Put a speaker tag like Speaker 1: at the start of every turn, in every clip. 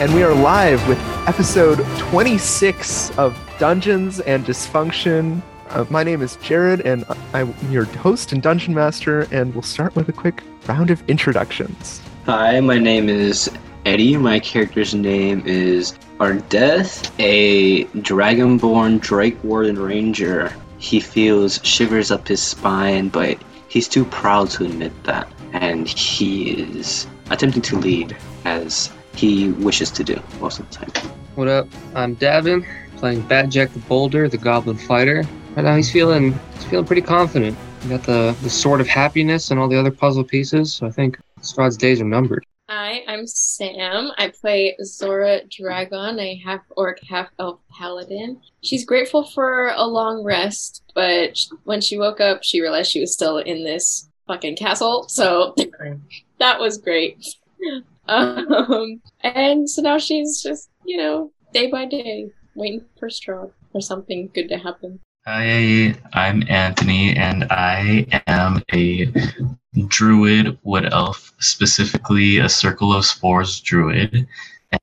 Speaker 1: and we are live with episode 26 of Dungeons and Dysfunction. Uh, my name is Jared, and I'm your host and dungeon master, and we'll start with a quick round of introductions.
Speaker 2: Hi, my name is Eddie. My character's name is Ardeth, a dragonborn Drake Warden Ranger. He feels shivers up his spine, but he's too proud to admit that, and he is attempting to lead as he wishes to do most of the time.
Speaker 3: What up? I'm Davin, playing Batjack the Boulder, the Goblin Fighter. Right now he's feeling he's feeling pretty confident. He got the, the Sword of Happiness and all the other puzzle pieces, so I think Strad's days are numbered.
Speaker 4: Hi, I'm Sam. I play Zora Dragon, a half orc, half elf paladin. She's grateful for a long rest, but sh- when she woke up, she realized she was still in this fucking castle, so that was great. Um, and so now she's just, you know, day by day, waiting for straw or something good to happen.
Speaker 5: Hi, I'm Anthony, and I am a druid wood elf, specifically a circle of spores druid.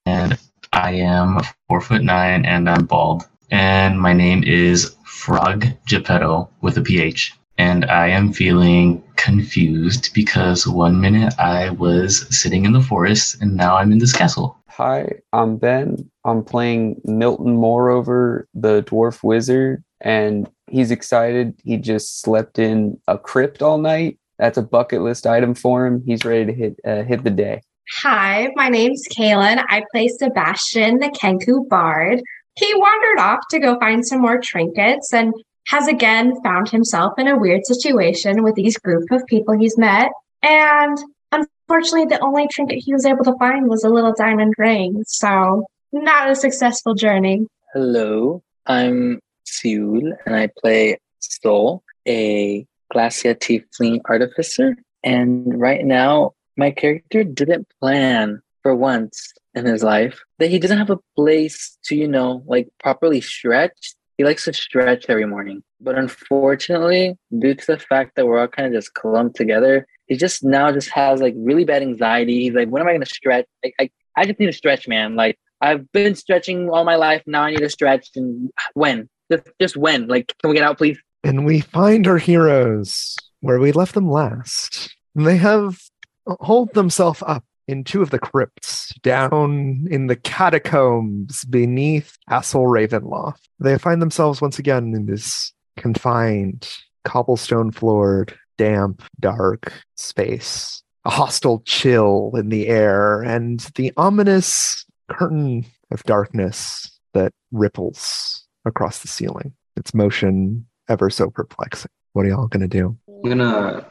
Speaker 5: And I am four foot nine, and I'm bald. And my name is Frog Geppetto with a PH. And I am feeling confused because one minute I was sitting in the forest, and now I'm in this castle.
Speaker 6: Hi, I'm Ben. I'm playing Milton Moreover, the dwarf wizard, and he's excited. He just slept in a crypt all night. That's a bucket list item for him. He's ready to hit uh, hit the day.
Speaker 7: Hi, my name's Kaylin. I play Sebastian, the Kenku bard. He wandered off to go find some more trinkets and has again found himself in a weird situation with these group of people he's met. And unfortunately, the only trinket he was able to find was a little diamond ring. So, not a successful journey.
Speaker 8: Hello, I'm Seul, and I play Sol, a Glacia Tiefling Artificer. And right now, my character didn't plan for once in his life that he doesn't have a place to, you know, like properly stretch. He likes to stretch every morning. But unfortunately, due to the fact that we're all kind of just clumped together, he just now just has like really bad anxiety. He's like, when am I going to stretch? I, I, I just need to stretch, man. Like, I've been stretching all my life. Now I need to stretch. And when? Just, just when? Like, can we get out, please?
Speaker 1: And we find our heroes where we left them last. And they have holed themselves up in two of the crypts down in the catacombs beneath Assel Ravenloft. They find themselves once again in this confined, cobblestone floored, damp, dark space. A hostile chill in the air and the ominous curtain of darkness that ripples across the ceiling. Its motion ever so perplexing. What are y'all gonna do?
Speaker 2: I'm gonna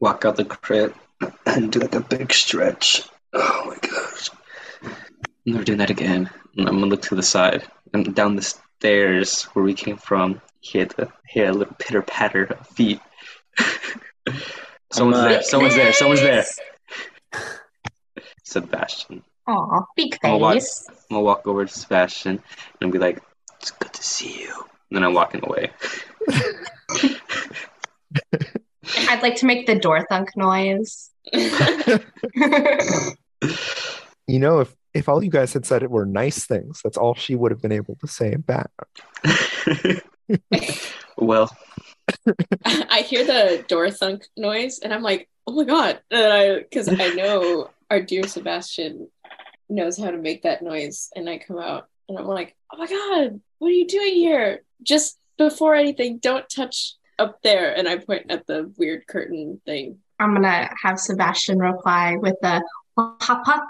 Speaker 2: walk out the crypt and do like a big stretch. Oh my gosh. I'm never doing that again. And I'm gonna look to the side and down the stairs where we came from. Hear the hear a little pitter patter of feet. someone's
Speaker 8: I'm, uh,
Speaker 2: there. Someone's there. Someone's there.
Speaker 7: Yes.
Speaker 2: Sebastian.
Speaker 7: Aw, big
Speaker 2: Oh, what?
Speaker 7: face.
Speaker 2: I'm gonna walk over to Sebastian and I'm be like, "It's good to see you." And then I'm walking away.
Speaker 7: I'd like to make the door thunk noise.
Speaker 1: You know, if if all you guys had said it were nice things, that's all she would have been able to say back.
Speaker 2: well,
Speaker 4: I hear the door thunk noise, and I'm like, oh my god, because I, know our dear Sebastian knows how to make that noise, and I come out, and I'm like, oh my god, what are you doing here? Just before anything, don't touch up there, and I point at the weird curtain thing.
Speaker 7: I'm gonna have Sebastian reply with the papa.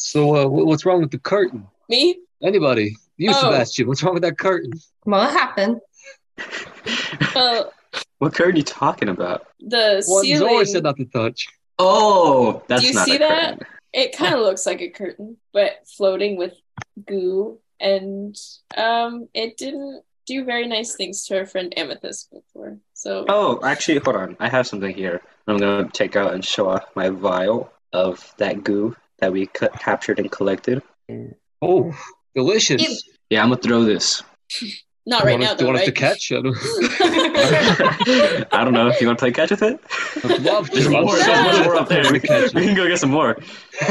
Speaker 3: So, uh, wh- what's wrong with the curtain?
Speaker 4: Me?
Speaker 3: Anybody? You,
Speaker 4: Oh.
Speaker 3: Sebastian, what's wrong with that curtain?
Speaker 7: What'll happen?
Speaker 4: Well,
Speaker 2: what card are you talking about?
Speaker 4: the
Speaker 3: Well, Zoe
Speaker 4: ceiling.
Speaker 3: said not to touch.
Speaker 2: Oh, that's
Speaker 4: you
Speaker 2: not
Speaker 4: see
Speaker 2: a
Speaker 4: that?
Speaker 2: curtain.
Speaker 4: It kind of looks like a curtain, but floating with goo, and um, it didn't do very nice things to our friend Amethyst before. So
Speaker 2: Oh, actually, hold on. I have something here. I'm gonna take out and show off my vial of that goo that we cu- captured and collected.
Speaker 3: Oh, delicious.
Speaker 7: Ew.
Speaker 2: Yeah, I'm gonna throw this.
Speaker 4: not
Speaker 3: You
Speaker 4: right
Speaker 3: want
Speaker 4: now,
Speaker 3: us- do you
Speaker 4: though,
Speaker 3: want us
Speaker 4: right?
Speaker 3: to catch? I don't-
Speaker 9: I don't know if you want to play catch with it.
Speaker 3: I'd love
Speaker 9: There's
Speaker 3: to. I'm
Speaker 9: more.
Speaker 3: so
Speaker 9: There's
Speaker 3: much
Speaker 9: more
Speaker 3: more
Speaker 9: up there. We can, we can go get some more.
Speaker 4: No,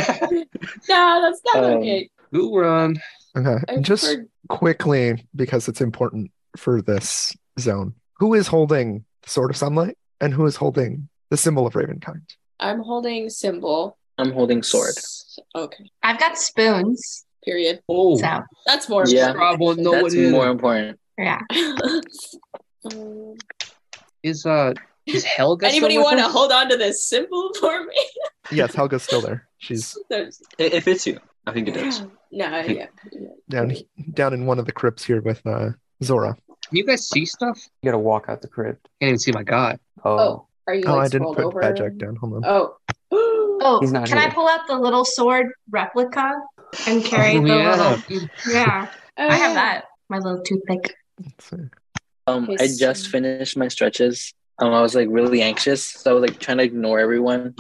Speaker 4: that's not
Speaker 8: Um,
Speaker 4: okay.
Speaker 3: Ooh, run.
Speaker 1: Okay.
Speaker 4: I
Speaker 1: Just
Speaker 4: prefer-
Speaker 1: quickly, because it's important for this zone. Who is holding the Sword of Sunlight and who is holding the symbol of Ravenkind?
Speaker 4: I'm holding symbol.
Speaker 8: I'm holding sword.
Speaker 4: S- Okay.
Speaker 7: I've got spoons.
Speaker 4: Period.
Speaker 3: Oh,
Speaker 7: So,
Speaker 4: That's more
Speaker 8: Yeah.
Speaker 4: important.
Speaker 3: No one
Speaker 8: That's
Speaker 3: in.
Speaker 8: more important.
Speaker 7: yeah.
Speaker 4: Um,
Speaker 3: is uh, is Helga? still
Speaker 4: Anybody
Speaker 3: with
Speaker 4: want to
Speaker 3: us?
Speaker 4: hold on to this symbol for me?
Speaker 1: Yes, Helga's still there. She's
Speaker 4: There's-
Speaker 9: It, it fits you. I think it does.
Speaker 4: No, yeah.
Speaker 1: down down in one of the crypts here with uh, Zora.
Speaker 3: Can you guys see stuff?
Speaker 6: You gotta walk out the crypt.
Speaker 3: Can't even see my god.
Speaker 6: Oh,
Speaker 4: Oh. Are you like
Speaker 1: Oh, I didn't
Speaker 4: scrolled
Speaker 1: put
Speaker 4: over?
Speaker 1: Badjack down. Hold on.
Speaker 4: Oh. oh.
Speaker 7: Oh,
Speaker 6: He's not
Speaker 7: can
Speaker 6: here.
Speaker 7: I pull out the little sword replica and carry
Speaker 3: Oh,
Speaker 7: the
Speaker 3: yeah.
Speaker 7: little? Yeah, I have
Speaker 4: yeah.
Speaker 7: that. My little toothpick.
Speaker 1: Let's see.
Speaker 8: Um, I
Speaker 4: Yes.
Speaker 8: just finished my stretches. Um, I was like really anxious, so I was like trying to ignore everyone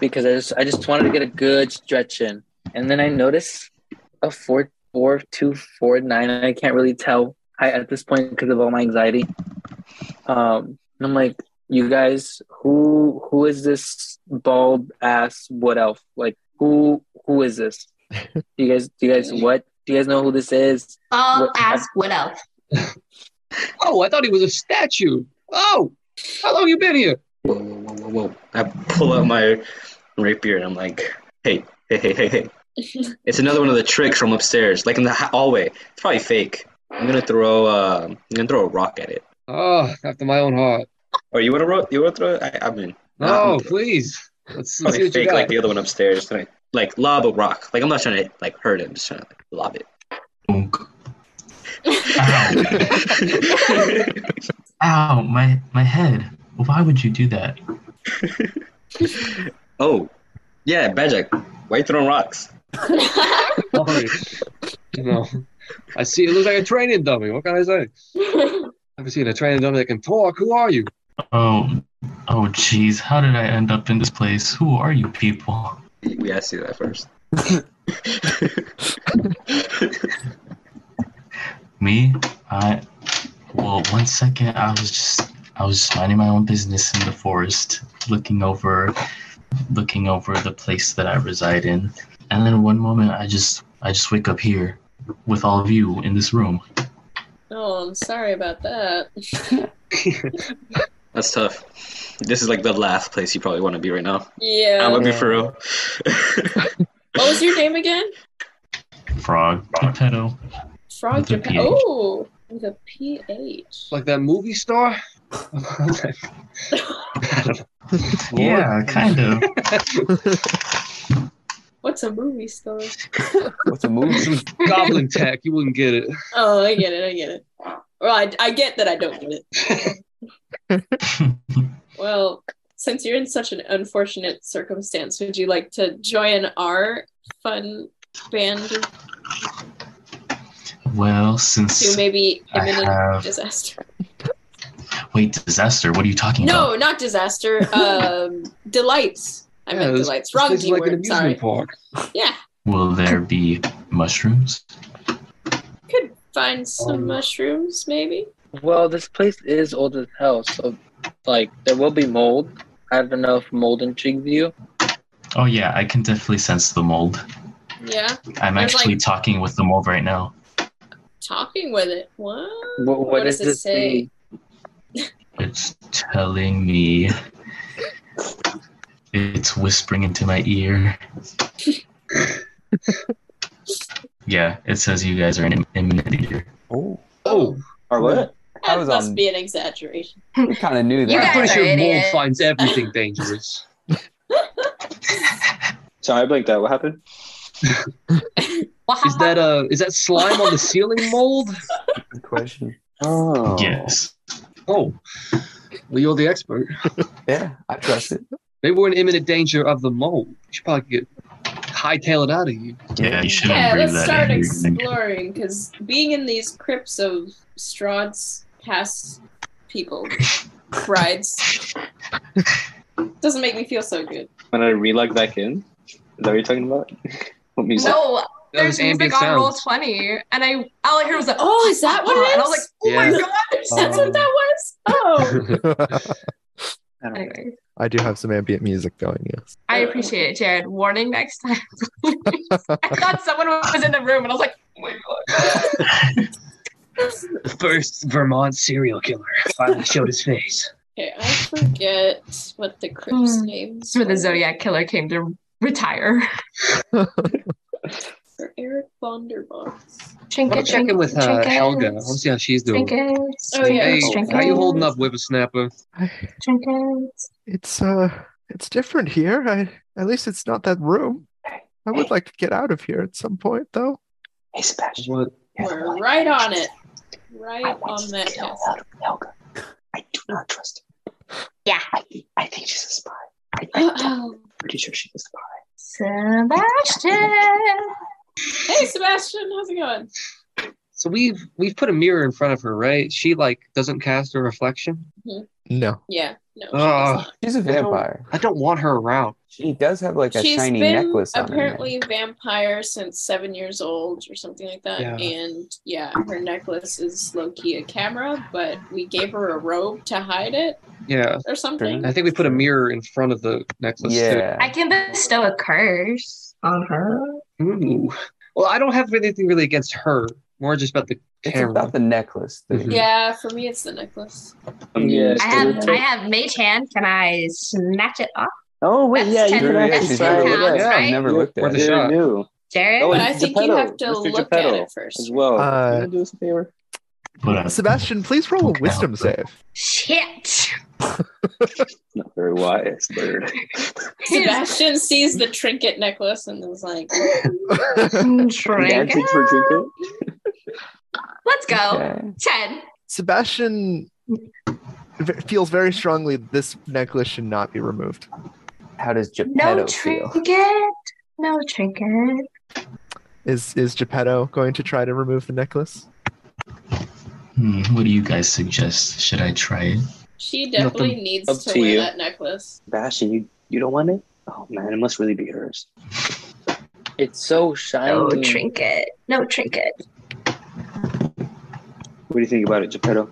Speaker 8: because I just I just wanted to get a good stretch in. And then I noticed a four four two four nine. and I can't really tell I, at this point because of all my anxiety. Um, and I'm like, you guys, who who is this bald ass wood elf? Like, who who is this? Do you guys do you guys what? Do you guys know who this is?
Speaker 7: All
Speaker 8: What-
Speaker 7: ass wood elf.
Speaker 3: Oh, I thought he was a statue. Oh, how long you been here?
Speaker 9: Whoa, whoa, whoa, whoa, whoa. I pull out my rapier and I'm like, hey, hey, hey, hey, hey. It's another one of the tricks from upstairs, like in the ha- hallway. It's probably fake. I'm gonna throw. Uh, I'm gonna throw a rock at it.
Speaker 3: Oh, after my own heart.
Speaker 9: Or Oh, you wanna ro- you wanna throw? I, I mean,
Speaker 3: No,
Speaker 9: uh,
Speaker 3: please. Let's, let's see
Speaker 9: probably
Speaker 3: what you
Speaker 9: fake
Speaker 3: got.
Speaker 9: like the other one upstairs. Like, like lob a rock. Like I'm not trying to like hurt him. I'm just trying to like, lob it.
Speaker 5: Ow. Ow, my, my head. Why would you do that?
Speaker 9: oh, yeah, Badjack. Why you throwing rocks?
Speaker 3: Sorry. you know, I see it looks like a training dummy. What can I say? I've seen a training dummy that can talk. Who are you?
Speaker 5: Oh, oh, jeez. How did I end up in this place? Who are you people?
Speaker 9: We asked you that first.
Speaker 5: Me? I. Well, one second, I was just, I was just minding my own business in the forest, looking over, looking over the place that I reside in, and then one moment I just, I just wake up here, with all of you in this room.
Speaker 4: oh, I'm sorry about that.
Speaker 9: That's tough. This is like the last place you probably want to be right now.
Speaker 4: Yeah.
Speaker 9: I'm gonna be for real.
Speaker 4: what was your name again?
Speaker 5: Frog, Geppetto.
Speaker 4: Frog
Speaker 5: With a
Speaker 4: Japan.
Speaker 5: PH.
Speaker 4: Oh, with a PH.
Speaker 3: Like that movie star? I don't know.
Speaker 5: Yeah, kind of.
Speaker 4: What's a movie star?
Speaker 6: what's a movie?
Speaker 3: Some goblin tech. You wouldn't get it.
Speaker 4: Oh, I get it. I get it. Well, I, I get that I don't get it. Well, since you're in such an unfortunate circumstance, would you like to join our fun band
Speaker 5: well, since
Speaker 4: to maybe
Speaker 5: I
Speaker 4: imminent
Speaker 5: have-
Speaker 4: disaster?
Speaker 5: wait, disaster. What are you talking
Speaker 4: No,
Speaker 5: about?
Speaker 4: not disaster. Um, delights. I meant
Speaker 3: this-
Speaker 4: delights.
Speaker 3: this
Speaker 4: Wrong
Speaker 3: place is
Speaker 4: D
Speaker 3: like an
Speaker 4: word. Sorry.
Speaker 3: amusement park.
Speaker 4: Yeah,
Speaker 5: Will there be mushrooms?
Speaker 4: could find some
Speaker 3: Um,
Speaker 4: mushrooms maybe.
Speaker 8: Well, this place is old as hell, so like there will be mold. I don't know if mold intrigues you.
Speaker 5: Oh yeah, I can definitely sense the mold.
Speaker 4: Yeah,
Speaker 5: I'm
Speaker 4: There's,
Speaker 5: actually
Speaker 4: like-
Speaker 5: talking with the mold right now.
Speaker 4: talking with it. What?
Speaker 8: What, what, does it say?
Speaker 5: It's telling me. It's whispering into my ear. yeah, it says you guys are in imminent danger.
Speaker 6: Oh,
Speaker 3: Oh,
Speaker 8: Or what?
Speaker 6: I
Speaker 4: That
Speaker 6: was
Speaker 4: must
Speaker 6: on-
Speaker 4: be an exaggeration.
Speaker 6: we kind of knew
Speaker 7: Oh. You
Speaker 3: I'm pretty
Speaker 6: that.
Speaker 7: guys are
Speaker 3: sure mold
Speaker 7: idiots.
Speaker 3: finds everything dangerous.
Speaker 2: Sorry, I blinked out. What happened?
Speaker 3: Is that uh, is that slime on the ceiling mold?
Speaker 6: Good question.
Speaker 2: Oh.
Speaker 5: Yes.
Speaker 3: Oh, well, you're the expert.
Speaker 6: Yeah, I trust it.
Speaker 3: Maybe we're in imminent danger of the mold. You should probably get hightailed out of here.
Speaker 5: Yeah, you shouldn't
Speaker 4: Yeah,
Speaker 5: breathe
Speaker 4: let's
Speaker 5: that
Speaker 4: start
Speaker 5: in. You're gonna get-
Speaker 4: exploring because being in these crypts of Strahd's past people, brides, doesn't make me feel so good.
Speaker 2: When I relog back in? Is that what you're talking about? what music?
Speaker 7: No,
Speaker 3: That was
Speaker 7: there's music
Speaker 3: ambient
Speaker 7: on roll
Speaker 3: sounds.
Speaker 7: twenty, and I all I heard was like,
Speaker 4: Oh, is that what it
Speaker 7: And I was
Speaker 4: is?
Speaker 7: like, oh
Speaker 3: Yeah.
Speaker 7: my god, there's
Speaker 4: That's
Speaker 7: something.
Speaker 4: what that was. Oh,
Speaker 8: I don't know.
Speaker 7: Anyways,
Speaker 1: I do have some ambient music going, yes.
Speaker 7: I appreciate it, Jared. Warning next time. I thought someone was in the room, and I was like,
Speaker 3: Wait, what? First Vermont serial killer finally showed his face.
Speaker 4: okay. I forget what the crypt's
Speaker 7: Hmm.
Speaker 4: names
Speaker 7: "That's where the
Speaker 4: were.
Speaker 7: Zodiac Killer came to retire."
Speaker 4: Sir Eric Vonderbox.
Speaker 3: I'm gonna
Speaker 7: Trinket,
Speaker 3: check in with uh,
Speaker 7: trinkets,
Speaker 3: Helga. I want to see how she's doing.
Speaker 7: Trinkets.
Speaker 4: Oh, yeah.
Speaker 3: Hey,
Speaker 7: Trinkets.
Speaker 3: how you holding up, Whippersnapper?
Speaker 7: Trinkets.
Speaker 1: It's uh it's different here. I at least it's not that room. I would like to get out of here at some point though.
Speaker 2: Hey, Sebastian.
Speaker 3: What?
Speaker 2: you're the
Speaker 4: We're
Speaker 2: one.
Speaker 4: right on it.
Speaker 2: I
Speaker 4: Right
Speaker 2: want
Speaker 4: on
Speaker 2: you
Speaker 4: that
Speaker 2: to get
Speaker 4: test.
Speaker 2: out of Helga. I do not trust her.
Speaker 7: Yeah.
Speaker 2: I, think- I think she's a spy. I, I'm pretty sure she's a spy.
Speaker 7: Sebastian.
Speaker 4: Hey, Sebastian, how's it going?
Speaker 3: So we've we've put a mirror in front of her, right? She like doesn't cast a reflection.
Speaker 1: No.
Speaker 4: Yeah, no, she
Speaker 3: Ah.
Speaker 4: does not.
Speaker 6: She's a vampire.
Speaker 3: I don't want her around.
Speaker 6: She does have like a
Speaker 4: She's
Speaker 6: shiny
Speaker 4: been
Speaker 6: necklace on
Speaker 4: apparently
Speaker 6: her. neck.
Speaker 4: vampire since seven years old or something like that.
Speaker 3: Yeah.
Speaker 4: And yeah, her necklace is low key a camera, but we gave her a robe to hide it
Speaker 3: Yeah,
Speaker 4: or something.
Speaker 3: I think we put a mirror in front of the necklace.
Speaker 7: I
Speaker 6: Yeah.
Speaker 7: can bestow a curse on her.
Speaker 3: Too. Ooh. Well, I don't have anything really against her. More just about the
Speaker 6: It's
Speaker 3: camera.
Speaker 6: about the necklace. that-
Speaker 3: Mhm.
Speaker 4: Yeah, for me, it's the necklace.
Speaker 2: Yeah,
Speaker 7: I have I have mage hand. Can I snatch it off?
Speaker 2: Oh wait,
Speaker 7: That's
Speaker 2: yeah, you
Speaker 7: ten-
Speaker 2: can
Speaker 7: that's
Speaker 2: actually
Speaker 7: ten
Speaker 2: try
Speaker 7: pounds,
Speaker 2: it.
Speaker 3: Yeah,
Speaker 7: right?
Speaker 6: I've never looked
Speaker 3: Or
Speaker 6: at
Speaker 3: the
Speaker 6: it.
Speaker 3: shot.
Speaker 2: You're new
Speaker 7: Jared.
Speaker 2: Oh,
Speaker 4: But
Speaker 2: and
Speaker 4: I think you
Speaker 2: Geppetto,
Speaker 4: have to
Speaker 2: Mr.
Speaker 4: look at
Speaker 2: Geppetto
Speaker 4: it first.
Speaker 2: as well.
Speaker 1: Uh,
Speaker 2: Can you do us a favor?
Speaker 5: What up?
Speaker 1: Sebastian, please roll a
Speaker 5: Okay.
Speaker 1: wisdom save.
Speaker 7: Shit.
Speaker 2: Not very wise, bird.
Speaker 4: Sebastian sees the trinket necklace and is like,
Speaker 2: Dancing
Speaker 7: Trinket.
Speaker 2: for Trinket.
Speaker 7: Let's go.
Speaker 6: Okay.
Speaker 7: Ten.
Speaker 1: Sebastian v- feels very strongly that this necklace should not be removed.
Speaker 6: How does Geppetto
Speaker 7: No
Speaker 6: feel?
Speaker 7: trinket. No trinket.
Speaker 1: Is is Geppetto going to try to remove the necklace?
Speaker 5: Hmm, what do you guys suggest? Should I try it?
Speaker 4: she definitely
Speaker 2: Up
Speaker 4: needs to,
Speaker 2: to
Speaker 4: wear
Speaker 2: you.
Speaker 4: that necklace.
Speaker 2: Basha, you you don't want it? Oh man, it must really be hers.
Speaker 8: It's
Speaker 7: No
Speaker 8: so
Speaker 2: Oh,
Speaker 8: shiny.
Speaker 7: trinket. No trinket.
Speaker 2: What do you think about it, Geppetto?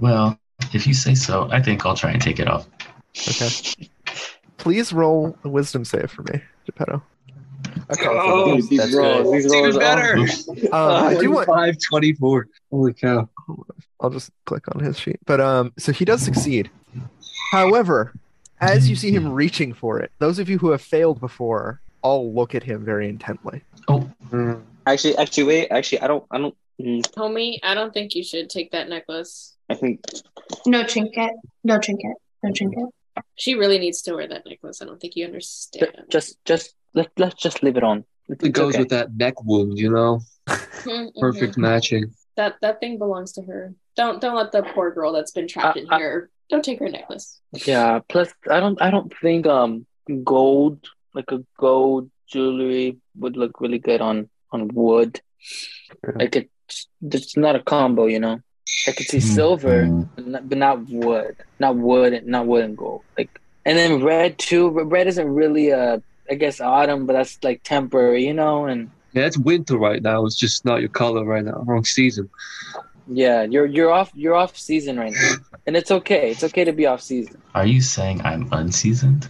Speaker 5: Well, if you say so, I think I'll try and take it off.
Speaker 1: Okay. Please roll a wisdom save for me, Geppetto. Okay.
Speaker 3: Oh,
Speaker 2: Dude, these
Speaker 6: that's
Speaker 2: rolls,
Speaker 6: good.
Speaker 2: these
Speaker 3: It's
Speaker 2: rolls
Speaker 3: even better.
Speaker 2: are
Speaker 1: Um, I do want.
Speaker 3: 25, 24. Holy cow.
Speaker 1: I'll just click on his sheet. But um, so he does succeed. However, as you see him reaching for it, those of you who have failed before all look at him very intently.
Speaker 3: Mm.
Speaker 2: actually actually wait, actually I don't I don't mm,
Speaker 4: Homie, I don't think you should take that necklace.
Speaker 2: I think
Speaker 7: No trinket. No trinket. No trinket.
Speaker 4: She really needs to wear that necklace. I don't think you
Speaker 8: Ju-
Speaker 4: understand.
Speaker 8: Just, just let let's just leave it on.
Speaker 3: It goes
Speaker 8: okay.
Speaker 3: with that neck wound, you know?
Speaker 4: Mhm, mhm.
Speaker 3: Perfect matching.
Speaker 4: That that thing belongs to her. Don't don't let the poor girl that's been trapped in
Speaker 8: I- I-
Speaker 4: here. Don't take her necklace.
Speaker 8: Yeah. Plus, I don't, I don't think um gold like a gold jewelry would look really good on on wood. Like it's it's not a combo, you know. I could see silver,
Speaker 5: Hmm.
Speaker 8: but not, but not wood, not wood, and not wood and gold. Like and then red too. but Red isn't really uh I guess autumn, but that's like temporary, you know. And
Speaker 3: Yeah, it's winter right now. It's just not your color right now. Wrong season.
Speaker 8: yeah, you're you're off you're off season right now, and it's okay. It's okay to be off season.
Speaker 5: Are you saying I'm unseasoned?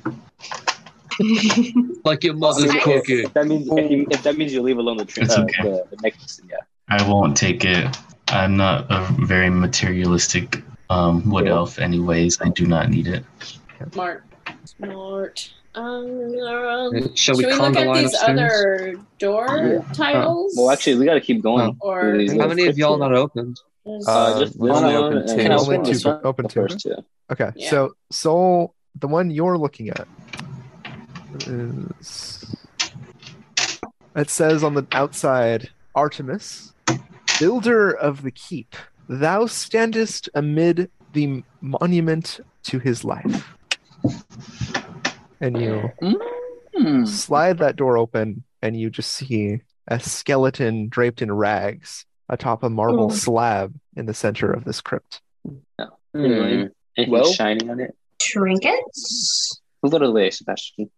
Speaker 3: Like your mother's
Speaker 7: I-
Speaker 3: cooking.
Speaker 2: if that means if, you, if that means you leave alone the tr-
Speaker 5: It's
Speaker 2: uh,
Speaker 5: okay.
Speaker 2: the, the necklace, then yeah.
Speaker 5: I won't take it. I'm not a very materialistic um, wood
Speaker 2: Cool.
Speaker 5: elf, anyways. I do not need it.
Speaker 4: Smart. Smart. Um, um,
Speaker 3: Shall
Speaker 4: should
Speaker 3: we,
Speaker 4: we
Speaker 3: con
Speaker 4: look
Speaker 3: the
Speaker 4: at
Speaker 3: line
Speaker 4: these
Speaker 3: upstairs?
Speaker 4: other door titles?
Speaker 2: Well actually we gotta keep going.
Speaker 4: or
Speaker 2: these
Speaker 3: How
Speaker 2: little
Speaker 3: many of
Speaker 2: crypts
Speaker 3: y'all
Speaker 2: here.
Speaker 3: not opened?
Speaker 4: there's-
Speaker 2: uh,
Speaker 6: Uh,
Speaker 2: just
Speaker 6: we
Speaker 2: this
Speaker 6: only
Speaker 2: one
Speaker 6: opened
Speaker 2: and
Speaker 6: two.
Speaker 8: Can I
Speaker 2: this
Speaker 8: open
Speaker 2: one,
Speaker 1: Um, two,
Speaker 8: this
Speaker 2: this one,
Speaker 1: open
Speaker 2: the
Speaker 1: two.
Speaker 2: first two.
Speaker 1: Okay,
Speaker 4: Yeah.
Speaker 1: so Soul, the one you're looking at is. It says on the outside Artemis, builder of the keep, thou standest amid the monument to his life. And you
Speaker 8: Hmm.
Speaker 1: slide that door open, and you just see a skeleton draped in rags atop a marble slab in the center of this crypt.
Speaker 8: Hmm.
Speaker 2: Anything
Speaker 8: Well-
Speaker 2: shiny on it?
Speaker 7: Trinkets.
Speaker 2: Literally, Sebastian.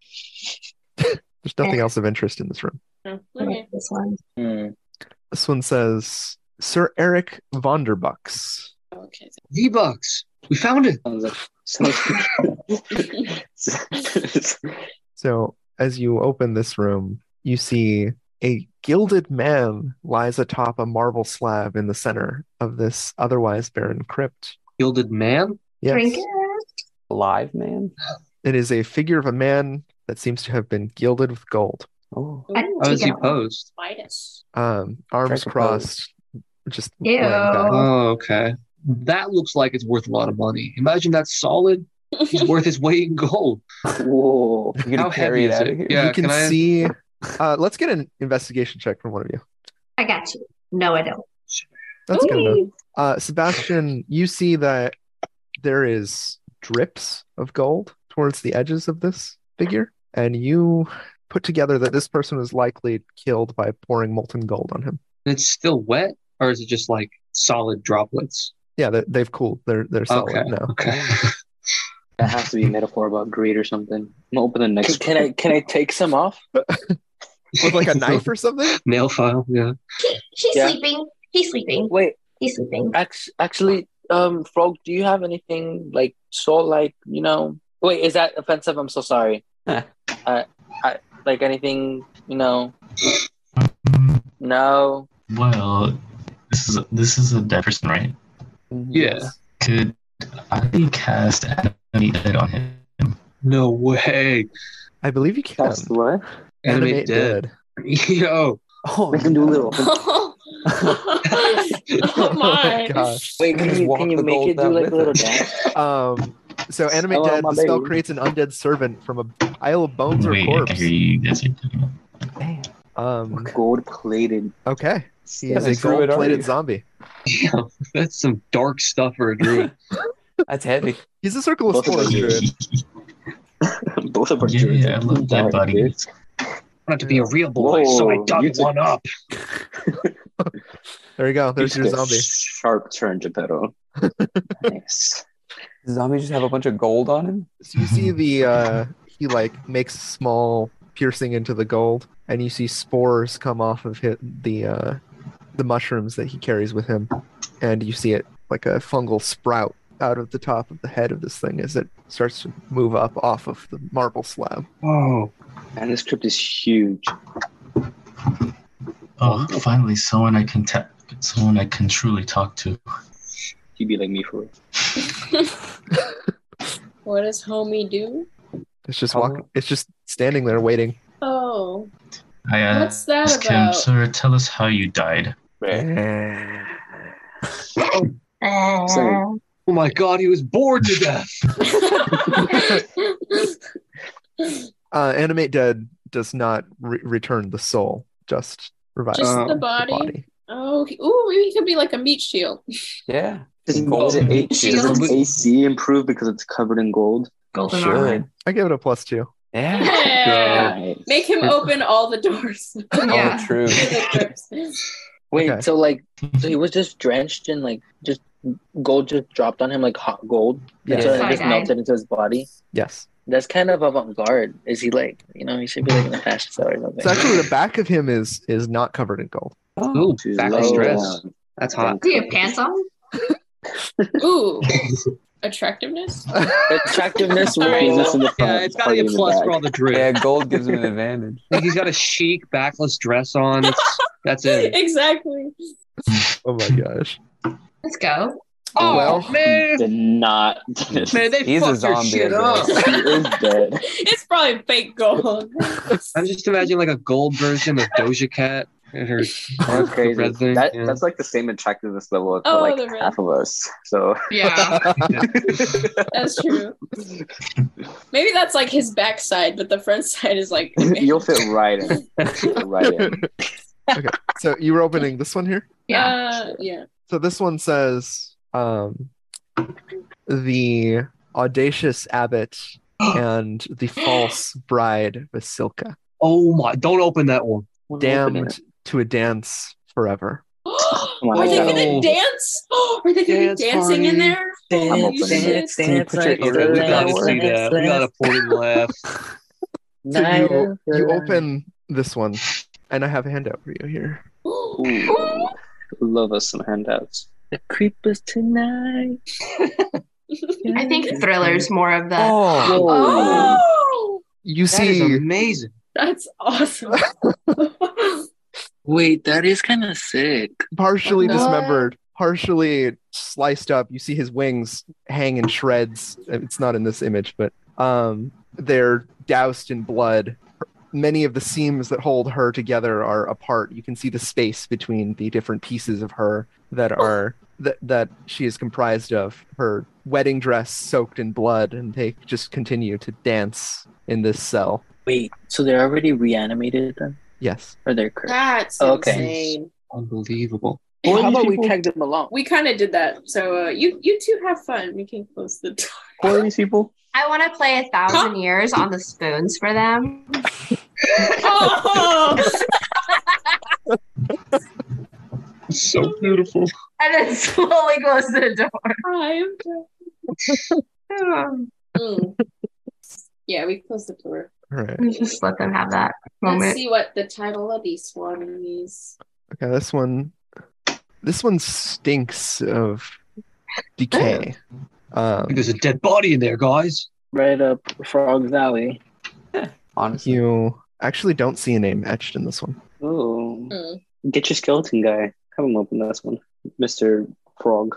Speaker 1: There's nothing else of interest in this room.
Speaker 4: oh,
Speaker 7: Look
Speaker 4: okay.
Speaker 7: at This one.
Speaker 8: Hmm.
Speaker 1: This one says Sir Eric Vonderbucks,
Speaker 4: Oh, okay.
Speaker 3: V Bucks. We found it.
Speaker 2: Sounds like. Sounds
Speaker 1: So, as you open this room, you see a gilded man lies atop a marble slab in the center of this otherwise barren crypt.
Speaker 3: Gilded man.
Speaker 1: Yes,
Speaker 7: Trinket?
Speaker 6: Live man.
Speaker 1: it is a figure of a man that seems to have been gilded with gold,
Speaker 6: Oh,
Speaker 4: Ooh,
Speaker 3: How is he
Speaker 7: Antigone.
Speaker 3: posed?
Speaker 4: Midas.
Speaker 1: um, arms
Speaker 6: Dragon
Speaker 1: crossed, just
Speaker 7: Ew.
Speaker 1: laying back.
Speaker 3: Oh, okay. That looks like it's worth a lot of money. Imagine that's solid. He's worth his weight in gold.
Speaker 8: Whoa.
Speaker 6: You're gonna
Speaker 3: How
Speaker 6: carry
Speaker 3: heavy
Speaker 6: it
Speaker 3: is
Speaker 6: out
Speaker 3: it?
Speaker 6: of here?
Speaker 3: Yeah.
Speaker 1: you can,
Speaker 3: can I-
Speaker 1: see. Uh, let's get an investigation check from one of you.
Speaker 7: I got you. No, I don't.
Speaker 1: That's good enough.
Speaker 7: Ooh.
Speaker 1: Uh, Sebastian, you see that there is drips of gold towards the edges of this figure, and you put together that this person was likely killed by pouring molten gold on him.
Speaker 3: And It's still wet, or is it just like solid droplets?
Speaker 1: Yeah, they, they've cooled. They're they're solid
Speaker 3: Okay.
Speaker 1: now.
Speaker 3: Okay.
Speaker 2: That has to be a metaphor about greed or something. I'm gonna open the
Speaker 8: Can,
Speaker 2: next.
Speaker 8: can I can I take some off?
Speaker 1: With like a knife or something.
Speaker 3: Nail file. Yeah.
Speaker 7: He's
Speaker 8: Yeah.
Speaker 7: sleeping. He's sleeping.
Speaker 8: Wait,
Speaker 7: He's sleeping.
Speaker 8: act- actually, um, Frog, do you have anything like so like you know? Wait, is that offensive? I'm so sorry.
Speaker 6: Huh.
Speaker 8: I, I like anything you know? No.
Speaker 5: Well, this is this is a dead person, right?
Speaker 3: Yeah.
Speaker 5: Could I cast Enemy Dead on him?
Speaker 3: No way.
Speaker 1: I believe you can
Speaker 2: That's what?
Speaker 3: Animate, dead. Yo.
Speaker 6: Oh,
Speaker 2: Make him do a little.
Speaker 4: oh
Speaker 1: Oh my
Speaker 4: my.
Speaker 1: gosh.
Speaker 8: Wait,
Speaker 6: Just
Speaker 8: can you
Speaker 6: walk
Speaker 8: can you
Speaker 6: the
Speaker 8: make
Speaker 6: gold
Speaker 8: it do
Speaker 6: down
Speaker 8: like
Speaker 6: with
Speaker 8: a little
Speaker 6: it.
Speaker 8: dance?
Speaker 1: Um, so animate
Speaker 8: Hello,
Speaker 1: dead.
Speaker 8: my
Speaker 1: The spell
Speaker 8: baby.
Speaker 1: creates an undead servant from a pile of bones or
Speaker 5: Wait, I
Speaker 1: corpse.
Speaker 5: hear you guys are doing it.
Speaker 6: man.
Speaker 1: Um,
Speaker 2: Gold plated.
Speaker 1: okay. He
Speaker 6: Yeah,
Speaker 1: is a
Speaker 6: screw it,
Speaker 1: gold plated
Speaker 6: already.
Speaker 1: zombie.
Speaker 3: Yo, that's some dark stuff for a druid.
Speaker 6: That's heavy.
Speaker 1: He's a circle of
Speaker 2: Both of
Speaker 1: spores
Speaker 2: them.
Speaker 1: druid.
Speaker 2: Both of our
Speaker 5: yeah,
Speaker 2: druids.
Speaker 5: I love
Speaker 2: Darn,
Speaker 5: dead
Speaker 2: dude.
Speaker 5: bodies.
Speaker 3: wanted to be a real boy,
Speaker 2: Whoa,
Speaker 3: so I
Speaker 2: you
Speaker 3: dug
Speaker 2: took-
Speaker 3: one up.
Speaker 1: There you go.
Speaker 2: You
Speaker 1: There's your
Speaker 2: took a
Speaker 1: zombie.
Speaker 2: Sharp turn, Geppetto. nice.
Speaker 6: Does zombie just have a bunch of gold on him?
Speaker 1: So you see the uh he like makes a small piercing into the gold, and you see spores come off of his, the uh the mushrooms that he carries with him, and you see it like a fungal sprout out of the top of the head of this thing as it starts to move up off of the marble slab.
Speaker 3: Whoa.
Speaker 2: And this crypt is huge.
Speaker 5: Oh, finally, someone I can ta- someone I can truly talk to.
Speaker 2: He'd be like me for
Speaker 4: what does homie do?
Speaker 1: It's just
Speaker 6: Oh.
Speaker 1: walk. It's just standing there waiting.
Speaker 4: Oh,
Speaker 5: I
Speaker 4: what's
Speaker 5: asked
Speaker 4: that
Speaker 5: him,
Speaker 4: about?
Speaker 5: Uh, sir, tell us how you died.
Speaker 7: Uh,
Speaker 2: Sorry.
Speaker 3: Oh my god, he was bored to death.
Speaker 1: Uh, animate dead does not re- return the soul, just revives
Speaker 4: Just
Speaker 3: Um,
Speaker 4: the
Speaker 1: the
Speaker 4: body.
Speaker 1: body.
Speaker 4: Oh, okay. ooh, he could be like a meat shield.
Speaker 6: Yeah.
Speaker 2: Is it,
Speaker 6: Gold
Speaker 2: is it,
Speaker 6: meat
Speaker 2: eight,
Speaker 4: shield.
Speaker 2: does its AC improve because it's covered in gold?
Speaker 7: golden armor.
Speaker 6: Should.
Speaker 1: I give it a plus two.
Speaker 6: Yeah.
Speaker 4: Yeah.
Speaker 2: Nice.
Speaker 4: Make him open all the doors.
Speaker 7: Yeah.
Speaker 6: Oh, true.
Speaker 8: Wait,
Speaker 1: Okay.
Speaker 8: so like so he was just drenched in like just gold just dropped on him like hot gold.
Speaker 1: Yeah.
Speaker 8: And so it
Speaker 7: Side
Speaker 8: just
Speaker 7: eye.
Speaker 8: melted into his body.
Speaker 1: Yes.
Speaker 8: That's kind of avant garde. Is he like you know, he should be like in a fashion show or something.
Speaker 1: So actually, the back of him is is not covered in gold.
Speaker 6: Oh,
Speaker 3: Oh,
Speaker 2: She's
Speaker 3: back
Speaker 2: low
Speaker 3: to dress.
Speaker 2: down.
Speaker 3: That's hot.
Speaker 7: Do you have pants on?
Speaker 4: Ooh, attractiveness.
Speaker 8: Attractiveness
Speaker 4: All right.
Speaker 2: He's just
Speaker 8: roll.
Speaker 2: in the front,
Speaker 3: Yeah, it's gotta
Speaker 2: party
Speaker 3: be a
Speaker 2: in the
Speaker 3: plus
Speaker 2: back.
Speaker 3: for all the druid.
Speaker 6: yeah. Gold gives him an advantage.
Speaker 3: Like, he's got a chic backless dress on. It's, that's it.
Speaker 4: exactly.
Speaker 1: oh my gosh!
Speaker 7: Let's go.
Speaker 3: Oh
Speaker 1: Well-
Speaker 3: man,
Speaker 2: Did not.
Speaker 3: man, they
Speaker 6: He's a
Speaker 3: fucked your
Speaker 6: zombie,
Speaker 3: shit
Speaker 6: I
Speaker 3: up.
Speaker 6: guess.
Speaker 2: he is dead.
Speaker 4: It's probably fake gold.
Speaker 3: I'm just imagining like a gold version of Doja Cat and her
Speaker 2: That's crazy.
Speaker 3: red thing,
Speaker 2: That,
Speaker 3: yeah.
Speaker 2: That's like the same attractiveness level for
Speaker 4: Oh,
Speaker 2: like
Speaker 4: the red.
Speaker 2: half of
Speaker 4: Oh.
Speaker 2: us. So
Speaker 7: Yeah.
Speaker 4: That's true. Maybe that's like his backside, but the front side is like
Speaker 2: you'll fit right in. You'll fit right in.
Speaker 1: So you were opening this one here.
Speaker 7: Yeah.
Speaker 4: Uh, yeah.
Speaker 1: So this one says, um, "The audacious abbot and the false bride Vasilka,
Speaker 3: Oh my! Don't open that one.
Speaker 2: We'll open it.
Speaker 1: damned to a dance forever."
Speaker 4: Are
Speaker 2: Come on,
Speaker 3: Are
Speaker 2: I
Speaker 4: they
Speaker 2: got
Speaker 3: gonna-
Speaker 2: it.
Speaker 4: gonna dance? Are they gonna
Speaker 3: Dance
Speaker 4: be dancing in
Speaker 3: party.
Speaker 4: there?
Speaker 8: Dance,
Speaker 4: Holy
Speaker 2: opening
Speaker 4: shit.
Speaker 8: dance,
Speaker 6: Can you
Speaker 8: dance
Speaker 6: put your
Speaker 8: like
Speaker 6: ear
Speaker 3: Okay,
Speaker 6: to
Speaker 8: the
Speaker 3: we
Speaker 6: that
Speaker 3: gotta see
Speaker 6: one?
Speaker 8: last, last,
Speaker 3: that. We gotta
Speaker 8: last
Speaker 3: point and laugh.
Speaker 1: So
Speaker 8: night
Speaker 1: you
Speaker 8: of the
Speaker 1: you
Speaker 8: night.
Speaker 1: open this one, and I have a handout for you here.
Speaker 2: Ooh, love us some handouts.
Speaker 8: the creepers tonight.
Speaker 7: I think Thriller's more of the.
Speaker 1: Oh,
Speaker 8: Oh.
Speaker 4: Oh,
Speaker 1: you
Speaker 3: That is
Speaker 1: see,
Speaker 3: amazing.
Speaker 4: that's awesome.
Speaker 8: Wait, that is kind of sick.
Speaker 1: partially
Speaker 4: What?
Speaker 1: dismembered, partially sliced up. You see his wings hang in shreds. It's not in this image, but um, they're doused in blood. Many of the seams that hold her together are apart. You can see the space between the different pieces of her that are that that she is comprised of. Her wedding dress soaked in blood, and they just continue to dance in this cell.
Speaker 8: Wait, so they're already reanimated then?
Speaker 1: Yes.
Speaker 8: Or they're cursed?
Speaker 4: that's
Speaker 8: Okay.
Speaker 4: insane.
Speaker 3: Unbelievable.
Speaker 2: Well,
Speaker 8: How
Speaker 2: how about
Speaker 8: many
Speaker 2: we
Speaker 8: people-
Speaker 2: tag them along?
Speaker 4: We kind of did that, so uh, you you two have fun. We can close the door.
Speaker 2: Four of these people.
Speaker 7: I want to play a thousand years on the spoons for them.
Speaker 4: oh,
Speaker 3: So beautiful.
Speaker 7: And then slowly close the door.
Speaker 4: I'm done. Mm. Yeah, we closed the door.
Speaker 1: All right.
Speaker 7: Let's just let them have that
Speaker 4: Let's
Speaker 7: moment.
Speaker 4: see what the title of these one is.
Speaker 1: Okay, this one this one stinks of decay. Um
Speaker 3: There's a dead body in there, guys.
Speaker 8: Right up Frog's Alley.
Speaker 6: Honestly,
Speaker 1: you actually don't see a name etched in this one.
Speaker 2: Oh,
Speaker 4: Mm.
Speaker 2: get your skeleton guy. Have him open this one, Mister Frog.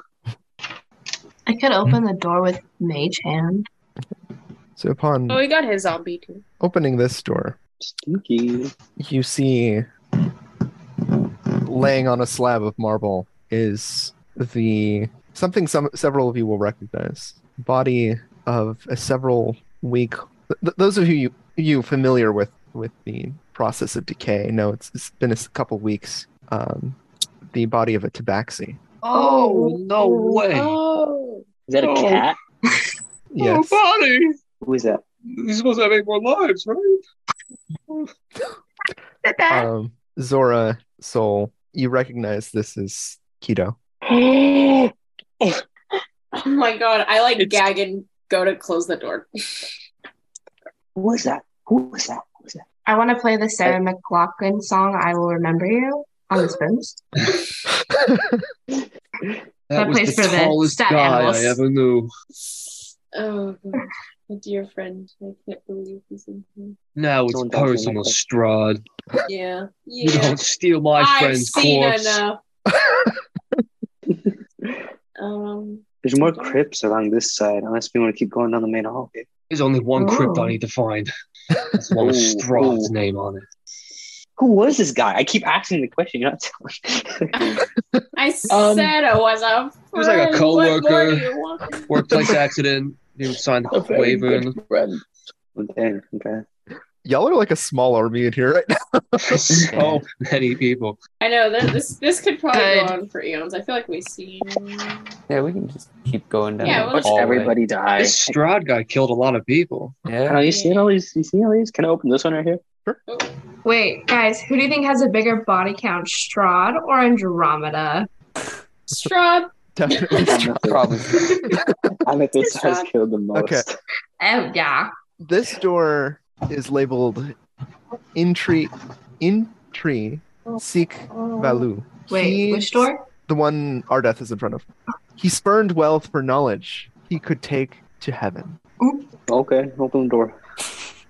Speaker 7: I could open the door with mage hand.
Speaker 1: So upon
Speaker 4: Oh, we got his zombie too.
Speaker 1: opening this door,
Speaker 2: Stinky.
Speaker 1: you see laying on a slab of marble is the something some several of you will recognize body of a several week th- th- those of you you familiar with with the process of decay know it's, it's been a s- couple weeks um the body of a tabaxi
Speaker 3: Oh, no way.
Speaker 4: Oh,
Speaker 2: Is that a
Speaker 3: Oh.
Speaker 2: cat?
Speaker 1: yes
Speaker 3: Oh, body.
Speaker 2: Who is that?
Speaker 3: He's supposed to have eight more lives, right?
Speaker 1: um zora soul you recognize this as keto
Speaker 4: oh my god! I like
Speaker 2: It's-
Speaker 4: gag and go to close the door.
Speaker 2: Who is that? Who is that? Who is that?
Speaker 7: I want to play the Sarah McLaughlin song, I Will Remember You, on the spoons.
Speaker 3: That
Speaker 7: That
Speaker 3: was
Speaker 7: place
Speaker 3: the
Speaker 7: for the
Speaker 3: tallest
Speaker 7: stuffed
Speaker 3: guy
Speaker 7: animals.
Speaker 3: I ever knew.
Speaker 4: Oh, God. my dear friend, I can't believe he's in here.
Speaker 3: Now it's
Speaker 2: Don't die for me,
Speaker 3: personal,
Speaker 2: Nicholas.
Speaker 3: Strahd.
Speaker 4: Yeah, yeah.
Speaker 3: You don't steal my
Speaker 4: I've
Speaker 3: friend's
Speaker 4: seen
Speaker 3: corpse.
Speaker 4: enough. um,
Speaker 2: There's more crypts along this side, unless we want to keep going down the main hallway.
Speaker 3: There's only one crypt
Speaker 7: Oh.
Speaker 3: I need to find. That's the one with
Speaker 2: Ooh,
Speaker 3: Strahd's
Speaker 2: ooh.
Speaker 3: name on it.
Speaker 2: Who was this guy? I keep asking the question. You're not telling.
Speaker 4: I
Speaker 8: Um,
Speaker 4: said I was a friend.
Speaker 3: was like a
Speaker 4: What more
Speaker 3: coworker.
Speaker 4: do you want?
Speaker 3: Workplace accident. He signed
Speaker 8: A
Speaker 3: a
Speaker 8: very
Speaker 3: waiver.
Speaker 8: good
Speaker 3: and-
Speaker 8: friend.
Speaker 2: okay, okay.
Speaker 1: y'all are like a small army in here right now
Speaker 3: so many people.
Speaker 4: I know that this this could probably
Speaker 7: Good.
Speaker 4: go on for eons. I feel like we've seen.
Speaker 6: yeah, we can just keep going down.
Speaker 4: Yeah,
Speaker 6: the
Speaker 4: we'll
Speaker 8: Watch
Speaker 4: just-
Speaker 6: hallway.
Speaker 8: everybody die.
Speaker 3: This Strahd guy killed a lot of people.
Speaker 2: I know
Speaker 6: Yeah,
Speaker 2: you seen all these. You seen all these? Can I open this one right here?
Speaker 7: Wait, guys, who do you think has a bigger body count, Strahd or Andromeda?
Speaker 4: Strub.
Speaker 1: definitely
Speaker 2: I'm at the-
Speaker 6: probably.
Speaker 2: I'm at this
Speaker 4: It's
Speaker 2: has
Speaker 4: not-
Speaker 2: killed the most.
Speaker 1: Okay.
Speaker 7: Oh, yeah.
Speaker 1: this door is labeled entry entry seek
Speaker 4: Oh,
Speaker 1: valu
Speaker 7: Wait,
Speaker 1: He-
Speaker 7: which door?
Speaker 1: the one ardeth is in front of he spurned wealth for knowledge he could take to heaven
Speaker 2: Okay, open the door.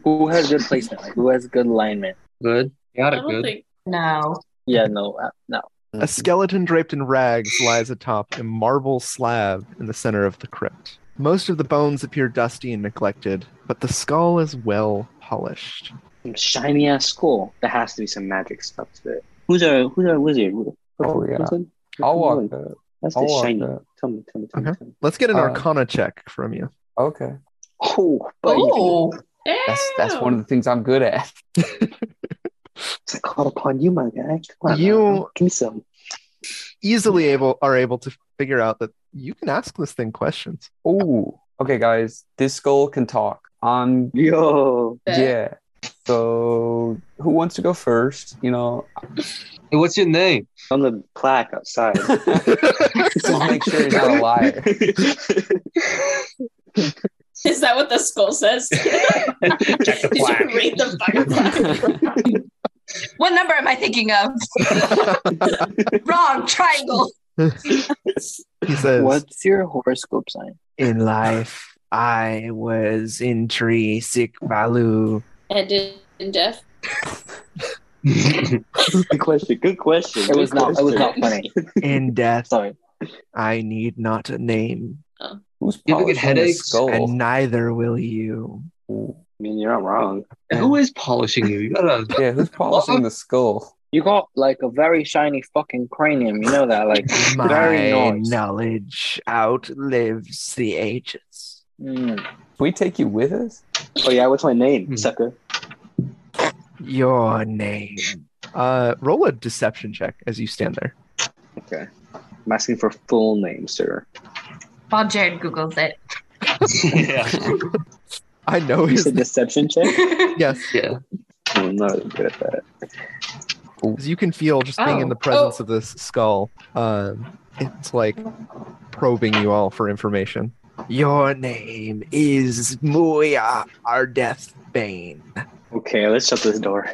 Speaker 8: Who has good placement? Like, who has good alignment?
Speaker 3: Good. Got
Speaker 4: I
Speaker 3: it
Speaker 4: don't
Speaker 3: good.
Speaker 4: think.
Speaker 7: No.
Speaker 8: Yeah, no, uh, no.
Speaker 1: a skeleton draped in rags lies atop a marble slab in the center of the crypt most of the bones appear dusty and neglected but the skull is well polished
Speaker 2: Some shiny ass skull. There has to be some magic stuff to it. Who's our Who's our wizard? Who-
Speaker 6: Oh,
Speaker 2: what's
Speaker 6: yeah.
Speaker 2: his name?
Speaker 6: I'll
Speaker 2: What's
Speaker 6: walk
Speaker 2: his name?
Speaker 6: up.
Speaker 2: That's
Speaker 6: I'll
Speaker 2: the
Speaker 6: walk
Speaker 2: shiny.
Speaker 6: up.
Speaker 2: Tell me, tell me, tell me.
Speaker 1: Okay.
Speaker 2: Tell me.
Speaker 1: let's get an
Speaker 6: Uh,
Speaker 1: arcana check from you
Speaker 6: Okay,
Speaker 2: Oh, buddy.
Speaker 7: Oh,
Speaker 6: that's that's one of the things I'm good at.
Speaker 2: It's a call upon you, my guy. Come on,
Speaker 1: You-
Speaker 2: now. give me some.
Speaker 1: easily able are able to figure out that you can ask this thing questions
Speaker 6: Ooh. Okay, guys, this skull can talk. I'm
Speaker 2: Yo,
Speaker 6: yeah. So who wants to go first? You know,
Speaker 3: Hey, what's your name?
Speaker 2: on the plaque outside.
Speaker 6: just make sure he's not a liar.
Speaker 4: Is that what the skull says? Did
Speaker 3: Check the
Speaker 4: you
Speaker 3: plaque.
Speaker 4: read the fucking plaque?
Speaker 7: what number am I thinking of? Wrong triangle.
Speaker 1: He says,
Speaker 8: What's your horoscope sign?
Speaker 1: In life, I was in tree sick balu.
Speaker 4: And in, in death,
Speaker 2: Good question. Good question.
Speaker 8: It was not. It was not funny.
Speaker 1: In death,
Speaker 8: Sorry.
Speaker 1: I need not a name,
Speaker 6: Who's
Speaker 3: You ever get
Speaker 6: polishing a
Speaker 3: headaches?
Speaker 2: Oh.
Speaker 6: skull?
Speaker 1: and neither will you.
Speaker 2: I mean, you're not wrong.
Speaker 3: Who is polishing you? You gotta
Speaker 6: yeah, who's polishing the skull?
Speaker 8: You got like a very shiny fucking cranium. You know that, like very
Speaker 1: My
Speaker 8: nice.
Speaker 1: knowledge outlives the ages.
Speaker 8: Mm.
Speaker 6: Can we take you with us?
Speaker 2: Oh yeah, what's my name,
Speaker 3: Hmm.
Speaker 2: sucker?
Speaker 1: Your name. Uh, roll a deception check as you stand there.
Speaker 2: Okay. I'm asking for full name, sir.
Speaker 7: While Jared Googles it.
Speaker 3: yeah.
Speaker 1: I know
Speaker 2: You
Speaker 1: his
Speaker 2: said deception check.
Speaker 1: Yes,
Speaker 3: Yeah.
Speaker 2: I'm not good at that.
Speaker 1: as you can feel just being in
Speaker 7: Oh.
Speaker 1: the presence
Speaker 4: Oh.
Speaker 1: of this skull. Um, it's like probing you all for information. Your name is Muya Ardeth Bane.
Speaker 2: Okay, let's shut this door.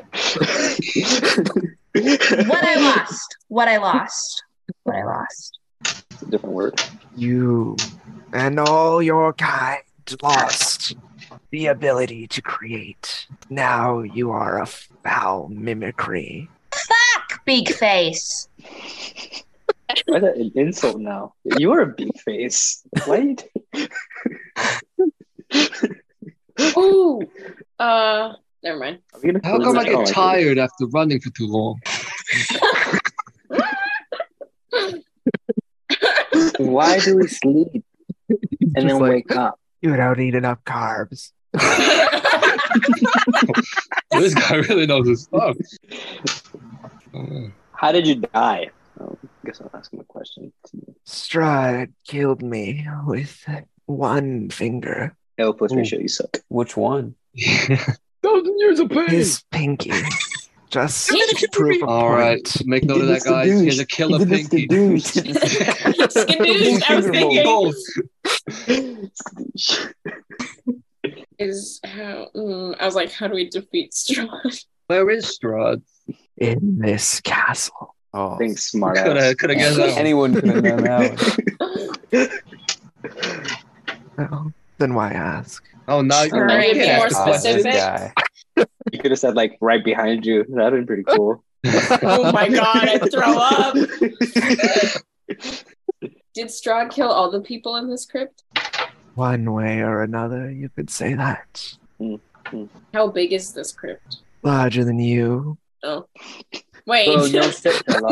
Speaker 7: what I lost. What I lost. What I lost.
Speaker 2: Different word.
Speaker 1: You and all your kind lost the ability to create. Now you are a foul mimicry.
Speaker 7: Fuck, big face.
Speaker 2: Why that an insult now? You are a big face. Why? you t-
Speaker 4: ooh, uh, never mind.
Speaker 2: Are we gonna
Speaker 3: How
Speaker 2: close
Speaker 3: come I
Speaker 2: this? Oh,
Speaker 3: get tired after running for too long?
Speaker 8: Why do we sleep and then
Speaker 1: Just like,
Speaker 8: wake up?
Speaker 1: You don't eat enough carbs.
Speaker 3: This guy really knows his stuff. Uh,
Speaker 2: How did you die? Oh, I guess I'm asking a question.
Speaker 1: Strahd killed me with one finger.
Speaker 2: L plus
Speaker 6: Ooh.
Speaker 2: ratio, you suck.
Speaker 6: Which one?
Speaker 3: yeah.
Speaker 8: Thousand years of pain.
Speaker 1: His pinky. Just to prove a
Speaker 3: All
Speaker 1: point.
Speaker 3: right. Make note of that, guys. He has a killer pinky.
Speaker 4: Skadoosh, I was
Speaker 6: Finger roll.
Speaker 4: thinking.
Speaker 3: Both.
Speaker 4: Is how, mm, I was like, how do we defeat Strahd?
Speaker 3: Where is Strahd?
Speaker 1: In this castle.
Speaker 6: Oh,
Speaker 2: Thanks, smart
Speaker 3: Could I could I guess um, that one?
Speaker 6: anyone could have known that one.
Speaker 1: Well, then why ask?
Speaker 3: Oh, now you
Speaker 4: Sure.
Speaker 3: can't
Speaker 4: Be more
Speaker 3: ask the
Speaker 6: Ah, this
Speaker 3: question.
Speaker 4: specific.
Speaker 6: guy.
Speaker 2: You could have said like right behind you. That'd been pretty cool.
Speaker 4: oh my god, I throw up. Did Strahd kill all the people in this crypt?
Speaker 1: One way or another, you could say that.
Speaker 4: How big is this crypt?
Speaker 1: Larger than you.
Speaker 4: Oh, wait.
Speaker 8: Oh, no shit, Sherlock.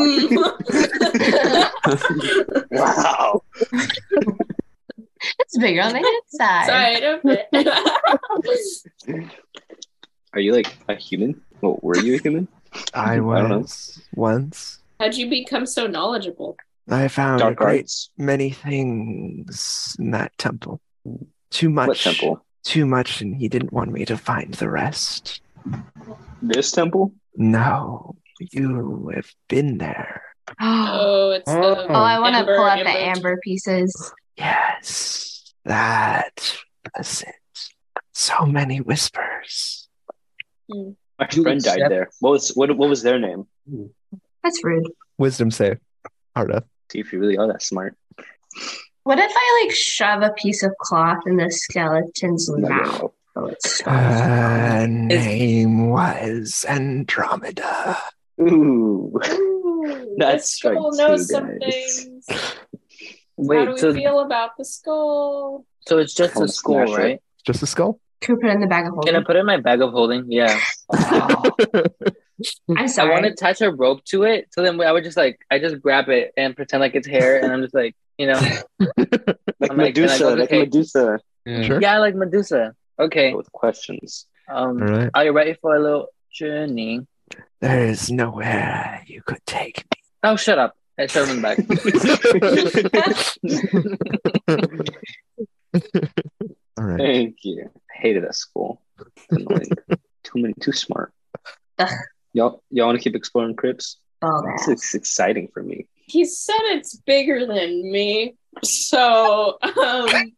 Speaker 2: wow.
Speaker 7: It's bigger on the inside.
Speaker 4: Side of it.
Speaker 2: Are you like a human? Well, were you a human?
Speaker 1: I
Speaker 2: don't know.
Speaker 1: was once.
Speaker 4: How'd you become so knowledgeable?
Speaker 1: I found a
Speaker 2: Dark
Speaker 1: great
Speaker 2: arts.
Speaker 1: many things in that temple. Too much.
Speaker 2: What temple?
Speaker 1: Too much, and he didn't want me to find the rest.
Speaker 2: This temple?
Speaker 1: No, you have been there.
Speaker 7: oh,
Speaker 4: Oh, it's the.
Speaker 3: Oh.
Speaker 7: oh, I want to
Speaker 4: Amber,
Speaker 7: pull out the
Speaker 4: amber.
Speaker 7: amber pieces.
Speaker 1: Yes, that was it. So many whispers.
Speaker 2: My
Speaker 3: You
Speaker 2: friend died
Speaker 3: accept-
Speaker 2: there. What was what, what was their name?
Speaker 7: That's rude.
Speaker 1: Wisdom save. Arda.
Speaker 2: See if you really are that smart.
Speaker 7: What if I like shove a piece of cloth in the skeleton's mouth?
Speaker 2: No.
Speaker 7: So it's-
Speaker 1: Her name was Andromeda.
Speaker 2: Ooh.
Speaker 4: Ooh,
Speaker 2: That
Speaker 4: this skull
Speaker 2: strikes
Speaker 4: knows
Speaker 2: you
Speaker 4: some
Speaker 2: guys.
Speaker 4: things. How do
Speaker 8: Wait,
Speaker 4: we
Speaker 8: so,
Speaker 4: feel about the skull?
Speaker 8: so it's just
Speaker 2: Come
Speaker 8: a school,
Speaker 2: smash it.
Speaker 8: right?
Speaker 1: Just a skull?
Speaker 7: Can we put it in the bag of
Speaker 8: Can I
Speaker 7: holding?
Speaker 8: put it in my bag of holding? Yeah.
Speaker 7: I'm
Speaker 8: I
Speaker 7: sorry.
Speaker 8: want to attach a rope to it, so then I would just like I just grab it and pretend like it's hair, and I'm just like, you know,
Speaker 2: Like
Speaker 8: I'm like-
Speaker 2: Medusa,
Speaker 8: like,
Speaker 2: like,
Speaker 8: okay.
Speaker 2: Medusa.
Speaker 3: Yeah.
Speaker 1: Sure.
Speaker 8: yeah, like Medusa. Okay.
Speaker 2: With questions.
Speaker 8: Um,
Speaker 1: All right.
Speaker 8: are you ready for a little journey?
Speaker 1: There is nowhere you could take me.
Speaker 8: Oh, shut up! I shut him in the back.
Speaker 1: All right.
Speaker 2: Thank you. Hated that school. Annoying. too many, too smart.
Speaker 7: Ugh.
Speaker 2: Y'all, y'all want to keep exploring crypts?
Speaker 7: Bald
Speaker 2: This
Speaker 7: ass.
Speaker 2: is exciting for me.
Speaker 4: He said it's bigger than me, so um,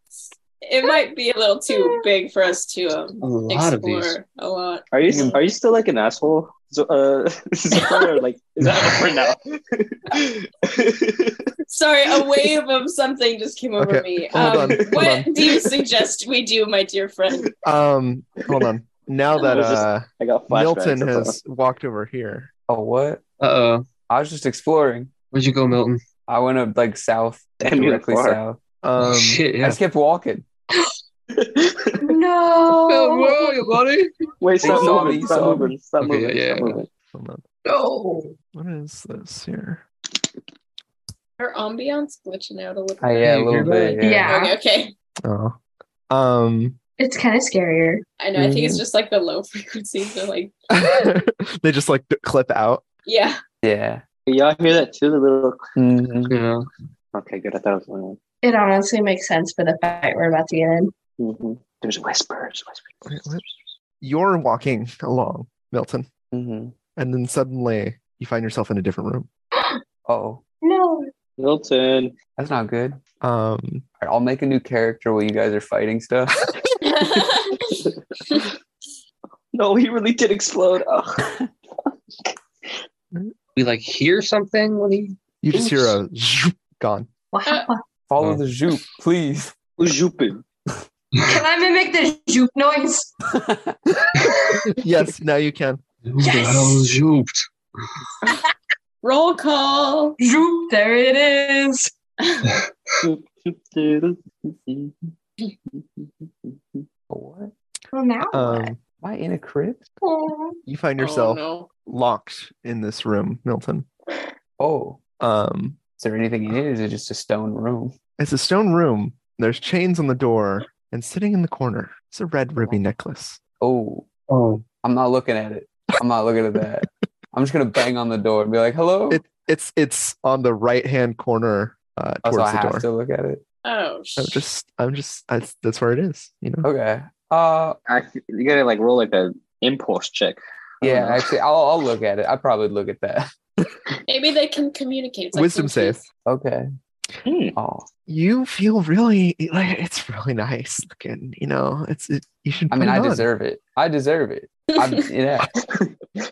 Speaker 4: it might be a little too big for us to um,
Speaker 3: A lot of these.
Speaker 4: explore a lot.
Speaker 2: Are you
Speaker 1: Mm.
Speaker 2: are you still like an asshole? So, uh, Zora, or, like is that over now?
Speaker 4: Sorry, a wave of something just came over
Speaker 1: Okay,
Speaker 4: me. Um,
Speaker 1: hold on, hold
Speaker 4: what
Speaker 1: on.
Speaker 4: do you suggest we do, my dear friend?
Speaker 1: Um, hold on. Now that
Speaker 2: I was just-
Speaker 1: uh,
Speaker 2: I got flashbacks.
Speaker 1: Milton
Speaker 2: that's all.
Speaker 1: has walked over here,
Speaker 6: Oh, what?
Speaker 3: Uh oh.
Speaker 6: I was just exploring.
Speaker 3: Where'd you go, Milton?
Speaker 6: I went up like south,
Speaker 2: Damn, you're
Speaker 6: directly
Speaker 2: far.
Speaker 6: south.
Speaker 1: um,
Speaker 3: Oh, Shit,
Speaker 6: I
Speaker 3: yeah.
Speaker 6: just kept walking.
Speaker 3: Oh, where
Speaker 7: No.
Speaker 3: are you, buddy?
Speaker 2: Wait, stop
Speaker 6: saw me,
Speaker 2: moving,
Speaker 6: he
Speaker 2: stop
Speaker 6: saw me.
Speaker 2: moving, stop
Speaker 3: Okay,
Speaker 2: moving,
Speaker 3: yeah, yeah,
Speaker 2: stop
Speaker 3: yeah.
Speaker 2: moving.
Speaker 1: hold on.
Speaker 3: No.
Speaker 1: What is this here?
Speaker 4: Our ambiance glitching out a little.
Speaker 6: Oh, yeah,
Speaker 3: You
Speaker 6: a little
Speaker 3: hear that?
Speaker 6: bit. Yeah.
Speaker 4: Okay,
Speaker 7: Yeah.
Speaker 4: okay.
Speaker 1: Oh, um,
Speaker 7: It's kind of scarier.
Speaker 4: I know. I think
Speaker 6: Mm-hmm.
Speaker 4: it's just like the low frequencies are like,
Speaker 1: they just like d- clip out.
Speaker 4: yeah.
Speaker 6: Yeah.
Speaker 2: Y'all hear that too? The little.
Speaker 6: Mhm.
Speaker 3: Yeah.
Speaker 2: Okay, good. I thought it was one.
Speaker 7: It honestly makes sense for the fight we're about to get in.
Speaker 2: Mm-hmm. There's whispers,
Speaker 1: Wait,
Speaker 2: whispers.
Speaker 1: what? You're walking along, Milton,
Speaker 6: Mhm.
Speaker 1: and then suddenly you find yourself in a different room.
Speaker 6: Oh,
Speaker 7: No.
Speaker 2: Milton.
Speaker 6: that's not good.
Speaker 1: Um,
Speaker 6: All right, I'll make a new character while you guys are fighting stuff.
Speaker 2: No, he really did explode. Ugh.
Speaker 3: We like hear something when he.
Speaker 1: you just hear a zoop, gone.
Speaker 7: Wow.
Speaker 6: Follow
Speaker 3: Oh.
Speaker 6: the zoop, please.
Speaker 2: Who's Jupin?
Speaker 7: Can I mimic the juke noise?
Speaker 1: yes, now you can.
Speaker 5: Who the
Speaker 7: Yes.
Speaker 5: hell is Jooped?
Speaker 4: Roll call.
Speaker 7: Zoop, there it is.
Speaker 6: What?
Speaker 7: Well, now
Speaker 2: Uh,
Speaker 7: what?
Speaker 1: Um,
Speaker 6: Am I in a crypt?
Speaker 7: Oh.
Speaker 1: you find yourself
Speaker 4: Oh,
Speaker 1: locked in this room, Milton.
Speaker 6: Oh,
Speaker 1: Um,
Speaker 6: is there anything in it? Is it just a stone room?
Speaker 1: it's a stone room. There's chains on the door, and sitting in the corner is a red ruby necklace.
Speaker 6: Oh,
Speaker 3: Oh.
Speaker 6: I'm not looking at it. I'm not looking at that. I'm just gonna bang on the door and be like, "Hello."
Speaker 1: It- It's it's on the right hand corner uh,
Speaker 6: oh, so
Speaker 1: towards
Speaker 6: I
Speaker 1: the
Speaker 6: have
Speaker 1: door.
Speaker 6: to look at it.
Speaker 4: no. Oh,
Speaker 1: I'm
Speaker 4: sh-
Speaker 1: just I'm just I, that's where it is. You know.
Speaker 6: Okay. Uh,
Speaker 2: Actually, you gotta like roll like an impulse check. I don't
Speaker 6: yeah.
Speaker 2: know.
Speaker 6: Actually, I'll, I'll look at it. I probably look at that.
Speaker 4: maybe they can communicate. It's
Speaker 1: Wisdom
Speaker 4: Bluetooth.
Speaker 1: save.
Speaker 6: Okay.
Speaker 2: Hmm.
Speaker 6: Oh,
Speaker 1: You feel really like it's really nice looking. You know, it's it, you should.
Speaker 6: I mean,
Speaker 1: put it
Speaker 6: I
Speaker 1: on.
Speaker 6: deserve it. I deserve it. I'm yeah.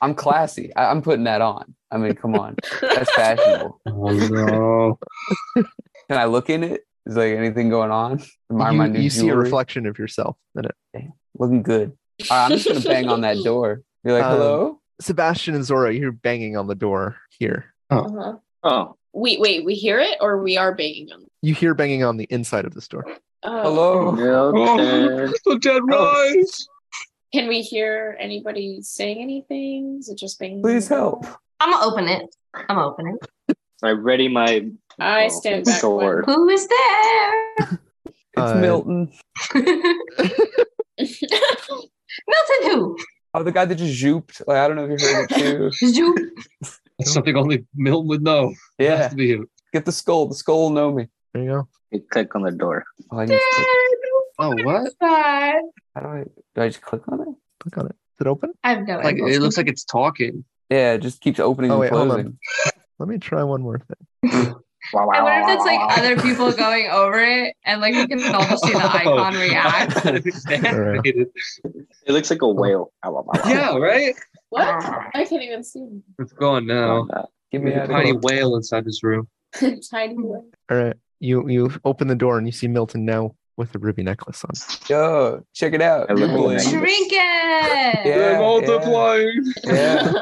Speaker 6: I'm classy. I, I'm putting that on. I mean, come on. That's fashionable.
Speaker 3: Oh no.
Speaker 6: Can I look in it? Is like anything going on? Am I
Speaker 1: You,
Speaker 6: my new
Speaker 1: you see a
Speaker 6: jewelry?
Speaker 1: reflection of yourself in it.
Speaker 6: Looking good. All right, Uh, I'm just gonna bang on that door. Be like,
Speaker 1: Um,
Speaker 6: hello.
Speaker 1: Sebastian and Zora, you're banging on the door here.
Speaker 4: Uh-huh.
Speaker 2: Oh,
Speaker 4: Wait, wait. We hear it, or we are banging on.
Speaker 1: You hear banging on the inside of this door.
Speaker 4: Oh.
Speaker 6: Hello.
Speaker 7: Oh.
Speaker 2: Milton.
Speaker 3: The dead rise.
Speaker 4: Can we hear anybody saying anything? Is it just being?
Speaker 6: Please help.
Speaker 7: I'm gonna open it. I'm gonna open it.
Speaker 2: I ready my
Speaker 4: I
Speaker 2: oh,
Speaker 4: stand back.
Speaker 2: sword.
Speaker 7: Who is there?
Speaker 6: It's
Speaker 1: Uh,
Speaker 6: Milton.
Speaker 7: Milton
Speaker 4: one.
Speaker 7: who?
Speaker 6: Oh, the guy that just zooped. Like I don't know if you heard it too.
Speaker 7: Zoop.
Speaker 3: That's something only Milton would know. It has
Speaker 6: Yeah.
Speaker 3: to be him.
Speaker 6: Get the skull. The skull will know me.
Speaker 1: There you go.
Speaker 2: You click on the door.
Speaker 6: Oh, I need
Speaker 7: Dad,
Speaker 6: to click.
Speaker 3: Oh what?
Speaker 7: Dad.
Speaker 6: How do I do I just click on it?
Speaker 1: Click on it. Is it open?
Speaker 7: I have no
Speaker 3: Like
Speaker 7: idea.
Speaker 3: it looks like it's talking.
Speaker 6: Yeah, it just keeps opening
Speaker 1: Oh,
Speaker 6: and
Speaker 1: wait, hold on.
Speaker 6: closing.
Speaker 1: Let me try one more thing.
Speaker 7: I wonder if that's like other people going over it and like we can all just see the
Speaker 3: Oh,
Speaker 7: icon react.
Speaker 3: That'd be fascinating.
Speaker 2: It looks like a whale. Ow, ow, ow, ow.
Speaker 3: Oh. yeah, right?
Speaker 4: what?
Speaker 6: Ah.
Speaker 4: I can't even see.
Speaker 3: It's going now.
Speaker 6: Give me
Speaker 3: There's a
Speaker 6: that.
Speaker 3: tiny whale inside this room.
Speaker 4: Tiny one.
Speaker 1: All right. You you open the door and you see Milton now with a ruby necklace on.
Speaker 6: Yo, check it out.
Speaker 2: I look at
Speaker 6: Googling.
Speaker 2: that.
Speaker 7: Trinket.
Speaker 6: Yeah,
Speaker 3: They're multiplying.
Speaker 6: Yeah.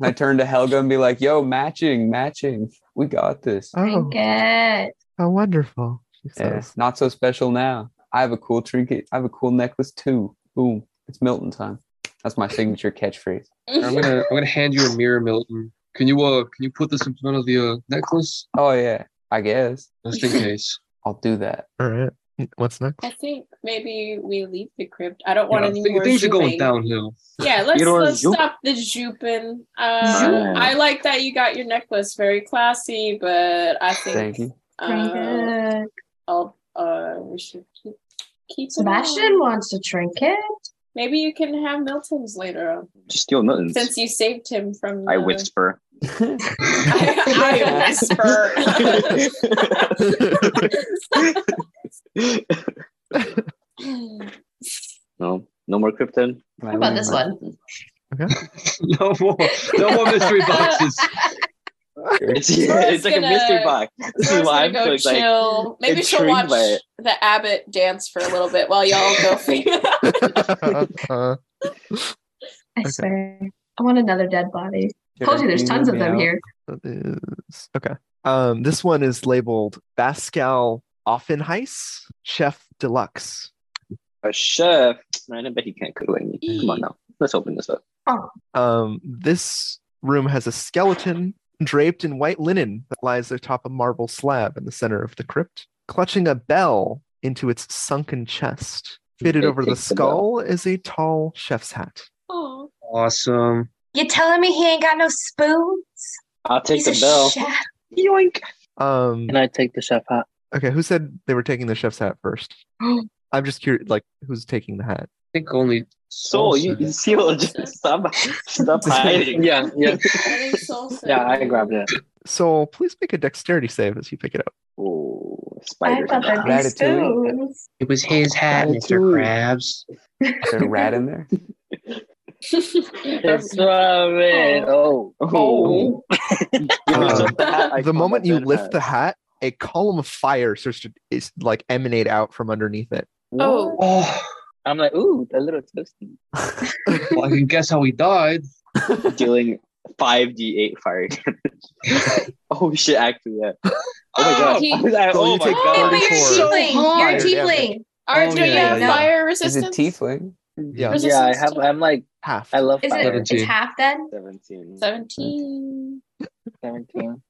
Speaker 6: I turn to Helga and be like, yo, matching, matching. We got this.
Speaker 1: Oh,
Speaker 7: Trinket.
Speaker 1: how wonderful. She
Speaker 6: Yeah,
Speaker 1: says.
Speaker 6: not so special now. I have a cool trinket. I have a cool necklace too. Boom. It's Milton time. That's my signature catchphrase.
Speaker 3: I'm gonna I'm gonna hand you a mirror, Milton. Can you uh can you put this in front of the uh, necklace?
Speaker 6: Oh yeah, I guess.
Speaker 3: Just in case.
Speaker 6: I'll do that.
Speaker 1: All right. What's next?
Speaker 4: I think maybe we leave the crypt. I don't want
Speaker 3: Yeah,
Speaker 4: any
Speaker 3: thi-
Speaker 4: more
Speaker 3: things are going
Speaker 4: zooming.
Speaker 3: downhill.
Speaker 4: Yeah, let's,
Speaker 2: You don't wanna
Speaker 4: let's
Speaker 2: zoom?
Speaker 4: stop the zooping. Uh,
Speaker 2: Zoom?
Speaker 4: I like that you got your necklace very classy, but I think
Speaker 6: Thank you.
Speaker 4: Uh,
Speaker 7: Trinket.
Speaker 4: I'll, uh, we should keep keep it
Speaker 7: Sebastian
Speaker 4: on.
Speaker 7: wants a trinket.
Speaker 4: Maybe you can have Milton's later on
Speaker 2: Just steal Milton's.
Speaker 4: since you saved him from.
Speaker 2: I
Speaker 4: the-
Speaker 2: whisper.
Speaker 4: I, I whisper.
Speaker 2: No, no more Krypton.
Speaker 4: How about this one?
Speaker 3: no more, no more mystery boxes.
Speaker 2: It's, it's like a
Speaker 4: gonna-
Speaker 2: mystery box. This is
Speaker 4: Zora's
Speaker 2: why
Speaker 4: gonna
Speaker 2: I'm so
Speaker 4: go
Speaker 2: excited.
Speaker 4: chill. Maybe she'll watch
Speaker 2: intrigued by it.
Speaker 4: the abbot dance for a little bit while y'all go figure it out.
Speaker 1: Uh,
Speaker 7: I
Speaker 1: Okay.
Speaker 7: swear. I want another dead body. Told you there's tons of them here.
Speaker 1: that is okay. Um, this one is labeled Pascal Offenheis Chef Deluxe.
Speaker 2: A chef. Man, I bet he can't cook like me. Come on now. Let's open this up.
Speaker 1: Um, this room has a skeleton draped in white linen that lies atop a marble slab in the center of the crypt, clutching a bell into its sunken chest. Fitted
Speaker 2: It
Speaker 1: over the
Speaker 2: takes the bell.
Speaker 1: skull is a tall chef's hat.
Speaker 4: Aw.
Speaker 3: Awesome.
Speaker 7: You telling me he ain't got no spoons?
Speaker 2: I'll take
Speaker 7: He's a
Speaker 2: the bell.
Speaker 7: chef.
Speaker 2: Yoink.
Speaker 1: Um,
Speaker 8: Can I take the chef hat?
Speaker 1: okay, who said they were taking the chef's hat first? I'm just curious, like, who's taking the hat?
Speaker 3: I think only
Speaker 2: So you, you see, what- just stop, stop hiding.
Speaker 8: Yeah, yeah,
Speaker 4: I think Sol said-
Speaker 8: yeah. I grabbed it.
Speaker 1: So please make a dexterity save as you pick it up.
Speaker 2: Oh,
Speaker 7: I
Speaker 2: spiders.
Speaker 7: thought that'd be
Speaker 6: Ratatouille.
Speaker 7: spoons.
Speaker 3: It was his hat, Mr.
Speaker 6: Ratatouille.
Speaker 3: Krabs.
Speaker 6: Is there a rat in there?
Speaker 8: That's what I meant. Oh,
Speaker 2: Oh. You
Speaker 1: Um,
Speaker 2: lift up the
Speaker 8: Uh,
Speaker 2: hat, I
Speaker 1: the
Speaker 2: call
Speaker 1: moment
Speaker 2: that
Speaker 1: you
Speaker 2: dead
Speaker 1: lift
Speaker 2: hat.
Speaker 1: the hat, a column of fire starts to is, like emanate out from underneath it.
Speaker 4: Oh.
Speaker 3: Oh,
Speaker 8: I'm like, ooh, a little toasty.
Speaker 3: well, I can guess how he died.
Speaker 2: dealing five d eight fire damage. oh shit! Actually, yeah. Oh my god!
Speaker 4: he-
Speaker 2: I was like,
Speaker 1: So
Speaker 2: oh
Speaker 1: you
Speaker 2: my
Speaker 1: take
Speaker 7: Oh,
Speaker 2: god!
Speaker 7: but you're a
Speaker 1: So
Speaker 7: tiefling. you're a
Speaker 1: hard.
Speaker 7: tiefling.
Speaker 4: Are,
Speaker 3: Oh,
Speaker 4: do you
Speaker 3: yeah,
Speaker 4: have
Speaker 6: yeah, yeah.
Speaker 4: fire
Speaker 6: Is it
Speaker 4: resistance?
Speaker 6: tiefling?
Speaker 1: Yeah.
Speaker 4: Resistance
Speaker 8: Yeah, I have.
Speaker 4: to-
Speaker 8: I'm like,
Speaker 1: Half.
Speaker 8: I love
Speaker 7: Is
Speaker 8: fire.
Speaker 7: it? It's
Speaker 3: Seventeen.
Speaker 7: half then.
Speaker 2: Seventeen.
Speaker 4: 17.
Speaker 8: Seventeen.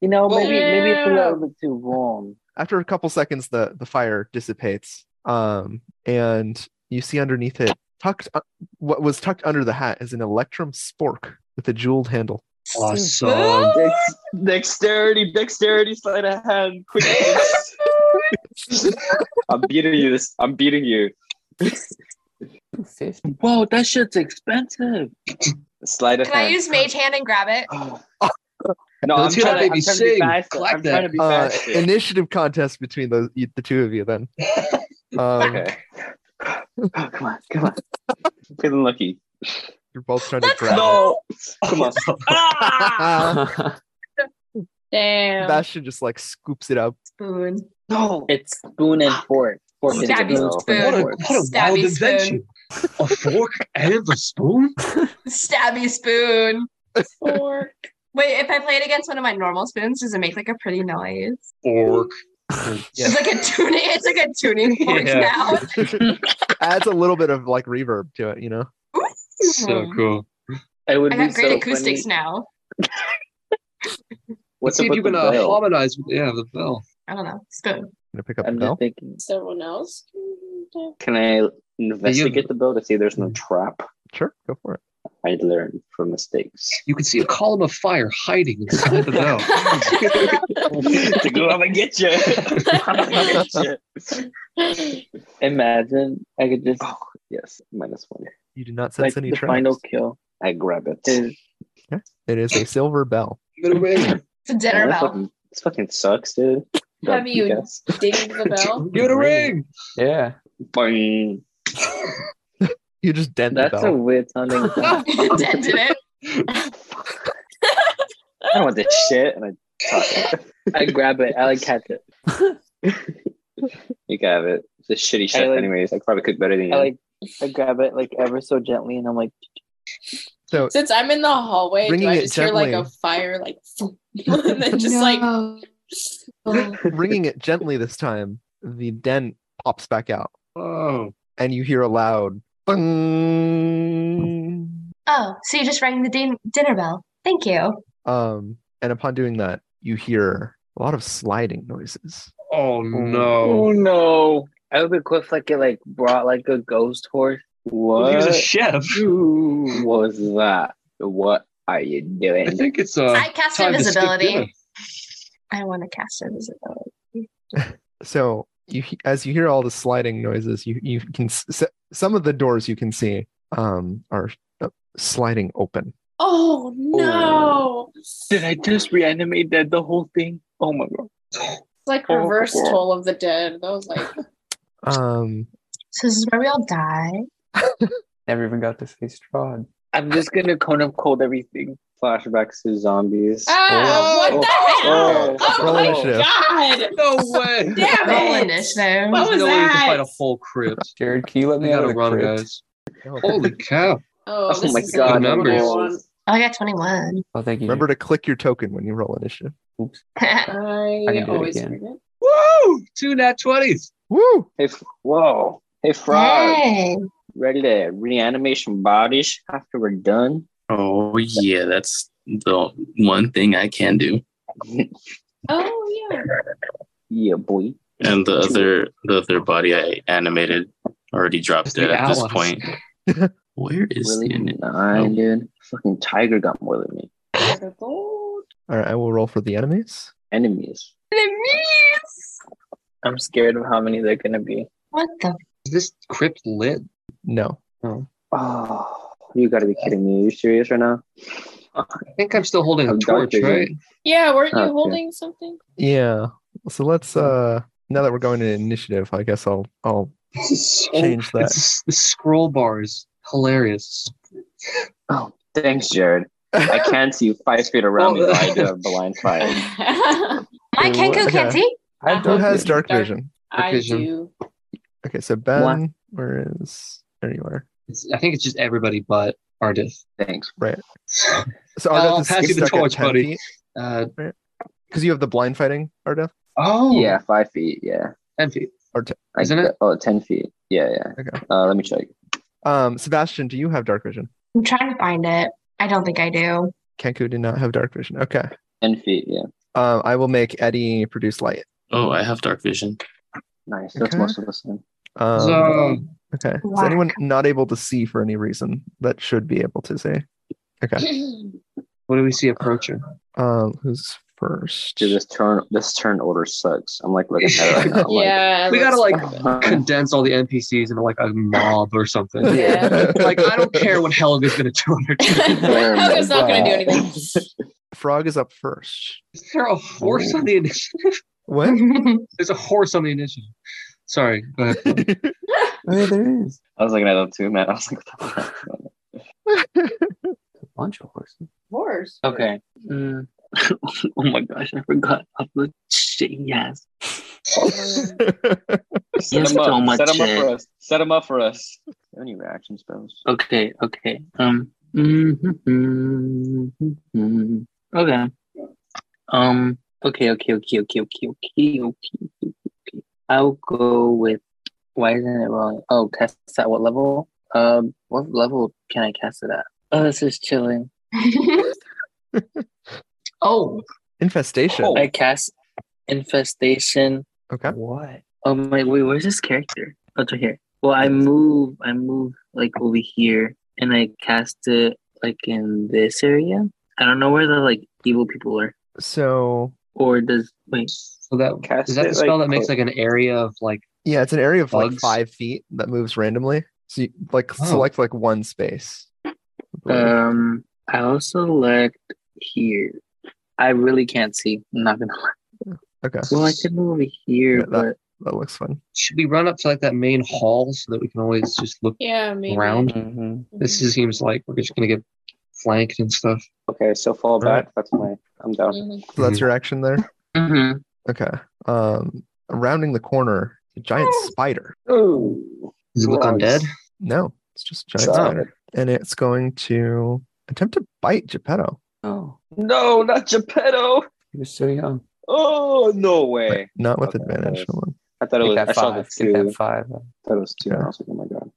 Speaker 8: You know,
Speaker 3: Whoa.
Speaker 8: maybe maybe it's a
Speaker 4: Yeah.
Speaker 8: little bit too warm.
Speaker 1: After a couple seconds, the the fire dissipates, um, and you see underneath it, tucked u- what was tucked under the hat is an electrum spork with a jeweled handle.
Speaker 3: Awesome.
Speaker 2: Dex- dexterity, dexterity, sleight of hand, quick. I'm beating you. This. I'm beating you.
Speaker 6: Fifty.
Speaker 8: Whoa, that shit's expensive.
Speaker 2: Sleight of
Speaker 7: Can I
Speaker 2: hand.
Speaker 7: use mage hand and grab it?
Speaker 2: Oh. No, I'm
Speaker 3: Let's hear
Speaker 2: trying,
Speaker 3: that
Speaker 2: to, I'm
Speaker 3: baby
Speaker 2: trying to be
Speaker 3: sing.
Speaker 2: faster.
Speaker 3: Clap
Speaker 2: I'm trying
Speaker 3: that.
Speaker 2: to be
Speaker 1: Uh,
Speaker 2: faster.
Speaker 1: initiative contest between those you- the two of you then. Um,
Speaker 2: okay. come on, come on. Feeling lucky.
Speaker 1: You're both trying to
Speaker 7: Let's
Speaker 1: grab. it.
Speaker 2: No. Come on.
Speaker 1: Ah!
Speaker 7: Uh-huh.
Speaker 4: Damn.
Speaker 1: Bastion just like scoops it up.
Speaker 7: Spoon.
Speaker 2: No.
Speaker 8: It's spoon and fork. Fork and
Speaker 7: Stabby
Speaker 8: spoon.
Speaker 7: spoon.
Speaker 8: Fork
Speaker 3: What a,
Speaker 8: and
Speaker 3: what
Speaker 8: fork.
Speaker 3: a wild
Speaker 7: Stabby
Speaker 3: invention. A fork and a spoon?
Speaker 7: Stabby spoon.
Speaker 4: Fork.
Speaker 7: Wait, if I play it against one of my normal spoons, does it make like a pretty noise?
Speaker 3: Fork.
Speaker 7: It's like a tuning. It's like a tuning fork
Speaker 3: Yeah.
Speaker 7: now.
Speaker 1: Adds a little bit of like reverb to it, you know.
Speaker 4: Mm-hmm.
Speaker 3: So cool.
Speaker 8: It would
Speaker 7: I
Speaker 8: be
Speaker 7: got great
Speaker 8: so
Speaker 7: acoustics
Speaker 8: funny.
Speaker 7: now.
Speaker 2: What's
Speaker 3: see
Speaker 2: up
Speaker 3: if you
Speaker 2: with the
Speaker 3: can uh,
Speaker 2: veil?
Speaker 3: harmonize with yeah, the bell.
Speaker 7: I don't know. Spoon.
Speaker 1: Gonna pick up the
Speaker 8: I'm
Speaker 1: bell.
Speaker 8: just thinking,
Speaker 4: Someone else?
Speaker 2: Can I investigate the bill to see there's no trap?
Speaker 1: Sure, go for it.
Speaker 2: I learned from mistakes.
Speaker 3: You can see a column of fire hiding inside the bell.
Speaker 2: to go, I'm gonna get you.
Speaker 8: imagine I could just
Speaker 2: Oh, yes, minus one.
Speaker 1: You do not sense
Speaker 8: like
Speaker 1: any
Speaker 8: the
Speaker 1: traps.
Speaker 8: final kill
Speaker 2: I grab it.
Speaker 8: is
Speaker 1: It is a silver bell.
Speaker 3: Middle ring.
Speaker 7: It's a
Speaker 2: Man,
Speaker 7: dinner
Speaker 2: that
Speaker 7: bell.
Speaker 2: Fucking, this fucking sucks, dude.
Speaker 4: Have you-
Speaker 2: Yes.
Speaker 4: Ding the bell.
Speaker 3: Give it a ring.
Speaker 6: Yeah.
Speaker 2: Boing.
Speaker 1: You just dent
Speaker 8: that's
Speaker 1: the
Speaker 8: a
Speaker 1: bell.
Speaker 8: weird sounding. sound.
Speaker 7: Dented it.
Speaker 2: I don't want this shit. And I toss it.
Speaker 8: I grab it. I like catch it.
Speaker 2: You can have it. It's a shitty
Speaker 8: I
Speaker 2: chef,
Speaker 8: like-
Speaker 2: anyways. I probably cook better than you.
Speaker 8: I like I grab it like ever so gently, and I'm like,
Speaker 1: So
Speaker 4: Since I'm in the hallway,
Speaker 1: Bringing
Speaker 4: do I
Speaker 1: it
Speaker 4: just hear like a
Speaker 1: gently.
Speaker 4: fire, like, and then just like.
Speaker 1: ringing it gently this time, the dent pops back out,
Speaker 3: Oh.
Speaker 1: and you hear a loud bung.
Speaker 7: Oh, so you just rang the din- dinner bell. Thank you.
Speaker 1: Um, and upon doing that, you hear a lot of sliding noises.
Speaker 3: Oh no.
Speaker 8: oh no. I would be cool if like it like brought like a ghost horse.
Speaker 3: He was a
Speaker 2: what
Speaker 3: chef.
Speaker 2: was that? What are you
Speaker 3: I
Speaker 2: doing?
Speaker 3: think it's uh
Speaker 7: I cast
Speaker 3: time to skip dinner.
Speaker 7: invisibility. I want to cast invisibility.
Speaker 1: So you, he- as you hear all the sliding noises, you you can s- s- some of the doors you can see um are uh, sliding open.
Speaker 4: Oh no!
Speaker 8: Did I just reanimate that the whole thing? Oh my god.
Speaker 4: It's like reverse toll of the dead. That was like
Speaker 1: Um,
Speaker 7: So this is where we all die.
Speaker 6: Never even got to face Strahd.
Speaker 2: I'm just gonna cone of cold everything. Flashbacks to zombies.
Speaker 4: Ah,
Speaker 2: Oh.
Speaker 4: what the hell?
Speaker 2: Oh.
Speaker 4: Oh,
Speaker 1: Roll
Speaker 4: my
Speaker 1: initiative.
Speaker 4: god!
Speaker 3: No way.
Speaker 4: Damn
Speaker 7: Roll
Speaker 4: it!
Speaker 7: initiative.
Speaker 4: What
Speaker 3: There's
Speaker 4: was
Speaker 3: no way you can
Speaker 4: that?
Speaker 3: fight a full crypt.
Speaker 6: Jared, can you let
Speaker 3: We
Speaker 6: me out
Speaker 3: gotta
Speaker 6: of the
Speaker 3: run,
Speaker 6: crypt?
Speaker 3: guys. Holy cow.
Speaker 4: Oh,
Speaker 2: Oh
Speaker 4: this
Speaker 2: my
Speaker 4: is
Speaker 2: God,
Speaker 4: gonna be
Speaker 3: the
Speaker 4: a
Speaker 3: numbers.
Speaker 4: cool one.
Speaker 7: Oh, I got 21.
Speaker 6: Oh, thank you.
Speaker 1: remember to click your token when you roll initiative.
Speaker 6: I
Speaker 4: I
Speaker 6: can do it
Speaker 4: always
Speaker 6: again.
Speaker 4: forget.
Speaker 3: Woo! Two nat 20s.
Speaker 1: Woo!
Speaker 2: Hey, f- whoa. Hey, Frog.
Speaker 7: Dang.
Speaker 2: Ready to reanimation bodies after we're done?
Speaker 9: Oh yeah, that's the one thing I can do.
Speaker 4: Oh yeah.
Speaker 2: Yeah, boy.
Speaker 9: And the other the other body I animated already dropped
Speaker 3: It's the
Speaker 9: dead at this
Speaker 3: allies.
Speaker 9: point. Where is
Speaker 2: Really?
Speaker 9: the ini-
Speaker 2: Nah,
Speaker 9: Nope.
Speaker 2: dude. Fucking tiger got more than me.
Speaker 4: Powder gold.
Speaker 1: All right, I will roll for the enemies.
Speaker 2: Enemies.
Speaker 7: Enemies.
Speaker 8: I'm scared of how many they're gonna be.
Speaker 7: What the?
Speaker 3: Is this crypt lit?
Speaker 1: No.
Speaker 2: Oh, you gotta be kidding me. Are you serious right now?
Speaker 3: I think I'm still holding a
Speaker 2: I'm dark
Speaker 3: torch,
Speaker 2: vision.
Speaker 3: right?
Speaker 4: Yeah, weren't you
Speaker 2: Okay.
Speaker 4: holding something?
Speaker 1: Yeah. So let's
Speaker 3: Hmm.
Speaker 1: uh now that we're going to initiative, I guess I'll I'll
Speaker 3: This is so-
Speaker 1: change that.
Speaker 3: This, this scroll bar is hilarious.
Speaker 2: Oh, thanks, Jared. I can't see you five feet around me,
Speaker 3: Oh.
Speaker 2: though I do have blind sight.
Speaker 7: My
Speaker 6: Wait, what?
Speaker 7: Kenku
Speaker 1: Okay.
Speaker 7: can't see.
Speaker 6: I have
Speaker 1: Who
Speaker 6: dark
Speaker 1: has
Speaker 6: vision.
Speaker 1: dark
Speaker 4: Dark.
Speaker 1: vision?
Speaker 4: I
Speaker 3: Vision.
Speaker 4: do.
Speaker 1: Okay, so Ben, where is there you are?
Speaker 3: It's, I think it's just everybody but Ardith.
Speaker 2: Thanks.
Speaker 1: So
Speaker 3: I'll
Speaker 1: Ardeth
Speaker 3: pass you
Speaker 1: is
Speaker 3: Oh,
Speaker 1: stuck
Speaker 3: the
Speaker 1: at
Speaker 3: torch, buddy.
Speaker 1: ten
Speaker 3: Uh,
Speaker 1: because you have the blind fighting, Ardeth.
Speaker 3: oh,
Speaker 2: Yeah, five feet. Yeah.
Speaker 3: 10 feet.
Speaker 2: I
Speaker 3: Isn't it?
Speaker 2: Oh, 10 feet. Yeah, yeah.
Speaker 1: Okay.
Speaker 2: Uh, let me check.
Speaker 1: Um, Sebastian, do you have dark vision?
Speaker 7: I'm trying to find it. I don't think I do.
Speaker 1: Kenku did not have dark vision. Okay.
Speaker 2: 10 feet. Yeah.
Speaker 1: Um, I will make Eddie produce light.
Speaker 9: Oh, I have dark vision.
Speaker 2: Nice. That's
Speaker 1: Okay.
Speaker 2: most of us then.
Speaker 1: Um,
Speaker 3: so,
Speaker 1: okay. Is
Speaker 7: Whack.
Speaker 1: anyone not able to see for any reason that should be able to see? Okay.
Speaker 3: what do we see approaching?
Speaker 1: Um, who's first?
Speaker 2: Dude, this turn this turn order sucks. I'm like looking at it right now.
Speaker 4: yeah.
Speaker 3: We
Speaker 4: let's-
Speaker 3: gotta like
Speaker 2: Like,
Speaker 3: condense all the NPCs into like a mob or something.
Speaker 4: Yeah.
Speaker 3: like, I don't care what Helga's gonna do on her turn.
Speaker 4: Helga's not gonna do
Speaker 2: God.
Speaker 4: anything.
Speaker 1: Frog is up first.
Speaker 3: Is there a horse on the initiative?
Speaker 1: What?
Speaker 3: There's a horse on the initiative. Sorry, go ahead.
Speaker 6: Oh, yeah, there is
Speaker 2: I was looking at them too, man. I was like, what the fuck?
Speaker 6: a bunch of horses.
Speaker 4: Horse.
Speaker 8: Okay.
Speaker 9: Mm. oh my gosh, I forgot of the shit he has.
Speaker 8: He
Speaker 1: Oh.
Speaker 2: Set
Speaker 8: has
Speaker 2: him
Speaker 8: so
Speaker 2: up.
Speaker 8: much
Speaker 2: Set him up
Speaker 8: shit.
Speaker 2: for us. Set him up for us. Any reaction spells?
Speaker 8: Okay, okay. Um. mhm. Okay. Um. Okay. Okay. Okay. Okay. Okay. Okay. Okay. Okay. okay. I'll go with. Why isn't it wrong? Oh, cast at what level? Um. What level can I cast it at? Oh, this is chilling.
Speaker 3: Oh,
Speaker 1: Infestation.
Speaker 2: Oh.
Speaker 8: I cast infestation.
Speaker 1: Okay.
Speaker 8: What? Oh my! Wait, where's this character? Oh, it's right here. Well, I move. I move like over here, and I cast it like in this area. I don't know where the like evil people are.
Speaker 1: So
Speaker 8: Or does wait?
Speaker 3: so that is
Speaker 2: Cast
Speaker 3: that
Speaker 2: it,
Speaker 3: the spell
Speaker 2: like,
Speaker 3: that makes
Speaker 2: clo-
Speaker 3: like an area of like
Speaker 1: yeah, it's an area of like
Speaker 3: Bugs.
Speaker 1: five feet that moves randomly. So you like
Speaker 3: Oh. Uh,
Speaker 1: select like one space. I believe.
Speaker 8: Um, I also like here. I really can't see. I'm not gonna. lie.
Speaker 1: okay.
Speaker 8: Well, I could move over here,
Speaker 1: Yeah,
Speaker 8: but
Speaker 1: That looks fun.
Speaker 3: should we run up to like that main hall so that we can always just look
Speaker 4: Yeah, maybe.
Speaker 3: around?
Speaker 6: Mm-hmm.
Speaker 3: This is- seems like we're just gonna get flanked and stuff.
Speaker 2: Okay, so fall
Speaker 1: Alright.
Speaker 2: back. That's my. I'm down.
Speaker 4: Mhm.
Speaker 1: So that's your action there.
Speaker 8: hmm
Speaker 1: Okay. Um, rounding the corner, a giant spider.
Speaker 2: Ooh.
Speaker 3: Does it look
Speaker 2: Gross.
Speaker 3: undead?
Speaker 1: No, it's just a giant
Speaker 2: Stop
Speaker 1: spider, and it's going to attempt to bite Geppetto.
Speaker 6: Oh,
Speaker 2: No, not Geppetto.
Speaker 6: he was so young.
Speaker 2: Oh no
Speaker 1: but
Speaker 2: way.
Speaker 1: not with
Speaker 2: Okay,
Speaker 1: advantage.
Speaker 2: that
Speaker 1: Hold on.
Speaker 2: I thought it
Speaker 6: Get
Speaker 2: was. I
Speaker 6: that
Speaker 2: saw the
Speaker 6: five. Get
Speaker 2: two.
Speaker 6: that five.
Speaker 2: I thought it was two.
Speaker 1: Yeah.
Speaker 2: And I was like, oh my god.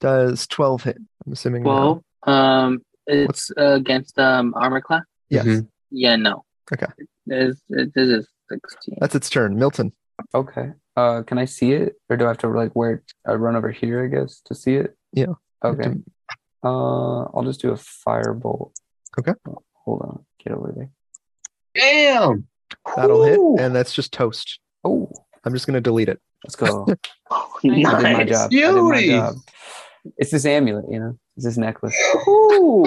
Speaker 1: Does twelve hit? I'm assuming. no.
Speaker 8: Well, um, it's uh, against um armor class.
Speaker 1: Yes,
Speaker 7: Mm-hmm.
Speaker 3: Mhm.
Speaker 8: Yeah, no.
Speaker 1: Okay.
Speaker 8: This it, this is sixteen.
Speaker 1: that's its turn. Milton.
Speaker 6: Okay. Uh, can I see it, or do I have to like where I run over here? I guess to see it.
Speaker 1: Yeah.
Speaker 6: Okay. Uh, I'll just do a firebolt.
Speaker 1: Okay.
Speaker 6: Oh, Hold on. Get over there.
Speaker 3: Damn!
Speaker 1: That'll hit,
Speaker 3: Whew!
Speaker 1: and that's just toast.
Speaker 6: Oh,
Speaker 1: I'm just gonna delete it.
Speaker 6: let's go. I did my
Speaker 2: nice.
Speaker 6: job. I did my
Speaker 3: Beauty.
Speaker 6: job. It's this amulet, you know. It's this necklace.
Speaker 2: Ooh,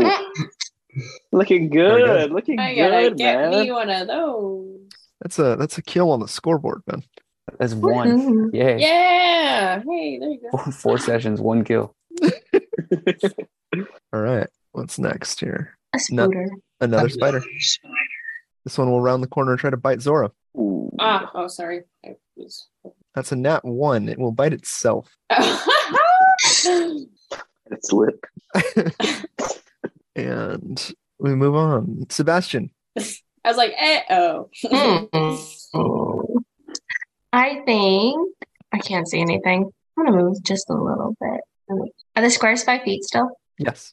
Speaker 2: looking
Speaker 1: Very
Speaker 2: good.
Speaker 1: good.
Speaker 2: Looking
Speaker 4: I gotta
Speaker 2: good,
Speaker 4: get
Speaker 2: man.
Speaker 4: me one of those.
Speaker 1: That's a that's a kill on the scoreboard, Ben.
Speaker 6: That's one.
Speaker 7: Woohoo.
Speaker 6: Yay.
Speaker 4: Yeah. Hey, there you go.
Speaker 6: Four, four sessions, one kill.
Speaker 1: All right. What's next here?
Speaker 7: A
Speaker 1: No.
Speaker 7: spooter.
Speaker 1: Another spider. This one will round the corner and try to bite Zora.
Speaker 2: Ooh.
Speaker 4: Ah, oh, sorry. I was...
Speaker 1: That's a nat one. It will bite itself.
Speaker 2: That's lit.
Speaker 1: And we move on. Sebastian.
Speaker 4: I was like, eh, oh.
Speaker 7: Oh. I think I can't see anything. I'm gonna move just a little bit. Are the squares five feet still?
Speaker 1: Yes.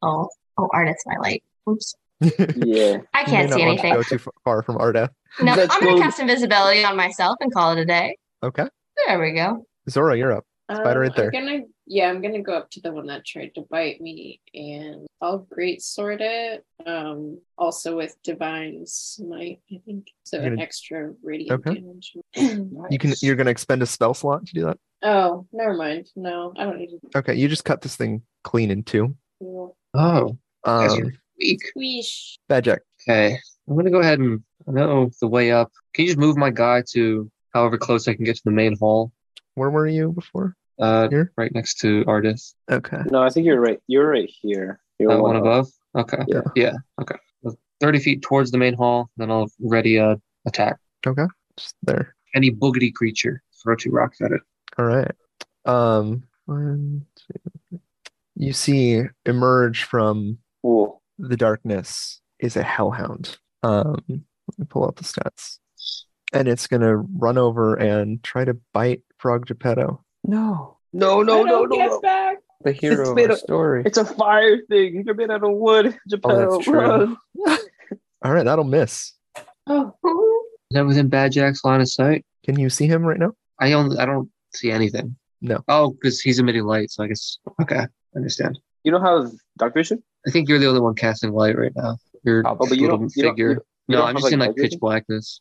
Speaker 7: Oh, oh, artist, my light. Oops,
Speaker 2: Yeah.
Speaker 7: I
Speaker 1: You may
Speaker 7: can't
Speaker 1: not
Speaker 7: see
Speaker 1: want to
Speaker 7: anything.
Speaker 1: go too f- far from Arda.
Speaker 7: No,
Speaker 2: That's
Speaker 7: I'm gonna
Speaker 2: low.
Speaker 7: cast invisibility on myself and call it a day.
Speaker 1: Okay.
Speaker 7: There we go.
Speaker 1: Zora, you're up. Spider right there.
Speaker 4: Um, I'm gonna, yeah, I'm gonna go up to the one that tried to bite me, and I'll great sword it. Um, also with divine smite, I think. So
Speaker 1: You're
Speaker 4: an
Speaker 1: gonna-
Speaker 4: extra radiant
Speaker 1: Okay.
Speaker 4: damage.
Speaker 1: You can you're gonna expend a spell slot to do that.
Speaker 4: Oh, never mind. No, I don't need to.
Speaker 1: Okay, you just cut this thing clean in two.
Speaker 4: do
Speaker 3: Oh, Yes,
Speaker 1: Um
Speaker 3: you're- weak.
Speaker 4: Squeesh.
Speaker 1: Bad Jack.
Speaker 3: Okay, I'm gonna go ahead and I know the way up. Can you just move my guy to however close I can get to the main hall?
Speaker 1: Where were you before?
Speaker 3: Uh,
Speaker 1: Here?
Speaker 3: right next to Artis.
Speaker 1: Okay.
Speaker 2: No, I think you're right. You're right here. You're
Speaker 3: Uh, one above. Okay.
Speaker 1: Yeah.
Speaker 3: Yeah. Okay. Thirty feet towards the main hall, then I'll ready uh, attack
Speaker 1: Just there.
Speaker 3: any boogity creature. Throw two rocks at it.
Speaker 1: All right. Um one, two, three. you see emerge from
Speaker 2: Ooh.
Speaker 1: the darkness is a hellhound. Um, let me pull up the stats. And it's going to run over and try to bite Frog Geppetto.
Speaker 6: No.
Speaker 2: No, no, no, no, no.
Speaker 4: back.
Speaker 6: The hero of
Speaker 2: made
Speaker 6: our
Speaker 2: up-
Speaker 6: story.
Speaker 2: It's a fire thing. You're made out of wood, Geppetto.
Speaker 6: true.
Speaker 2: run.
Speaker 1: All right, that'll miss.
Speaker 4: Oh,
Speaker 3: Is that within Bad Jack's line of sight?
Speaker 1: Can you see him right now?
Speaker 3: I only I don't see anything.
Speaker 1: No.
Speaker 3: Oh, because he's emitting light, so I guess okay, I understand.
Speaker 2: You don't have dark vision?
Speaker 3: I think you're the only one casting light right now. Your
Speaker 6: Gob-
Speaker 2: Oh, but you
Speaker 3: little
Speaker 2: don't- you don't-
Speaker 3: figure.
Speaker 2: you- you
Speaker 3: no,
Speaker 2: don't
Speaker 3: I'm
Speaker 2: have,
Speaker 3: just
Speaker 2: like,
Speaker 3: in
Speaker 2: dark
Speaker 3: like pitch
Speaker 2: vision?
Speaker 3: blackness.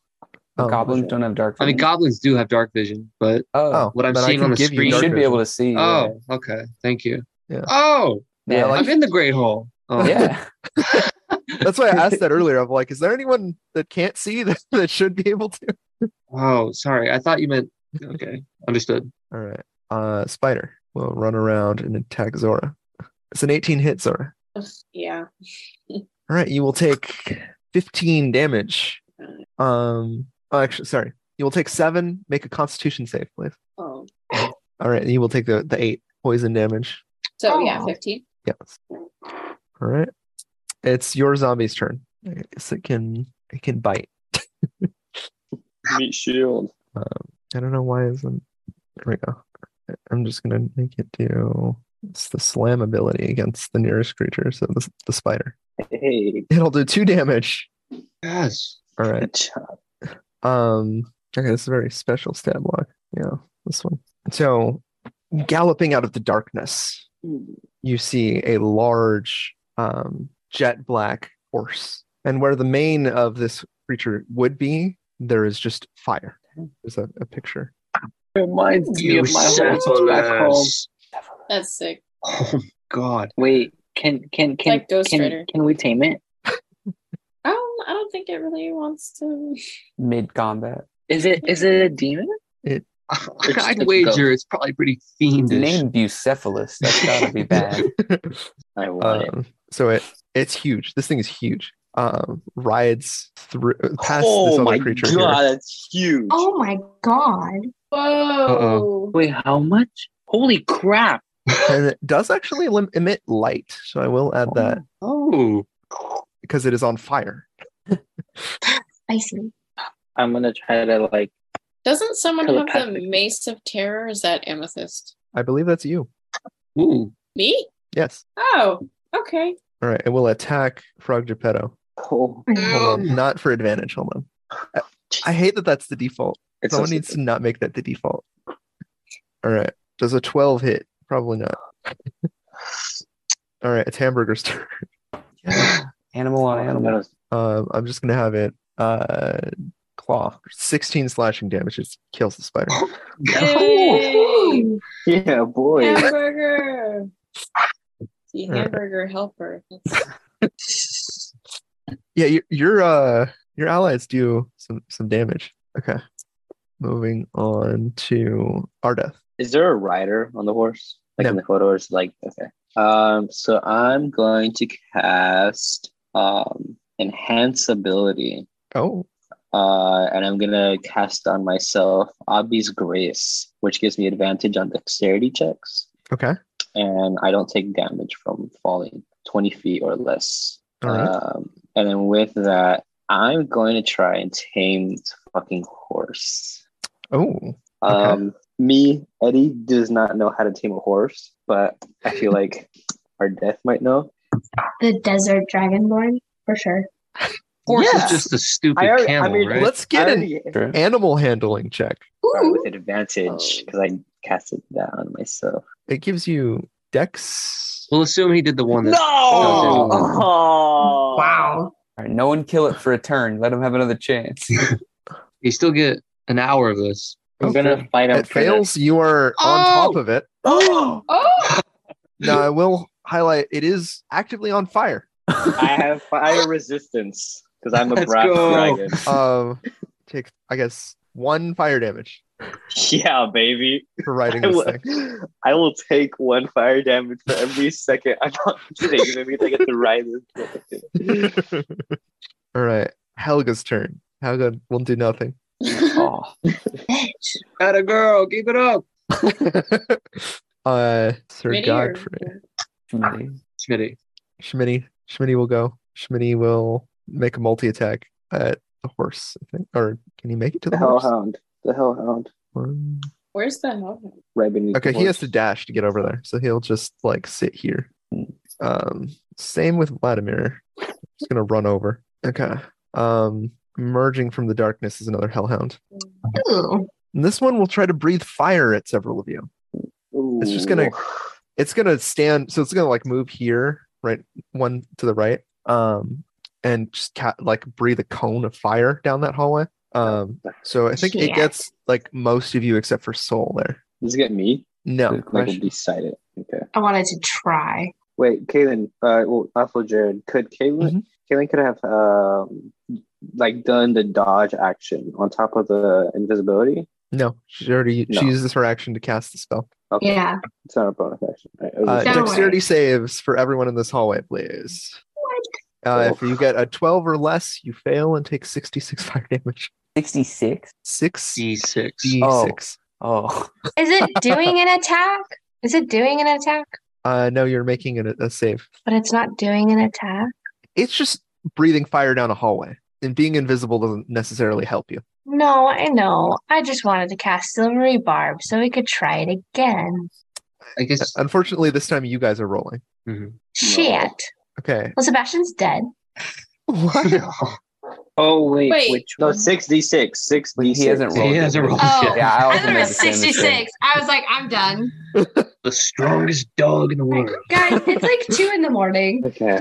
Speaker 1: Oh,
Speaker 6: Goblins
Speaker 2: okay.
Speaker 6: don't have dark
Speaker 3: I mean,
Speaker 6: vision.
Speaker 3: goblins do have dark vision, but
Speaker 6: oh,
Speaker 3: what I'm
Speaker 1: then I
Speaker 3: seeing
Speaker 1: can
Speaker 3: on the
Speaker 1: give you
Speaker 6: you
Speaker 3: screen.
Speaker 1: dark
Speaker 6: should be
Speaker 1: vision.
Speaker 6: able to see. yeah.
Speaker 3: Oh, okay. Thank you.
Speaker 1: Yeah.
Speaker 3: Oh,
Speaker 1: Yeah,
Speaker 6: Yeah.
Speaker 1: like-
Speaker 3: I'm in the great hole. Oh,
Speaker 6: yeah.
Speaker 1: That's why I asked that earlier. I'm like, is there anyone that can't see that, that should be able to?
Speaker 3: Oh, sorry. I thought you meant. Okay, understood.
Speaker 1: All right. Uh, Spider will run around and attack Zora. It's an 18 hit, Zora.
Speaker 4: yeah.
Speaker 1: All right, you will take 15 damage. Um, oh, actually, sorry. You will take seven. Make a Constitution save, please.
Speaker 4: Oh,
Speaker 1: All right, you will take the, the eight poison damage.
Speaker 4: so yeah,
Speaker 7: Oh.
Speaker 4: fifteen.
Speaker 1: Yes. All right. It's your zombie's turn. I guess it can it can bite. Um,
Speaker 2: Meat shield.
Speaker 1: I don't know why isn't there we go. I'm just gonna make it do it's the slam ability against the nearest creature, so the, the spider.
Speaker 2: Hey,
Speaker 1: It'll do two damage.
Speaker 3: Yes.
Speaker 1: All right.
Speaker 2: good job.
Speaker 1: Um, okay, this is a very special stat block. Yeah, this one. So, galloping out of the darkness, you see a large, um, jet black horse. And where the mane of this creature would be, there is just fire. There's a, a picture.
Speaker 2: Reminds me of my home back home.
Speaker 4: That's sick.
Speaker 3: Oh God.
Speaker 8: Wait, can can can
Speaker 4: Like Ghost Rider.
Speaker 8: can, can we tame it?
Speaker 4: I don't. Um, I don't think it really wants to.
Speaker 6: Mid combat.
Speaker 8: Is it is it a demon? It's-
Speaker 3: I'd
Speaker 8: it's
Speaker 3: wager
Speaker 8: ghost.
Speaker 3: it's probably pretty
Speaker 6: It's
Speaker 3: fiendish.
Speaker 6: named Bucephalus. That's gotta be bad.
Speaker 8: I want it.
Speaker 1: Um, so it it's huge. This thing is huge. Um, rides through past this
Speaker 2: oh
Speaker 1: other
Speaker 2: my
Speaker 1: creature
Speaker 2: god,
Speaker 1: here.
Speaker 2: that's huge.
Speaker 7: Oh my god.
Speaker 4: Whoa.
Speaker 8: Wait, how much? Holy crap!
Speaker 1: and it does actually elim- emit light. So I will add that
Speaker 3: Oh.
Speaker 1: because it is on fire.
Speaker 7: I see.
Speaker 8: I'm gonna try to like.
Speaker 4: Doesn't someone have the
Speaker 8: Telepathic.
Speaker 4: Mace of Terror? or Is that Amethyst?
Speaker 1: I believe that's you.
Speaker 3: Ooh.
Speaker 4: Me?
Speaker 1: Yes.
Speaker 4: Oh, okay.
Speaker 1: All right. It will attack Frog Geppetto.
Speaker 2: Oh,
Speaker 1: Hold on.
Speaker 3: Um.
Speaker 1: Not for advantage. Hold on. I, I hate that that's the default.
Speaker 2: it's
Speaker 1: Someone
Speaker 2: so-
Speaker 1: needs to not make that the default. All right. Does a 12 hit? Probably not. All right. It's Hamburger's turn.
Speaker 6: Animal on animal.
Speaker 1: Um, I'm just going to have it uh, claw. 16 slashing damage. It kills the spider.
Speaker 4: Yay.
Speaker 7: Ooh.
Speaker 2: Yeah, boy.
Speaker 4: Hamburger. The
Speaker 8: Hmm.
Speaker 1: All right.
Speaker 4: hamburger helper.
Speaker 1: Yeah. Your, your, uh, your allies do some, some damage. Okay. Moving on to Ardeth.
Speaker 2: Is there a rider on the horse? Like
Speaker 1: No.
Speaker 2: in the photo, it's like okay. Um, so I'm going to cast um enhance ability.
Speaker 1: Oh,
Speaker 2: Uh, and I'm gonna cast on myself Abby's Grace, which gives me advantage on dexterity checks,
Speaker 1: okay.
Speaker 2: and I don't take damage from falling 20 feet or less.
Speaker 1: All right.
Speaker 2: Um, and then with that, I'm going to try and tame this fucking horse.
Speaker 1: oh, Okay.
Speaker 2: Um, me, Eddie, does not know how to tame a horse, but I feel like our death might know.
Speaker 7: The desert dragonborn, for sure.
Speaker 3: Horse
Speaker 2: Yeah.
Speaker 3: is just a stupid
Speaker 2: I already- I
Speaker 3: camel,
Speaker 2: mean,
Speaker 3: right?
Speaker 1: let's get
Speaker 2: I
Speaker 1: an
Speaker 2: already-
Speaker 6: Sure.
Speaker 1: animal handling check.
Speaker 2: Sorry,
Speaker 7: Ooh,
Speaker 2: with advantage because I cast it down myself.
Speaker 1: It gives you dex.
Speaker 3: We'll assume he did the one that.
Speaker 2: Oh,
Speaker 7: wow.
Speaker 6: All right, no one kill it for a turn. Let him have another chance.
Speaker 3: You still get an hour of this.
Speaker 8: I'm
Speaker 1: Okay.
Speaker 8: gonna fight him
Speaker 1: It
Speaker 8: for this.
Speaker 1: fails. You are on top of it.
Speaker 2: Oh,
Speaker 4: Oh,
Speaker 1: Now, I will highlight it is actively on fire.
Speaker 2: I have fire resistance because I'm a
Speaker 3: Let's
Speaker 2: brass
Speaker 3: go.
Speaker 2: dragon.
Speaker 1: Um, take, I guess, one fire damage
Speaker 2: Yeah, baby.
Speaker 1: for riding
Speaker 2: I
Speaker 1: this
Speaker 2: will,
Speaker 1: thing.
Speaker 2: I will take one fire damage for every second I'm not taking it because I get to ride this. motherfucker.
Speaker 1: All right, Helga's turn. Helga will do nothing.
Speaker 6: Oh,
Speaker 7: Bitch.
Speaker 3: At a girl, keep it up.
Speaker 1: uh, Sir
Speaker 4: Mitty or-
Speaker 1: Godfrey.
Speaker 6: man.
Speaker 3: Smitty.
Speaker 1: Shmini. Shmini will go. Shmini will make a multi attack at the horse, I think. Or can he make it to the,
Speaker 2: The
Speaker 1: horse?
Speaker 2: hellhound. The hellhound.
Speaker 1: One-
Speaker 4: Where's the hell?
Speaker 2: Right beneath
Speaker 1: Okay,
Speaker 2: the
Speaker 1: he has to
Speaker 2: horse.
Speaker 1: dash to get over there. So he'll just like sit here. Um, same with Vladimir. Just gonna run over. Okay. Um, emerging from the darkness is another hellhound.
Speaker 7: Ooh.
Speaker 1: And this one will try to breathe fire at several of you. It's just gonna- it's gonna stand so it's gonna like move here right one to the right um and just ca- like breathe a cone of fire down that hallway um so i think it
Speaker 7: Yeah.
Speaker 1: gets like most of you except for soul there
Speaker 2: Does it get me?
Speaker 1: no
Speaker 6: Good
Speaker 2: Like
Speaker 6: question.
Speaker 2: will be sighted. Okay.
Speaker 7: I wanted to try.
Speaker 2: Wait, Kaylin, uh well also Jared, could
Speaker 1: Mhm.
Speaker 2: Kaylin Kaylin could have um like done the dodge action on top of the invisibility?
Speaker 1: no she already
Speaker 2: No.
Speaker 1: she uses her action to cast the spell
Speaker 2: Okay.
Speaker 7: Yeah.
Speaker 2: It's not a bonus action. Right?
Speaker 1: uh,
Speaker 7: Don't
Speaker 1: dexterity
Speaker 7: worry.
Speaker 1: saves for everyone in this hallway please
Speaker 7: What?
Speaker 1: uh, if
Speaker 2: Oh.
Speaker 1: you get a 12 or less you fail and take 66 fire damage
Speaker 6: 66?
Speaker 1: 6d6
Speaker 3: D6.
Speaker 6: Oh,
Speaker 7: Is it doing an attack? Is it doing an attack?
Speaker 1: uh no you're making it a, a save
Speaker 7: But it's not doing an attack?
Speaker 1: it's just breathing fire down a hallway and being invisible doesn't necessarily help you
Speaker 7: No, I know. I just wanted to cast Silvery Barb so we could try it again.
Speaker 3: I guess.
Speaker 1: Uh,
Speaker 2: Uh,
Speaker 1: unfortunately this time you guys are rolling
Speaker 7: Shit.
Speaker 1: okay
Speaker 7: Well, Sebastian's dead.
Speaker 1: what
Speaker 8: Oh wait,
Speaker 4: Wait.
Speaker 8: which
Speaker 2: No,
Speaker 8: one?
Speaker 2: six D six. Six
Speaker 6: But
Speaker 2: D
Speaker 6: he hasn't
Speaker 2: six.
Speaker 6: rolled.
Speaker 3: He hasn't
Speaker 6: yet.
Speaker 3: rolled
Speaker 7: Oh,
Speaker 3: yet.
Speaker 6: Yeah, I
Speaker 7: I
Speaker 6: also
Speaker 7: thought it
Speaker 6: made
Speaker 7: was
Speaker 6: the same mistake.
Speaker 7: 66. I was like, I'm done.
Speaker 3: The strongest dog in the world.
Speaker 7: Guys, it's like 2 in the morning.
Speaker 2: Okay.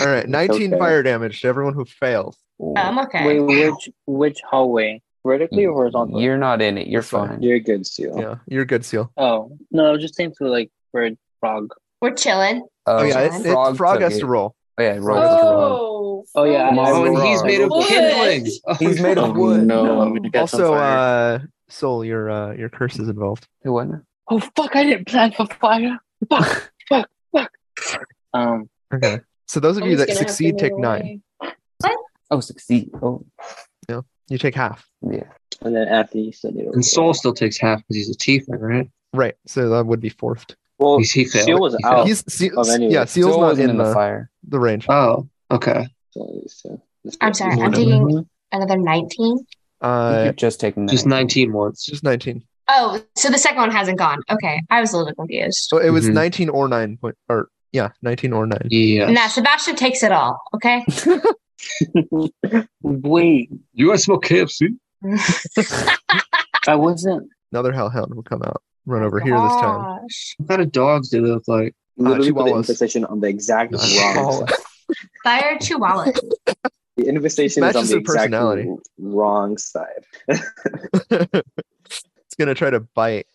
Speaker 1: all right 19
Speaker 2: okay.
Speaker 1: fire damage to everyone who failed
Speaker 7: I'm okay.
Speaker 8: Wait, which which hallway? Vertically
Speaker 6: Mm.
Speaker 8: or horizontally?
Speaker 6: You're not in it. You're
Speaker 1: That's right.
Speaker 6: fine.
Speaker 2: You're good,
Speaker 3: Oh.
Speaker 2: Seal.
Speaker 1: yeah you're good seal
Speaker 8: Oh no, I was just saying for like bird frog.
Speaker 7: We're chilling.
Speaker 1: oh yeah it, it- frog,
Speaker 6: Uh, took
Speaker 1: has
Speaker 6: it.
Speaker 1: to roll
Speaker 6: Oh, yeah, roll with frog.
Speaker 4: Oh,
Speaker 8: Oh yeah,
Speaker 4: Frog
Speaker 8: I
Speaker 4: is-
Speaker 3: Oh, and he's
Speaker 8: rolled.
Speaker 3: made of
Speaker 4: Wood.
Speaker 3: kindling. Oh,
Speaker 6: He's made
Speaker 3: no.
Speaker 6: of wood.
Speaker 8: no, I'm gonna catch on
Speaker 1: also
Speaker 8: fire.
Speaker 1: uh soul your uh your curse is involved
Speaker 6: It wasn't.
Speaker 8: Oh fuck! I didn't plan for fire. Fuck! fuck! Fuck! Um,
Speaker 1: okay so those of you
Speaker 4: Someone's
Speaker 1: that
Speaker 4: Oh, gonna have to
Speaker 1: succeed
Speaker 4: move
Speaker 1: take
Speaker 4: away.
Speaker 1: nine
Speaker 6: Oh, succeed. Oh,
Speaker 1: you take half
Speaker 6: yeah.
Speaker 2: And then after you said it.
Speaker 3: And Soul still takes half because he's a tiefling, right?
Speaker 1: right so that would be fourth
Speaker 2: Well,
Speaker 3: He's, he failed.
Speaker 2: Seal was
Speaker 3: He
Speaker 2: out.
Speaker 3: failed.
Speaker 1: he's seal,
Speaker 2: Oh, anyway.
Speaker 1: yeah seal's
Speaker 6: Still
Speaker 1: not
Speaker 6: wasn't
Speaker 1: in the, the,
Speaker 6: fire.
Speaker 1: range
Speaker 3: Oh, okay.
Speaker 2: So, so, let's
Speaker 7: I'm
Speaker 2: go.
Speaker 7: sorry. I'm taking another 19.
Speaker 6: I think
Speaker 1: uh
Speaker 6: you're just taking
Speaker 3: Just 19 once.
Speaker 1: just 19
Speaker 7: Oh, so the second one hasn't gone. Okay. I was a little confused.
Speaker 1: so it was
Speaker 3: Mhm.
Speaker 1: 19 or 9 point or yeah 19 or 9
Speaker 3: Yes.
Speaker 7: Nah, Sebastian takes it all. Okay.
Speaker 8: wait,
Speaker 3: You guys smoke KFC?
Speaker 8: I wasn't.
Speaker 1: another hellhound will come out run over here this time
Speaker 7: Gosh.
Speaker 3: What kind of dogs do they look like?
Speaker 2: Literally put the
Speaker 1: Chihuahuas. Oh.
Speaker 2: infestation on the exact wrong.
Speaker 3: Chihuahuas.
Speaker 6: Oh.
Speaker 2: side.
Speaker 7: Fire Chihuahua.
Speaker 2: The infestation is on
Speaker 1: Matches
Speaker 2: the
Speaker 1: their
Speaker 2: exact
Speaker 1: personality.
Speaker 2: w- wrong side.
Speaker 1: it's gonna try to bite.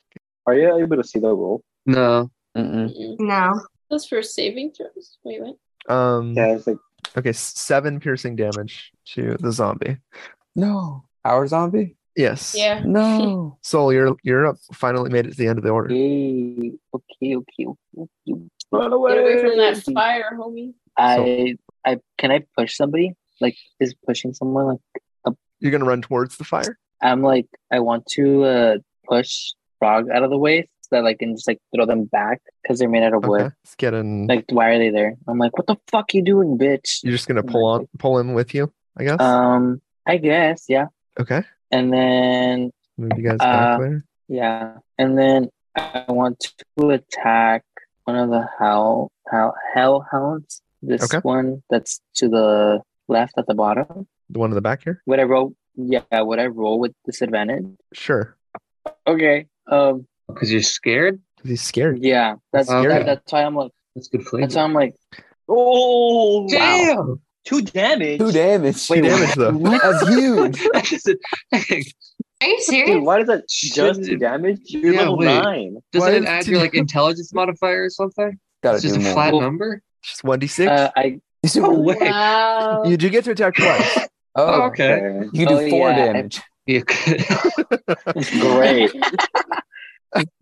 Speaker 2: Are you able to see the roll?
Speaker 3: No.
Speaker 6: Mm-mm.
Speaker 4: Mm-mm.
Speaker 7: No.
Speaker 4: Those for saving throws. Wait, what?
Speaker 1: Um,
Speaker 2: Yeah, it's like
Speaker 1: Okay, s- seven piercing damage to the zombie.
Speaker 6: No. Our zombie?
Speaker 1: Yes.
Speaker 4: Yeah.
Speaker 6: No.
Speaker 1: Soul, you're you're up. Finally made it to the end of the order.
Speaker 2: Okay, okay, okay, okay.
Speaker 4: Run away. Get away from that fire, homie.
Speaker 8: I, I can I push somebody? Like, is pushing someone like
Speaker 1: You're gonna run towards the fire.
Speaker 8: I'm like I want to uh push frog out of the way so that I can just like throw them back because they're made out of wood.
Speaker 1: Okay. Let's get in.
Speaker 8: Like, why are they there? I'm like, what the fuck you doing, bitch?
Speaker 1: You're just gonna pull on pull in with you, I guess.
Speaker 8: Um, I guess yeah.
Speaker 1: okay.
Speaker 8: And then
Speaker 1: Move you guys back
Speaker 8: uh,
Speaker 1: there.
Speaker 8: yeah, and then I want to attack one of the hell hell hellhounds. This
Speaker 1: Okay.
Speaker 8: one that's to the left at the bottom.
Speaker 1: The one in the back here?
Speaker 8: Would I roll? Yeah, would I roll with disadvantage?
Speaker 1: Sure.
Speaker 8: Okay. Um.
Speaker 3: Because you're scared?
Speaker 1: Because he's scared.
Speaker 8: Yeah. That's
Speaker 3: Okay.
Speaker 8: that, that's why I'm like.
Speaker 3: That's good flavor.
Speaker 8: That's why I'm like. Oh wow!
Speaker 3: Damn!
Speaker 2: Two damage.
Speaker 6: Two damage.
Speaker 1: Two damage though.
Speaker 8: What?
Speaker 6: That's huge.
Speaker 3: That is a-
Speaker 7: Are you
Speaker 2: Dude,
Speaker 7: serious?
Speaker 2: why does that
Speaker 3: Shouldn't
Speaker 2: just
Speaker 3: it-
Speaker 2: damage? You're
Speaker 3: Yeah,
Speaker 2: level
Speaker 3: wait.
Speaker 2: nine.
Speaker 3: Doesn't
Speaker 1: Why
Speaker 3: it
Speaker 1: is
Speaker 3: add
Speaker 1: two-
Speaker 3: your like intelligence modifier or something?
Speaker 6: Gotta
Speaker 3: It's just
Speaker 6: do
Speaker 3: a
Speaker 6: more.
Speaker 3: flat
Speaker 8: Well-
Speaker 3: number?
Speaker 1: Just one d six.
Speaker 8: Uh, I
Speaker 6: Is it-
Speaker 1: Oh,
Speaker 3: No way.
Speaker 4: Wow.
Speaker 1: You do get to attack twice.
Speaker 3: Oh,
Speaker 6: oh,
Speaker 3: okay.
Speaker 6: You can do
Speaker 8: Oh,
Speaker 6: four
Speaker 8: yeah, I-
Speaker 6: damage.
Speaker 3: You could-
Speaker 2: Great.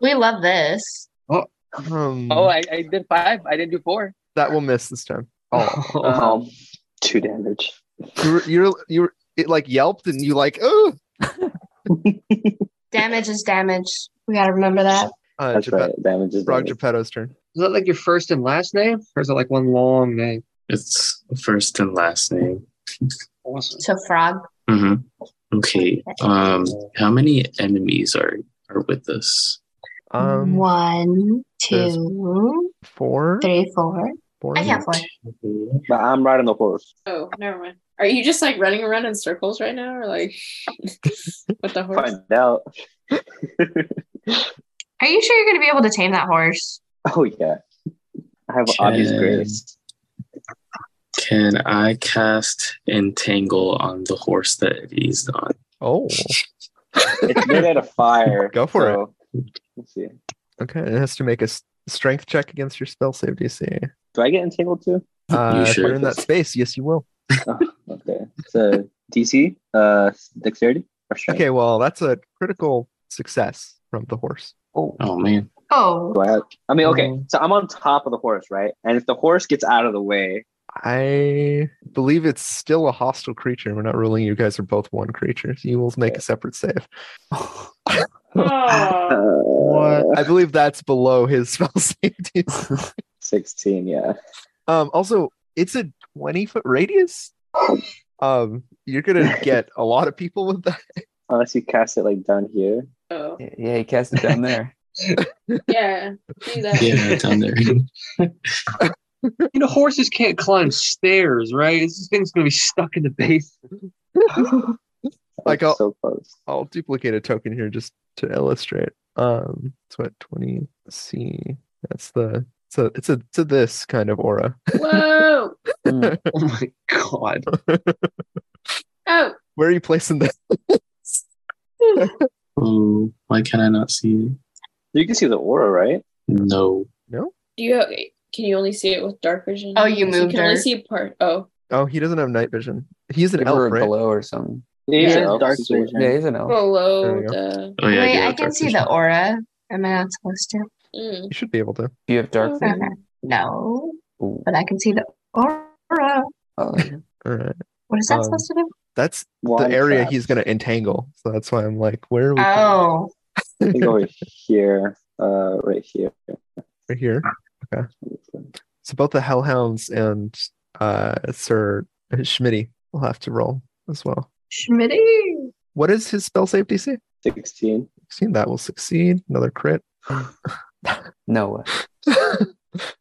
Speaker 7: We love this.
Speaker 1: Um,
Speaker 8: oh, I, I did five. I didn't do four.
Speaker 1: that will miss this time. Oh,
Speaker 3: Uh-huh.
Speaker 2: Um, two damage.
Speaker 1: you're you're you're it like yelped and you like oh.
Speaker 7: Damage is damage. We gotta remember that.
Speaker 1: Uh,
Speaker 2: That's
Speaker 1: Geppetto,
Speaker 2: right. Damage is
Speaker 1: Frog
Speaker 2: damage.
Speaker 1: Geppetto's turn.
Speaker 3: Is that like your first and last name? Or is it like one long name?
Speaker 5: It's first and last name.
Speaker 3: Awesome.
Speaker 7: So frog.
Speaker 5: hmm Okay. Um, how many enemies are are with us?
Speaker 1: Um,
Speaker 7: One,
Speaker 1: there's-
Speaker 7: two,
Speaker 1: four.
Speaker 7: three, four.
Speaker 1: Four.
Speaker 7: I can't four.
Speaker 5: Okay.
Speaker 2: But I'm riding the horse.
Speaker 4: Oh, never mind. Are you just like running around in circles right now, or like with the horse?
Speaker 2: Find out.
Speaker 7: Are you sure you're gonna be able to tame that horse?
Speaker 2: oh yeah. I have obvious
Speaker 5: Ten.
Speaker 2: grace.
Speaker 5: Can I cast entangle on the horse that it is on?
Speaker 1: Oh,
Speaker 2: It's made out of fire.
Speaker 1: Go for
Speaker 2: it. Let's see.
Speaker 1: okay. It has to make a s- strength check against your spell save DC.
Speaker 2: Do I get entangled too?
Speaker 1: Uh, if
Speaker 5: should.
Speaker 1: you're in that space, yes, you will.
Speaker 2: Okay. So DC, uh, dexterity or strength.
Speaker 1: Okay, well, that's a critical success from the horse.
Speaker 6: Oh,
Speaker 5: Oh man.
Speaker 7: Oh,
Speaker 2: Do I, have, I mean, okay.
Speaker 3: Mm.
Speaker 2: So I'm on top of the horse, right? And if the horse gets out of the way,
Speaker 1: I believe it's still a hostile creature. We're not ruling you guys are both one creature. You will make a separate save.
Speaker 2: uh,
Speaker 4: Oh,
Speaker 3: What?
Speaker 1: I believe that's below his spell save DC.
Speaker 2: Sixteen. Yeah.
Speaker 1: Um, also, it's a 20 foot radius. Um, you're gonna get a lot of people with that.
Speaker 2: Unless you cast it like down here.
Speaker 4: oh.
Speaker 6: yeah, he cast it down there.
Speaker 4: yeah, do that.
Speaker 5: Yeah, down there.
Speaker 3: You know, horses can't climb stairs, right? This thing's gonna be stuck in the base.
Speaker 1: Like
Speaker 3: Oh
Speaker 2: That's
Speaker 1: a-
Speaker 2: so close.
Speaker 1: I'll duplicate a token here just to illustrate. Um, it's what 20 C. That's the so it's a it's a this kind of aura.
Speaker 4: Whoa!
Speaker 3: Oh my god.
Speaker 4: Oh,
Speaker 1: Where are you placing that?
Speaker 5: oh, why can I not see it?
Speaker 2: You can see the aura, right?
Speaker 5: No.
Speaker 4: do you can you only see it with dark vision?
Speaker 7: Oh, you
Speaker 4: So
Speaker 7: moved
Speaker 4: You can only
Speaker 7: her.
Speaker 4: see part. Oh,
Speaker 1: Oh, he doesn't have night vision. He's an
Speaker 6: Give
Speaker 1: elf,
Speaker 6: her a
Speaker 1: right?
Speaker 6: glow or something.
Speaker 2: He's an
Speaker 8: Yeah,
Speaker 2: elf,
Speaker 8: dark
Speaker 2: he's a-
Speaker 8: vision.
Speaker 6: Yeah, he's an elf.
Speaker 4: below
Speaker 1: There we go.
Speaker 4: the.
Speaker 5: Oh yeah. I do
Speaker 7: wait, I
Speaker 5: have
Speaker 7: can
Speaker 5: dark
Speaker 7: see
Speaker 5: vision.
Speaker 7: the aura. Am I not supposed to?
Speaker 4: Mm.
Speaker 1: You should be able to.
Speaker 6: Do you have dark
Speaker 4: Okay.
Speaker 6: vision?
Speaker 7: No,
Speaker 6: Ooh.
Speaker 7: but I can see the aura.
Speaker 6: Oh,
Speaker 1: All right.
Speaker 7: What is that
Speaker 1: Um,
Speaker 7: supposed to do?
Speaker 1: That's the
Speaker 2: Wand
Speaker 1: area
Speaker 2: trap.
Speaker 1: he's gonna entangle. So that's why I'm like, where are we?
Speaker 7: Oh,
Speaker 2: I think over here, uh, right here.
Speaker 1: Right here. So both the Hellhounds and uh Sir Schmitty will have to roll as well.
Speaker 7: Schmitty.
Speaker 1: What is his spell save DC?
Speaker 2: Sixteen.
Speaker 1: 16. That will succeed. Another crit.
Speaker 6: no way.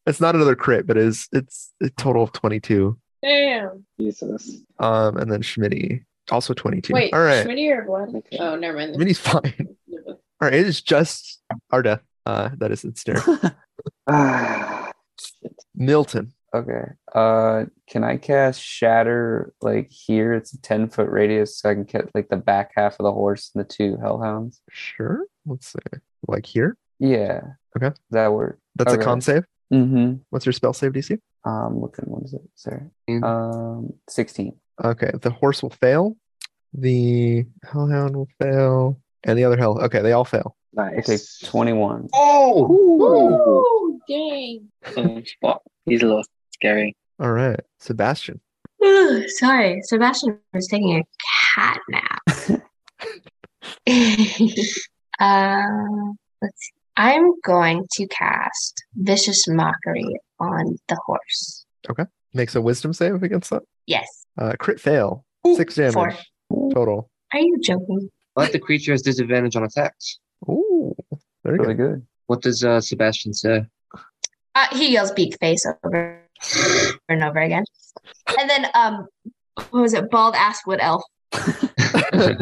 Speaker 1: it's not another crit, but it's it's a total of 22.
Speaker 4: Damn.
Speaker 2: Jesus.
Speaker 1: Um, and then Schmitty also 22.
Speaker 4: Wait.
Speaker 1: All right.
Speaker 4: Schmitty or what?
Speaker 2: Okay.
Speaker 4: Oh, never mind.
Speaker 1: Schmitty's fine. All right. It is just our death. Uh, that is its turn.
Speaker 2: Ah,
Speaker 1: Milton.
Speaker 6: Okay. Uh, can I cast Shatter like here? It's a ten foot radius, so I can get like the back half of the horse and the two hellhounds.
Speaker 1: Sure. Let's see. Like here.
Speaker 6: Yeah.
Speaker 1: Okay.
Speaker 6: That work.
Speaker 1: That's
Speaker 6: Okay.
Speaker 1: a con save.
Speaker 6: Mm-hmm.
Speaker 1: What's your spell save DC?
Speaker 6: Um, looking, what is it? Sorry.
Speaker 3: Mhm.
Speaker 6: Um, 16.
Speaker 1: Okay, the horse will fail. The hellhound will fail. And the other hell. Okay, they all fail.
Speaker 6: I take
Speaker 2: Nice.
Speaker 6: 21.
Speaker 1: Oh!
Speaker 4: Ooh, dang.
Speaker 8: Oh, fuck. He's a little scary.
Speaker 1: All right, Sebastian.
Speaker 7: Ooh, sorry, Sebastian was taking a cat nap. uh, let's see. I'm going to cast Vicious Mockery on the horse.
Speaker 1: Makes a wisdom save against that.
Speaker 7: Yes.
Speaker 1: Uh, crit fail.
Speaker 7: Ooh,
Speaker 1: Six damage
Speaker 7: Four.
Speaker 1: total.
Speaker 7: Are you joking?
Speaker 3: Let the creature has disadvantage on attacks.
Speaker 1: Ooh, very
Speaker 6: Really
Speaker 1: good.
Speaker 6: good.
Speaker 3: What does uh, Sebastian say?
Speaker 7: Uh, he yells beak face over and over again. And then, um, what was it? Bald ass wood elf. Gonna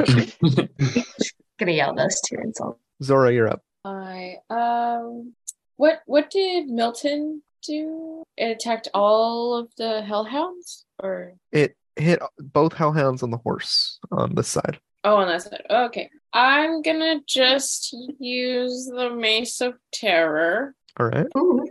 Speaker 7: yell those two insults.
Speaker 1: Zora, you're up.
Speaker 4: I um what what did Milton do? It attacked all of the hellhounds or
Speaker 1: It hit both hellhounds on the horse on this side.
Speaker 4: oh on that side. okay. I'm gonna just use the Mace of Terror.
Speaker 1: All right.
Speaker 7: Ooh.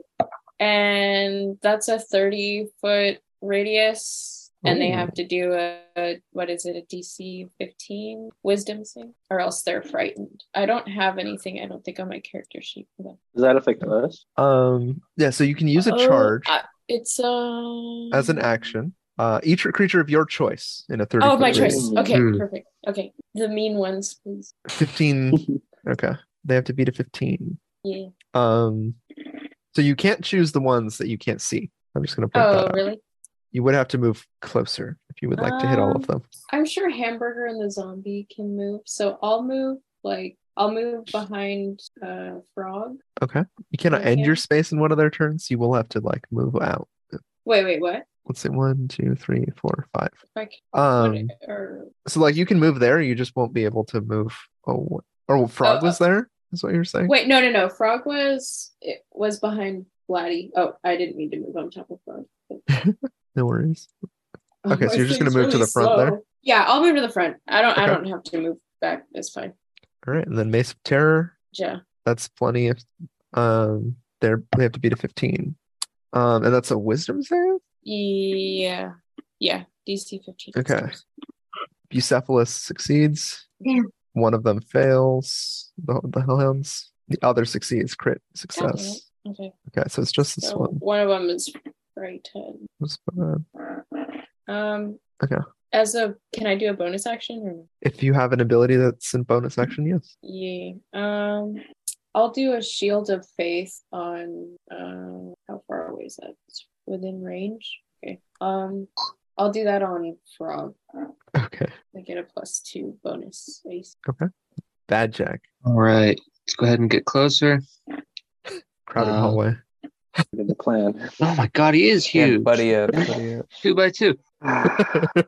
Speaker 4: And that's a 30 foot radius. And they
Speaker 1: Ooh.
Speaker 4: have to do a, a- what is it, a DC 15 wisdom save, or else they're frightened. I don't have anything, I don't think, on my character sheet. for them.
Speaker 2: Does that affect us?
Speaker 1: Um. Yeah. So you can use a
Speaker 4: Oh,
Speaker 1: charge
Speaker 4: I- it's um,
Speaker 1: as an action. Uh, each creature of your choice in a thirty.
Speaker 4: Oh, my
Speaker 1: foot radius.
Speaker 4: choice. Okay,
Speaker 3: Hmm.
Speaker 4: perfect. Okay, the mean ones, please.
Speaker 1: Fifteen. okay. They have to beat a fifteen.
Speaker 4: Yeah.
Speaker 1: Um. So you can't choose the ones that you can't see. I'm just gonna point
Speaker 4: Oh,
Speaker 1: that out.
Speaker 4: really?
Speaker 1: You would have to move closer if you would like to hit all of them.
Speaker 4: I'm sure Hamburger and the zombie can move, so I'll move like I'll move behind uh Frog.
Speaker 1: You cannot
Speaker 4: okay.
Speaker 1: end your space in one of their turns. You will have to like move out.
Speaker 4: Wait, wait, what?
Speaker 1: Let's see. One, two, three, four, five.
Speaker 4: Like what?
Speaker 1: Um.
Speaker 4: or
Speaker 1: So like you can move there, you just won't be able to move. Oh, or frog
Speaker 4: Oh,
Speaker 1: was there? Is what you're saying?
Speaker 4: wait, no, no, no. Frog was it was behind Vladdy. Oh, I didn't mean to move on top of Frog.
Speaker 1: No worries.
Speaker 4: Oh,
Speaker 1: Okay, so
Speaker 4: my
Speaker 1: you're just gonna
Speaker 4: thing's
Speaker 1: move to the front there?
Speaker 4: Yeah, I'll move to the front. I don't. I
Speaker 1: Okay.
Speaker 4: don't have to move back. It's fine.
Speaker 1: All right, and then Mace of Terror.
Speaker 4: Yeah.
Speaker 1: That's plenty. Of, um, they're they have to beat a 15. Um, and that's a Wisdom save.
Speaker 4: Yeah. Yeah. DC fifteen.
Speaker 1: Okay. Bucephalus succeeds.
Speaker 7: Yeah.
Speaker 1: One of them fails. The the Hellhounds. The other succeeds. Crit
Speaker 4: Got it.
Speaker 1: success.
Speaker 4: Okay.
Speaker 1: Okay, so it's just this
Speaker 4: So
Speaker 1: one.
Speaker 4: one of them is frightened.
Speaker 1: That's fine.
Speaker 4: Um.
Speaker 1: Okay.
Speaker 4: As a, can I do a bonus action? Or?
Speaker 1: If you have an ability that's in bonus action, yes.
Speaker 4: Yeah. Um. I'll do a shield of faith on. Um. How far away is that? It's within range. Okay. Um. I'll do that on frog.
Speaker 1: Okay.
Speaker 4: I get a plus two bonus.
Speaker 1: Bad Jack.
Speaker 3: All right, let's go ahead and get closer.
Speaker 1: Crowded
Speaker 3: Uh,
Speaker 1: hallway.
Speaker 2: Look at the plan.
Speaker 3: Oh my God, he is
Speaker 6: Yeah,
Speaker 3: huge.
Speaker 6: buddy up. Buddy up.
Speaker 3: Two by two.
Speaker 2: Uh,
Speaker 1: is,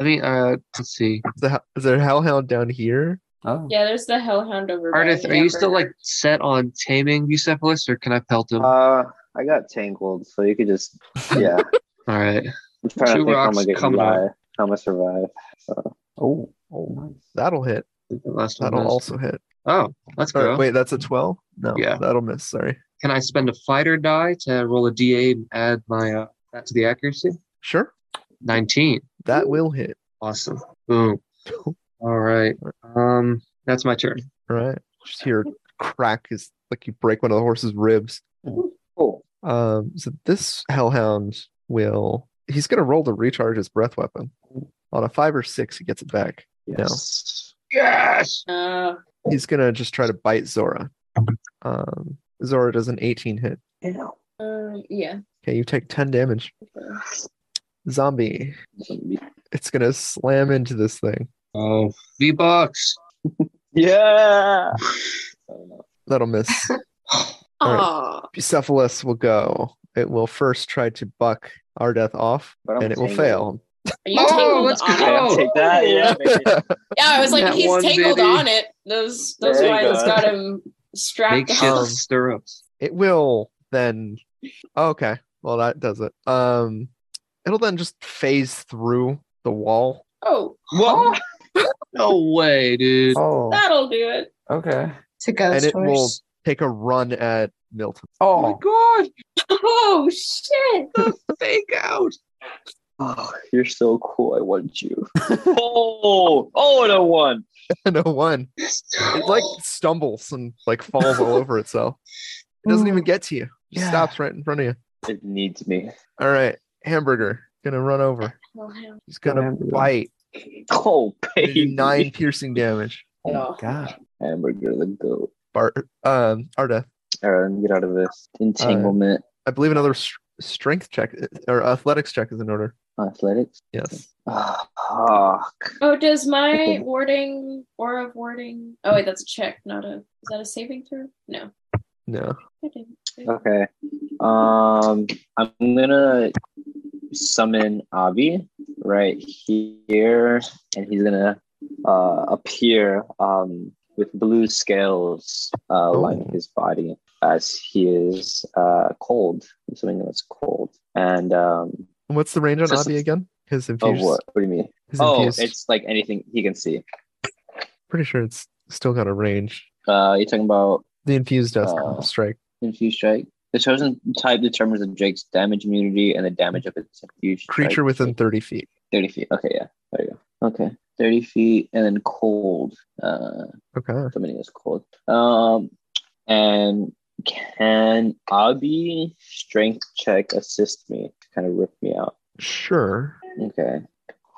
Speaker 3: I mean, uh, let's see.
Speaker 1: the, hell- is there a hellhound down here?
Speaker 6: Oh.
Speaker 4: Yeah. There's the hellhound over. by
Speaker 3: Ardith, are you still
Speaker 4: Amber.
Speaker 3: like set on taming Bucephalus, or can I pelt him?
Speaker 2: Uh, I got tangled, so you could just yeah.
Speaker 3: All right.
Speaker 2: I'm trying
Speaker 3: Two
Speaker 2: to think how I'm
Speaker 3: rocks
Speaker 2: gonna get
Speaker 3: coming
Speaker 2: by, how I'm gonna survive. So
Speaker 6: Oh. Oh, nice.
Speaker 1: That'll hit.
Speaker 3: The last one
Speaker 1: That'll
Speaker 3: missed.
Speaker 1: also hit.
Speaker 3: Oh, let's
Speaker 1: Or,
Speaker 3: go.
Speaker 1: wait, that's a 12? No,
Speaker 3: Yeah.
Speaker 1: that'll miss. Sorry.
Speaker 3: Can I spend a fighter die to roll a DA and add my uh, that to the accuracy?
Speaker 1: Sure.
Speaker 3: 19.
Speaker 1: That will hit.
Speaker 3: Awesome. Boom.
Speaker 1: All
Speaker 3: All right. Um, that's my turn.
Speaker 1: right. Just hear crack is like you break one of the horse's ribs.
Speaker 2: cool.
Speaker 1: Um, so this hellhound will, he's going to roll to recharge his breath weapon. On a five or six, he gets it back.
Speaker 2: Yes.
Speaker 3: Yes.
Speaker 4: Uh,
Speaker 1: He's going to just try to bite Zora. Um, Zora does an 18 hit.
Speaker 4: um, yeah.
Speaker 1: Okay, you take 10 damage.
Speaker 4: Okay.
Speaker 1: Zombie. It's gonna slam into this thing.
Speaker 3: Oh, V bucks.
Speaker 2: Yeah.
Speaker 1: That'll miss. All right.
Speaker 4: Aw.
Speaker 1: Bucephalus will go. It will first try to buck Ardeth off,
Speaker 2: But I'm
Speaker 1: and it will
Speaker 2: tangled.
Speaker 1: fail.
Speaker 4: Are you
Speaker 3: Oh,
Speaker 4: tangled
Speaker 3: let's go.
Speaker 4: on it?
Speaker 2: Yeah,
Speaker 3: Oh.
Speaker 2: take that. Yeah, baby.
Speaker 4: Yeah, I was like,
Speaker 3: That
Speaker 4: he's
Speaker 3: one,
Speaker 4: tangled
Speaker 3: baby.
Speaker 4: on it. Those those
Speaker 2: There you
Speaker 4: vines
Speaker 2: go.
Speaker 4: got him strapped
Speaker 3: Makeshift
Speaker 4: on.
Speaker 1: Um,
Speaker 3: stirrups.
Speaker 1: It will then. oh, okay, well that does it. Um, it'll then just phase through the wall.
Speaker 4: Oh,
Speaker 3: What? no way, dude. Uh,
Speaker 6: Oh.
Speaker 4: that'll do it.
Speaker 6: Okay.
Speaker 7: It's a ghost
Speaker 1: And it will-
Speaker 7: horse.
Speaker 1: take a run at Milton.
Speaker 6: Oh,
Speaker 3: god,
Speaker 4: Oh shit!
Speaker 3: the fake out.
Speaker 8: Oh, you're so cool. I want you. oh, oh, no one.
Speaker 1: no one. It like stumbles and like falls all over itself. It doesn't even get to you. It
Speaker 8: Yeah.
Speaker 1: stops right in front of you.
Speaker 8: It needs me.
Speaker 1: All right. Hamburger. Gonna run over.
Speaker 4: Oh, hell.
Speaker 1: He's gonna
Speaker 6: Hamburger.
Speaker 1: bite.
Speaker 8: Oh, baby.
Speaker 1: Nine piercing damage.
Speaker 6: oh
Speaker 4: Oh.
Speaker 6: my god.
Speaker 8: Hamburger the goat.
Speaker 1: Bart um Arda.
Speaker 8: All right, let me get out of this entanglement.
Speaker 1: I believe another s- strength check uh, or athletics check is in order.
Speaker 8: Athletics.
Speaker 1: Yes.
Speaker 8: Ah, fuck.
Speaker 4: Oh, does my
Speaker 8: Okay.
Speaker 4: warding aura of warding? Oh wait, that's a check, not a. Is that a saving throw? No,
Speaker 1: No.
Speaker 4: I didn't.
Speaker 8: Okay. Um, I'm gonna summon Avi right here, and he's gonna uh, appear um, with blue scales uh, lining
Speaker 1: Oh.
Speaker 8: his body as he is uh, cold. I'm assuming that's cold. And um,
Speaker 1: And what's the range on
Speaker 8: So-
Speaker 1: Abby again? His
Speaker 8: oh,
Speaker 1: infused.
Speaker 8: what? What do you mean?
Speaker 1: His
Speaker 8: Oh,
Speaker 1: infused.
Speaker 8: it's like anything he can see.
Speaker 1: pretty sure it's still got a range.
Speaker 8: Uh, you're talking about
Speaker 1: The infused death
Speaker 8: Uh,
Speaker 1: strike.
Speaker 8: infused strike. The chosen type determines the Drake's damage immunity and the damage of its infused
Speaker 1: Creature
Speaker 8: strike.
Speaker 1: within thirty feet.
Speaker 8: 30 feet. Okay, yeah. There you go. Okay. 30 feet and then cold. Uh
Speaker 1: Okay.
Speaker 8: somebody is cold. Um and can Abby strength check assist me to kind of rip me out?
Speaker 1: Sure.
Speaker 8: Okay.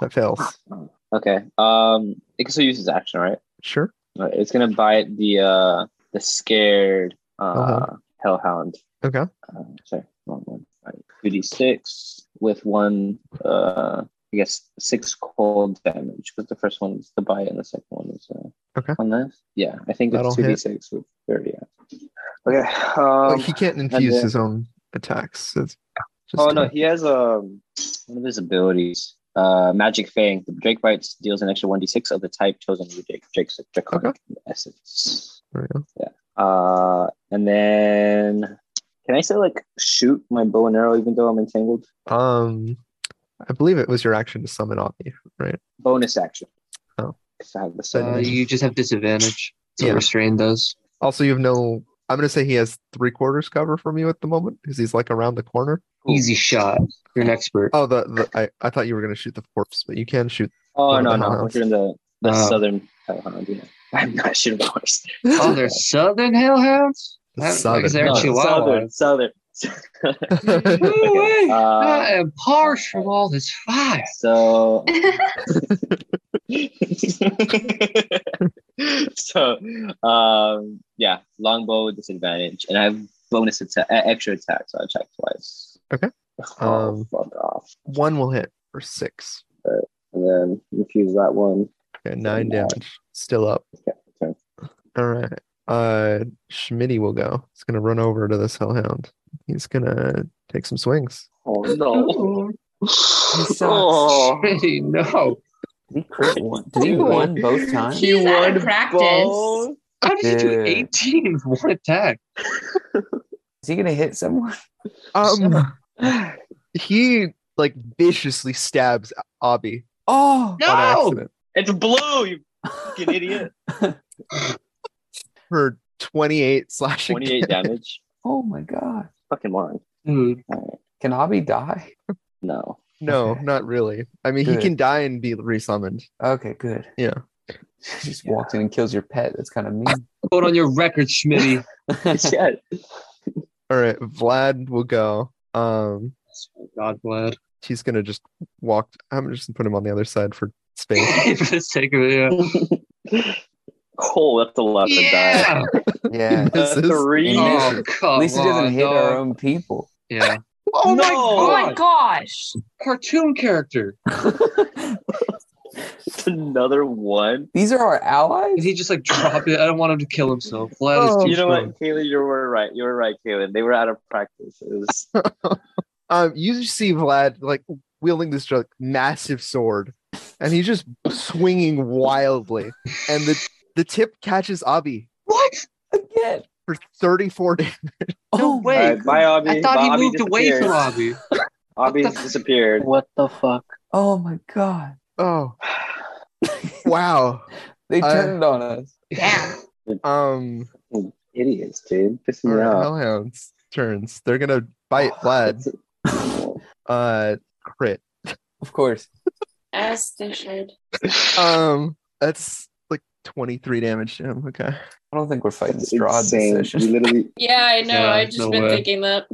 Speaker 1: That fails.
Speaker 8: Okay. Um it can still use his action, right?
Speaker 1: Sure.
Speaker 8: All right, It's gonna bite the uh the scared uh
Speaker 1: Uh-huh.
Speaker 8: hellhound.
Speaker 1: Okay.
Speaker 8: Uh, sorry, wrong one. All right. 2d6 with one uh I guess six cold damage because the first one is the bite and the second one is uh,
Speaker 1: Okay.
Speaker 8: on this. Yeah, I think
Speaker 1: That'll
Speaker 8: it's two d six with thirty. Yeah. Okay. Um,
Speaker 1: like he can't
Speaker 8: and
Speaker 1: infuse
Speaker 8: then-
Speaker 1: his own attacks. It's just
Speaker 8: oh no, he has um one of his abilities. Uh, magic Fang. The Drake bites deals an extra one d six of the type chosen with Drake, Drake's draconic essence.
Speaker 1: There we go.
Speaker 8: Uh, and then can I still like shoot my bow and arrow even though I'm entangled?
Speaker 1: Um, I believe it was your action to summon Omni.
Speaker 8: Bonus action.
Speaker 1: Oh.
Speaker 8: 'Cause I have the same.
Speaker 3: Uh, you just have disadvantage. That's
Speaker 1: Yeah.
Speaker 3: what restrain does.
Speaker 1: Also, you have no. I'm going to say he has three quarters cover from you at the moment because he's like around the corner.
Speaker 3: Easy shot. You're an expert.
Speaker 1: Oh, the, the I, I thought you were going to shoot the corpse, but you can shoot.
Speaker 8: Oh
Speaker 1: One
Speaker 8: no,
Speaker 1: of the
Speaker 8: no, we're
Speaker 1: hounds.
Speaker 8: doing the the
Speaker 3: Oh.
Speaker 8: southern. Oh, hound, yeah. I'm not sure about horse.
Speaker 3: Oh, they're Southern Hellhounds.
Speaker 1: Southern.
Speaker 3: Like, they're
Speaker 1: No,
Speaker 8: southern,
Speaker 3: Chihuahuas.
Speaker 8: southern.
Speaker 3: No way.
Speaker 8: Uh,
Speaker 3: I am parched from all this fire.
Speaker 8: so, so, um, yeah, longbow with disadvantage, and I have bonus attack, extra attack, so I attack twice.
Speaker 1: Okay.
Speaker 8: Oh,
Speaker 1: Um,
Speaker 8: fuck off.
Speaker 1: One will hit for six.
Speaker 8: And then refuse that one.
Speaker 1: Okay, nine
Speaker 8: nine.
Speaker 1: damage. Still up.
Speaker 8: Okay, turn.
Speaker 1: All right. Uh, Schmitty will go. He's going to run over to this hellhound. He's going to take some swings.
Speaker 8: Oh no.
Speaker 6: Oh.
Speaker 3: Shitty, no.
Speaker 6: Did he crit one? Did he one both times?
Speaker 7: He's
Speaker 8: You
Speaker 7: out
Speaker 8: won
Speaker 7: of practice.
Speaker 8: both?
Speaker 3: How did you do
Speaker 6: Dude.
Speaker 3: 18 with one attack?
Speaker 6: Is he gonna hit someone?
Speaker 1: Um, he like viciously stabs Abby
Speaker 6: Oh
Speaker 1: on
Speaker 3: No!
Speaker 1: accident
Speaker 8: It's blue, you fucking idiot.
Speaker 1: for 28 slashing
Speaker 8: 28 damage.
Speaker 6: Oh my god.
Speaker 8: Fucking moron.
Speaker 3: Dude,
Speaker 6: Can Abby die?
Speaker 8: No.
Speaker 1: No,
Speaker 6: Okay.
Speaker 1: not really. I mean, he
Speaker 6: Good.
Speaker 1: can die and be resummoned.
Speaker 6: Okay, good.
Speaker 1: Yeah.
Speaker 6: She just walks in and kills your pet. That's kind of mean.
Speaker 3: put on your record, Schmitty.
Speaker 8: yeah.
Speaker 1: All right, Vlad will go. Um,
Speaker 3: God bless.
Speaker 1: he's gonna just walk. I'm just gonna put him on the other side for space.
Speaker 3: For the sake of it,
Speaker 8: Cole, that's a lot
Speaker 3: yeah.
Speaker 8: to die.
Speaker 3: yeah.
Speaker 6: yeah.
Speaker 1: This
Speaker 8: A
Speaker 1: is-
Speaker 8: three.
Speaker 6: Oh.
Speaker 3: come
Speaker 6: At least it doesn't
Speaker 3: on,
Speaker 6: hit
Speaker 3: dog.
Speaker 6: our own people.
Speaker 3: Yeah.
Speaker 8: Oh my
Speaker 7: Oh
Speaker 8: No.
Speaker 7: my gosh.
Speaker 3: Cartoon character.
Speaker 8: It's another one.
Speaker 6: These are our
Speaker 3: Did
Speaker 6: allies?
Speaker 3: he just like drop it? I don't want him to kill himself. Vlad is
Speaker 1: Oh.
Speaker 3: too
Speaker 8: You know
Speaker 3: strong.
Speaker 8: what, Kaylee? You were right. You were right, Kaylee. They were out of practice. It was-
Speaker 1: Um, you see Vlad like wielding this like, massive sword, and he's just swinging wildly, and the the tip catches Abby
Speaker 3: What?
Speaker 6: Again.
Speaker 1: for 34 damage.
Speaker 3: No
Speaker 6: Oh,
Speaker 3: way.
Speaker 8: All right, bye, Abby.
Speaker 3: I thought
Speaker 8: Bye,
Speaker 3: he
Speaker 8: Abby
Speaker 3: moved away
Speaker 8: disappeared.
Speaker 3: from Avi.
Speaker 8: Abby
Speaker 3: What the f-
Speaker 8: disappeared.
Speaker 2: What the fuck?
Speaker 6: oh my god.
Speaker 1: Oh, wow.
Speaker 6: They
Speaker 1: I-
Speaker 6: turned on us.
Speaker 7: Yeah.
Speaker 1: Um,
Speaker 2: idiots, dude.
Speaker 1: All
Speaker 2: Pissing me
Speaker 1: right,
Speaker 2: off.
Speaker 1: Hellhound's turns. They're gonna bite Vlad.
Speaker 2: That's it.
Speaker 1: Uh, crit.
Speaker 6: Of course.
Speaker 4: As they should.
Speaker 1: Um, that's like twenty-three damage to him. Okay.
Speaker 6: I don't think we're fighting
Speaker 2: That's
Speaker 6: Strahd this
Speaker 2: insane. You
Speaker 6: session.
Speaker 2: literally
Speaker 4: Yeah, I know.
Speaker 3: Yeah,
Speaker 4: I've just
Speaker 3: no
Speaker 4: been
Speaker 3: way.
Speaker 4: thinking that.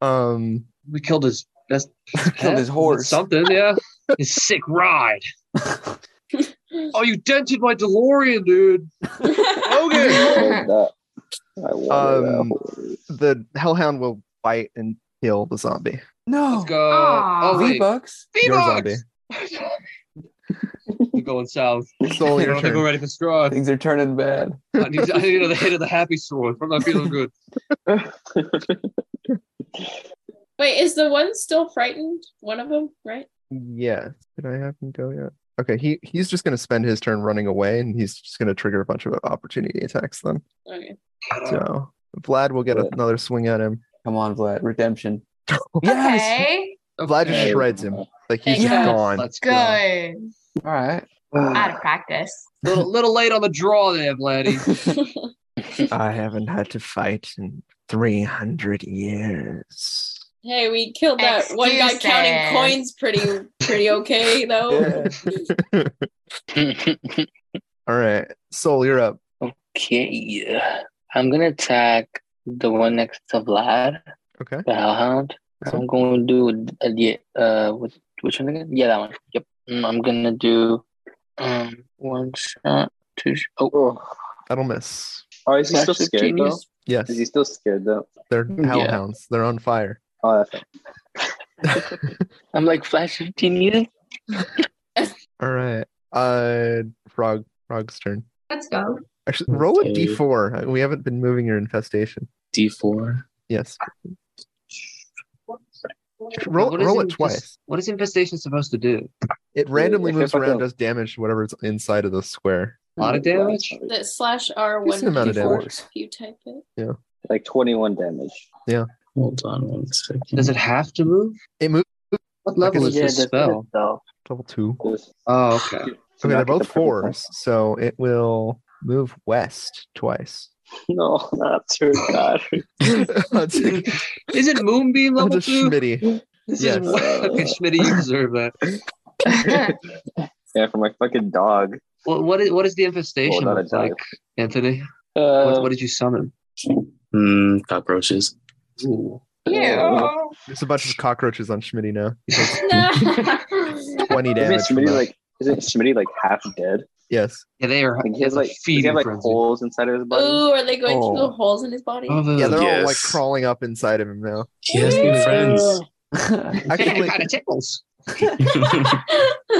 Speaker 1: Um,
Speaker 3: We killed his best.
Speaker 6: Killed his horse.
Speaker 3: Something, yeah. his sick ride. Oh, you dented my DeLorean, dude. Logan.
Speaker 2: wanted that. I wanted
Speaker 1: Um,
Speaker 2: that.
Speaker 1: the Hellhound will bite and kill the zombie.
Speaker 6: No.
Speaker 3: Let's go.
Speaker 7: Aw.
Speaker 3: Oh, wait.
Speaker 6: V-Bucks.
Speaker 1: Your
Speaker 3: V-Bucks. We're going south.
Speaker 1: Soul,
Speaker 3: I
Speaker 1: your
Speaker 3: don't think we're
Speaker 1: turn.
Speaker 3: ready for Strahd.
Speaker 6: Things are turning bad.
Speaker 3: I need, I need another hit of the happy sword. I'm not feeling good.
Speaker 4: Wait, is the one still frightened? One of them, right?
Speaker 1: Yeah. Did I have him go yet? Okay. He he's just gonna spend his turn running away, and he's just gonna trigger a bunch of opportunity attacks. Then
Speaker 4: Okay.
Speaker 1: so Vlad will get
Speaker 2: Yeah.
Speaker 1: another swing at him.
Speaker 6: Come on, Vlad. Redemption. Yes.
Speaker 7: Okay.
Speaker 1: Vlad just
Speaker 3: Okay.
Speaker 2: Hey.
Speaker 1: shreds him. Like he's
Speaker 4: Yes.
Speaker 1: just gone.
Speaker 3: Let's go.
Speaker 7: Good.
Speaker 6: All right.
Speaker 7: Out of practice.
Speaker 3: Little, little late on the draw there, Vladdy.
Speaker 1: I haven't had to fight in three hundred years.
Speaker 4: hey, we killed that one guy counting
Speaker 7: Excuses.
Speaker 4: coins pretty pretty okay though.
Speaker 1: All right, Soul, you're up.
Speaker 8: Okay, yeah. I'm gonna attack the one next to Vlad,
Speaker 1: Okay.
Speaker 8: the Hellhound. So I'm going to do uh, yeah, uh, which, which one again? Yeah, that one. Yep. Mm, I'm gonna do um one shot, two. Sh- oh,
Speaker 2: Oh.
Speaker 1: That'll miss.
Speaker 2: Oh, is he still
Speaker 8: Smash
Speaker 2: scared
Speaker 8: 15
Speaker 2: though?
Speaker 8: is-
Speaker 1: Yes,
Speaker 2: Is he still scared though?
Speaker 1: they're
Speaker 8: Yeah.
Speaker 1: hellhounds. They're on fire.
Speaker 2: Oh, that's right.
Speaker 8: I'm like flash fifteen meters.
Speaker 1: All right. Uh, frog, frog's turn.
Speaker 7: Let's go.
Speaker 1: Actually, roll a
Speaker 9: Okay.
Speaker 1: d4. We haven't been moving your infestation.
Speaker 9: D4.
Speaker 1: Yes. Roll,
Speaker 3: What is
Speaker 1: roll
Speaker 3: it
Speaker 1: it
Speaker 3: just-
Speaker 1: twice.
Speaker 3: What is infestation supposed to do?
Speaker 1: It randomly
Speaker 2: if it
Speaker 1: moves around,
Speaker 2: fucking-
Speaker 1: does damage to whatever's inside of the square.
Speaker 3: A lot
Speaker 2: Hmm.
Speaker 3: of damage?
Speaker 4: that slash R one
Speaker 1: Decent amount of
Speaker 4: D4
Speaker 1: damage.
Speaker 4: if you type it.
Speaker 2: Like 21 damage.
Speaker 9: Hold on one second.
Speaker 3: Does it have to move?
Speaker 1: It moves
Speaker 3: What level
Speaker 1: it's
Speaker 3: is this
Speaker 8: that's
Speaker 3: spell?
Speaker 8: It, though.
Speaker 1: level two.
Speaker 2: Just-
Speaker 3: Oh, okay.
Speaker 2: to
Speaker 1: Okay, they're
Speaker 2: knock it
Speaker 1: both
Speaker 2: the perfect
Speaker 1: fours, so it will move west twice.
Speaker 2: point. No, not too God.
Speaker 1: That's a,
Speaker 3: Isn't Moonbeam level
Speaker 1: that's a
Speaker 3: two?
Speaker 1: Schmitty.
Speaker 3: This
Speaker 1: yes.
Speaker 3: is okay, Schmitty. You deserve that.
Speaker 2: Yeah, for my fucking dog.
Speaker 3: What what is what is the infestation
Speaker 2: Well, not a
Speaker 3: look like, Anthony?
Speaker 2: Uh,
Speaker 3: What, what did you summon?
Speaker 9: Mm, cockroaches.
Speaker 3: Ooh.
Speaker 7: Ew.
Speaker 1: There's a bunch of cockroaches on Schmitty now. He takes
Speaker 4: No.
Speaker 1: 20
Speaker 2: isn't
Speaker 1: damage. from
Speaker 2: Schmitty
Speaker 1: that.
Speaker 2: like isn't Schmitty like half dead?
Speaker 1: yes.
Speaker 3: Yeah, they are.
Speaker 2: Like he has like does he
Speaker 3: feeding
Speaker 2: have like
Speaker 3: frenzy.
Speaker 2: holes inside of his body.
Speaker 4: Ooh, are they going through
Speaker 6: Oh.
Speaker 4: the holes in his body?
Speaker 3: Oh,
Speaker 1: Yeah, they're all like
Speaker 9: Yes.
Speaker 1: crawling up inside of him now.
Speaker 9: He has new friends.
Speaker 1: Actually,
Speaker 3: kind of tickles.
Speaker 8: He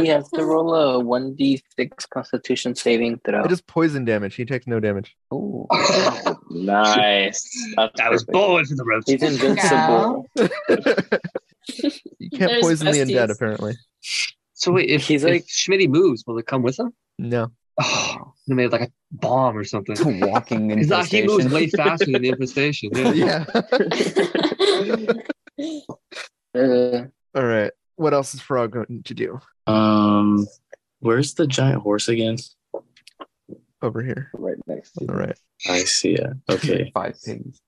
Speaker 8: has to roll a one d six Constitution saving throw.
Speaker 1: it is poison damage. He takes no damage.
Speaker 6: Ooh.
Speaker 3: I
Speaker 2: Nice. That's
Speaker 3: was
Speaker 2: perfect.
Speaker 3: born for the road.
Speaker 8: He's invincible.
Speaker 1: you can't
Speaker 4: There's
Speaker 1: poison the
Speaker 4: besties.
Speaker 1: undead, apparently.
Speaker 3: So wait, if,
Speaker 8: He's
Speaker 3: if
Speaker 8: like-
Speaker 3: Schmitty moves, will it come with him?
Speaker 1: No.
Speaker 3: Oh, he made like a bomb or something.
Speaker 6: It's a walking
Speaker 3: He's not- he moves
Speaker 6: infestation.
Speaker 3: way faster than the infestation. Yeah.
Speaker 1: Yeah.
Speaker 8: Uh,
Speaker 1: all right. What else is Frog going to do
Speaker 9: Um, where's the giant horse again?
Speaker 1: over here?
Speaker 2: Right next to
Speaker 1: On
Speaker 2: you.
Speaker 1: the right.
Speaker 9: I see it. Okay.
Speaker 6: Five pings.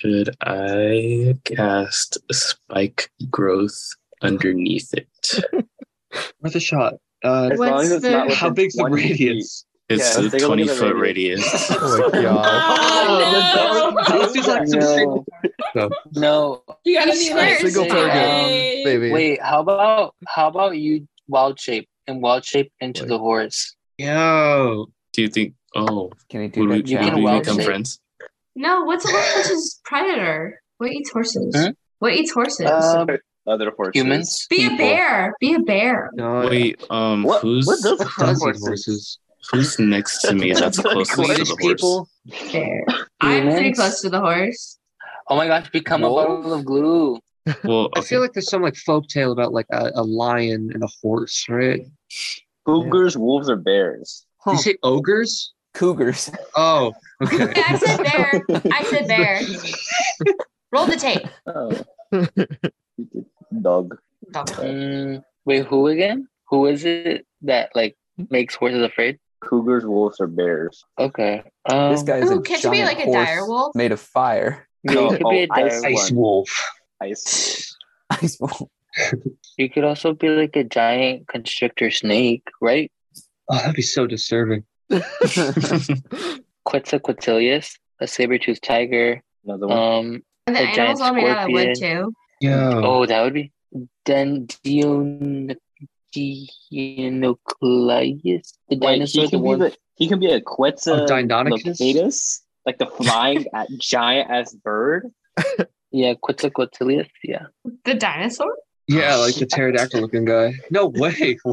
Speaker 9: Could I cast spike growth underneath it?
Speaker 3: Worth a shot. Uh,
Speaker 2: As long
Speaker 7: What's
Speaker 2: as it's
Speaker 7: the-
Speaker 2: not
Speaker 3: how
Speaker 2: within
Speaker 3: big's the
Speaker 2: one feet.
Speaker 3: radius?
Speaker 2: It's
Speaker 9: It's
Speaker 2: Yeah, a
Speaker 9: a
Speaker 2: take a look at
Speaker 9: 20
Speaker 2: the 20
Speaker 9: foot
Speaker 2: foot
Speaker 9: radius.
Speaker 1: Oh my god.
Speaker 4: Oh, no.
Speaker 3: It's just like some
Speaker 8: no,
Speaker 3: No.
Speaker 8: no.
Speaker 4: You gotta be
Speaker 7: Single
Speaker 4: like
Speaker 1: Single
Speaker 4: "Hey,
Speaker 1: target,
Speaker 4: hey."
Speaker 1: baby.
Speaker 8: Wait, how about how about you wild shape and wild shape into
Speaker 1: Like-
Speaker 8: the horse?
Speaker 3: Yo,
Speaker 9: Do you think? Oh,
Speaker 6: Can he do
Speaker 9: would we,
Speaker 6: that
Speaker 8: you
Speaker 9: would
Speaker 8: can
Speaker 9: we
Speaker 8: well
Speaker 6: challenge?
Speaker 9: become
Speaker 8: say-
Speaker 9: friends?
Speaker 7: no, what's a horse's predator? What eats horses?
Speaker 8: Huh?
Speaker 7: What eats horses?
Speaker 1: Uh,
Speaker 8: Um,
Speaker 2: Other horses.
Speaker 8: humans.
Speaker 7: be a
Speaker 9: people.
Speaker 7: bear. Be a bear.
Speaker 3: no,
Speaker 9: Wait, um,
Speaker 2: What?
Speaker 9: who's
Speaker 2: What does
Speaker 3: it does eat horses.
Speaker 9: who's next to me? That's
Speaker 2: Like
Speaker 9: closest to
Speaker 3: Swedish
Speaker 9: the horse.
Speaker 3: people.
Speaker 7: Bear. I'm pretty
Speaker 8: Humans?
Speaker 7: close to the horse.
Speaker 8: Oh my gosh, become
Speaker 6: Wolf?
Speaker 8: a bottle of glue.
Speaker 9: Well,
Speaker 3: I
Speaker 9: okay.
Speaker 3: feel like there's some like folk tale about like a, a lion and a horse, right?
Speaker 2: Cougars, wolves, or bears.
Speaker 6: Huh.
Speaker 3: You say ogres?
Speaker 6: Cougars.
Speaker 3: Oh, okay.
Speaker 7: Yeah, I said bear. I said bear. Roll the tape.
Speaker 2: Oh. Dog.
Speaker 7: Dog.
Speaker 8: Mm, wait, who again? Who is it that like makes horses afraid?
Speaker 2: cougars, wolves, or bears?
Speaker 8: Okay. Um,
Speaker 6: This guy's
Speaker 7: Ooh,
Speaker 6: a
Speaker 7: can't
Speaker 6: giant
Speaker 7: you be like a
Speaker 6: horse
Speaker 7: dire wolf?
Speaker 6: made of fire.
Speaker 8: Yeah, you
Speaker 2: No,
Speaker 8: could be a
Speaker 2: oh, ice
Speaker 8: dire
Speaker 2: one.
Speaker 3: Ice wolf.
Speaker 2: Ice.
Speaker 6: Ice wolf.
Speaker 8: You could also be like a giant constrictor snake, right?
Speaker 3: Oh, that'd be so disturbing.
Speaker 8: Quetzalcoatlus, a saber-toothed tiger.
Speaker 2: Another one.
Speaker 8: Um,
Speaker 7: And the
Speaker 8: A
Speaker 7: animals
Speaker 8: giant
Speaker 7: all made out of wood
Speaker 8: scorpion.
Speaker 7: too.
Speaker 3: Yo.
Speaker 8: oh, that would be Dendionocleius, the
Speaker 2: Wait,
Speaker 8: dinosaur,
Speaker 2: he
Speaker 8: the
Speaker 2: can be
Speaker 8: one.
Speaker 2: the he can be a
Speaker 3: Oh, Deinonychus?
Speaker 2: Quetzalcoatlus, like the flying at, giant ass bird.
Speaker 8: Yeah, Quetzalcoatlus. Yeah.
Speaker 7: The dinosaur?
Speaker 3: Yeah, like the pterodactyl looking guy. No way.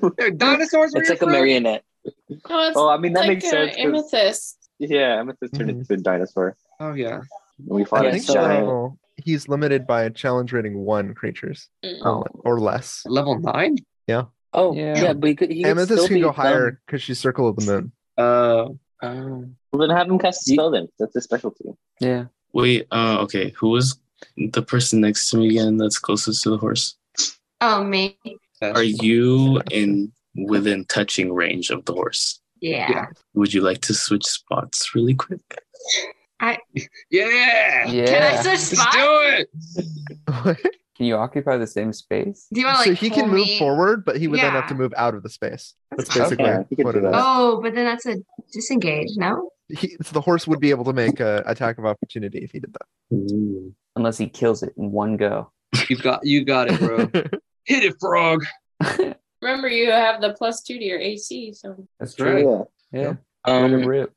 Speaker 3: What? They're dinosaurs. were
Speaker 8: It's
Speaker 3: your
Speaker 8: like a
Speaker 3: friend?
Speaker 8: marionette.
Speaker 4: No, it's
Speaker 2: Oh, I mean that
Speaker 4: like
Speaker 2: makes
Speaker 4: uh,
Speaker 2: sense. 'cause-
Speaker 4: amethyst.
Speaker 2: yeah, I'm gonna turn
Speaker 3: Mm-hmm.
Speaker 1: Mhm.
Speaker 2: into a dinosaur.
Speaker 3: Oh yeah.
Speaker 2: We
Speaker 1: I
Speaker 2: fought a
Speaker 1: think
Speaker 8: so-
Speaker 2: giant.
Speaker 1: so. He's limited by challenge rating one creatures
Speaker 4: Mm.
Speaker 1: uh, or less.
Speaker 3: Level nine.
Speaker 8: Oh,
Speaker 6: Yeah.
Speaker 8: yeah, but he could, he could
Speaker 1: Amethyst
Speaker 8: still
Speaker 1: can
Speaker 8: be
Speaker 1: go
Speaker 8: dumb.
Speaker 1: higher because she's circle of the moon.
Speaker 3: Uh,
Speaker 8: Um,
Speaker 2: Well, then have him cast a spell. Then that's his specialty.
Speaker 6: Yeah.
Speaker 5: Wait, uh, okay. Who was the person next to me again that's closest to the horse?
Speaker 7: Oh me.
Speaker 5: Are you in within touching range of the horse?
Speaker 7: Yeah.
Speaker 3: Yeah.
Speaker 5: Would you like to switch spots really quick?
Speaker 3: Yeah.
Speaker 6: Yeah.
Speaker 7: Can I switch
Speaker 3: Let's do
Speaker 7: spots?
Speaker 3: it.
Speaker 6: Can you occupy the same space?
Speaker 7: Do you want to
Speaker 1: so
Speaker 7: like
Speaker 1: he
Speaker 7: pull
Speaker 1: can move
Speaker 7: me?
Speaker 1: forward, but he would then have
Speaker 7: Yeah.
Speaker 1: to move out of the space. That's
Speaker 7: fine.
Speaker 1: basically
Speaker 2: Yeah, he could
Speaker 1: what
Speaker 2: do
Speaker 1: it is.
Speaker 2: that.
Speaker 7: Oh, but then that's a disengage, no?
Speaker 1: He, the horse would be able to make a attack of opportunity if he did
Speaker 6: Unless he kills it in one go.
Speaker 3: You got. You got it, bro.
Speaker 1: that.
Speaker 3: Hit it, frog.
Speaker 4: Remember, you have the plus two to your AC, so
Speaker 6: That's
Speaker 3: right.
Speaker 6: true.
Speaker 2: Yeah.
Speaker 6: Yeah. Let him
Speaker 8: um,
Speaker 6: rip.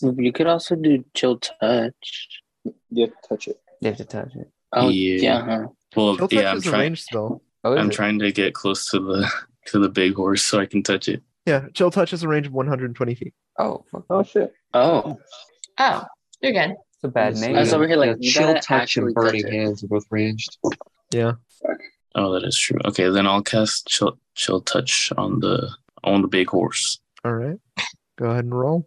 Speaker 8: you could also do chill touch.
Speaker 2: You have to touch it.
Speaker 6: They have to touch it.
Speaker 8: Oh,
Speaker 5: Yeah.
Speaker 8: yeah. huh?
Speaker 5: Well,
Speaker 1: Kill touch
Speaker 5: yeah, I'm
Speaker 1: is a
Speaker 5: trying.
Speaker 1: range spell.
Speaker 6: Oh, is
Speaker 5: I'm
Speaker 6: it?
Speaker 5: trying to get close to the to the big horse so I can touch it.
Speaker 1: Yeah, chill touch is a range of 120 feet.
Speaker 6: Oh, fuck.
Speaker 2: Oh shit!
Speaker 8: Oh,
Speaker 7: Oh, you're good.
Speaker 6: It's a bad name.
Speaker 8: I was over here like, you
Speaker 3: chill
Speaker 8: gotta
Speaker 3: touch
Speaker 8: actually
Speaker 3: and burning
Speaker 8: touch it.
Speaker 3: hands are both ranged.
Speaker 5: Oh, that is true. Okay, then I'll cast chill, chill touch on the on the big horse.
Speaker 1: All right, go ahead and roll.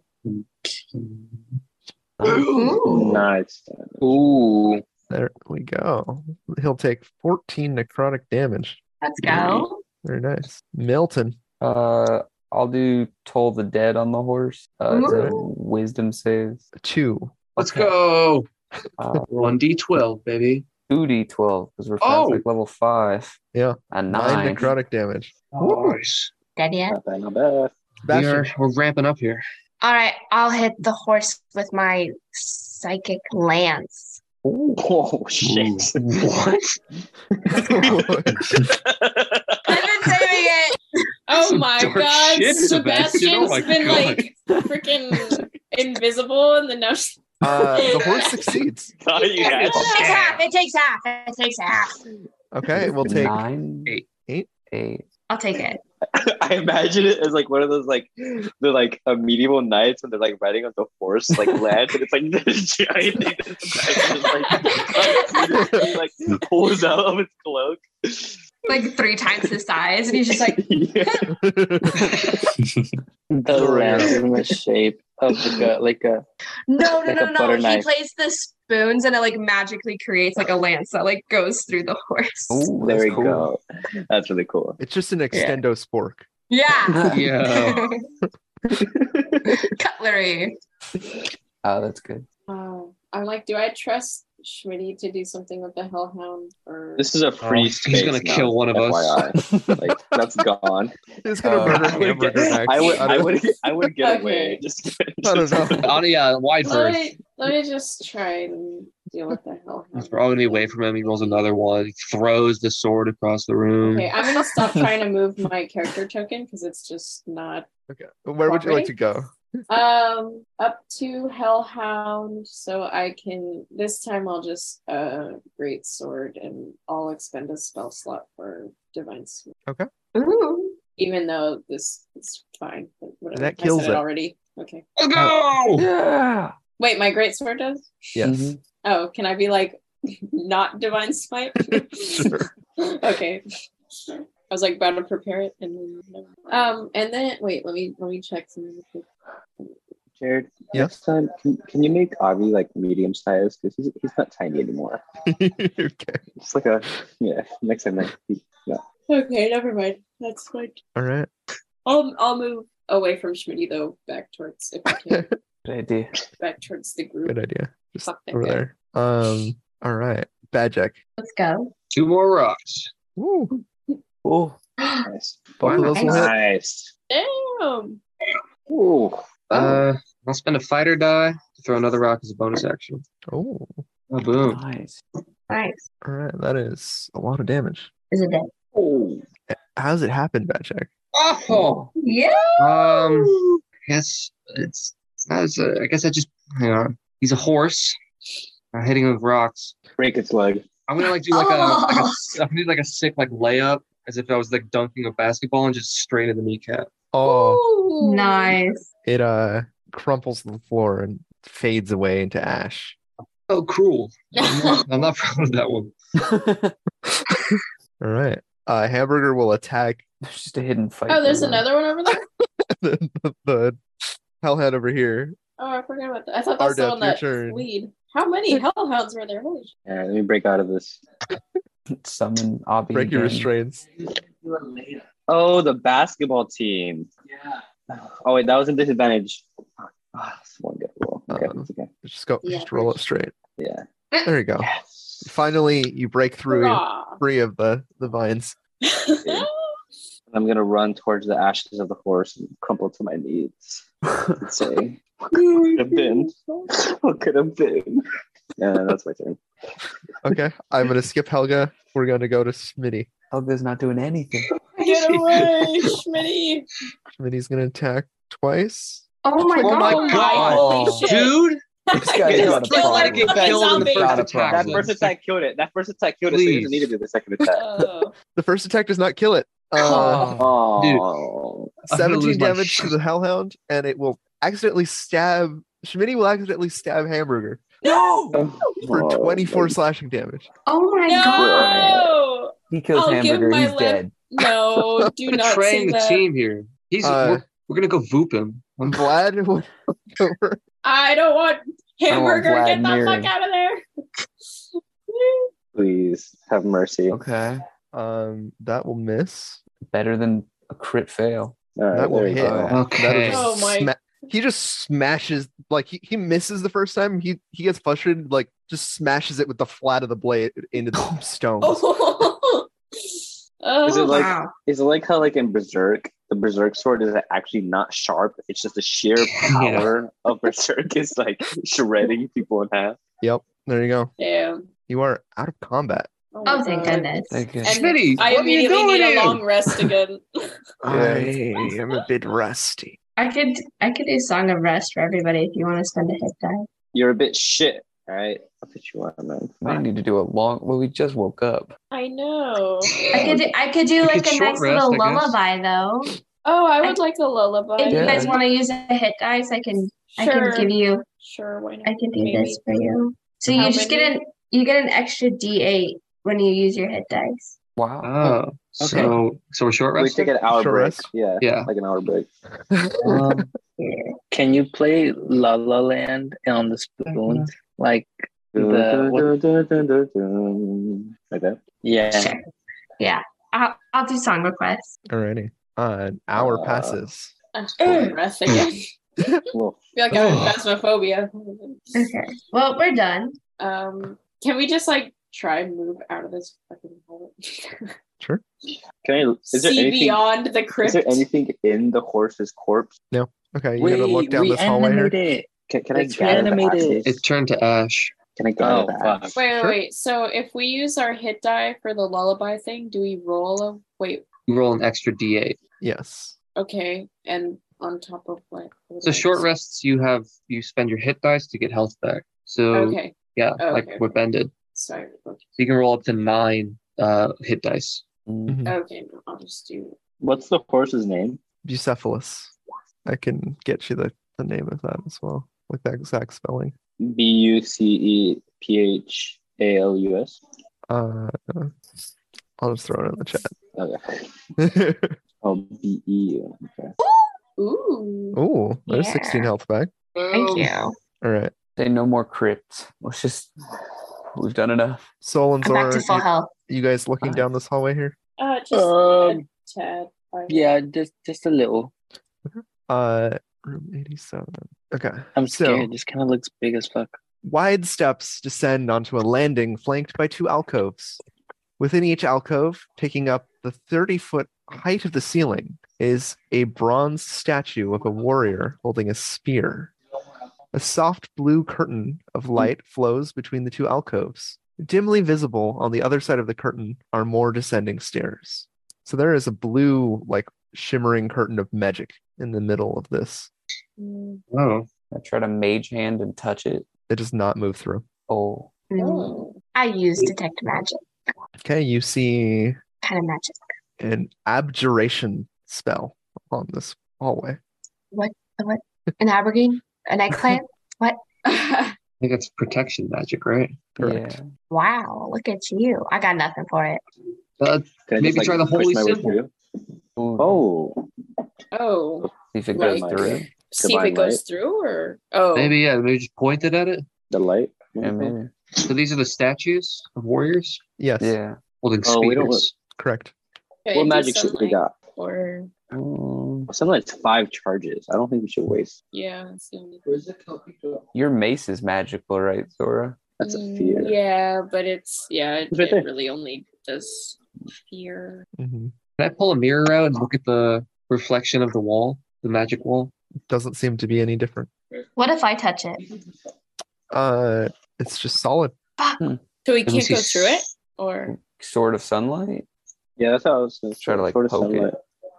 Speaker 2: Nice.
Speaker 8: Ooh.
Speaker 1: There we go. He'll take 14 necrotic damage.
Speaker 7: Let's go.
Speaker 1: Very nice. Milton.
Speaker 6: Uh, I'll do Toll the Dead on the horse. Uh, it's a wisdom save.
Speaker 1: Two.
Speaker 3: Let's
Speaker 6: Okay.
Speaker 3: go.
Speaker 6: Uh,
Speaker 3: One d twelve, baby.
Speaker 6: 2d12 because we're
Speaker 3: Oh!
Speaker 6: like level 5.
Speaker 1: Yeah.
Speaker 6: A 9.
Speaker 1: Nine, necrotic damage.
Speaker 3: Nice.
Speaker 7: Dead yet?
Speaker 2: Not bad. Not bad.
Speaker 3: We
Speaker 1: Bastion.
Speaker 3: are, we're ramping up here.
Speaker 7: All right, I'll hit the horse with my psychic lance.
Speaker 2: Oh shit!
Speaker 3: What?
Speaker 7: I've been saving it.
Speaker 4: Oh
Speaker 3: Some
Speaker 4: my
Speaker 3: dark
Speaker 4: god,
Speaker 3: shit, Sebastian. Oh
Speaker 4: Sebastian's
Speaker 3: my
Speaker 4: been
Speaker 3: God.
Speaker 4: like freaking invisible and then now she's
Speaker 1: uh, the horse succeeds.
Speaker 2: Thought you had
Speaker 7: It
Speaker 2: it.
Speaker 7: takes half. It takes half. It takes half.
Speaker 1: Okay, we'll take.
Speaker 6: 9.
Speaker 3: Eight.
Speaker 1: Eight.
Speaker 6: 8.
Speaker 7: I'll take it.
Speaker 2: I imagine it as like one of those like the like a medieval knights when they're like riding on the horse like land and it's like this giant thing that's like, he, like pulls out of his cloak.
Speaker 7: Like three times the size, and he's just like,
Speaker 2: yeah.
Speaker 8: The
Speaker 1: Sorry.
Speaker 8: lamp is in the shape of like a like a
Speaker 7: no, no,
Speaker 8: Like
Speaker 7: no,
Speaker 8: a
Speaker 7: no.
Speaker 8: butter
Speaker 7: He
Speaker 8: knife.
Speaker 7: plays the spoons, and it like magically creates like a lance that like goes through the horse.
Speaker 6: Ooh,
Speaker 2: There
Speaker 6: that's
Speaker 2: we
Speaker 6: cool.
Speaker 2: go. That's really cool.
Speaker 1: It's just an extendo spork.
Speaker 7: Yeah.
Speaker 3: Yeah.
Speaker 7: Cutlery.
Speaker 6: Oh, that's good.
Speaker 4: Wow. I'm like, do I trust Schmitty to do something with the Hellhound or
Speaker 2: This is a free
Speaker 3: Oh, he's
Speaker 2: space.
Speaker 3: gonna
Speaker 2: now,
Speaker 3: kill one of us.
Speaker 2: FYI. Like that's gone.
Speaker 1: It's gonna
Speaker 6: Uh,
Speaker 1: murder
Speaker 2: I would
Speaker 1: hamburger
Speaker 2: get-
Speaker 1: next.
Speaker 2: I would
Speaker 1: I
Speaker 2: I
Speaker 1: don't-
Speaker 2: would I would get
Speaker 4: Okay.
Speaker 2: away. Just,
Speaker 1: I don't know.
Speaker 3: Oh, yeah, wide
Speaker 4: let
Speaker 3: berth.
Speaker 4: me let me just try and deal with the Hellhound.
Speaker 3: We're all gonna be away from him. He rolls another one. He throws the sword across the room.
Speaker 4: Okay, I'm gonna stop trying to move my character token because it's just not
Speaker 1: Okay. Where would you like to go?
Speaker 4: um up to Hellhound, so I can this time I'll just uh great sword and I'll expend a spell slot for divine smite.
Speaker 7: Ooh.
Speaker 4: even though this is fine. But whatever.
Speaker 1: That kills
Speaker 4: I said
Speaker 1: it.
Speaker 4: it already. Okay.
Speaker 3: Oh, go!
Speaker 6: Yeah.
Speaker 4: Wait, my great sword does?
Speaker 1: Yes.
Speaker 6: Mhm.
Speaker 4: Oh, can I be like not divine smite? okay. I was like about to prepare it and then um and then wait, let me let me check some of the things.
Speaker 2: Jared,
Speaker 1: Yeah.
Speaker 2: next time can, can you make Avi like medium sized? Because he's he's not tiny anymore.
Speaker 1: okay.
Speaker 2: It's like a yeah. Next time, like, he- yeah.
Speaker 4: Okay, never mind. That's fine.
Speaker 1: All right.
Speaker 4: I'll I'll move away from Schmitty though, back towards if we can,
Speaker 6: Good idea.
Speaker 4: back towards the group.
Speaker 1: Good idea. Just
Speaker 4: Fuck that
Speaker 1: over
Speaker 4: guy.
Speaker 1: there. Um. All right. Bad Jack.
Speaker 7: Let's go.
Speaker 3: Two more rocks.
Speaker 1: Woo.
Speaker 6: Oh,
Speaker 2: Nice.
Speaker 6: both of those will hit.
Speaker 2: Nice.
Speaker 4: Damn.
Speaker 2: Ooh.
Speaker 3: Uh, I'll spend a fighter die to throw another rock as a bonus action.
Speaker 1: Oh.
Speaker 3: Oh, boom.
Speaker 6: Nice.
Speaker 7: Nice.
Speaker 1: All right. That is a lot of damage.
Speaker 7: Is it dead?
Speaker 2: Ooh.
Speaker 1: How's it happen, Bad Jack?
Speaker 3: Oh.
Speaker 7: Yeah.
Speaker 3: Um, yes, it's not as. uh, I guess I just. Hang on. He's a horse. I'm hitting him with rocks.
Speaker 2: Break its leg.
Speaker 3: I'm gonna like do like a. Like a
Speaker 7: Oh.
Speaker 3: s- I'm gonna do like a sick like layup as if I was like dunking a basketball and just straight in the kneecap.
Speaker 1: Oh.
Speaker 4: Ooh.
Speaker 7: Nice.
Speaker 1: It uh crumples to the floor and fades away into ash.
Speaker 3: Oh, cruel! I'm not, I'm not proud of that one.
Speaker 1: All right. Uh, hamburger will attack
Speaker 6: There's just a hidden fight.
Speaker 4: Oh, there's
Speaker 6: going on.
Speaker 4: another one over there.
Speaker 1: the, the, the hellhead over here.
Speaker 4: Oh, I forgot about that. I thought that's
Speaker 1: Arda,
Speaker 4: the one
Speaker 1: your
Speaker 4: that
Speaker 1: turn.
Speaker 4: weed. How many hellhounds were there? Holy shit.
Speaker 2: All right, let me break out of this.
Speaker 6: Summon Abby.
Speaker 1: Break your
Speaker 6: again.
Speaker 1: restraints.
Speaker 2: Oh, the basketball team. Yeah. Oh wait, that was a disadvantage. Ah, it's one good roll. Okay,
Speaker 1: Uh-oh.
Speaker 2: it's okay.
Speaker 1: Just go.
Speaker 4: Yeah.
Speaker 1: Just roll it straight.
Speaker 2: Yeah.
Speaker 1: There you go.
Speaker 2: Yes.
Speaker 1: Finally, you break through
Speaker 4: Hurrah.
Speaker 1: three of the the vines.
Speaker 2: I'm gonna run towards the ashes of the horse and crumple to my knees and say, "What could have been? What could have been?" Yeah, that's my turn.
Speaker 1: Okay, I'm gonna skip Helga. We're gonna go to Smitty.
Speaker 6: Helga's not doing anything.
Speaker 4: Get away, Schmitty.
Speaker 1: Smitty's gonna attack twice.
Speaker 7: Oh my
Speaker 3: Oh
Speaker 7: god.
Speaker 3: my God.
Speaker 4: Holy shit.
Speaker 3: dude!
Speaker 6: This guy's
Speaker 4: It's
Speaker 6: got a
Speaker 4: still
Speaker 6: problem.
Speaker 4: like a zombie.
Speaker 6: Got a
Speaker 2: That
Speaker 6: problem.
Speaker 2: first attack killed it. That first attack killed it. So he doesn't need to do the second attack.
Speaker 4: Oh.
Speaker 1: The first attack does not kill it. Uh,
Speaker 2: Oh,
Speaker 3: I'm gonna
Speaker 1: 17
Speaker 3: lose my
Speaker 1: damage to
Speaker 3: shit.
Speaker 1: the hellhound, and it will accidentally stab. Schmitty will accidentally stab Hamburger
Speaker 6: No!
Speaker 1: for
Speaker 2: Oh,
Speaker 1: 24
Speaker 2: my-
Speaker 1: slashing damage.
Speaker 7: Oh my god.
Speaker 4: No.
Speaker 6: He kills
Speaker 4: I'll give
Speaker 6: hamburger.
Speaker 4: my
Speaker 6: He's
Speaker 4: left-
Speaker 6: dead.
Speaker 4: No, do not say
Speaker 3: Betraying the
Speaker 4: that.
Speaker 3: team here. He's.
Speaker 1: Uh,
Speaker 3: we're, we're gonna go voop him. I'm
Speaker 1: Vlad will over.
Speaker 4: I don't want
Speaker 6: don't want
Speaker 4: hamburger. Get the
Speaker 6: Vladimir.
Speaker 4: fuck out of there.
Speaker 2: please have mercy. All
Speaker 6: Okay.
Speaker 1: Um, that will miss.
Speaker 6: Better than a crit fail.
Speaker 2: right,
Speaker 1: That will
Speaker 2: there you
Speaker 1: hit.
Speaker 2: go.
Speaker 1: That
Speaker 3: okay.
Speaker 1: is
Speaker 4: Oh my-
Speaker 1: he just smashes like he, he misses the first time. He he gets frustrated, like just smashes it with the flat of the blade into the stones.
Speaker 4: oh.
Speaker 2: Is it like-
Speaker 7: Wow.
Speaker 2: Is it like how, like in Berserk, the Berserk sword is actually not sharp? It's just the sheer power of Berserk is like shredding people in half.
Speaker 1: Yep. There you go.
Speaker 4: Damn.
Speaker 1: You are out of combat.
Speaker 4: my
Speaker 7: Oh thank
Speaker 4: God.
Speaker 7: goodness.
Speaker 6: Thank you.
Speaker 4: And
Speaker 3: Smitty,
Speaker 4: I
Speaker 3: what are you
Speaker 4: immediately
Speaker 3: doing
Speaker 4: need
Speaker 3: here?
Speaker 4: a long rest again.
Speaker 1: I
Speaker 6: Yeah.
Speaker 1: am a bit rusty.
Speaker 7: I could I could do Song of Rest for everybody if you want to spend a hit die.
Speaker 2: You're a bit shit. All right, I'll put you on, man.
Speaker 6: I need to do a long. Well, we just woke up.
Speaker 4: I know.
Speaker 7: I could do, I could do
Speaker 3: You
Speaker 7: like
Speaker 3: could
Speaker 7: a
Speaker 3: short
Speaker 7: nice
Speaker 3: rest,
Speaker 7: little
Speaker 3: I guess.
Speaker 7: lullaby though.
Speaker 4: Oh, I would like a lullaby.
Speaker 7: If you
Speaker 6: Yeah.
Speaker 7: guys want to use a hit dice, I can I
Speaker 4: sure.
Speaker 7: can give you
Speaker 4: Sure, why not?
Speaker 7: I can do
Speaker 4: Maybe.
Speaker 7: this for you. So
Speaker 4: How
Speaker 7: you just get
Speaker 4: many?
Speaker 7: an you get an extra D eight when you use your hit dice.
Speaker 6: Wow.
Speaker 1: Ah.
Speaker 3: Oh, so so we're short
Speaker 2: We
Speaker 3: resting.
Speaker 2: take an hour
Speaker 1: Short
Speaker 2: break.
Speaker 1: rest?
Speaker 2: Yeah,
Speaker 3: Yeah.
Speaker 2: like an hour break.
Speaker 3: Um,
Speaker 8: Can you play La La Land on the
Speaker 2: Mm-hmm.
Speaker 8: spoon? Like The-
Speaker 2: Like that.
Speaker 8: yeah.
Speaker 7: Sure. Yeah. I'll I'll do song requests.
Speaker 1: Alrighty. Uh, an hour
Speaker 2: Uh,
Speaker 1: passes.
Speaker 4: I'm just gonna rest again. I
Speaker 2: Mm. Well, oh.
Speaker 4: feel like I'm in phasmophobia.
Speaker 7: Okay. Well, we're done.
Speaker 4: Um, can we just like try and move out of this fucking hole?
Speaker 2: can I? Is there
Speaker 4: See
Speaker 2: anything?
Speaker 4: beyond the
Speaker 2: Is
Speaker 4: crypt.
Speaker 2: there anything in the horse's corpse?
Speaker 1: Okay, you
Speaker 8: Wait,
Speaker 1: gotta look down this hallway here.
Speaker 8: reanimate it.
Speaker 2: Can, can I
Speaker 8: Let's
Speaker 2: gather the
Speaker 8: reanimate
Speaker 2: ashes?
Speaker 8: it.
Speaker 3: it turned to ash.
Speaker 2: Can I gather
Speaker 8: Oh
Speaker 2: the
Speaker 8: fuck.
Speaker 2: ashes?
Speaker 4: Wait, wait,
Speaker 1: Sure.
Speaker 4: wait. So if we use our hit die for the lullaby thing, do we roll a wait?
Speaker 3: You roll an extra d8.
Speaker 1: Yes.
Speaker 4: Okay, and on top of what? what
Speaker 3: So
Speaker 4: else?
Speaker 3: short rests, you have you spend your hit dice to get health back. So
Speaker 4: Okay,
Speaker 3: yeah,
Speaker 4: Oh,
Speaker 3: like
Speaker 4: okay.
Speaker 3: what Ben did.
Speaker 4: sorry. Okay,
Speaker 3: So you can roll up to nine uh, hit dice.
Speaker 6: Mm.
Speaker 4: okay no, I'll just do.
Speaker 2: What's the horse's name?
Speaker 1: Bucephalus. I can get you the, the name of that as well with the exact spelling.
Speaker 2: B U C E P H A L U S.
Speaker 1: Uh, I'll just throw it in the
Speaker 2: Okay.
Speaker 1: chat.
Speaker 2: Oh, B E. Okay.
Speaker 4: Ooh,
Speaker 1: oh, there's 16
Speaker 7: Yeah.
Speaker 1: health back.
Speaker 2: Oh.
Speaker 3: Oh.
Speaker 7: Thank you.
Speaker 1: All right.
Speaker 6: Say no more crypts. Let's just. We've done enough.
Speaker 1: Soul and
Speaker 7: I'm
Speaker 1: Zora,
Speaker 7: back to full
Speaker 1: you,
Speaker 7: health.
Speaker 1: you guys looking
Speaker 6: Fine.
Speaker 1: down this hallway here?
Speaker 4: uh, just a
Speaker 8: Um.
Speaker 4: tad. I-
Speaker 8: Yeah, just just a little.
Speaker 1: Uh, room 87. Okay.
Speaker 8: I'm
Speaker 1: So-
Speaker 8: scared. this kind of looks big as fuck.
Speaker 1: Wide steps descend onto a landing flanked by two alcoves. Within each alcove, taking up the 30 foot height of the ceiling, is a bronze statue of a warrior holding a spear. A soft blue curtain of light flows between the two alcoves. Dimly visible on the other side of the curtain are more descending stairs. So there is a blue, like shimmering curtain of magic in the middle of this.
Speaker 4: Mm.
Speaker 3: Oh,
Speaker 6: I try to mage hand and touch it.
Speaker 1: It does not move through.
Speaker 6: Oh,
Speaker 7: Mm-hmm. I use detect magic,
Speaker 1: Okay, you see
Speaker 7: kind of magic.
Speaker 1: an abjuration spell on this hallway.
Speaker 7: An Aberdeen, an eggplant.
Speaker 4: I
Speaker 3: I think that's protection magic, right?
Speaker 1: Correct.
Speaker 6: yeah.
Speaker 7: wow, look at you! I got nothing for it.
Speaker 3: Uh,
Speaker 2: Can I
Speaker 3: Maybe try the
Speaker 2: push
Speaker 3: holy
Speaker 2: my way
Speaker 3: symbol.
Speaker 2: through?
Speaker 6: Ooh,
Speaker 2: Oh,
Speaker 4: oh,
Speaker 6: see if it
Speaker 4: Like-
Speaker 6: goes through.
Speaker 4: see if it
Speaker 2: Divine
Speaker 4: goes
Speaker 2: light?
Speaker 4: through or oh,
Speaker 3: maybe yeah. Maybe just point it at it.
Speaker 2: the light.
Speaker 6: Yeah, maybe.
Speaker 3: So these are the statues of warriors
Speaker 1: Yes,
Speaker 6: Yeah.
Speaker 3: holding
Speaker 2: Oh, we don't
Speaker 3: spears.
Speaker 1: correct.
Speaker 4: could
Speaker 2: What
Speaker 4: do
Speaker 2: magic shit we
Speaker 4: sunlight
Speaker 2: got?
Speaker 4: Or
Speaker 6: Um,
Speaker 2: Sunlight's five charges. I don't think we should waste.
Speaker 4: yeah, it's the only-
Speaker 6: your mace is magical, right, Zora?
Speaker 2: That's a
Speaker 4: Mm,
Speaker 2: fear.
Speaker 4: Yeah, but it's yeah, it,
Speaker 2: It's right
Speaker 4: it
Speaker 2: there.
Speaker 4: really only does fear.
Speaker 1: Mhm.
Speaker 3: Can I pull a mirror out and look at the reflection of the wall, the magic wall?
Speaker 1: Doesn't seem to be any different.
Speaker 7: What if I touch it?
Speaker 1: Uh, it's just solid.
Speaker 4: So we
Speaker 3: Can we
Speaker 4: can't
Speaker 3: see
Speaker 4: go through it,
Speaker 3: s-
Speaker 4: or
Speaker 6: Sword of sunlight.
Speaker 2: Yeah, that's how I was gonna
Speaker 6: Try to,
Speaker 2: say,
Speaker 6: like,
Speaker 2: sort of
Speaker 6: poke it.
Speaker 2: sunlight.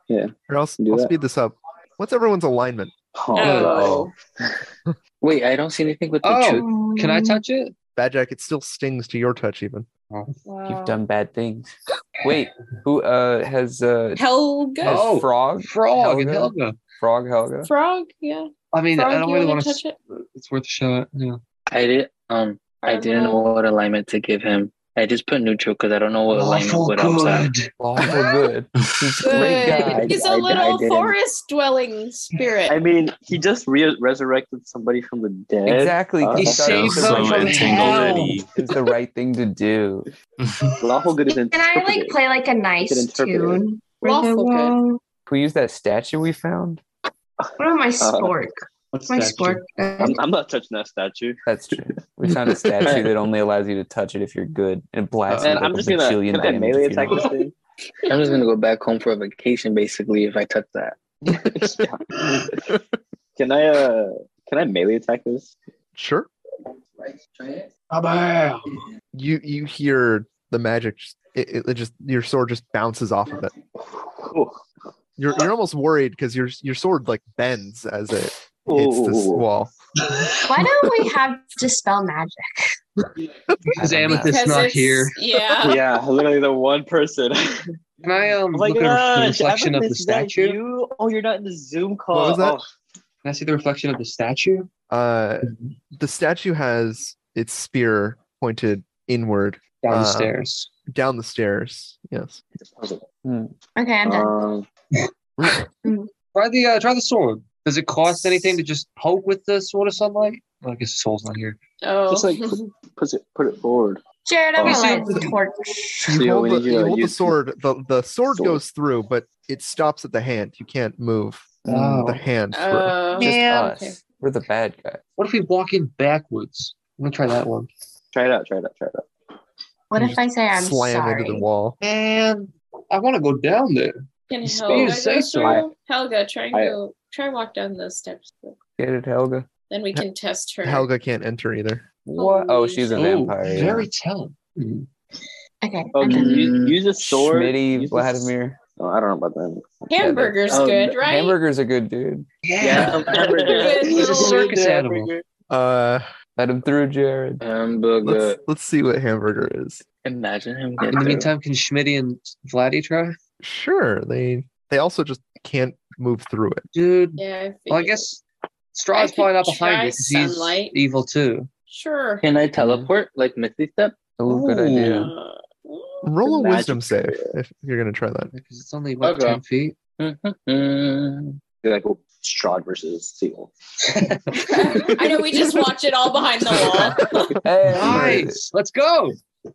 Speaker 1: Here, I'll,
Speaker 2: Do
Speaker 1: I'll
Speaker 2: that.
Speaker 1: speed this up. What's everyone's alignment?
Speaker 2: Oh,
Speaker 4: oh,
Speaker 8: Wait, I don't see anything with the
Speaker 3: Oh.
Speaker 8: truth.
Speaker 3: Can
Speaker 7: Mm.
Speaker 4: Mm-hmm.
Speaker 3: I touch it?
Speaker 1: Bad Jack, it still stings to your touch, even.
Speaker 4: wow.
Speaker 6: You've done bad things. Wait, who uh has uh
Speaker 4: Helga oh,
Speaker 6: has
Speaker 3: Oh.
Speaker 6: frog
Speaker 3: Frog and
Speaker 6: Helga?
Speaker 3: Helga.
Speaker 6: frog Helga?
Speaker 4: frog, yeah.
Speaker 3: I mean,
Speaker 4: Frog,
Speaker 3: I don't
Speaker 4: you
Speaker 3: really
Speaker 4: wanna
Speaker 3: want
Speaker 4: touch
Speaker 3: to.
Speaker 4: it?
Speaker 3: It's worth a shot. Yeah.
Speaker 8: I did. Um, I
Speaker 4: Um,
Speaker 8: didn't know what alignment to give him. I just put neutral because I don't know what alignment would outside.
Speaker 6: Awful Oh, good. He's a great
Speaker 4: Good.
Speaker 6: guy.
Speaker 4: He's a
Speaker 2: I- I
Speaker 4: little
Speaker 2: didn't-
Speaker 4: forest dwelling
Speaker 2: I
Speaker 4: spirit.
Speaker 2: mean, he just re- resurrected somebody from the dead.
Speaker 6: Exactly. 'cause
Speaker 2: He
Speaker 6: that's
Speaker 5: So,
Speaker 3: saved
Speaker 6: the
Speaker 3: them
Speaker 5: so
Speaker 3: from
Speaker 6: right thing
Speaker 5: entangled,
Speaker 3: hell.
Speaker 5: Eddie.
Speaker 6: to do. It's the right thing to do.
Speaker 2: Lawful good is
Speaker 7: Can I like
Speaker 2: interpreted.
Speaker 7: play like a nice
Speaker 2: interpret it.
Speaker 7: tune? for the
Speaker 4: Lawful good.
Speaker 7: wall?
Speaker 6: Can we use that statue we found?
Speaker 7: What
Speaker 2: Uh,
Speaker 7: about my spork?
Speaker 3: What's
Speaker 7: my
Speaker 3: that?
Speaker 7: spork.
Speaker 2: I'm, I'm not touching that statue.
Speaker 6: That's true. We found a statue that only allows you to touch it if you're good, and it blasts you
Speaker 2: And
Speaker 6: with, like
Speaker 2: Uh, I'm just
Speaker 6: a
Speaker 2: gonna
Speaker 6: bajillion
Speaker 2: can I
Speaker 6: damage.
Speaker 2: melee
Speaker 6: if you
Speaker 2: attack
Speaker 6: don't.
Speaker 2: this thing?
Speaker 8: I'm just gonna go back home for a vacation, basically, if I touch that.
Speaker 2: Can I uh can I melee attack this?
Speaker 1: Sure.
Speaker 3: Kabam!
Speaker 1: You you hear the magic. just- It, it, it just your sword just bounces off of it.
Speaker 2: Oh,
Speaker 1: You're you're almost worried because your your sword like bends as it hits this
Speaker 2: oh,
Speaker 1: wall.
Speaker 7: Why don't we have dispel magic?
Speaker 3: Because
Speaker 6: I don't know.
Speaker 3: Amethyst not here.
Speaker 4: Yeah.
Speaker 2: yeah, literally the one person.
Speaker 3: Can I um
Speaker 2: Oh my
Speaker 3: look at the
Speaker 2: gosh,
Speaker 3: reflection of
Speaker 2: Everett,
Speaker 3: the
Speaker 2: is that
Speaker 3: statue? Can
Speaker 2: you? Oh, you're not in the Zoom call.
Speaker 1: was that?
Speaker 2: Oh,
Speaker 3: I see the reflection of the statue?
Speaker 1: Uh, the statue has its spear pointed inward
Speaker 6: Uh-huh.
Speaker 3: Down the
Speaker 1: Uh,
Speaker 3: stairs.
Speaker 1: down the stairs. Yes.
Speaker 2: it's a puzzle.
Speaker 7: Okay, I'm done.
Speaker 2: Um,
Speaker 3: Try the uh, try the sword. Does it cost anything to just poke with the sword of sunlight? Well, I guess the soul's not here.
Speaker 4: Oh.
Speaker 2: just like put, put it put it forward.
Speaker 7: Jared, I'm
Speaker 2: Oh.
Speaker 7: gonna light
Speaker 3: So-
Speaker 7: the torch.
Speaker 1: You
Speaker 2: Leo,
Speaker 1: hold
Speaker 2: we
Speaker 1: the,
Speaker 2: need you
Speaker 1: you
Speaker 2: to
Speaker 1: hold the
Speaker 2: use-
Speaker 1: sword. The, the sword,
Speaker 2: Sword.
Speaker 1: goes through, but it stops at the hand. You can't move
Speaker 3: Oh.
Speaker 1: the hand through.
Speaker 4: Oh.
Speaker 6: Just
Speaker 3: Man.
Speaker 6: us. We're the bad guys.
Speaker 3: What if we walk in backwards? I'm gonna try that one.
Speaker 2: Try it out. Try it out. Try it out.
Speaker 7: What
Speaker 1: You
Speaker 7: if I say I'm
Speaker 1: Slam
Speaker 7: sorry?
Speaker 1: into the wall.
Speaker 3: Man, I want to go down there.
Speaker 4: Can
Speaker 3: Space
Speaker 4: Helga
Speaker 3: say
Speaker 4: go
Speaker 3: so.
Speaker 4: through? Helga, try and
Speaker 2: I-
Speaker 4: go. Try and walk down those steps.
Speaker 6: Get it, Helga?
Speaker 4: Then we can test her.
Speaker 1: Helga can't enter either.
Speaker 6: What? Oh,
Speaker 4: Holy
Speaker 6: she's a
Speaker 4: shit.
Speaker 6: vampire. yeah.
Speaker 3: very telling. Hmm.
Speaker 7: Okay, I'm
Speaker 2: Okay,
Speaker 7: done.
Speaker 8: Mm.
Speaker 2: use, Oh, use a sword.
Speaker 6: Schmitty,
Speaker 2: use a-
Speaker 6: Vladimir.
Speaker 2: Oh, I don't know about them.
Speaker 4: Hamburger's
Speaker 8: Oh,
Speaker 4: good, right?
Speaker 6: Hamburger's a good dude.
Speaker 3: Yeah,
Speaker 4: Good
Speaker 3: he's a
Speaker 4: little-
Speaker 3: circus animal.
Speaker 1: Uh,
Speaker 6: Let him through, Jared.
Speaker 8: Um, but
Speaker 1: let's
Speaker 8: uh,
Speaker 1: let's see what hamburger is.
Speaker 8: imagine him
Speaker 3: In
Speaker 8: getting
Speaker 3: the
Speaker 8: through.
Speaker 3: meantime, can Schmitty and Vladdy try?
Speaker 1: Sure, they they also just can't move through it.
Speaker 3: Dude,
Speaker 4: Yeah. I
Speaker 3: well, I
Speaker 4: figured.
Speaker 3: guess
Speaker 4: I
Speaker 3: Straw's
Speaker 4: could
Speaker 3: probably not
Speaker 4: try
Speaker 3: behind it because he's
Speaker 4: sunlight.
Speaker 3: evil too.
Speaker 4: Sure.
Speaker 8: Can
Speaker 2: Mm-hmm.
Speaker 8: I teleport like Misty Step?
Speaker 6: Ooh, good
Speaker 3: Ooh.
Speaker 6: idea.
Speaker 4: Uh,
Speaker 1: Roll
Speaker 2: The
Speaker 1: a wisdom
Speaker 2: magic
Speaker 1: save
Speaker 2: career.
Speaker 1: if you're gonna try that.
Speaker 3: Because it's only what
Speaker 8: Okay.
Speaker 3: ten feet.
Speaker 8: Mm-hmm.
Speaker 2: They're like oh, Strahd versus Seal.
Speaker 4: I know we just watch it all behind the wall.
Speaker 6: Hey,
Speaker 3: Nice. Let's go.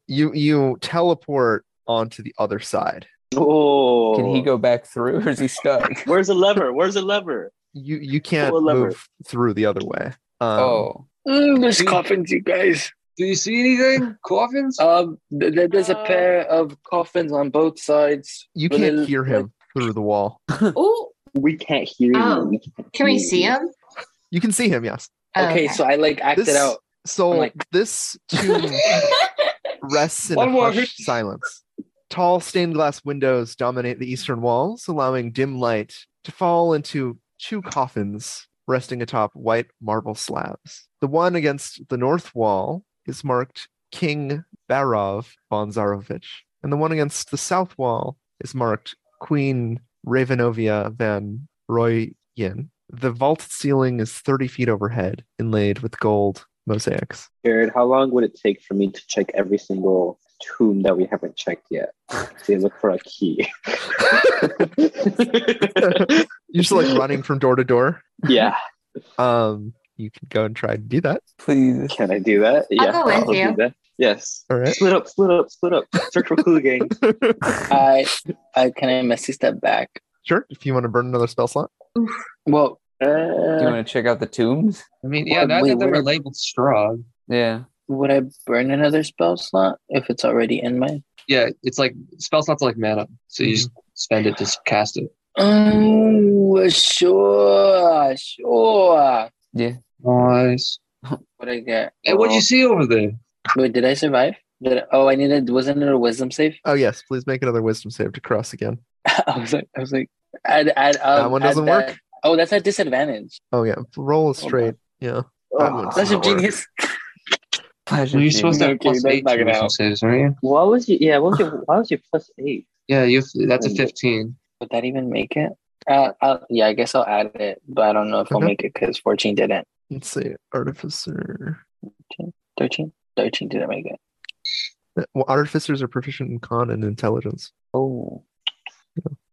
Speaker 1: You you teleport onto the other side.
Speaker 2: Oh,
Speaker 6: Can he go back through or is he stuck?
Speaker 2: Where's the lever? Where's the lever?
Speaker 1: you you can't
Speaker 2: Pull a lever.
Speaker 1: move through the other way. Um,
Speaker 6: oh,
Speaker 8: Mm, there's coffins, you guys.
Speaker 3: Do you see anything? Coffins?
Speaker 8: Um, th- th- there's a
Speaker 4: Uh,
Speaker 8: pair of coffins on both sides.
Speaker 1: you
Speaker 8: But
Speaker 1: can't
Speaker 8: it-
Speaker 1: hear him through the wall.
Speaker 4: Oh,
Speaker 2: We can't hear
Speaker 7: Oh.
Speaker 2: you. can't
Speaker 7: Can we
Speaker 2: hear
Speaker 7: see
Speaker 2: you.
Speaker 7: him?
Speaker 1: You can see him, yes.
Speaker 2: Oh,
Speaker 8: Okay, so I like acted
Speaker 1: This-
Speaker 8: out.
Speaker 1: So
Speaker 8: I'm like-
Speaker 1: this tomb rests in
Speaker 3: One
Speaker 1: a
Speaker 3: more.
Speaker 1: hushed silence. Tall stained glass windows dominate the eastern walls, allowing dim light to fall into two coffins resting atop white marble slabs. The one against the north wall is marked King Barov von Zarovich, and the one against the south wall is marked Queen Ravenovia van Royen. The vault ceiling is 30 feet overhead, inlaid with gold mosaics.
Speaker 2: Jared, how long would it take for me to check every single tomb that we haven't checked yet? They look for a key.
Speaker 1: You're just like running from door to door.
Speaker 2: yeah.
Speaker 1: Um, you can go and try and do that.
Speaker 6: please.
Speaker 2: Can I do that? Yeah.
Speaker 7: go with
Speaker 2: I'll
Speaker 7: you.
Speaker 2: Do that. Yes.
Speaker 1: All right.
Speaker 2: Split up, split up, split up. Search for clue gang.
Speaker 8: I, I can I messy step back.
Speaker 1: Sure. If you want to burn another spell slot.
Speaker 8: Well,
Speaker 6: Do you
Speaker 2: Uh,
Speaker 6: want to check out the tombs?
Speaker 3: I mean, yeah,
Speaker 8: Well,
Speaker 3: now
Speaker 8: wait,
Speaker 3: that they were
Speaker 8: where-
Speaker 3: labeled Strahd,
Speaker 6: Yeah.
Speaker 8: would I burn another spell slot if it's already in my?
Speaker 3: yeah, it's like spell slots are like mana, so you
Speaker 8: Mm-hmm.
Speaker 3: just spend it to s- cast it.
Speaker 8: Oh, sure, sure.
Speaker 6: Yeah.
Speaker 3: Nice.
Speaker 8: What I get? oh,
Speaker 3: Hey, what'd you see over there?
Speaker 8: Wait, did I survive? Did I, oh, I needed. Wasn't it a wisdom save?
Speaker 1: Oh yes, please make another wisdom save to cross again.
Speaker 8: I was like, I was like, add, add, um,
Speaker 1: that one
Speaker 8: add
Speaker 1: doesn't
Speaker 8: that.
Speaker 1: work.
Speaker 8: Oh, that's a disadvantage.
Speaker 1: Oh yeah. Roll straight. Um, Yeah. That one's
Speaker 8: That's
Speaker 1: not
Speaker 8: a
Speaker 1: work.
Speaker 8: genius.
Speaker 6: Flash
Speaker 3: Well,
Speaker 6: of
Speaker 3: you're supposed to have
Speaker 8: Okay,
Speaker 3: plus
Speaker 8: that's
Speaker 3: eight
Speaker 8: not
Speaker 3: to
Speaker 8: gonna
Speaker 3: wisdom
Speaker 8: help.
Speaker 3: saves, aren't you?
Speaker 2: Why was you? Yeah. What was your? Why was your plus eight?
Speaker 3: Yeah, you. Have to, that's a
Speaker 2: Mm.
Speaker 3: fifteen.
Speaker 8: Would that even make it? Uh, I'll, yeah, I guess I'll add it, but I don't know if I'll
Speaker 1: Okay.
Speaker 8: make it because 14 didn't.
Speaker 1: Let's see. Artificer.
Speaker 8: 13? 13 didn't make it.
Speaker 1: Well, artificers are proficient in con and intelligence.
Speaker 6: Oh,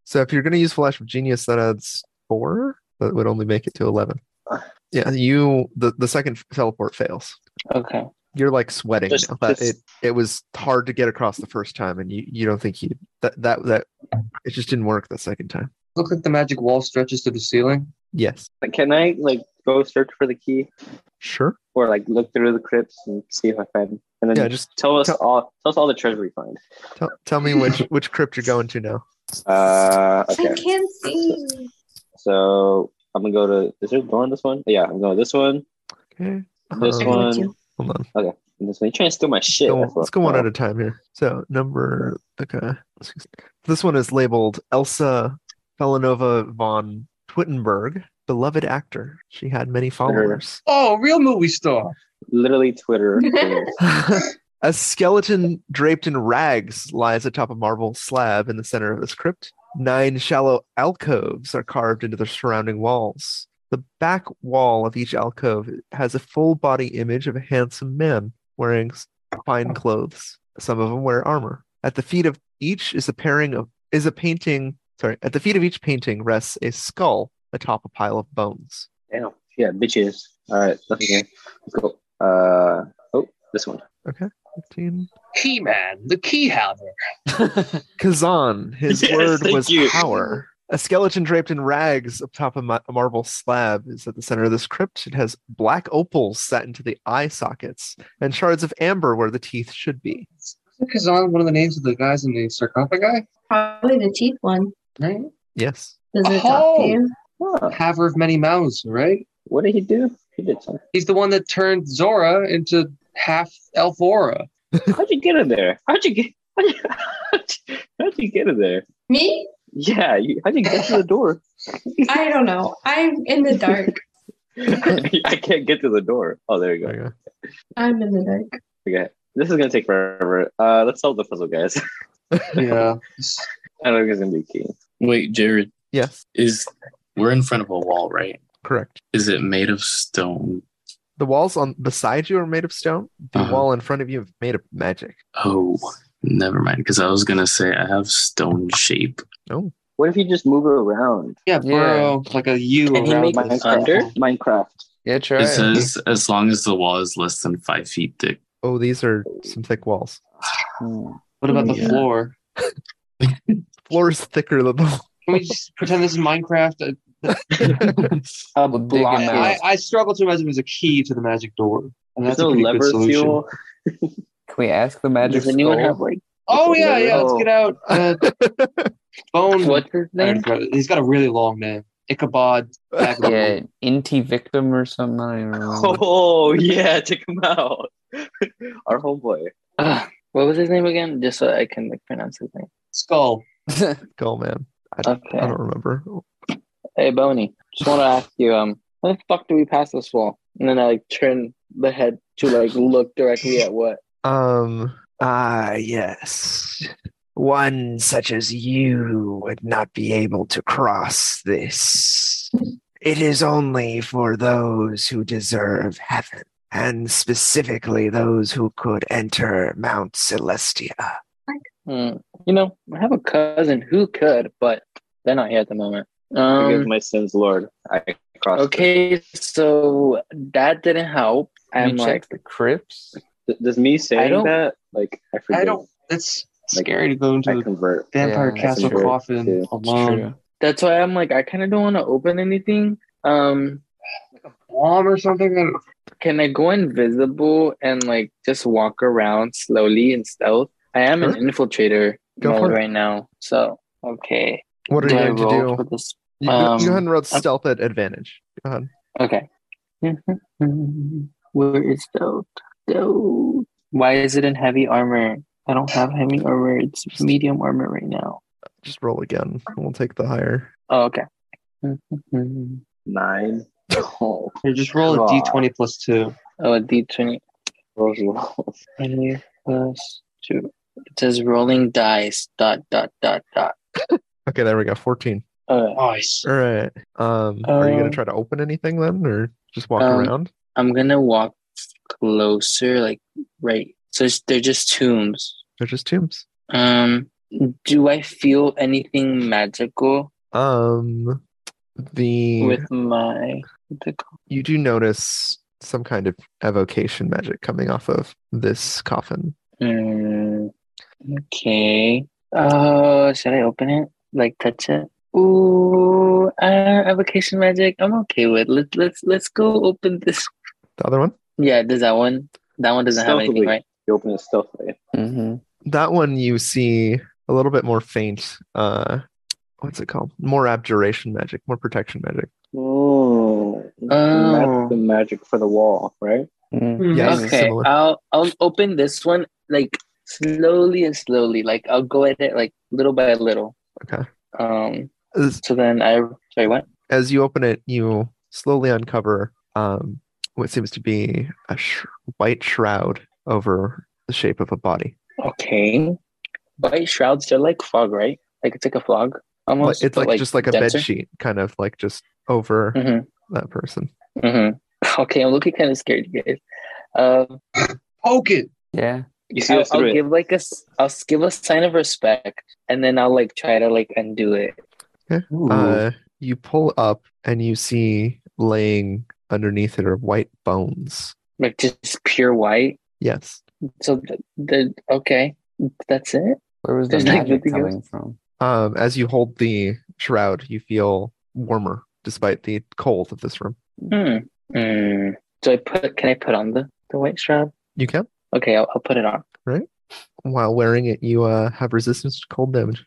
Speaker 1: So if you're going to use flash of genius, that adds four. That would only make it to eleven.
Speaker 8: Uh.
Speaker 1: Yeah. You the the second teleport fails.
Speaker 8: Okay.
Speaker 1: you're like sweating
Speaker 2: Just-
Speaker 1: now. That
Speaker 2: just-
Speaker 1: it it was hard to get across the first time, and you you don't think you that that that it just didn't work the second time.
Speaker 3: Look like the magic wall stretches to the ceiling.
Speaker 1: Yes,
Speaker 2: Can I like go search for the key
Speaker 1: sure.
Speaker 2: or like look through the crypts and see if I find? And then
Speaker 1: Yeah, just
Speaker 2: tell us
Speaker 1: tell-
Speaker 2: all. Tell us all the treasure we find.
Speaker 1: tell tell me which which crypt you're going to now.
Speaker 2: Uh. Okay.
Speaker 4: I can't see.
Speaker 2: So I'm gonna go to. Is there a door in this one? Yeah, I'm going to this one.
Speaker 1: Okay,
Speaker 2: This
Speaker 1: Um,
Speaker 2: one.
Speaker 1: Hold on.
Speaker 2: And this one. You're trying to steal my shit.
Speaker 1: Go,
Speaker 2: that's what-
Speaker 1: let's go one
Speaker 2: uh,
Speaker 1: at a time here. So number okay. This one is labeled Elsa Felinova von Twittenberg, beloved actor. She had many followers.
Speaker 3: Oh, real movie star.
Speaker 2: Literally Twitter.
Speaker 1: a skeleton draped in rags lies atop a marble slab in the center of this crypt. Nine shallow alcoves are carved into the surrounding walls. The back wall of each alcove has a full body image of a handsome man wearing s- fine clothes. Some of them wear armor. At the feet of each is a pairing of is a painting. Sorry, at the feet of each painting rests a skull atop a pile of bones.
Speaker 2: Damn. Yeah, bitches. All right, nothing here. Let's go. Uh. Oh, this one.
Speaker 1: Fifteen.
Speaker 3: Key man, the key holder.
Speaker 1: Kazan, his
Speaker 2: Yes,
Speaker 1: word
Speaker 2: thank
Speaker 1: was
Speaker 2: you.
Speaker 1: power. A skeleton draped in rags atop a, ma- a marble slab is at the center of this crypt. It has black opals set into the eye sockets and shards of amber where the teeth should be.
Speaker 3: Isn't Kazan one of the names of the guys in the sarcophagi?
Speaker 7: Probably the teeth one.
Speaker 3: Right?
Speaker 1: Yes.
Speaker 7: Does it
Speaker 3: Oh.
Speaker 7: talk to you?
Speaker 2: Huh.
Speaker 3: Haver of many mouths, right?
Speaker 2: What did he do? He did something.
Speaker 3: He's the one that turned Zora into half Elfora.
Speaker 2: How'd you get in there? How'd you get? How'd you, how'd you, how'd you get in there?
Speaker 7: Me?
Speaker 2: Yeah, you, how'd you get to the door?
Speaker 7: I don't know. I'm in the dark.
Speaker 2: I can't get to the door. Oh, there you go.
Speaker 1: Okay.
Speaker 7: I'm in the dark.
Speaker 2: Okay, this is gonna take forever. Uh, let's solve the puzzle, guys.
Speaker 3: Yeah.
Speaker 2: I don't think it's gonna be key.
Speaker 10: Wait, Jared,
Speaker 1: Yes.
Speaker 10: is we're in front of a wall, right?
Speaker 1: Correct.
Speaker 10: Is it made of stone?
Speaker 1: The walls on beside you are made of stone. The
Speaker 10: Uh-huh.
Speaker 1: wall in front of you is made of magic.
Speaker 10: Oh, never mind. Because I was gonna say I have stone shape.
Speaker 2: What if you just move it around?
Speaker 3: Yeah, burrow like a U
Speaker 8: Can he
Speaker 3: around
Speaker 8: make
Speaker 3: the
Speaker 8: it
Speaker 3: circle.
Speaker 8: under?
Speaker 2: Minecraft.
Speaker 6: yeah, try
Speaker 10: It
Speaker 6: it.
Speaker 10: says as long as the wall is less than five feet thick.
Speaker 1: Oh, these are some thick walls.
Speaker 6: Hmm.
Speaker 3: What about the
Speaker 10: Yeah.
Speaker 3: floor?
Speaker 1: Floor is thicker than the
Speaker 3: Can we just pretend this is Minecraft? Uh,
Speaker 6: I'll dig
Speaker 3: I,
Speaker 6: him out.
Speaker 3: I, I struggle to imagine there's a key to the magic door. And
Speaker 2: There's
Speaker 3: that's a
Speaker 2: no
Speaker 3: pretty good
Speaker 2: lever
Speaker 3: solution.
Speaker 2: fuel.
Speaker 6: Can we ask the magic
Speaker 8: Does anyone
Speaker 6: skull?
Speaker 8: have like
Speaker 3: Oh yeah, yeah. Let's
Speaker 2: Oh.
Speaker 3: get out. Uh, bone.
Speaker 8: what's his
Speaker 3: I
Speaker 8: name?
Speaker 3: forgot- He's got a really long name. Ichabod. Vagabond.
Speaker 6: yeah, Inti victim or something. I don't know.
Speaker 2: Oh yeah, take him out. Our homeboy.
Speaker 8: Ah, what was his name again? Just so I can like pronounce his name.
Speaker 3: Skull.
Speaker 1: Go, man. I
Speaker 8: Okay.
Speaker 1: don't remember.
Speaker 8: Hey, Boney. Just want to ask you, um, how the fuck do we pass this wall? And then I like turn the head to like look directly at what.
Speaker 1: Um. Ah, yes. One such as you would not be able to cross this. It is only for those who deserve heaven, and specifically those who could enter Mount Celestia.
Speaker 8: Hmm. you know, I have a cousin who could, but they're not here at the moment.
Speaker 2: Forgive
Speaker 8: Um,
Speaker 2: my sins, Lord. I crossed.
Speaker 8: okay, so that didn't help.
Speaker 6: Can
Speaker 8: I'm
Speaker 6: you
Speaker 8: like,
Speaker 6: check the crypts?
Speaker 2: Th- Does me saying
Speaker 8: don't-
Speaker 2: that like I forget?
Speaker 3: I don't. That's
Speaker 2: Like,
Speaker 3: scary to go into
Speaker 2: I
Speaker 3: the
Speaker 2: convert.
Speaker 3: vampire
Speaker 6: Yeah,
Speaker 2: that's
Speaker 3: castle
Speaker 2: true,
Speaker 3: coffin
Speaker 2: too. It's
Speaker 6: It's
Speaker 3: alone.
Speaker 6: true.
Speaker 8: that's why I'm like, I kind of don't want to open anything. Um,
Speaker 3: Bomb or something. I don't-
Speaker 8: can I go invisible and like just walk around slowly and stealth? I am an infiltrator
Speaker 1: Go for
Speaker 8: mode
Speaker 1: it.
Speaker 8: right now, so okay.
Speaker 1: What are you
Speaker 8: Do I
Speaker 1: going to
Speaker 8: roll for
Speaker 1: do?
Speaker 8: this?
Speaker 1: You, go- you go ahead
Speaker 8: um,
Speaker 1: and roll
Speaker 8: uh,
Speaker 1: stealth at advantage. Go ahead.
Speaker 8: Okay. Where is stealth? Stealth. Why is it in heavy armor? I don't have heavy armor. It's medium armor right now.
Speaker 1: Just roll again. and We'll take the higher.
Speaker 8: Oh, okay.
Speaker 2: Nine. Oh,
Speaker 3: Here, just roll a
Speaker 2: God.
Speaker 3: d20 plus two.
Speaker 8: Oh, a d20.
Speaker 2: rolls, rolls.
Speaker 8: Twenty plus two. It says rolling dice. Dot dot dot dot.
Speaker 1: Okay, there we go. 14.
Speaker 8: Uh,
Speaker 3: Nice.
Speaker 1: All right. Um, are you going
Speaker 8: Um,
Speaker 1: to try to open anything then, or just walk
Speaker 8: um,
Speaker 1: around?
Speaker 8: I'm gonna walk closer, like right. So it's, they're just tombs.
Speaker 1: They're just tombs.
Speaker 8: Um, do I feel anything magical
Speaker 1: Um, the
Speaker 8: with my? What's it called?
Speaker 1: you do notice some kind of evocation magic coming off of this coffin.
Speaker 8: Mm, okay. Uh, should I open it? Like touch it? Ooh, uh, evocation magic. I'm okay with. Let let's let's go open this.
Speaker 1: The other one,
Speaker 8: Yeah, does that one? That one doesn't have anything,
Speaker 2: Stealthily.
Speaker 8: right?
Speaker 2: You open it stealthily.
Speaker 6: hmm
Speaker 8: Mm-hmm.
Speaker 1: that one you see a little bit more faint. Uh, what's it called? More abjuration magic, more protection magic.
Speaker 2: Oh,
Speaker 8: Oh.
Speaker 2: that's the magic for the wall, right?
Speaker 1: Yes,
Speaker 8: Mm-hmm. Okay, uh,
Speaker 1: similar.
Speaker 8: I'll I'll open this one like slowly and slowly. Like I'll go at it like little by little.
Speaker 1: Okay.
Speaker 8: Um.
Speaker 1: As,
Speaker 8: So then I sorry what?
Speaker 1: as you open it, you slowly uncover um, what seems to be a sh- white shroud over the shape of a body.
Speaker 8: Okay. White shrouds. They're like fog, right? Like it's like a fog
Speaker 1: Like,
Speaker 8: almost.
Speaker 1: it's
Speaker 8: but,
Speaker 1: like, just like a
Speaker 8: denser.
Speaker 1: bed sheet, kind of like just over
Speaker 8: Mhm.
Speaker 1: that person.
Speaker 8: Mm-hmm. Okay, I'm looking kind of scared, you guys. Uh,
Speaker 3: Poke it.
Speaker 6: Yeah.
Speaker 2: You see
Speaker 8: I'll,
Speaker 2: us
Speaker 8: I'll
Speaker 2: through it.
Speaker 8: give like a, s- I'll s- give a sign of respect, and then I'll like try to like undo it.
Speaker 3: Ooh.
Speaker 1: Uh, you pull up and you see laying underneath it are white bones.
Speaker 8: Like just pure white.
Speaker 1: Yes.
Speaker 8: So the, the okay, that's it.
Speaker 6: Where was the
Speaker 8: There's, like,
Speaker 6: magic
Speaker 8: nothing
Speaker 6: coming from?
Speaker 1: Um, as you hold the shroud, you feel warmer despite the cold of this room.
Speaker 8: Hmm. Mm. So I put. Can I put on the the white shroud?
Speaker 1: You can.
Speaker 8: Okay, I'll, I'll put it on.
Speaker 1: While wearing it, you uh, have resistance to cold damage.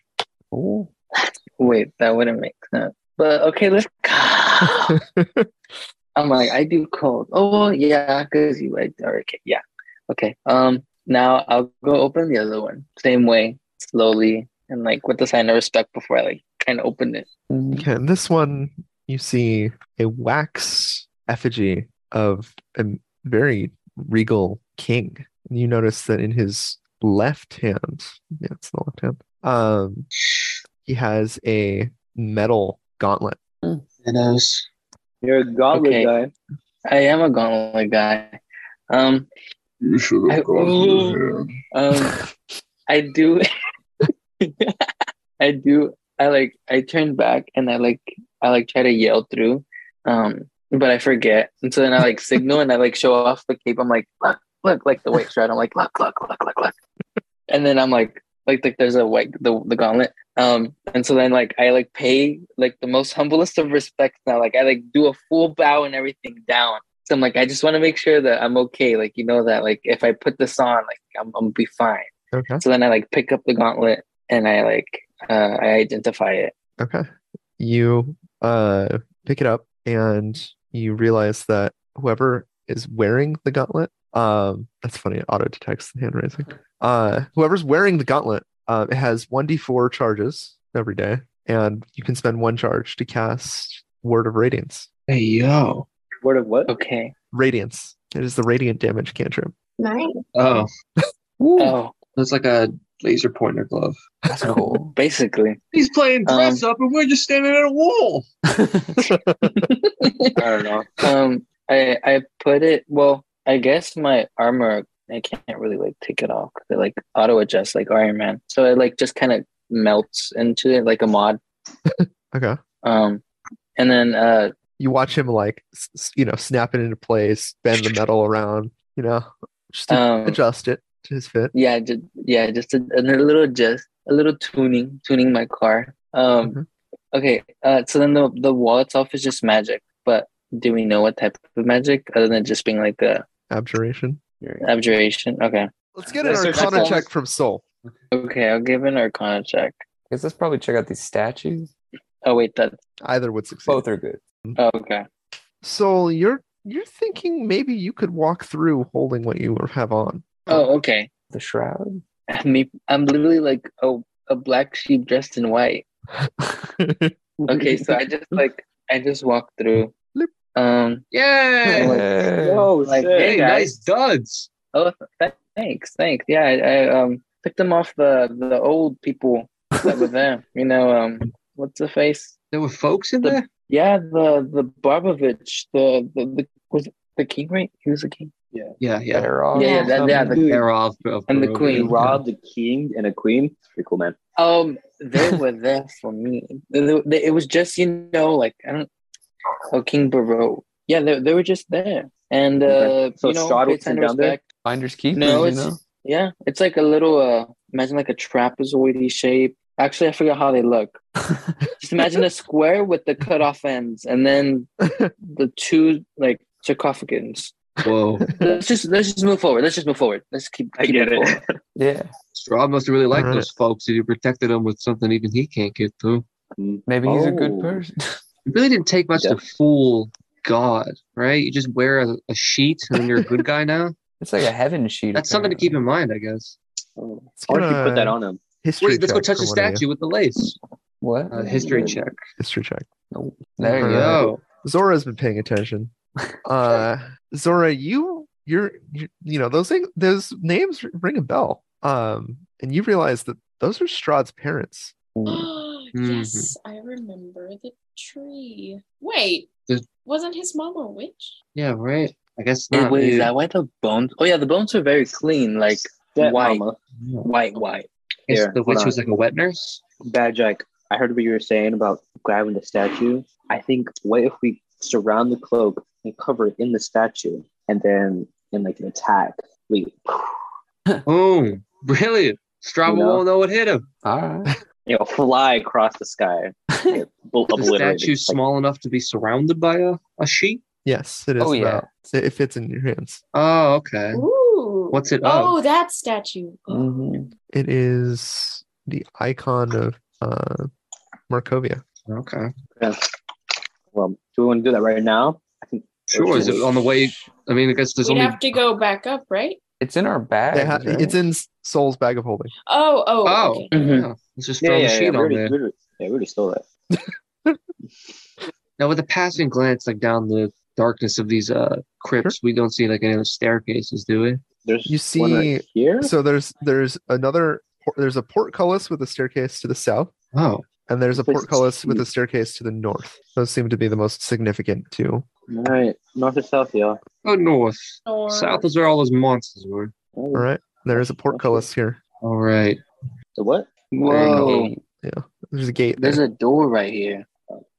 Speaker 6: Oh,
Speaker 8: Wait, that wouldn't make sense. But okay, let's go. I'm like, I do cold. Oh well, yeah, cause you like, or, okay, yeah, okay. Um, now I'll go open the other one, same way, slowly, and like with the sign of respect before I like kind of open it.
Speaker 6: Mhm.
Speaker 1: okay, and this one, you see a wax effigy of a very regal king. And you notice that in his left hand, yeah, it's the left hand, um, he has a metal gauntlet.
Speaker 3: Thanos.
Speaker 2: You're a gauntlet
Speaker 8: Okay.
Speaker 2: guy.
Speaker 8: I am a gauntlet guy. Um,
Speaker 5: You should
Speaker 8: I- ooh. um, I do, I do. I like, I turn back and I like, I like try to yell through, um, but I forget, and so then I like signal and I like show off the cape. I'm like, look, look, like the white shroud. I'm like, look, look, look, look, look. and then I'm like, like, like there's a white the the gauntlet. Um, and so then like I like pay like the most humblest of respects now. Like I like do a full bow and everything down. So I'm like, I just want to make sure that I'm okay. Like, you know that like if I put this on, like I'm, I'm gonna be fine.
Speaker 1: Okay.
Speaker 8: So then I like pick up the gauntlet and I like uh I identify it.
Speaker 1: Okay. You uh pick it up and you realize that whoever is wearing the gauntlet, um that's funny, it auto detects the hand raising. Uh whoever's wearing the gauntlet, uh, it has 1d4 charges every day, and you can spend one charge to cast Word of Radiance.
Speaker 3: Hey, yo.
Speaker 2: Word of what?
Speaker 8: Okay.
Speaker 1: Radiance. It is the radiant damage cantrip.
Speaker 7: Nice.
Speaker 3: Oh,
Speaker 8: Oh,
Speaker 3: that's like a laser pointer glove.
Speaker 6: That's cool.
Speaker 8: basically.
Speaker 3: He's playing
Speaker 8: Um,
Speaker 3: dress up and we're just standing at a wall.
Speaker 2: I don't know.
Speaker 8: Um I I put it well, I guess my armor I can't really like take it off 'cause it like auto adjusts like Iron Man. So it like just kind of melts into it like a mod.
Speaker 1: Okay.
Speaker 8: Um and then uh
Speaker 1: You watch him like s- s- you know snap it into place, bend the metal around, you know, just to
Speaker 8: Um,
Speaker 1: adjust it to his fit.
Speaker 8: yeah just yeah just a, a little just a little tuning tuning my car um
Speaker 1: Mhm.
Speaker 8: okay uh so then the the wall itself is just magic but do we know what type of magic other than just being like a
Speaker 1: Abjuration.
Speaker 8: abjuration okay
Speaker 1: Let's get an
Speaker 2: Research
Speaker 1: Arcana
Speaker 2: informs-
Speaker 1: check from Soul.
Speaker 8: okay i'll give an arcana check
Speaker 6: Guess let's probably check out these statues.
Speaker 8: oh wait that's
Speaker 1: Either would succeed.
Speaker 6: Both are good.
Speaker 8: oh, okay
Speaker 1: Soul, you're you're thinking maybe you could walk through holding what you have on.
Speaker 8: oh okay
Speaker 6: The shroud.
Speaker 8: I mean, i'm literally like a, a black sheep dressed in white okay so i just like i just walk through
Speaker 1: Lip.
Speaker 8: um
Speaker 3: Yay.
Speaker 8: like,
Speaker 2: Oh,
Speaker 8: like,
Speaker 2: shit.
Speaker 8: hey,
Speaker 3: Hey,
Speaker 8: guys.
Speaker 3: nice duds.
Speaker 8: Oh, th- thanks, thanks. Yeah, I, I um picked them off the the old people that were there. You know, um, what's the face?
Speaker 3: There were folks in
Speaker 8: The-
Speaker 3: there?
Speaker 8: Yeah, the the Barbovich, the the, the was it the king, right? He was the king.
Speaker 3: Yeah, yeah.
Speaker 6: Barrel,
Speaker 8: Yeah, yeah, that- yeah,
Speaker 6: something.
Speaker 8: the-
Speaker 3: They're all of
Speaker 8: And the
Speaker 3: Barovia.
Speaker 8: queen.
Speaker 2: You robbed a king and a queen. It's pretty cool, man.
Speaker 8: Um, they were there for me. They- they- it was just you know, like I don't. Oh, King Barrow. Yeah, they they were just there, and uh,
Speaker 2: Okay. So
Speaker 8: you know,
Speaker 2: Strahd
Speaker 8: pay
Speaker 2: was
Speaker 8: sign of
Speaker 2: down there?
Speaker 8: respect.
Speaker 6: Finders keepers.
Speaker 8: No,
Speaker 6: you
Speaker 8: it's
Speaker 6: know.
Speaker 8: yeah, it's like a little uh imagine like a trapezoidy shape. Actually, I forgot how they look. Just imagine a square with the cut off ends and then the two like sarcophagans.
Speaker 3: Whoa.
Speaker 8: Let's just let's just move forward. Let's just move forward. Let's keep, keep moving forward.
Speaker 6: Yeah.
Speaker 3: Straw must have really liked
Speaker 1: Alright.
Speaker 3: those folks if he protected them with something even he can't get through.
Speaker 6: Maybe he's a good
Speaker 2: Oh.
Speaker 6: person.
Speaker 3: It really didn't take much
Speaker 2: Yeah.
Speaker 3: to fool God, right? You just wear a, a sheet and then you're a good guy now.
Speaker 6: it's like a heaven sheet.
Speaker 3: That's something to keep in mind, I guess.
Speaker 2: Oh.
Speaker 1: Let's
Speaker 2: Or
Speaker 1: get
Speaker 2: if you put that
Speaker 1: a
Speaker 2: on him.
Speaker 1: History
Speaker 3: Wait, let's go
Speaker 1: check from
Speaker 3: touch a
Speaker 1: one of you.
Speaker 3: statue with the lace.
Speaker 6: What?
Speaker 3: Uh, history check.
Speaker 1: History check.
Speaker 6: Nope. There you go.
Speaker 3: Yo.
Speaker 1: Zora's been paying attention. Uh, Zora, you, you're, you, you know, those things, those names ring a bell. Um, and you realize that those are Strahd's parents.
Speaker 6: Ooh.
Speaker 4: yes,
Speaker 2: Mm-hmm.
Speaker 4: I remember the tree. Wait,
Speaker 3: The-
Speaker 4: wasn't his mom a witch?
Speaker 3: Yeah, right. I guess
Speaker 8: Wait,
Speaker 3: not.
Speaker 8: wait, is
Speaker 3: dude.
Speaker 8: that why the bones oh yeah, the bones are very clean, like
Speaker 2: That
Speaker 8: white,
Speaker 2: mama.
Speaker 3: Yeah.
Speaker 8: white, white.
Speaker 3: I guess
Speaker 2: Here,
Speaker 3: the
Speaker 2: hold
Speaker 3: witch
Speaker 2: on.
Speaker 3: was like a wet nurse.
Speaker 2: Bad Jack, I heard what you were saying about grabbing the statue. I think what if we surround the cloak and cover it in the statue and then in like an attack, we
Speaker 3: Boom. Brilliant. Strava
Speaker 2: You know?
Speaker 3: won't know what hit him.
Speaker 6: All right.
Speaker 2: you know fly across the sky. Like, bl-
Speaker 3: The
Speaker 2: obliterated.
Speaker 3: statue's
Speaker 2: Like,
Speaker 3: small enough to be surrounded by a, a sheet.
Speaker 1: Yes, it is.
Speaker 6: Oh, yeah.
Speaker 1: about- It it fits in your hands.
Speaker 3: Oh, okay.
Speaker 4: Ooh.
Speaker 3: What's it of?
Speaker 4: Oh, that statue. Oh.
Speaker 6: Mhm.
Speaker 1: It is the icon of uh, Markovia.
Speaker 3: Okay.
Speaker 2: well, do we want to do that right now? I think
Speaker 3: Sure. Is it on the way? I mean, I guess there's
Speaker 4: We'd
Speaker 3: only.
Speaker 4: have to go back up, right?
Speaker 6: It's in our
Speaker 1: They
Speaker 6: bag.
Speaker 1: ha- It's in Soul's bag of holding.
Speaker 4: Oh, oh,
Speaker 3: Oh.
Speaker 4: okay.
Speaker 8: Mhm.
Speaker 3: Yeah. Let's just
Speaker 2: Hmm. yeah,
Speaker 3: throw
Speaker 2: yeah,
Speaker 3: the
Speaker 2: yeah,
Speaker 3: sheet
Speaker 2: we
Speaker 3: on
Speaker 2: already,
Speaker 3: there.
Speaker 2: we already- yeah, we already stole that.
Speaker 3: Now, with a passing glance, like down the darkness of these uh crypts, we don't see like any other staircases, do we?
Speaker 2: There's
Speaker 1: You
Speaker 2: one right
Speaker 1: see-
Speaker 2: here.
Speaker 1: So there's there's another por- there's a portcullis with a staircase to the south,
Speaker 3: Oh,
Speaker 1: and there's a
Speaker 2: Place
Speaker 1: portcullis with
Speaker 2: two.
Speaker 1: a staircase to the north. Those seem to be the most significant two.
Speaker 2: All right, north or south, y'all.
Speaker 3: go Oh, north.
Speaker 4: Or-
Speaker 3: South is where all those monsters were.
Speaker 1: All right, there is a portcullis here.
Speaker 3: All right.
Speaker 2: The what?
Speaker 8: Whoa.
Speaker 6: Gate.
Speaker 1: There's a gate. There.
Speaker 8: There's a door right here.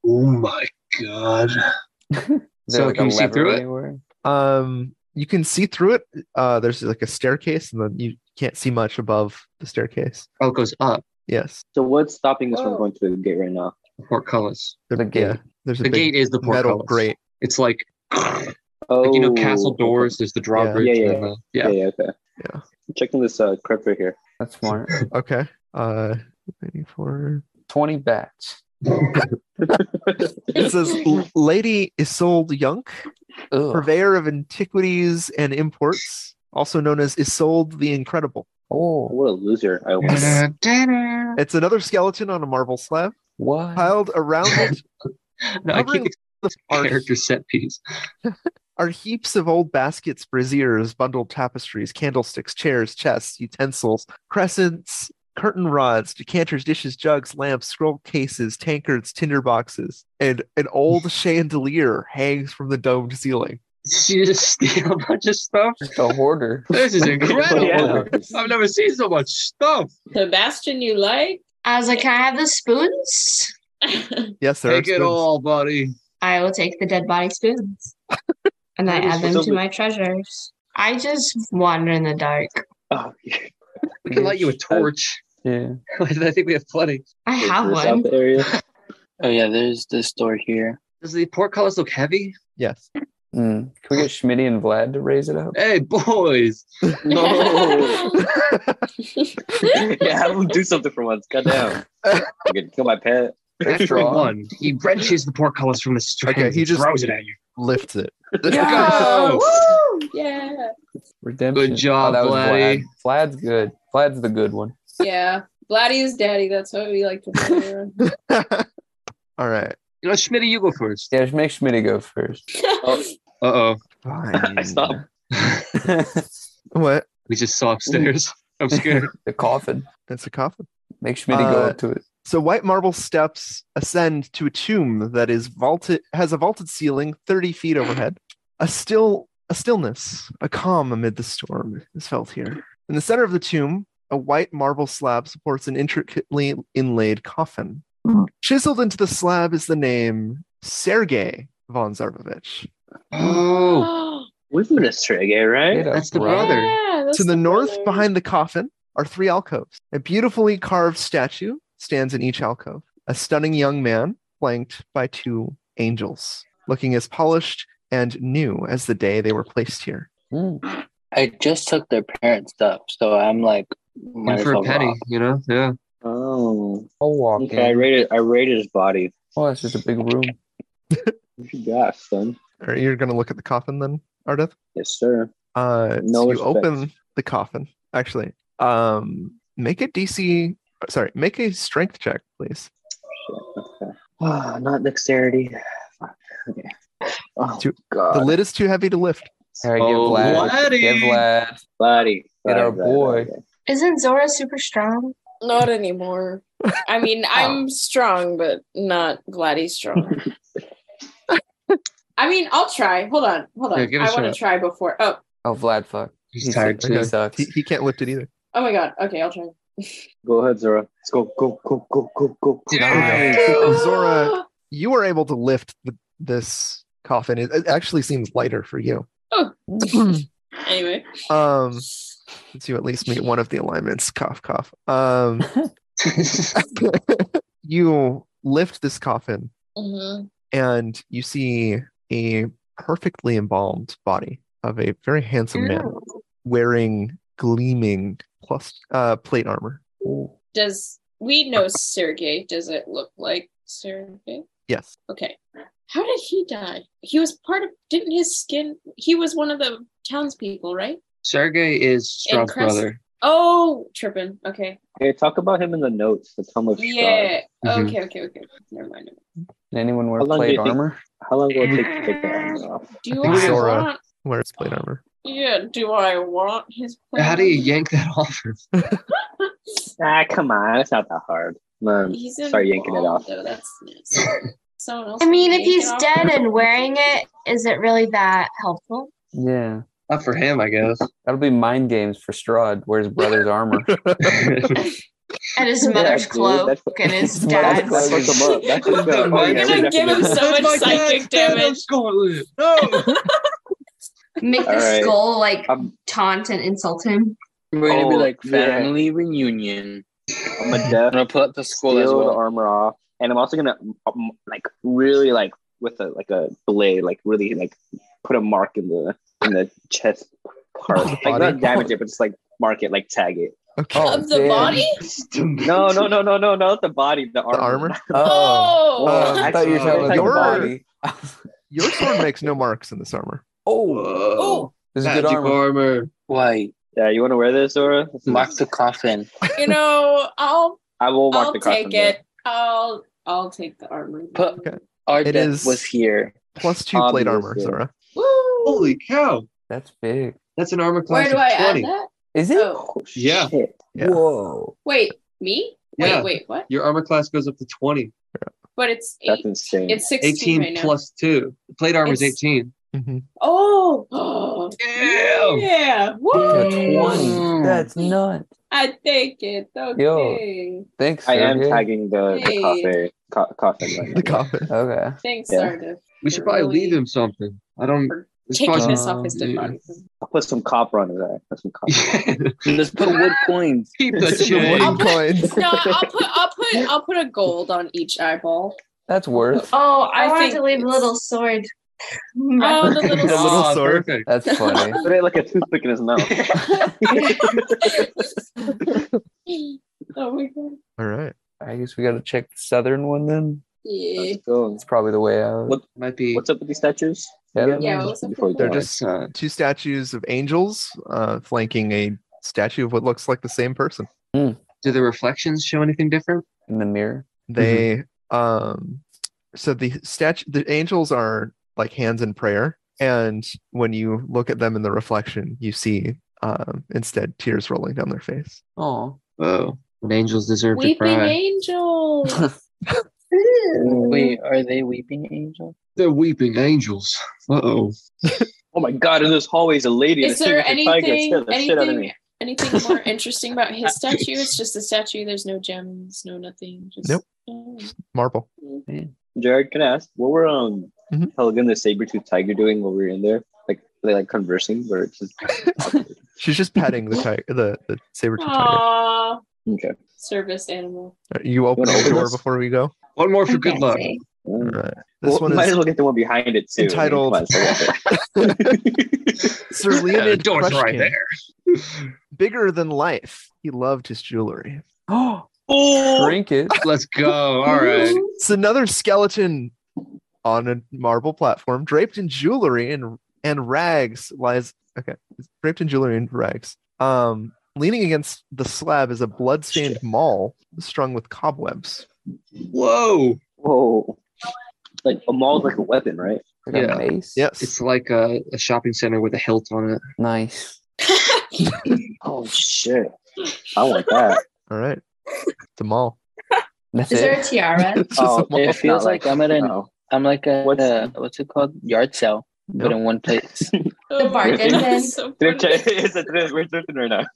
Speaker 3: Oh my god.
Speaker 6: Is there
Speaker 3: So
Speaker 6: like
Speaker 3: can
Speaker 6: a
Speaker 3: we see
Speaker 6: lever
Speaker 3: through it?
Speaker 6: anywhere?
Speaker 1: um you can see through it uh there's like a staircase and then you can't see much above the staircase
Speaker 3: Oh, it goes up.
Speaker 1: Yes.
Speaker 2: So what's stopping us
Speaker 8: Oh.
Speaker 2: from going to the gate right now?
Speaker 3: The portcullis.
Speaker 6: The gate.
Speaker 1: yeah, there's a
Speaker 3: The
Speaker 1: big
Speaker 3: gate is the
Speaker 1: metal
Speaker 3: portcullis.
Speaker 1: grate.
Speaker 3: It's like,
Speaker 2: Oh,
Speaker 3: like, you know, castle
Speaker 2: okay.
Speaker 3: doors. There's the drawbridge.
Speaker 2: Yeah, yeah,
Speaker 3: and the-
Speaker 2: Yeah,
Speaker 3: yeah.
Speaker 2: yeah, okay.
Speaker 1: Yeah.
Speaker 2: Checking this uh, crypt right here.
Speaker 6: That's smart.
Speaker 1: Okay. Uh, 94.
Speaker 6: 20 bats.
Speaker 1: It says Lady Isolde Yunk,
Speaker 6: Ugh.
Speaker 1: purveyor of antiquities and imports, also known as Isolde the Incredible.
Speaker 6: Oh,
Speaker 2: What a loser I was.
Speaker 3: Da-da-da-da.
Speaker 1: It's another skeleton on a marble slab,
Speaker 6: what?
Speaker 1: piled around it
Speaker 3: No, I keep
Speaker 1: Covering the
Speaker 3: expecting
Speaker 1: arse.
Speaker 3: character set piece.
Speaker 1: are heaps of old baskets, braziers, bundled tapestries, candlesticks, chairs, chests, utensils, crescents, curtain rods, decanters, dishes, jugs, lamps, scroll cases, tankards, tinder boxes, and an old chandelier hangs from the domed ceiling.
Speaker 3: She just steal a bunch of stuff.
Speaker 6: Just a hoarder.
Speaker 3: This is incredible.
Speaker 2: Yeah.
Speaker 3: I've never seen so much stuff.
Speaker 4: The bastion you like?
Speaker 7: I was like, can I have the spoons?
Speaker 1: Yes, there
Speaker 3: Take
Speaker 1: are
Speaker 3: it
Speaker 1: spoons.
Speaker 3: all, buddy.
Speaker 7: I will take the dead body spoons and I
Speaker 2: That is
Speaker 7: add them
Speaker 2: what's
Speaker 7: to
Speaker 2: up
Speaker 7: my treasures. I just wander in the dark.
Speaker 2: Oh, yeah.
Speaker 3: We can light you a torch.
Speaker 6: Yeah.
Speaker 3: I think we have plenty.
Speaker 7: I
Speaker 2: Is
Speaker 7: have
Speaker 2: this
Speaker 7: one.
Speaker 2: up area?
Speaker 8: Oh yeah, there's this door here.
Speaker 3: Does the portcullis look heavy?
Speaker 1: Yes.
Speaker 6: Mm. Can we get Schmitty and Vlad to raise it up?
Speaker 3: Hey, boys.
Speaker 2: No. yeah, have him do something for once. Goddamn. I'm gonna kill my pet.
Speaker 3: After
Speaker 6: Draw.
Speaker 3: one, he wrenches the portcullis from the strings
Speaker 1: Okay, he
Speaker 3: and
Speaker 1: just-
Speaker 3: throws it at you.
Speaker 1: Lifts it.
Speaker 4: Yeah, Oh, woo! Yeah.
Speaker 6: Redemption. Oh,
Speaker 3: Good job,
Speaker 6: that was
Speaker 3: Vladdy.
Speaker 6: Vlad. Vlad's good. Vlad's the good one.
Speaker 4: Yeah. Vladdy is daddy. That's what we like to call him.
Speaker 1: all right.
Speaker 3: You know, Schmitty, you go first.
Speaker 6: Yeah, just make Schmitty go first.
Speaker 2: Oh,
Speaker 3: Uh
Speaker 1: Fine.
Speaker 6: Mm.
Speaker 2: stopped.
Speaker 3: oh.
Speaker 6: the
Speaker 1: What?
Speaker 3: we just saw upstairs. I'm scared.
Speaker 6: coffin.
Speaker 1: That's a coffin.
Speaker 6: Make Schmitty go
Speaker 1: Uh,
Speaker 6: up to it.
Speaker 1: So white marble steps ascend to a tomb that is vaulted has a vaulted ceiling 30 feet overhead. A still a stillness, a calm amid the storm is felt here. In the center of the tomb, a white marble slab supports an intricately inlaid coffin. Chiseled into the slab is the name Sergei von Zarvovich.
Speaker 3: Oh,
Speaker 2: We've been a Sergey, right?
Speaker 6: Get up,
Speaker 3: that's the
Speaker 6: Vlad.
Speaker 3: brother.
Speaker 4: Yeah, that's
Speaker 1: to the north
Speaker 4: brother.
Speaker 1: behind the coffin are three alcoves a beautifully carved statue stands in each alcove a stunning young man flanked by two angels looking as polished and new as the day they were placed here
Speaker 6: Mm.
Speaker 8: Hmm. I just took their parents' stuff, so I'm like,
Speaker 3: And
Speaker 8: might as
Speaker 3: for a
Speaker 8: well
Speaker 3: penny,
Speaker 8: rob.
Speaker 3: you know? Yeah.
Speaker 2: Oh.
Speaker 6: I'll walk
Speaker 2: Okay, I
Speaker 6: in.
Speaker 2: rated I rated his body.
Speaker 6: Oh, that's just a big room.
Speaker 2: What you got, son?
Speaker 1: Or you're going to look at the coffin then ardeth
Speaker 2: Yes, sir.
Speaker 1: uh
Speaker 2: No
Speaker 1: so you
Speaker 2: respect.
Speaker 1: open the coffin actually um make a dc sorry make a strength check please
Speaker 2: Okay. Ah, not dexterity. Fuck. Okay. Oh
Speaker 1: Dude,
Speaker 2: god.
Speaker 1: the lid is too heavy to lift
Speaker 6: All right, give
Speaker 3: Oh,
Speaker 6: Vlad. Give
Speaker 3: Vladdy.
Speaker 6: Vlad.
Speaker 2: body.
Speaker 6: Get our boy.
Speaker 7: Isn't Zora super strong?
Speaker 4: Not anymore. I mean,
Speaker 3: Oh.
Speaker 4: I'm strong, but not Vladdy strong. I mean, I'll try. Hold on, hold on.
Speaker 3: Yeah, give it a
Speaker 4: I want
Speaker 3: shot.
Speaker 4: to try before. Oh,
Speaker 6: Oh, Vlad, fuck.
Speaker 3: He's tired
Speaker 6: He
Speaker 3: too.
Speaker 6: sucks.
Speaker 1: he, he can't lift it either
Speaker 4: oh my god. Okay, I'll try.
Speaker 2: Go ahead, Zora. Let's go, go, go, go, go, go. go.
Speaker 3: Nice.
Speaker 1: Zora- you are able to lift the, this coffin it, it actually seems lighter for you
Speaker 4: Oh. Anyway,
Speaker 1: Um, since you at least meet one of the alignments, cough, cough. Um, you lift this coffin
Speaker 4: Mhm.
Speaker 1: and you see a perfectly embalmed body of a very handsome man wearing gleaming plus uh, plate armor.
Speaker 6: Ooh.
Speaker 4: does we know Sergey? Does it look like Sergey?
Speaker 1: Yes.
Speaker 4: Okay. How did he die? He was part of. Didn't his skin? He was one of the townspeople, right?
Speaker 3: Sergey is
Speaker 4: And
Speaker 3: Strahd's
Speaker 4: Crest-
Speaker 3: brother.
Speaker 4: Oh, tripping. Okay.
Speaker 2: Hey, talk about him in the notes. That's how much.
Speaker 4: Yeah.
Speaker 2: Mm-hmm.
Speaker 3: Mhm.
Speaker 4: Okay. Okay. Okay. Never mind.
Speaker 6: Did anyone wear
Speaker 2: How long do
Speaker 6: plate
Speaker 2: you think-
Speaker 6: armor?
Speaker 2: How long will it take to take the armor off?
Speaker 4: Do
Speaker 1: think
Speaker 4: I
Speaker 1: Zora-
Speaker 4: want?
Speaker 1: Wears plate armor.
Speaker 4: Yeah. Do I want his? Plan?
Speaker 3: How do you yank that off her?
Speaker 2: Ah, come on, it's not that hard. Man,
Speaker 4: He's in
Speaker 2: start yanking it off.
Speaker 4: Though. That's nice. Someone else
Speaker 7: I mean,
Speaker 4: can
Speaker 7: if
Speaker 4: yank
Speaker 7: he's
Speaker 4: it off.
Speaker 7: dead and wearing it, is it really that helpful?
Speaker 6: Yeah.
Speaker 3: Not for him, I guess.
Speaker 6: That'll be mind games for Strahd. Where's brother's armor?
Speaker 7: And his
Speaker 2: Yeah,
Speaker 7: mother's
Speaker 2: dude,
Speaker 7: cloak
Speaker 2: that's what-
Speaker 7: and his
Speaker 6: His mother's
Speaker 7: dad's.
Speaker 2: That's that's what's him up. That's what's
Speaker 3: The
Speaker 2: up. Oh,
Speaker 3: mind-
Speaker 2: yeah,
Speaker 4: You're
Speaker 2: we're
Speaker 4: gonna give him
Speaker 2: definitely- Oh
Speaker 4: so much psychic damage.
Speaker 3: Scarlet. No.
Speaker 7: Make the
Speaker 2: All right.
Speaker 7: skull like
Speaker 2: Um,
Speaker 7: taunt and insult him.
Speaker 8: We're gonna
Speaker 2: Oh,
Speaker 8: be like
Speaker 2: yeah.
Speaker 8: family reunion.
Speaker 2: I'm a death.
Speaker 8: I'm gonna pull up the school as
Speaker 2: Peel
Speaker 8: well.
Speaker 2: the armor off, and I'm also gonna um, like really like with a like a blade, like really like put a mark in the in the chest part,
Speaker 1: Oh,
Speaker 2: like
Speaker 1: body.
Speaker 2: not damage it, but just like mark it, like tag it.
Speaker 1: Okay.
Speaker 4: of the
Speaker 6: damn.
Speaker 4: body?
Speaker 2: No, no, no, no, no, not the body, the
Speaker 1: the
Speaker 2: armor.
Speaker 1: armor.
Speaker 6: Oh,
Speaker 4: Oh,
Speaker 1: Uh,
Speaker 6: I thought you were talking about
Speaker 1: Your-
Speaker 6: the body.
Speaker 1: Your sword makes no marks in this armor.
Speaker 6: oh,
Speaker 3: Whoa.
Speaker 6: this is good
Speaker 3: Magic
Speaker 6: armor.
Speaker 3: armor.
Speaker 8: Why?
Speaker 2: Yeah, you want to wear this, Zora? This is-
Speaker 8: Mark the coffin.
Speaker 4: you know, I'll
Speaker 2: I will Oh. walk
Speaker 4: I'll
Speaker 2: the coffin.
Speaker 4: take
Speaker 2: though.
Speaker 4: it. I'll I'll take the armor.
Speaker 8: Put-
Speaker 1: Okay.
Speaker 8: Our
Speaker 1: It
Speaker 8: death
Speaker 1: is-
Speaker 8: was here.
Speaker 1: Plus two plate armor,
Speaker 2: Obviously.
Speaker 1: Zora.
Speaker 3: Holy cow.
Speaker 6: That's big.
Speaker 3: That's an armor class
Speaker 4: Where do
Speaker 3: of
Speaker 4: I
Speaker 3: 20.
Speaker 4: add that?
Speaker 6: Is it?
Speaker 4: Oh,
Speaker 2: Oh,
Speaker 3: Yeah.
Speaker 2: shit.
Speaker 1: Yeah.
Speaker 6: Whoa.
Speaker 4: wait, me? Wait,
Speaker 3: Yeah.
Speaker 4: wait, what?
Speaker 3: Your armor class goes up to 20.
Speaker 4: But it's
Speaker 2: That's
Speaker 4: eight.
Speaker 2: insane.
Speaker 4: It's
Speaker 3: 18
Speaker 4: sixteen right now.
Speaker 3: plus 2. Plate armor is
Speaker 4: It's-
Speaker 3: 18.
Speaker 1: hmm
Speaker 4: Oh, oh,
Speaker 3: Damn.
Speaker 4: yeah.
Speaker 6: Yeah,
Speaker 4: Woo!
Speaker 6: 20. That's nuts.
Speaker 4: I take it. Okay.
Speaker 6: Thanks.
Speaker 2: I am
Speaker 6: Sergey.
Speaker 2: tagging the, the
Speaker 4: Hey.
Speaker 2: coffee co- coffin right now.
Speaker 1: The coffin.
Speaker 6: Okay.
Speaker 4: Thanks,
Speaker 2: Yeah.
Speaker 4: Sardiff.
Speaker 3: We should probably
Speaker 4: Really?
Speaker 3: leave him something. I don't.
Speaker 4: Or
Speaker 3: it's
Speaker 4: Taking
Speaker 6: Fuck.
Speaker 3: probably-
Speaker 4: this off his dead
Speaker 3: Yeah.
Speaker 4: body.
Speaker 2: I'll put some copper on his eye. Put some copper.
Speaker 8: Just put wood coins.
Speaker 3: Keep the
Speaker 1: Some wooden
Speaker 3: change.
Speaker 1: coins.
Speaker 4: No, I'll put, I'll put, I'll put a gold on each eyeball.
Speaker 6: That's worth.
Speaker 4: Oh,
Speaker 7: I, wanted to leave
Speaker 4: it's-
Speaker 7: little sword.
Speaker 4: Oh, the
Speaker 1: The
Speaker 4: little.
Speaker 1: little
Speaker 3: Ah,
Speaker 1: sword.
Speaker 3: perfect.
Speaker 6: That's funny.
Speaker 2: Put it like a toothpick in his mouth.
Speaker 4: oh my god.
Speaker 1: All right.
Speaker 6: I guess we got to check the southern one then.
Speaker 4: Yeah.
Speaker 2: Let's go.
Speaker 6: It's probably the way out.
Speaker 2: What-
Speaker 3: Might be.
Speaker 2: What's up with these statues?
Speaker 6: Yeah,
Speaker 2: again?
Speaker 4: Yeah, what's up
Speaker 2: Before we
Speaker 4: with
Speaker 2: go
Speaker 1: They're
Speaker 2: on.
Speaker 1: just
Speaker 3: uh,
Speaker 1: two statues of angels uh, flanking a statue of what looks like the same person.
Speaker 3: do the reflections show anything different?
Speaker 6: In the mirror.
Speaker 1: They
Speaker 2: Mm-hmm.
Speaker 1: um so the statue the angels are like hands in prayer and when you look at them in the reflection you see um instead tears rolling down their face.
Speaker 6: Oh.
Speaker 3: Whoa. When angels deserve to
Speaker 4: Weeping
Speaker 3: cry.
Speaker 4: angels.
Speaker 8: Wait, are they weeping angels?
Speaker 3: They're weeping angels. Uh oh.
Speaker 2: Oh my god, in this hallway is a lady.
Speaker 4: Is
Speaker 2: and a
Speaker 4: there
Speaker 2: signature tiger.
Speaker 4: anything,
Speaker 2: Scared the shit out of
Speaker 4: anything,
Speaker 2: me.
Speaker 4: anything more interesting about his statue? It's just a statue. There's no gems, no nothing. Just,
Speaker 1: Nope.
Speaker 4: Oh.
Speaker 1: Marble.
Speaker 2: Jared, can I ask what were um
Speaker 1: Mhm.
Speaker 2: Pelican the saber tooth tiger doing while we were in there? Like they like conversing, or it's just
Speaker 1: She's just petting the tiger, the, the saber tooth tiger.
Speaker 4: Aw,
Speaker 2: okay.
Speaker 4: service animal.
Speaker 1: You open
Speaker 2: Wanna
Speaker 1: the
Speaker 2: open
Speaker 1: door
Speaker 2: this?
Speaker 1: before we go.
Speaker 3: One more for good luck.
Speaker 1: All
Speaker 2: Mm.
Speaker 1: right. This
Speaker 2: Well,
Speaker 1: one
Speaker 2: might as
Speaker 1: is
Speaker 2: well get the one behind it too. I mean,
Speaker 1: entitled-
Speaker 2: come on, it's like-
Speaker 1: Sir
Speaker 3: Yeah, the
Speaker 1: Leonid
Speaker 3: door's right
Speaker 1: Krushkin,
Speaker 3: there.
Speaker 1: bigger than life. He loved his jewelry.
Speaker 6: Oh.
Speaker 3: Oh,
Speaker 6: Trinket.
Speaker 3: let's go. All right.
Speaker 7: Mm-hmm.
Speaker 1: It's another skeleton on a marble platform, draped in jewelry and and rags. Lies okay, draped in jewelry and rags. Um, leaning against the slab is a blood-stained maul strung with cobwebs.
Speaker 3: Whoa.
Speaker 2: Whoa. Like a maul's like a weapon, right?
Speaker 6: Like a
Speaker 3: Yeah.
Speaker 6: mace.
Speaker 1: Yes,
Speaker 3: It's like a, a shopping center with a hilt on it.
Speaker 6: Nice.
Speaker 2: Oh shit. I want that.
Speaker 1: all right. It's a maul.
Speaker 6: That's
Speaker 7: Is
Speaker 6: it.
Speaker 7: there a tiara?
Speaker 1: It's just
Speaker 8: Oh,
Speaker 1: a maul.
Speaker 8: it feels
Speaker 2: Not
Speaker 8: like I'm at an
Speaker 2: no.
Speaker 8: I'm like a
Speaker 2: What's-
Speaker 8: what's, what's it called yard sale, but
Speaker 1: Nope.
Speaker 8: in one place.
Speaker 4: Oh my
Speaker 7: bargain
Speaker 4: God,
Speaker 7: bin.
Speaker 4: that's so funny.
Speaker 2: it's a thrift. We're thrifting right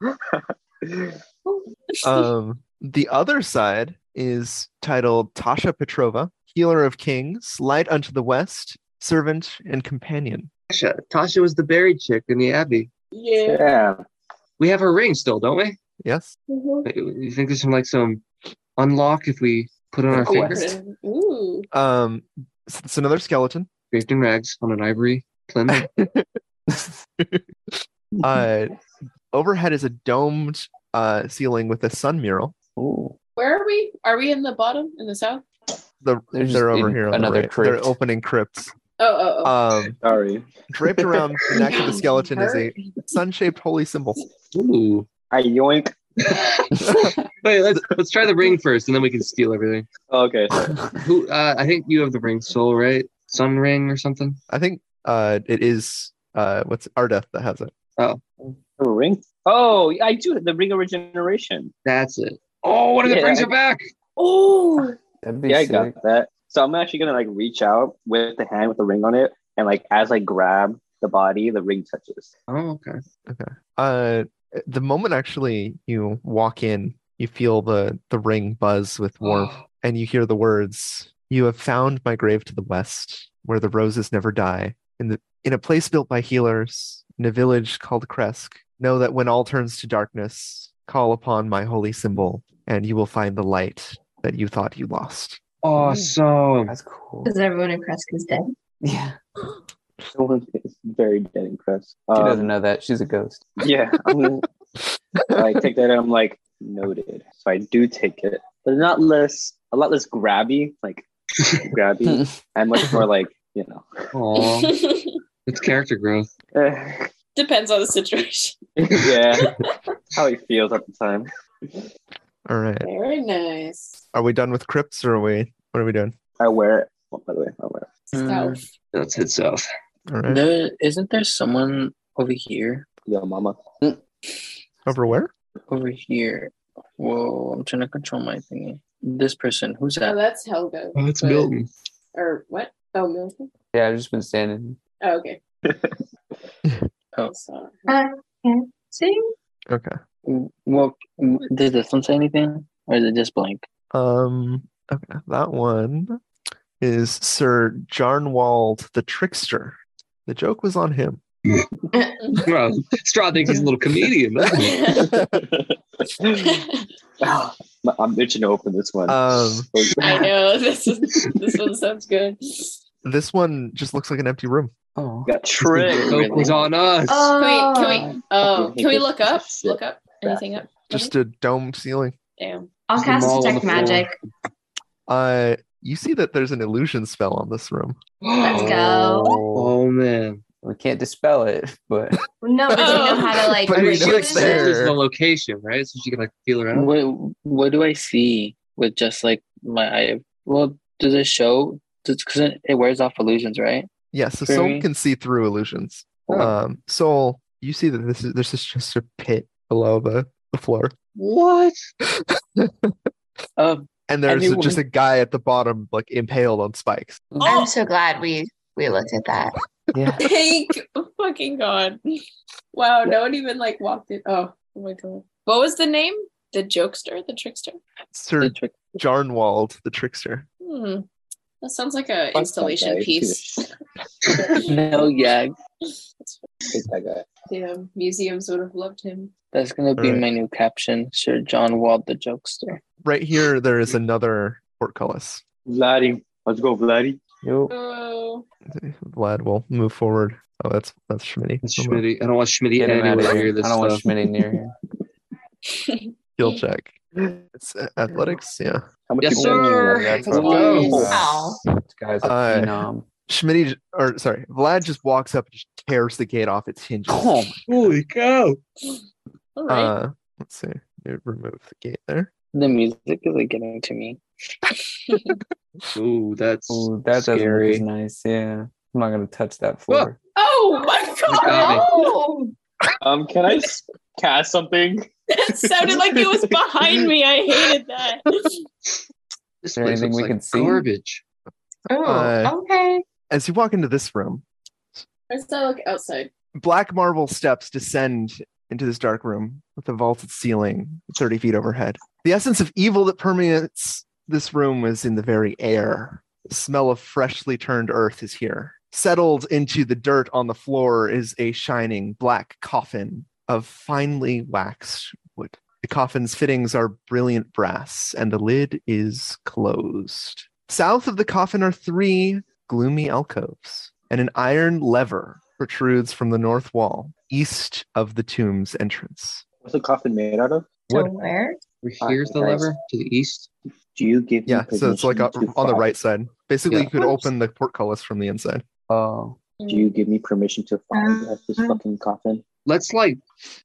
Speaker 2: now.
Speaker 1: Um, the other side is titled Tasha Petrova, healer of kings, light unto the west, servant and companion.
Speaker 3: Tasha. Tasha was the buried chick in the Abbey.
Speaker 4: Yeah.
Speaker 2: yeah.
Speaker 3: We have her ring still, don't we?
Speaker 1: Yes.
Speaker 4: Mhm.
Speaker 3: You think there's some like some unlock if we put it on our
Speaker 6: Oh,
Speaker 3: fingers?
Speaker 6: West.
Speaker 4: Ooh.
Speaker 1: Um, it's it's another skeleton.
Speaker 3: Draped in rags on an ivory plinth.
Speaker 1: uh, overhead is a domed uh, ceiling with a sun mural.
Speaker 6: Ooh.
Speaker 4: Where are we? Are we in the bottom in the south?
Speaker 1: The,
Speaker 6: They're
Speaker 1: they're,
Speaker 6: just
Speaker 1: over
Speaker 6: in
Speaker 1: here. On another
Speaker 6: another
Speaker 1: the right. They're
Speaker 6: crypt.
Speaker 1: opening crypts.
Speaker 4: Oh, oh, oh.
Speaker 1: Um,
Speaker 2: Sorry.
Speaker 1: draped around the neck of the
Speaker 4: Yeah,
Speaker 1: skeleton is a
Speaker 4: hurt.
Speaker 1: sun-shaped holy symbol.
Speaker 3: Ooh.
Speaker 2: I yoink.
Speaker 3: Wait, let's let's try the ring first, and then we can steal everything.
Speaker 2: Okay.
Speaker 3: Who? Uh, I think you have the ring, Soul, right? Sun ring or something.
Speaker 1: I think uh, it is uh, what's Ardeth that has it.
Speaker 2: A ring. Oh, I do. The ring of regeneration.
Speaker 3: That's it. Oh, one of the
Speaker 2: Yeah,
Speaker 3: rings
Speaker 2: I-
Speaker 3: are back.
Speaker 4: Oh,
Speaker 6: That'd be
Speaker 2: yeah, I
Speaker 6: sick.
Speaker 2: got that. So I'm actually gonna like reach out with the hand with the ring on it, and like as I grab the body, the ring touches.
Speaker 3: Oh, okay.
Speaker 1: Uh, the moment actually you walk in, you feel the the ring buzz with warmth, and you hear the words, "You have found my grave to the west, where the roses never die, in the in a place built by healers, in a village called Kresk. Know that when all turns to darkness, Call upon my holy symbol, and you will find the light that you thought you lost.
Speaker 3: Awesome.
Speaker 6: That's cool.
Speaker 7: Because everyone in Kresk is dead.
Speaker 6: Yeah.
Speaker 2: No one is very dead impressed.
Speaker 6: She
Speaker 2: Um,
Speaker 6: doesn't know that. She's a ghost.
Speaker 2: Yeah, I'm gonna, I take that and I'm like noted. So I do take it, but not less, a lot less grabby, like grabby, and much more like you know.
Speaker 3: Aw, it's character growth.
Speaker 2: eh,
Speaker 4: Depends on the situation.
Speaker 2: yeah, how he feels at the time.
Speaker 1: All right.
Speaker 4: Very nice.
Speaker 1: Are we done with crypts or are we what are we doing?
Speaker 2: I wear it. Oh, by the way, I wear it.
Speaker 1: Hmm.
Speaker 4: Stealth.
Speaker 3: Let's head south.
Speaker 1: All right.
Speaker 8: There isn't there someone over here?
Speaker 2: Yo, mama.
Speaker 1: Over where?
Speaker 8: Over here. Whoa, I'm trying to control my thingy. This person, who's
Speaker 4: Oh,
Speaker 8: that?
Speaker 4: that's Helga.
Speaker 5: Oh, it's
Speaker 4: But-
Speaker 5: Milton.
Speaker 4: Or what? Oh, Milton?
Speaker 6: Yeah, I've just been standing.
Speaker 4: Oh, okay.
Speaker 8: Oh.
Speaker 4: Sorry.
Speaker 7: Uh, See?
Speaker 1: Okay.
Speaker 8: Well, did this one say anything, or is it just blank?
Speaker 1: Um okay. That one is Sir Jarnwald the Trickster. The joke was on him.
Speaker 3: Well, Straw thinks he's a little comedian. doesn't he?
Speaker 2: Ah, I'm itching to open this one.
Speaker 1: Um,
Speaker 4: I know this is this one sounds good.
Speaker 1: This one just looks like an empty room.
Speaker 6: Oh.
Speaker 2: Got tricked.
Speaker 3: Joke was on us.
Speaker 7: Oh,
Speaker 4: Wait,
Speaker 2: Ah.
Speaker 4: can we? Oh,
Speaker 2: Fucking
Speaker 4: can we
Speaker 2: hate
Speaker 4: look
Speaker 2: this
Speaker 4: up?
Speaker 2: shit.
Speaker 4: Look up anything up?
Speaker 1: Just a dome ceiling.
Speaker 4: Damn.
Speaker 7: I'll
Speaker 3: Just a
Speaker 7: cast
Speaker 3: mall on the
Speaker 7: detect
Speaker 3: floor.
Speaker 7: magic.
Speaker 1: Uh you see that there's an illusion spell on this room.
Speaker 7: Let's go.
Speaker 3: Oh man.
Speaker 6: We can't dispel it, but
Speaker 7: No, but do you know how to like
Speaker 1: But
Speaker 3: I mean,
Speaker 1: we
Speaker 7: break
Speaker 3: she
Speaker 1: know
Speaker 3: like
Speaker 1: it's
Speaker 7: illusions?
Speaker 1: there.
Speaker 3: senses the location, right? So she can like feel around.
Speaker 8: What What do I see with just like my eye? Well, does it show? Because it, it wears off illusions, right?
Speaker 1: Yeah, so
Speaker 8: For
Speaker 1: Soul
Speaker 8: me?
Speaker 1: can see through illusions.
Speaker 8: Oh.
Speaker 1: Um Soul, you see that this is this is just a pit below the, the floor.
Speaker 3: What?
Speaker 8: Of
Speaker 1: And there's a-
Speaker 8: Anyone-
Speaker 1: just a guy at the bottom, like impaled on spikes.
Speaker 2: Oh,
Speaker 7: I'm so glad we we looked at that.
Speaker 6: yeah.
Speaker 4: Thank fucking god. Wow, no one even like walked in. Oh, oh my god. What was the name? The jokester, the trickster.
Speaker 1: Sir
Speaker 8: the trick.
Speaker 1: Jarnwald, the trickster.
Speaker 4: Hmm. That sounds like a
Speaker 2: Fuck that guy.
Speaker 4: installation
Speaker 2: He's
Speaker 4: piece.
Speaker 2: a sh-
Speaker 8: No, yeah,
Speaker 2: hate that guy.
Speaker 4: Damn, museums would have loved him.
Speaker 8: that's gonna be
Speaker 1: Alright.
Speaker 8: my new caption. Sir John Wald, the jokester.
Speaker 1: Right here, there is another portcullis.
Speaker 2: Vladdy, let's go, Vladdy.
Speaker 6: Yo.
Speaker 4: Oh,
Speaker 1: Vlad will move forward. Oh, that's that's Schmitty.
Speaker 3: That's
Speaker 1: Hold on.
Speaker 3: Schmitty. I don't want Schmitty
Speaker 6: Get him out
Speaker 3: anywhere
Speaker 6: of
Speaker 3: near
Speaker 6: here.
Speaker 3: this
Speaker 6: I don't want
Speaker 3: stuff.
Speaker 6: Schmitty near here.
Speaker 1: Skill check. It's a- athletics. Yeah.
Speaker 2: How much
Speaker 3: Yes,
Speaker 2: you
Speaker 3: sir.
Speaker 2: bet?
Speaker 3: Sure.
Speaker 6: That's
Speaker 4: Let's
Speaker 6: what
Speaker 4: go.
Speaker 7: Ow.
Speaker 6: This guy's a
Speaker 1: Uh,
Speaker 6: phenom.
Speaker 1: Schmitty, j- or sorry, Vlad just walks up and just tears the gate off its hinges.
Speaker 6: Oh,
Speaker 3: Holy cow!
Speaker 4: all right.
Speaker 1: Uh, let's see. You remove the gate there.
Speaker 8: The music is like getting to me.
Speaker 3: Ooh, that's
Speaker 6: Ooh, that
Speaker 3: scary.
Speaker 6: doesn't look as nice. Yeah. I'm not gonna touch that floor.
Speaker 4: oh my
Speaker 3: got
Speaker 4: god!
Speaker 3: me.
Speaker 7: Oh,
Speaker 2: Um, can I s- cast something?
Speaker 4: That sounded like it was behind me. I hated that.
Speaker 3: This
Speaker 6: Is there
Speaker 3: place
Speaker 6: anything
Speaker 3: looks
Speaker 6: we
Speaker 3: like
Speaker 6: can see?
Speaker 3: garbage.
Speaker 1: Uh,
Speaker 7: oh, okay.
Speaker 1: As you walk into this room,
Speaker 4: Let's not look outside.
Speaker 1: black marble steps descend into this dark room with a vaulted ceiling 30 feet overhead. The essence of evil that permeates this room is in the very air. The smell of freshly turned earth is here. Settled into the dirt on the floor is a shining black coffin of finely waxed wood. The coffin's fittings are brilliant brass, and the lid is closed. South of the coffin are three gloomy alcoves, and an iron lever protrudes from the north wall, east of the tomb's entrance.
Speaker 2: What's the coffin made out of?
Speaker 7: So
Speaker 1: What?
Speaker 7: where?
Speaker 3: Over Here's the
Speaker 2: Alright, guys.
Speaker 3: lever to the east.
Speaker 2: Do you give me
Speaker 1: Yeah, so it's like a,
Speaker 2: permission to
Speaker 1: on the
Speaker 2: file-
Speaker 1: right side. Basically,
Speaker 3: Yeah.
Speaker 1: you could open the portcullis from the inside.
Speaker 6: Oh.
Speaker 4: Mm,
Speaker 2: Do you give me permission to find
Speaker 4: Uh-huh.
Speaker 2: at this
Speaker 7: Um,
Speaker 2: fucking coffin?
Speaker 3: Let's like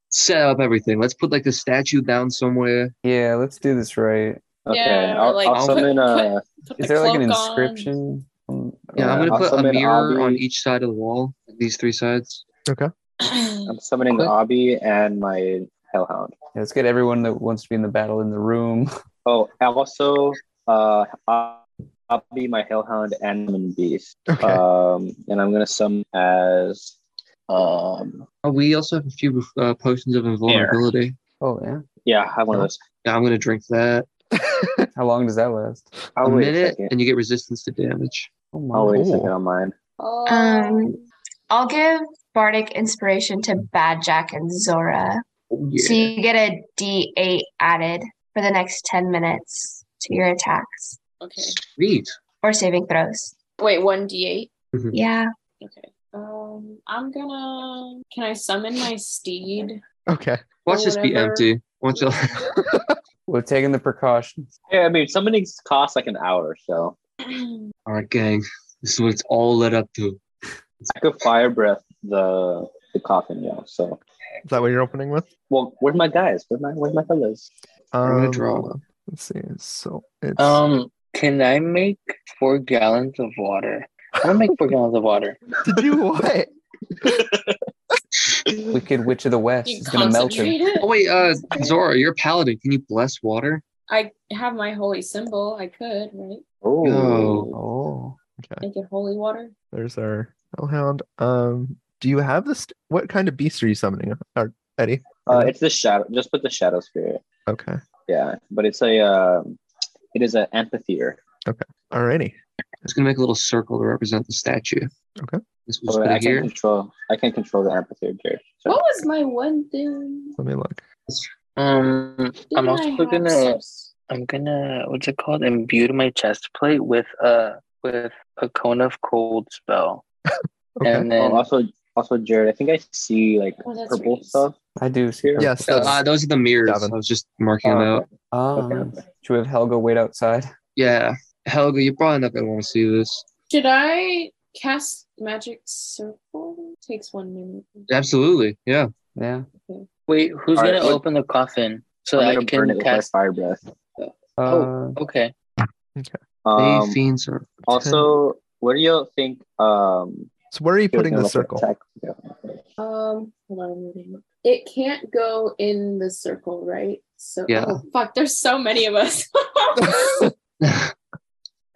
Speaker 3: set up everything. Let's put like the statue down somewhere.
Speaker 6: Yeah, let's do this right.
Speaker 2: Okay,
Speaker 4: Yeah,
Speaker 2: I'll,
Speaker 4: like,
Speaker 2: I'll
Speaker 4: put-
Speaker 2: summon uh,
Speaker 4: Put
Speaker 6: Is
Speaker 4: the
Speaker 6: there like an
Speaker 4: cloak on.
Speaker 6: inscription? Um,
Speaker 3: Yeah, I'm
Speaker 6: uh,
Speaker 3: gonna
Speaker 2: I'll
Speaker 3: put a
Speaker 2: summon
Speaker 3: mirror
Speaker 2: Abby.
Speaker 3: on each side of the wall. These three sides.
Speaker 2: I'm summoning
Speaker 3: Quick.
Speaker 2: Abby and my hellhound.
Speaker 6: let's get everyone that wants to be in the battle in the room.
Speaker 2: Oh, and also uh, Abby, my hellhound, and Summon beast.
Speaker 1: Okay.
Speaker 2: Um, and I'm gonna summon as um,
Speaker 3: Oh, we also have a few uh, potions of invulnerability.
Speaker 6: Oh yeah.
Speaker 2: yeah, I have one of those.
Speaker 3: Yeah, I'm gonna drink that.
Speaker 6: How long does that last?
Speaker 2: I'll
Speaker 3: a
Speaker 2: wait a
Speaker 3: minute,
Speaker 2: second.
Speaker 3: and you get resistance to damage.
Speaker 6: Oh
Speaker 2: I'll
Speaker 6: my.
Speaker 2: wait a second
Speaker 1: Cool.
Speaker 2: on mine.
Speaker 4: Oh.
Speaker 7: Um, I'll give bardic inspiration to Bad Jack and Zora.
Speaker 2: Oh,
Speaker 7: So you get a D8 added for the next 10 minutes to your attacks
Speaker 4: Okay.
Speaker 3: Sweet.
Speaker 7: or saving throws.
Speaker 4: Wait, one D eight.
Speaker 7: Yeah.
Speaker 4: Okay. Um, I'm gonna. Can I summon my steed?
Speaker 1: Okay.
Speaker 3: Watch this be
Speaker 4: Whatever.
Speaker 3: empty. Watch it.
Speaker 6: We're taking the precautions.
Speaker 2: Yeah, I mean, summoning costs like an hour, so
Speaker 3: All right, gang. This is what it's all led up to.
Speaker 2: I could fire breath the the coffin, yeah. So,
Speaker 1: Is that what you're opening with?
Speaker 2: well, where's my guys? Where's my where's my fellas?
Speaker 1: Um,
Speaker 3: I'm gonna draw one.
Speaker 1: Let's see. So it's
Speaker 8: Um, can I make four gallons of water? I'm gonna make four gallons of water.
Speaker 1: to do what?
Speaker 6: Wicked Witch of the West
Speaker 4: You
Speaker 6: is gonna melt him.
Speaker 4: concentrate it.
Speaker 3: Oh wait, uh, Zora, you're a paladin. Can you bless water?
Speaker 4: I have my holy symbol. I could, right?
Speaker 2: Oh,
Speaker 3: No.
Speaker 6: Oh,
Speaker 4: Make it holy water.
Speaker 1: There's our hellhound. Um, do you have this? What kind of beast are you summoning, or, Eddie?
Speaker 2: uh, it's the shadow. Just put the shadow spirit.
Speaker 1: Okay.
Speaker 2: Yeah, but it's a um it is an amphitheater.
Speaker 1: Alrighty.
Speaker 3: It's gonna make a little circle to represent the statue.
Speaker 1: Okay.
Speaker 3: This was
Speaker 2: So
Speaker 3: put
Speaker 2: I
Speaker 3: it
Speaker 2: can't
Speaker 3: here.
Speaker 2: control. I can't control the amphitheater. Jared. So-
Speaker 4: What was my one thing?
Speaker 1: Let me look.
Speaker 8: Um, I'm
Speaker 4: Didn't I
Speaker 8: also
Speaker 4: have
Speaker 8: gonna.
Speaker 4: some-
Speaker 8: I'm gonna what's it called? Imbue my chest plate with a with a cone of cold spell,
Speaker 1: Okay.
Speaker 8: and
Speaker 2: Oh,
Speaker 8: then
Speaker 2: also, also, Jared. I think I see like
Speaker 4: Oh, that's
Speaker 2: purple
Speaker 4: right.
Speaker 2: stuff
Speaker 6: I do. See
Speaker 2: here.
Speaker 6: her.
Speaker 1: Yes.
Speaker 3: Uh,
Speaker 1: That's,
Speaker 3: uh, those are the mirrors.
Speaker 1: Davin.
Speaker 3: I was just marking them
Speaker 2: Oh,
Speaker 3: out.
Speaker 2: okay.
Speaker 6: Ah, nice. Should we have Helga wait outside?
Speaker 3: Yeah, Helga, you're probably not gonna want to see this.
Speaker 4: Should I cast magic circle? Takes one minute.
Speaker 3: Absolutely. Yeah.
Speaker 6: Yeah.
Speaker 8: wait, who's
Speaker 2: Alright,
Speaker 8: gonna
Speaker 2: what-
Speaker 8: open the coffin so
Speaker 2: I'm
Speaker 8: I
Speaker 2: gonna burn it
Speaker 8: can
Speaker 2: with my
Speaker 8: cast?
Speaker 2: fire breath.
Speaker 6: Uh,
Speaker 8: Oh. Okay,
Speaker 3: Um,
Speaker 2: Um,
Speaker 3: fiends are.
Speaker 2: also, what do you think? Um,
Speaker 1: so where are you
Speaker 2: Jared's
Speaker 1: putting
Speaker 2: gonna
Speaker 1: the
Speaker 2: let
Speaker 1: circle?
Speaker 2: attack- yeah.
Speaker 4: Um, hold on, I'm reading. It can't go in the circle, right? So,
Speaker 3: Yeah.
Speaker 4: oh, fuck, there's so many of us.
Speaker 3: I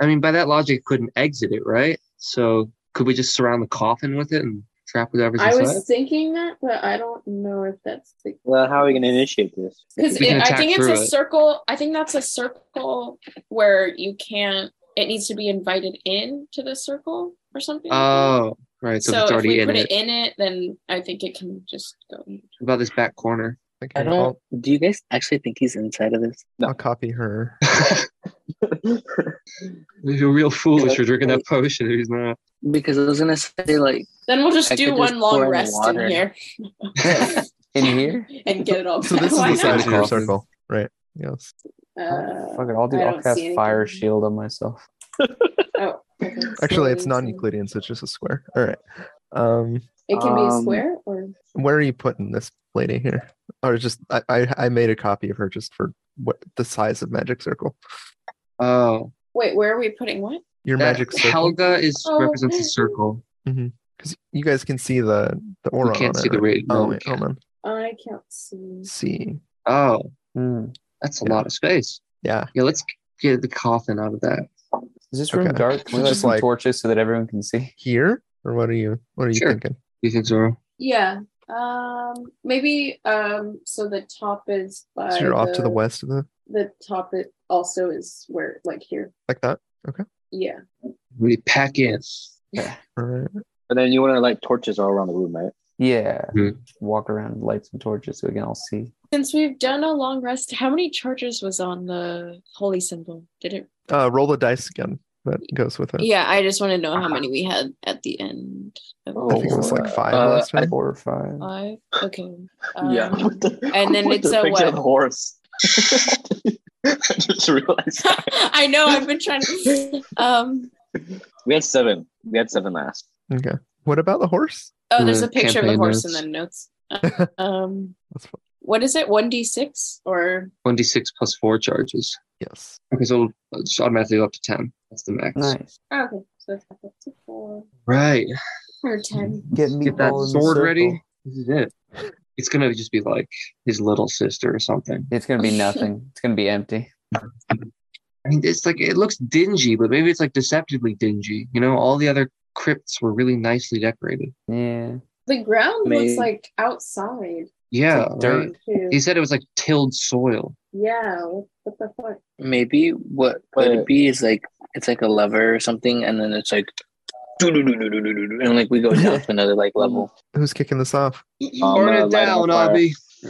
Speaker 3: mean, by that logic, it couldn't exit it, right? So could we just surround the coffin with it and trap whatever's
Speaker 4: I
Speaker 3: inside?
Speaker 4: was thinking that, but I don't know if that's the
Speaker 2: Well, how are we gonna initiate this?
Speaker 4: because
Speaker 3: We can
Speaker 4: I
Speaker 3: attack
Speaker 4: think it's
Speaker 3: through
Speaker 4: a
Speaker 3: it.
Speaker 4: circle. I think that's a circle where you can't. It needs to be invited in to the circle or something. like that.
Speaker 3: Oh, right. So,
Speaker 4: so
Speaker 3: if it's
Speaker 4: if
Speaker 3: already
Speaker 4: we
Speaker 3: in
Speaker 4: put
Speaker 3: it.
Speaker 4: it in it, then I think it can just go.
Speaker 3: What About this back corner.
Speaker 1: Okay,
Speaker 8: I don't.
Speaker 1: I'll,
Speaker 8: Do you guys actually think he's inside of this?
Speaker 1: I'll copy her.
Speaker 3: You're real foolish for drinking that
Speaker 8: Wait.
Speaker 3: potion if he's not.
Speaker 8: Because I was gonna say like
Speaker 4: Then we'll just
Speaker 8: I
Speaker 4: do
Speaker 8: could just
Speaker 4: one long
Speaker 8: pour in
Speaker 4: rest
Speaker 8: water.
Speaker 4: in here
Speaker 6: in here?
Speaker 4: and get it all.
Speaker 1: So this is
Speaker 4: Why
Speaker 1: the
Speaker 4: not?
Speaker 1: size of your
Speaker 6: Coffin.
Speaker 1: circle, right? Yes.
Speaker 4: Uh,
Speaker 6: Fuck it. I'll do.
Speaker 4: I
Speaker 6: I'll
Speaker 4: don't
Speaker 6: cast
Speaker 4: see
Speaker 6: fire
Speaker 4: anything.
Speaker 6: shield on myself.
Speaker 4: Oh, okay.
Speaker 1: Actually, it's
Speaker 4: So-
Speaker 1: non-Euclidean, so it's just a square. All right. Um,
Speaker 4: It can be a
Speaker 2: Um,
Speaker 4: square or
Speaker 1: where are you putting this lady here? Or just I, I, I made a copy of her just for what the size of magic circle.
Speaker 3: Oh,
Speaker 4: wait. Where are we putting what?
Speaker 1: Your
Speaker 3: that
Speaker 1: magic circle,
Speaker 3: Helga is
Speaker 4: Oh.
Speaker 3: represents a circle.
Speaker 1: because you guys can see the the aura.
Speaker 3: We can't
Speaker 1: on
Speaker 3: see
Speaker 1: it,
Speaker 3: the
Speaker 1: right?
Speaker 3: rate.
Speaker 1: Oh
Speaker 3: No, we
Speaker 1: wait, hold
Speaker 3: can't.
Speaker 1: on.
Speaker 4: I can't see.
Speaker 1: See,
Speaker 3: Oh,
Speaker 6: Hmm.
Speaker 3: that's a
Speaker 1: Yeah.
Speaker 3: lot of space.
Speaker 1: yeah,
Speaker 3: Yeah, let's get the coffin out of that.
Speaker 6: Is this room
Speaker 1: Okay.
Speaker 6: dark? Can we light
Speaker 1: Just
Speaker 6: some
Speaker 1: like-
Speaker 6: torches so that everyone can see?
Speaker 1: here or what are you? What are you
Speaker 3: Sure.
Speaker 1: thinking?
Speaker 3: You think so?
Speaker 4: Yeah. Um. Maybe. Um. So the top is by.
Speaker 1: So you're off to the west of the
Speaker 4: The top it also is where like here.
Speaker 1: like that.
Speaker 4: Yeah.
Speaker 3: We pack in.
Speaker 1: All right.
Speaker 2: And then you want to light torches all around the room, right?
Speaker 6: Yeah.
Speaker 3: Hmm.
Speaker 6: Walk around, and light some torches so we can all see.
Speaker 4: Since we've done a long rest, how many charges was on the holy symbol? Did it?
Speaker 1: Uh, roll the dice again. That goes with it.
Speaker 4: Yeah, I just want to know how many we had at the end. Of
Speaker 1: Uh-huh. I think it was like five
Speaker 6: Uh,
Speaker 1: last
Speaker 8: I-
Speaker 1: time.
Speaker 6: Four or five.
Speaker 4: five. Okay.
Speaker 2: yeah.
Speaker 4: Um,
Speaker 2: and
Speaker 4: then it's a
Speaker 2: picture
Speaker 4: what?
Speaker 2: of a horse. I just realized
Speaker 4: I know. I've been trying to. Um.
Speaker 2: we had seven. We had seven last.
Speaker 1: Okay. What about the horse?
Speaker 4: Oh, there's
Speaker 3: Uh,
Speaker 4: a picture of a
Speaker 3: campaign
Speaker 4: horse and
Speaker 3: notes.
Speaker 4: then notes. Um.
Speaker 1: Mm, That's fun.
Speaker 4: What is it? One d six or?
Speaker 3: 1d6 plus 4 charges.
Speaker 1: Yes.
Speaker 3: Okay, so it'll just automatically go up to 10. That's the max.
Speaker 6: Nice.
Speaker 4: Oh, okay. So it's up to four
Speaker 3: Right.
Speaker 4: or ten.
Speaker 6: Get me
Speaker 3: Get that
Speaker 6: all in the
Speaker 3: sword
Speaker 6: circle.
Speaker 3: ready. This is it. It's going to just be like his little sister or something.
Speaker 6: It's gonna be nothing. it's gonna be empty.
Speaker 3: I mean, it's like, it looks dingy, but maybe it's like deceptively dingy. You know, all the other crypts were really nicely decorated.
Speaker 6: Yeah.
Speaker 4: The ground
Speaker 2: Maybe.
Speaker 4: looks like outside.
Speaker 3: Yeah,
Speaker 6: like dirt.
Speaker 3: right? He said it was like tilled soil.
Speaker 4: Yeah. What, what the fuck?
Speaker 8: maybe what could
Speaker 2: Wait.
Speaker 8: it be is like it's like a lever or something, and then it's like and like we go down to another like level.
Speaker 1: Who's kicking this off?
Speaker 2: I'm
Speaker 3: Burn
Speaker 2: gonna
Speaker 3: it
Speaker 6: Oh,
Speaker 2: light it on
Speaker 3: down,
Speaker 2: fire.
Speaker 3: Abby. Or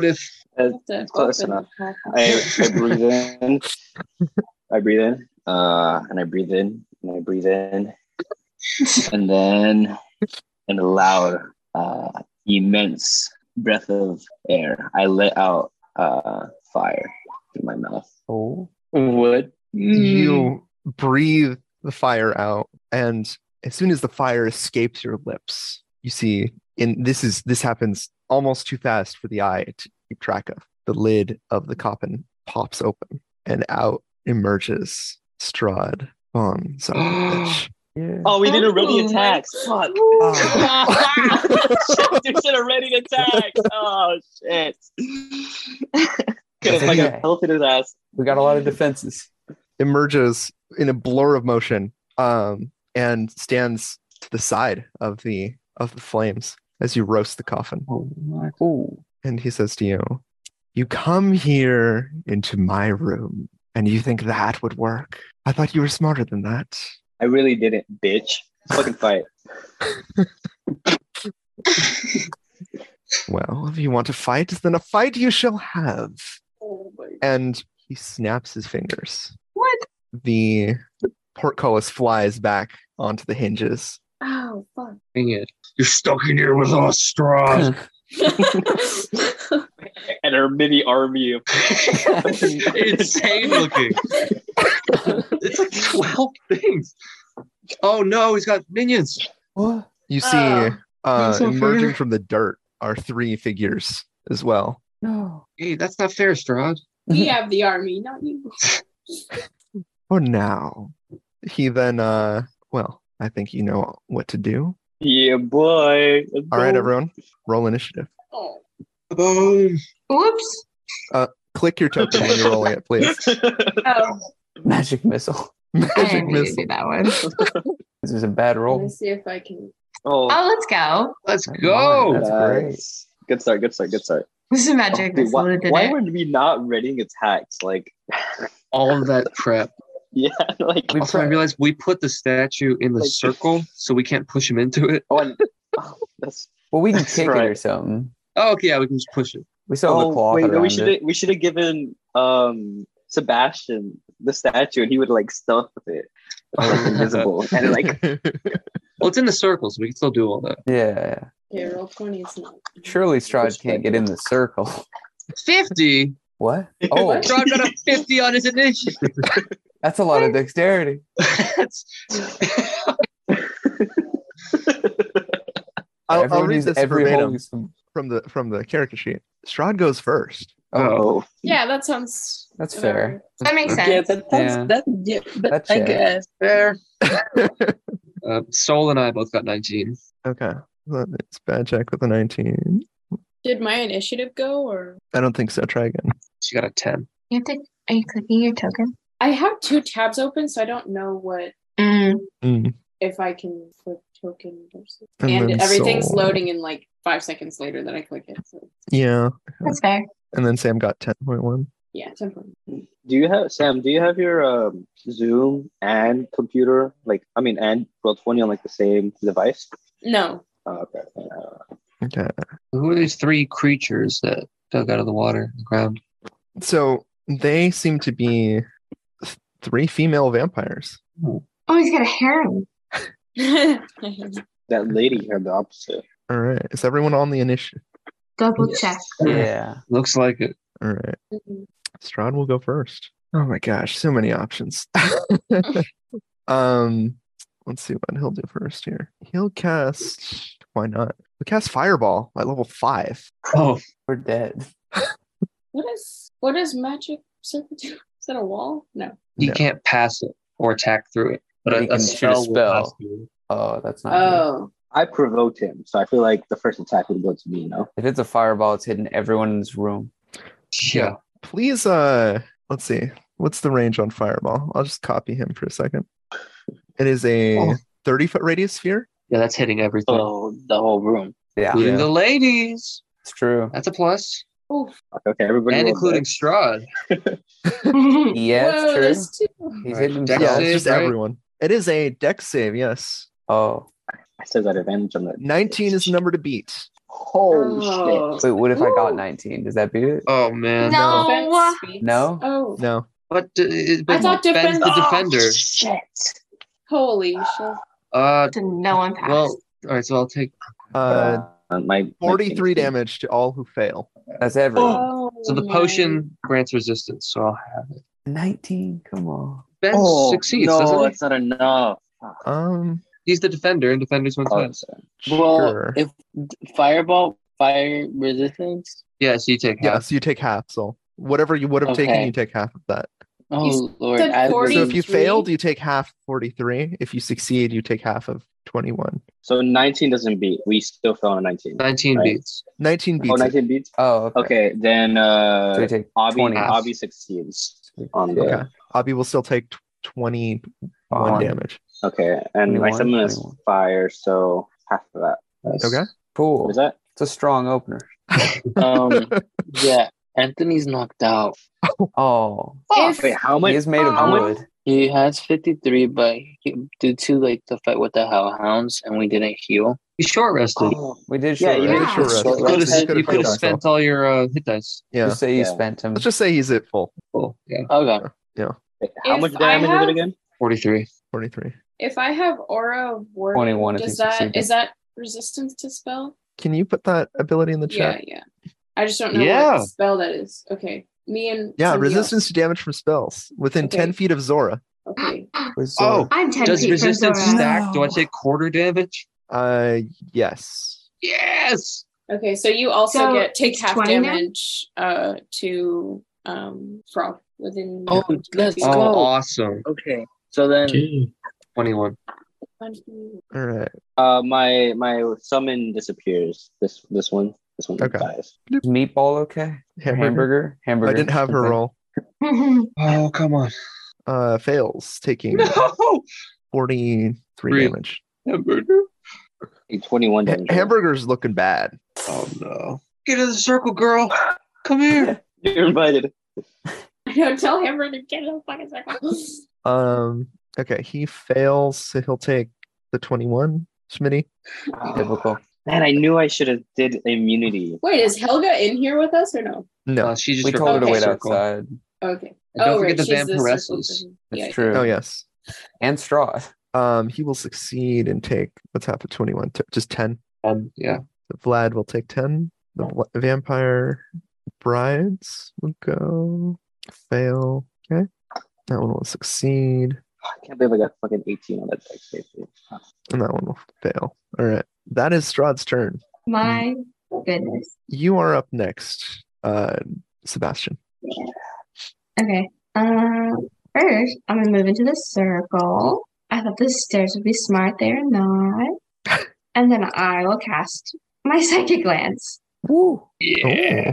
Speaker 3: Ardith.
Speaker 2: It's close enough. I, I breathe in. I breathe in. Uh, and I breathe in. And I breathe in. And then in a loud, uh, immense breath of air, I let out uh, fire through my mouth.
Speaker 6: Oh,
Speaker 2: Wood.
Speaker 1: you breathe the fire out and as soon as the fire escapes your lips you see and this is this happens almost too fast for the eye to keep track of the lid of the coffin pops open and out emerges strad von Zarkovich.
Speaker 6: yeah.
Speaker 2: Oh, we did already
Speaker 4: Oh.
Speaker 2: attacks. Fuck. shit, we did already attacks. Oh shit. Could have fucking
Speaker 6: okay.
Speaker 2: pelted his ass.
Speaker 6: We got a lot of defenses.
Speaker 1: emerges in a blur of motion um, and stands to the side of the of the flames as you roast the coffin
Speaker 6: Oh, my- oh.
Speaker 1: and he says to you you come here into my room and you think that would work i thought you were smarter than that
Speaker 2: I really didn't, bitch. Fucking fight.
Speaker 1: well if you want to fight then a fight you shall have
Speaker 4: Oh
Speaker 1: and he snaps his fingers
Speaker 7: What?
Speaker 1: the portcullis flies back onto the hinges
Speaker 4: Oh fuck.
Speaker 3: Dang it. You're stuck in here with us, straws.
Speaker 2: And our mini army of
Speaker 3: insane looking. it's like 12 things. Oh no, he's got minions.
Speaker 6: What?
Speaker 1: You see,
Speaker 4: Oh,
Speaker 1: uh,
Speaker 3: so
Speaker 1: emerging
Speaker 3: fair.
Speaker 1: from the dirt are three figures as well.
Speaker 6: No.
Speaker 3: Hey, that's not fair, Strahd.
Speaker 4: we have the army, not you.
Speaker 1: For now, he then, uh, well, I think you know what to do.
Speaker 2: Yeah boy. Let's
Speaker 1: All right,
Speaker 2: go.
Speaker 1: everyone, roll initiative.
Speaker 4: Oh.
Speaker 3: Um,
Speaker 7: Whoops.
Speaker 1: Click your token when you're rolling it, please.
Speaker 7: Oh,
Speaker 6: Magic missile.
Speaker 7: I
Speaker 1: Magic
Speaker 7: didn't mean to
Speaker 1: missile.
Speaker 7: do that one.
Speaker 6: This is a bad
Speaker 4: Let me
Speaker 6: roll.
Speaker 4: see if I can.
Speaker 2: oh,
Speaker 7: Oh, let's go.
Speaker 3: let's
Speaker 6: Never
Speaker 3: go.
Speaker 6: mind. That's
Speaker 2: nice. Good start, good start, good start.
Speaker 7: This is magic.
Speaker 2: Dude,
Speaker 7: This
Speaker 2: why,
Speaker 7: did
Speaker 2: why
Speaker 7: it.
Speaker 2: were we not reading attacks? Like,
Speaker 3: All of that prep.
Speaker 2: yeah, like.
Speaker 3: We, also, I realized we put the statue in the
Speaker 2: Like-
Speaker 3: circle so we can't push him into it.
Speaker 2: oh, and- oh, that's,
Speaker 6: Well, we can
Speaker 2: That's
Speaker 6: kick it or
Speaker 2: right.
Speaker 6: something.
Speaker 3: Oh, okay, yeah, we can just push it.
Speaker 6: We still have the
Speaker 2: oh
Speaker 6: cloth
Speaker 2: wait, no, we
Speaker 6: around
Speaker 2: should
Speaker 6: it.
Speaker 2: have we should have given um Sebastian the statue, and he would like stuff with it, like invisible, and like
Speaker 3: Well, it's in the circle, so we can still do all that.
Speaker 6: Yeah, yeah.
Speaker 4: Okay, roll twenty is not.
Speaker 6: Surely Strahd
Speaker 2: Which
Speaker 6: can't
Speaker 2: way?
Speaker 6: get in the circle.
Speaker 3: 50?
Speaker 6: What? Oh,
Speaker 3: Strahd got a 50 on his initiative.
Speaker 6: that's a lot of dexterity.
Speaker 3: That's-
Speaker 1: I'll, I'll
Speaker 6: Everyone
Speaker 1: read
Speaker 6: use
Speaker 1: this
Speaker 6: every
Speaker 1: verbatim
Speaker 6: holy symbol.
Speaker 1: from the from the character sheet. Strahd goes first.
Speaker 6: Oh,
Speaker 2: oh
Speaker 4: Yeah, that sounds.
Speaker 6: That's
Speaker 4: about
Speaker 6: fair.
Speaker 4: right.
Speaker 7: That makes sense.
Speaker 8: Yeah, that, that's,
Speaker 6: Yeah.
Speaker 8: that, yeah, but
Speaker 6: That
Speaker 8: I
Speaker 6: checks.
Speaker 8: guess.
Speaker 3: Fair. uh, Sol and I both got 19.
Speaker 1: Okay, well, it's bad check with a nineteen.
Speaker 4: Did my initiative go or?
Speaker 1: I don't think so. Try again.
Speaker 3: She got a 10.
Speaker 7: You have to, are you clicking your token?
Speaker 4: I have two tabs open, so I don't know what
Speaker 7: Mm.
Speaker 1: Mm.
Speaker 4: if I can click token versus.
Speaker 1: And
Speaker 4: And,
Speaker 1: then
Speaker 4: everything's
Speaker 1: soul.
Speaker 4: loading in like five seconds later that I click it. So
Speaker 1: Yeah,
Speaker 7: That's fair.
Speaker 1: and then Sam got ten point one.
Speaker 4: yeah, it's important.
Speaker 2: Do you have Sam? Do you have your um, Zoom and computer? Like, I mean, and roll twenty on like the same device?
Speaker 4: No,
Speaker 2: Oh, okay. Uh,
Speaker 1: Okay.
Speaker 3: Who are these three creatures that dug out of the water, the ground?
Speaker 1: So they seem to be th- three female vampires.
Speaker 7: Oh, he's got a harem.
Speaker 4: I
Speaker 2: that lady here, the opposite.
Speaker 1: All right. Is everyone on the initiative?
Speaker 7: Double
Speaker 2: Yes.
Speaker 7: check.
Speaker 6: yeah.
Speaker 3: Looks like it.
Speaker 1: All right. Strahd will go first. Oh my gosh, so many options. um, let's see what he'll do first here. He'll cast. Why not? He'll cast Fireball at level five.
Speaker 3: Oh,
Speaker 6: We're dead.
Speaker 4: What is what is magic circle do? Is that a wall? No.
Speaker 3: he
Speaker 1: No.
Speaker 3: can't pass it or attack through it. But,
Speaker 6: But
Speaker 3: a,
Speaker 6: he can
Speaker 3: a
Speaker 6: shoot a
Speaker 3: spell will
Speaker 6: spell.
Speaker 3: pass through it.
Speaker 6: Oh, that's not. good.
Speaker 4: Oh,
Speaker 2: I provoked him, so I feel like the first attack would go to me. No,
Speaker 6: If it's a fireball, it's hitting everyone in this room.
Speaker 3: Yeah.
Speaker 1: Please, uh, let's see. What's the range on Fireball? I'll just copy him for a second. It is a
Speaker 3: Oh.
Speaker 1: thirty foot radius sphere.
Speaker 3: Yeah, that's hitting everything.
Speaker 8: Oh, the whole room.
Speaker 6: Yeah,
Speaker 3: Including the ladies.
Speaker 6: it's true.
Speaker 3: That's a plus.
Speaker 4: Oh,
Speaker 2: okay, everybody.
Speaker 3: and
Speaker 2: roll
Speaker 3: including
Speaker 2: dex.
Speaker 3: Strahd.
Speaker 6: Yeah,
Speaker 4: Whoa,
Speaker 6: it's
Speaker 4: there's
Speaker 6: true.
Speaker 4: two.
Speaker 6: He's
Speaker 3: Alright,
Speaker 6: hitting
Speaker 3: dex
Speaker 1: yeah,
Speaker 6: himself.
Speaker 1: it's
Speaker 3: save,
Speaker 1: just
Speaker 3: right?
Speaker 1: everyone. It is a deck save, yes.
Speaker 6: Oh,
Speaker 2: I said that advantage on the
Speaker 1: 19 is the number to beat.
Speaker 2: Oh,
Speaker 6: Wait, what if I got
Speaker 4: Ooh.
Speaker 6: 19? Does that beat it?
Speaker 3: Oh man.
Speaker 7: No.
Speaker 4: Defense speaks.
Speaker 6: No?
Speaker 4: Oh,
Speaker 1: No.
Speaker 3: What? d-
Speaker 4: I thought
Speaker 3: Ben's
Speaker 4: defense-
Speaker 3: the
Speaker 4: Oh,
Speaker 3: defender.
Speaker 2: shit!
Speaker 4: holy
Speaker 6: Oh,
Speaker 4: shit.
Speaker 3: Uh,
Speaker 7: No one passed.
Speaker 3: well, all right. So I'll take.
Speaker 1: Uh,
Speaker 2: Uh, my my
Speaker 1: 43
Speaker 2: thing-
Speaker 1: damage to all who fail.
Speaker 6: That's everyone.
Speaker 4: Oh,
Speaker 3: So the
Speaker 4: my.
Speaker 3: potion grants resistance. So I'll have it.
Speaker 6: 19, come on.
Speaker 3: Ben
Speaker 2: Oh,
Speaker 3: succeeds,
Speaker 2: no,
Speaker 3: doesn't he?
Speaker 2: that's not enough.
Speaker 1: Um,
Speaker 3: He's the defender, and defenders win
Speaker 2: Oh,
Speaker 3: twice.
Speaker 2: Well,
Speaker 1: sure.
Speaker 2: if fireball fire resistance.
Speaker 3: Yeah. So you take half.
Speaker 1: Yes, you take half. So whatever you would have taken,
Speaker 2: Okay.
Speaker 1: you take half of that.
Speaker 2: Oh
Speaker 4: You
Speaker 2: lord!
Speaker 4: said
Speaker 2: I was-
Speaker 1: So if you
Speaker 4: 43?
Speaker 1: failed, you take half 43. If you succeed, you take half of 21.
Speaker 2: so 19 doesn't beat. We still fell on 19.
Speaker 3: Nineteen
Speaker 2: Right.
Speaker 3: beats.
Speaker 1: 19
Speaker 2: Oh,
Speaker 1: beats. it.
Speaker 2: 19 beats.
Speaker 6: Oh, okay.
Speaker 2: Okay, then
Speaker 6: So we
Speaker 2: uh,
Speaker 6: take
Speaker 2: Obby
Speaker 6: 20.
Speaker 2: Obby succeeds on the.
Speaker 1: Okay. Abby will still take tw- 21
Speaker 6: Fine.
Speaker 1: damage.
Speaker 2: Okay, and my
Speaker 6: 21,
Speaker 2: summon is
Speaker 6: 21.
Speaker 2: fire, so half of that. That's-
Speaker 1: Okay.
Speaker 6: Cool.
Speaker 2: What is that?
Speaker 6: It's a strong opener.
Speaker 8: Um, yeah, Anthony's knocked out.
Speaker 6: Oh,
Speaker 4: If-
Speaker 2: Wait, how
Speaker 6: he
Speaker 2: much?
Speaker 6: is made of
Speaker 2: how much-
Speaker 6: wood.
Speaker 8: He has 53, but he, due to like the fight with the hellhounds and we didn't heal.
Speaker 3: He's short rested.
Speaker 2: Oh,
Speaker 6: We did
Speaker 2: yeah,
Speaker 6: short
Speaker 2: you
Speaker 7: Yeah.
Speaker 6: rest.
Speaker 2: could
Speaker 7: Short
Speaker 2: short
Speaker 3: You could
Speaker 1: He
Speaker 2: rest.
Speaker 3: have
Speaker 1: could've
Speaker 3: you could have
Speaker 1: healed
Speaker 3: spent all your uh, hit dice.
Speaker 1: Yeah.
Speaker 6: Just say you
Speaker 2: Yeah.
Speaker 6: spent him.
Speaker 1: Let's just say he's at full
Speaker 3: Oh yeah,
Speaker 8: Okay.
Speaker 2: How
Speaker 4: If
Speaker 2: much
Speaker 4: I
Speaker 2: damage is
Speaker 4: have-
Speaker 2: it again?
Speaker 3: forty three.
Speaker 1: 43.
Speaker 4: If I have aura of warding,
Speaker 6: 21 if
Speaker 4: does
Speaker 6: you
Speaker 4: that
Speaker 6: succeeded.
Speaker 4: is that resistance to spell?
Speaker 1: Can you put that ability in the
Speaker 4: Yeah,
Speaker 1: chat?
Speaker 4: yeah. I just don't know
Speaker 3: Yeah.
Speaker 4: what spell that is. Okay, me and
Speaker 1: Yeah,
Speaker 4: somebody
Speaker 1: resistance to
Speaker 4: else.
Speaker 1: damage from spells within 10
Speaker 4: Okay.
Speaker 1: feet of Zora.
Speaker 4: Okay,
Speaker 6: Where's
Speaker 3: Oh,
Speaker 6: Zora?
Speaker 7: I'm 10
Speaker 3: Does
Speaker 7: feet from Zora.
Speaker 3: resistance stack? Do I
Speaker 6: No.
Speaker 3: take quarter damage?
Speaker 1: Uh, yes.
Speaker 3: Yes.
Speaker 4: okay. So you also
Speaker 7: So
Speaker 4: get take
Speaker 7: it's
Speaker 4: half
Speaker 7: 20 now?
Speaker 4: damage uh to um frog within.
Speaker 8: Oh, let's
Speaker 3: Oh,
Speaker 8: go.
Speaker 3: awesome.
Speaker 8: Okay. So then
Speaker 10: Okay.
Speaker 3: Twenty one.
Speaker 1: All right.
Speaker 2: Uh, my my summon disappears. This this one this one
Speaker 1: Okay.
Speaker 2: dies.
Speaker 6: Is meatball okay? Or
Speaker 1: Hamburger.
Speaker 6: Hamburger? Hamburger.
Speaker 1: I didn't have her
Speaker 6: something?
Speaker 1: roll.
Speaker 3: Oh come on.
Speaker 1: Uh, fails, taking
Speaker 3: No.
Speaker 1: 43
Speaker 3: Three.
Speaker 1: damage.
Speaker 3: Hamburger.
Speaker 2: Hey, Twenty-one
Speaker 1: Ha-
Speaker 2: damage.
Speaker 1: hamburger's looking bad.
Speaker 3: Oh no. Get in the circle, girl. Come here.
Speaker 2: You're invited.
Speaker 4: I don't tell him to get in the fucking circle.
Speaker 1: Um, okay, he fails, so he'll take the 21, Schmitty.
Speaker 6: Typical.
Speaker 2: Man, I knew I should have did immunity.
Speaker 4: Wait, is Helga in here with us or no?
Speaker 1: No.
Speaker 3: Uh, she just
Speaker 6: We told her to
Speaker 4: Okay.
Speaker 6: wait
Speaker 3: circle.
Speaker 6: outside.
Speaker 4: Okay.
Speaker 3: And don't
Speaker 4: oh,
Speaker 3: forget
Speaker 4: right.
Speaker 3: the
Speaker 4: she's the circle
Speaker 3: vampiresses.
Speaker 4: person.
Speaker 6: It's
Speaker 4: Yeah.
Speaker 6: true.
Speaker 1: Oh, yes.
Speaker 6: And straw.
Speaker 1: Um, he will succeed and take what's half of 21? T- just 10.
Speaker 3: Um, yeah.
Speaker 1: The Vlad will take 10. The Vla- vampire brides will go fail. Okay. That one will succeed.
Speaker 2: I can't believe I got fucking eighteen on that dice. basically.
Speaker 1: And that one will fail. All right. That is Strahd's turn.
Speaker 7: My goodness.
Speaker 1: You are up next, uh, Sebastian.
Speaker 7: Okay. Uh, first, I'm gonna move into the circle. I thought the stairs would be smart. They are not. And then I will cast my psychic glance.
Speaker 1: Woo.
Speaker 3: Yeah.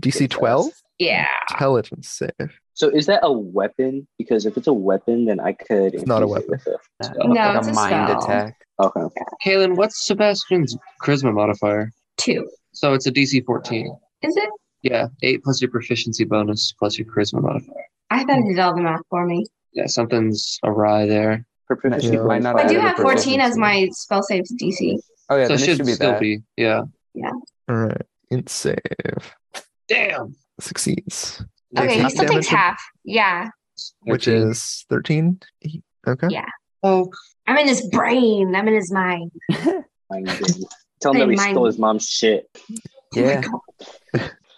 Speaker 1: DC 12?
Speaker 7: Yeah.
Speaker 1: Intelligence save.
Speaker 2: So is that a weapon? Because if it's a weapon, then I could.
Speaker 1: It's not a
Speaker 2: infuse it
Speaker 1: weapon.
Speaker 2: with a-
Speaker 3: Oh,
Speaker 7: No,
Speaker 6: like
Speaker 7: it's
Speaker 6: a
Speaker 7: a
Speaker 6: mind
Speaker 7: spell.
Speaker 6: attack.
Speaker 2: Okay.
Speaker 3: Kaylin, what's Sebastian's charisma modifier?
Speaker 7: Two.
Speaker 3: So it's a DC 14.
Speaker 7: Is it?
Speaker 3: Yeah, 8 plus your proficiency bonus plus your charisma modifier.
Speaker 7: I thought it did all the math for me.
Speaker 3: Yeah, something's awry there.
Speaker 2: Her proficiency
Speaker 1: Yeah.
Speaker 2: bonus-
Speaker 6: Might not
Speaker 7: I
Speaker 6: add
Speaker 7: do
Speaker 6: a
Speaker 7: have 14 as
Speaker 6: proficiency.
Speaker 7: my spell saves DC.
Speaker 6: Oh yeah,
Speaker 3: so it
Speaker 6: then it
Speaker 3: should,
Speaker 6: should be
Speaker 3: still
Speaker 6: that.
Speaker 3: be. Yeah.
Speaker 1: All right. Int save.
Speaker 3: Damn.
Speaker 1: Succeeds.
Speaker 3: Takes
Speaker 7: Okay, he
Speaker 1: half
Speaker 7: still takes
Speaker 1: damage and-
Speaker 7: half. Yeah.
Speaker 1: which
Speaker 3: 13.
Speaker 1: is 13. He- Okay.
Speaker 7: Yeah.
Speaker 3: Oh,
Speaker 7: I'm in his brain. I'm in his mind.
Speaker 2: mind game. Tell him
Speaker 7: Hey,
Speaker 2: that we
Speaker 7: mind-
Speaker 2: stole his mom's shit.
Speaker 6: Yeah.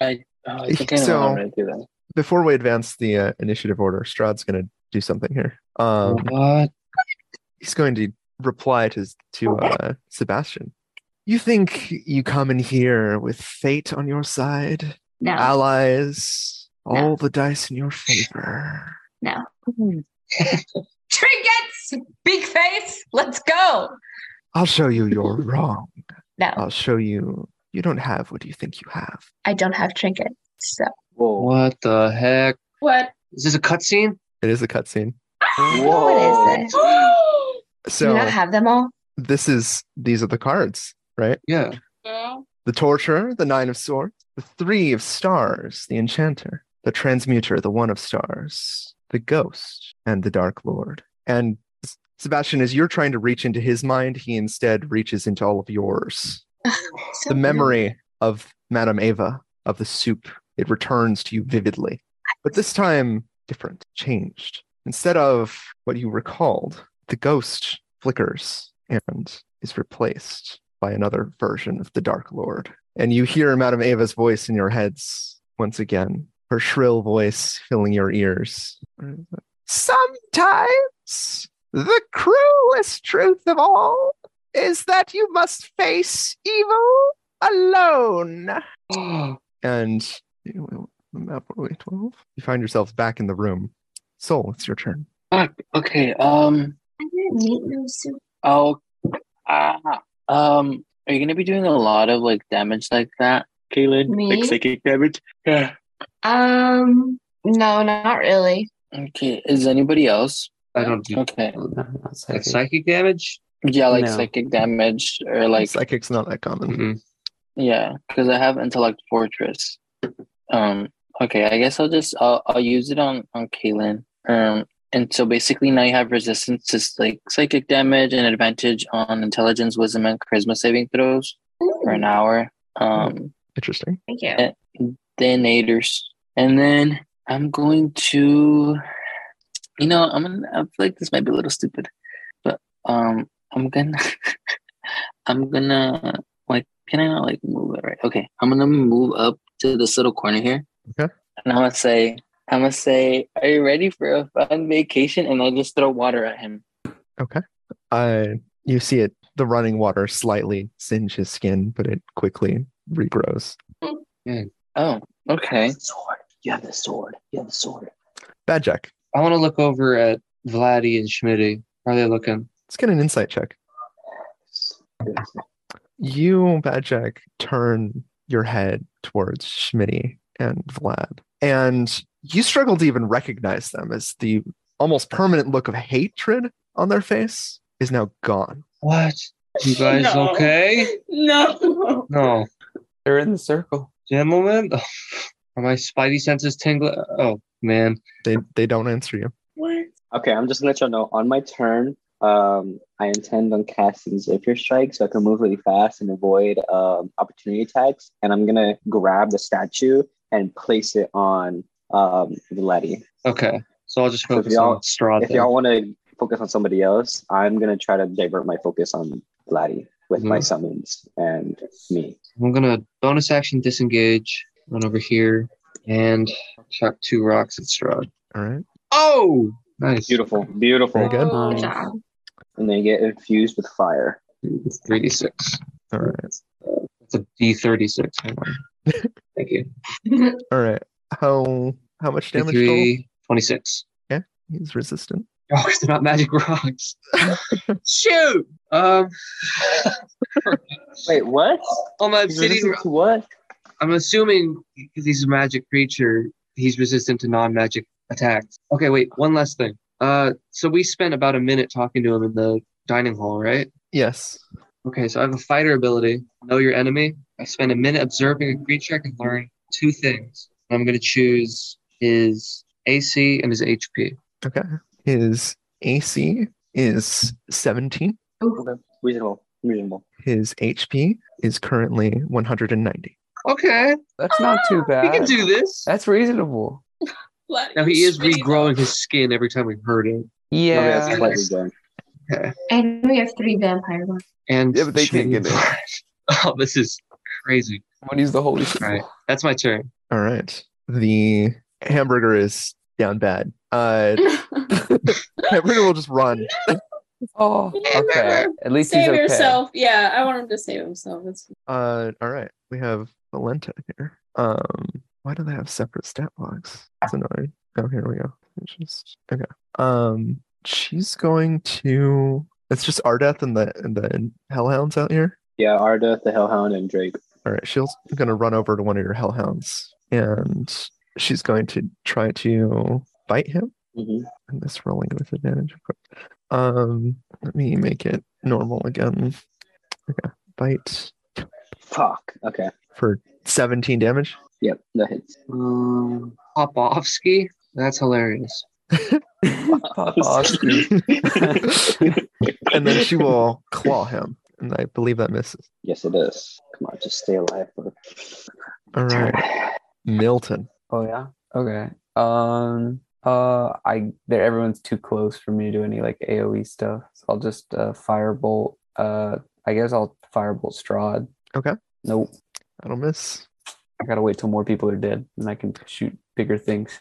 Speaker 8: I, oh, I think I know
Speaker 1: So-
Speaker 8: how I'm going to do that.
Speaker 1: Before we advance the uh, initiative order, Strahd's going to do something here. Um,
Speaker 3: what?
Speaker 1: he's going to reply to to uh, Sebastian. You think you come in here with fate on your side,
Speaker 7: No.
Speaker 1: allies,
Speaker 7: No.
Speaker 1: all the dice in your favor.
Speaker 7: Trinkets! Big face! Let's go!
Speaker 1: I'll show you you're wrong.
Speaker 7: No,
Speaker 1: I'll show you you don't have what you think you have.
Speaker 7: I don't have trinkets. So
Speaker 2: Whoa.
Speaker 3: What the heck?
Speaker 4: What?
Speaker 3: Is this a cutscene?
Speaker 1: It is a cutscene.
Speaker 2: Whoa.
Speaker 7: what is this? Do
Speaker 1: So
Speaker 7: you not have them all?
Speaker 1: this is these are the cards, right?
Speaker 3: Yeah.
Speaker 4: Girl.
Speaker 1: The torturer, the nine of swords, the three of stars, the enchanter, the transmuter, the one of stars, the ghost, and the dark lord. And S- Sebastian, as you're trying to reach into his mind, he instead reaches into all of yours.
Speaker 7: So
Speaker 1: the
Speaker 7: good.
Speaker 1: memory of Madame Ava, of the soup, it returns to you vividly. But this time, different, changed. Instead of what you recalled, the ghost flickers and is replaced by another version of the Dark Lord. And you hear Madame Ava's voice in your heads once again, her shrill voice filling your ears. Sometimes the cruelest truth of all is that you must face evil alone. And you know, map were we, 12? You find yourselves back in the room. Soul, it's your turn.
Speaker 8: Fuck. Okay. Um.
Speaker 7: I didn't need no soup.
Speaker 8: Oh. Ah. Um. Are you gonna be doing a lot of like damage like that, Kaylin?
Speaker 7: Me?
Speaker 8: Like psychic damage? Yeah.
Speaker 7: Um, no, not really.
Speaker 8: Okay. Is anybody else?
Speaker 3: I don't do
Speaker 8: Okay.
Speaker 10: No, not
Speaker 3: that
Speaker 10: psychic.
Speaker 3: psychic damage.
Speaker 8: Yeah, like
Speaker 10: No.
Speaker 8: psychic damage or like
Speaker 1: Psychic's not that common.
Speaker 3: Mm-mm.
Speaker 8: yeah, because I have intellect fortress. Um. Okay. I guess I'll just I'll I'll use it on on Kaylin. Um. And so basically now you have resistance to like psychic damage and advantage on intelligence, wisdom, and charisma saving throws for an hour. Um.
Speaker 1: Interesting.
Speaker 7: Thank you.
Speaker 8: Eh. then Naders. And then I'm going to, you know, I'm gonna, I feel like this might be a little stupid, but um, I'm gonna, I'm gonna, like, can I not like move it right? Okay, I'm gonna move up to this little corner here.
Speaker 1: Okay.
Speaker 8: And I'm gonna say, I'm gonna say, are you ready for a fun vacation? And I just throw water at him.
Speaker 1: Uh, you see it, the running water slightly singe his skin, but it quickly regrows.
Speaker 8: Oh, okay.
Speaker 9: sword. You have the sword. You have the sword.
Speaker 1: Bad Jack,
Speaker 3: I want to look over at Vladdy and Schmitty. How are they looking?
Speaker 1: let's get an insight check. You, Bad Jack, turn your head towards Schmitty and Vlad, and you struggle to even recognize them as the almost permanent look of hatred on their face is now gone.
Speaker 3: What? You guys
Speaker 4: No.
Speaker 3: okay?
Speaker 4: No.
Speaker 3: No.
Speaker 6: They're in the circle.
Speaker 3: Gentlemen? Are my spidey senses tingling? Oh, man.
Speaker 1: They they don't answer you.
Speaker 4: What?
Speaker 2: Okay, I'm just gonna let y'all know on my turn. Um, I intend on casting Zephyr Strike so I can move really fast and avoid um, opportunity attacks. And I'm gonna grab the statue and place it on um, the Letty.
Speaker 3: Okay. So I'll just
Speaker 2: So if
Speaker 3: focus
Speaker 2: y'all-
Speaker 3: on Strahd.
Speaker 2: If
Speaker 3: then.
Speaker 2: y'all want to focus on somebody else, I'm gonna try to divert my focus on Vladdy with my
Speaker 3: Mhm.
Speaker 2: summons and me.
Speaker 3: I'm gonna bonus action disengage, run over here, and chuck two rocks at Strahd.
Speaker 1: All right.
Speaker 3: Oh, nice.
Speaker 2: Beautiful, beautiful.
Speaker 1: Very good.
Speaker 4: Oh,
Speaker 7: Good job.
Speaker 2: And they get infused with fire.
Speaker 3: Three d six.
Speaker 1: All right.
Speaker 3: That's a d thirty six. Hang on. Thank you.
Speaker 1: All right. How how much damage total?
Speaker 3: Three twenty six.
Speaker 1: He's resistant.
Speaker 3: Oh, 'cause they're not magic rocks. Shoot. Um.
Speaker 2: Wait, what?
Speaker 3: on my
Speaker 2: Is
Speaker 3: obsidian.
Speaker 2: this what?
Speaker 3: I'm assuming because he's a magic creature, he's resistant to non-magic attacks. Okay, wait, one last thing. Uh, so we spent about a minute talking to him in the dining hall, right?
Speaker 1: Yes.
Speaker 3: Okay, so I have a fighter ability, know your enemy. I spend a minute observing a creature. I can learn two things. I'm gonna choose his AC and his HP.
Speaker 1: Okay. His AC is 17.
Speaker 2: Okay. Reasonable, reasonable.
Speaker 1: His HP is currently 190.
Speaker 3: Okay,
Speaker 6: That's not too
Speaker 7: Ah,
Speaker 3: we can
Speaker 6: bad.
Speaker 3: do this.
Speaker 6: That's reasonable.
Speaker 4: Bloody
Speaker 3: Now he is
Speaker 4: shitty.
Speaker 3: regrowing his skin every time we hurt him.
Speaker 2: Okay,
Speaker 6: Yeah.
Speaker 2: that's slightly good.
Speaker 7: And we have three vampire ones.
Speaker 3: And
Speaker 6: Yeah, but they can't get
Speaker 3: it. oh, this is crazy.
Speaker 6: I'm gonna use the holy
Speaker 3: All
Speaker 6: symbol.
Speaker 3: right, that's my turn.
Speaker 1: All right. The hamburger is down bad. Uh hamburger will just run.
Speaker 6: Oh,
Speaker 4: Yeah,
Speaker 6: okay.
Speaker 4: remember,
Speaker 6: At least he's
Speaker 4: save
Speaker 6: okay.
Speaker 4: yourself. Yeah, I want him to save himself. It's
Speaker 1: Uh all right. We have Valenta here. Um why do they have separate stat logs? It's annoying. Oh, here we go. It's just okay. Um she's going to it's just Ardeth and the and the hellhounds out here.
Speaker 2: Yeah, Arda, the Hellhound, and Drake.
Speaker 1: All right, she's going to run over to one of your hellhounds and she's going to try to bite him.
Speaker 2: Mhm.
Speaker 1: And this rolling with advantage, of course. Um, let me make it normal again. Okay, bite
Speaker 2: Fuck. Okay.
Speaker 1: for 17 damage.
Speaker 2: Yep, that hits.
Speaker 3: Um, Popovsky. That's hilarious.
Speaker 6: Popovsky.
Speaker 1: and then she will claw him. And I believe that misses.
Speaker 2: Yes, it is. Come on, just stay alive. brother.
Speaker 1: All right. Milton.
Speaker 6: Oh yeah. Okay. Um. Uh. I. There. Everyone's too close for me to do any like AOE stuff. So I'll just uh, firebolt. Uh. I guess I'll firebolt Strahd.
Speaker 1: Okay.
Speaker 6: Nope.
Speaker 1: I don't miss.
Speaker 6: I gotta wait till more people are dead, and I can shoot bigger things.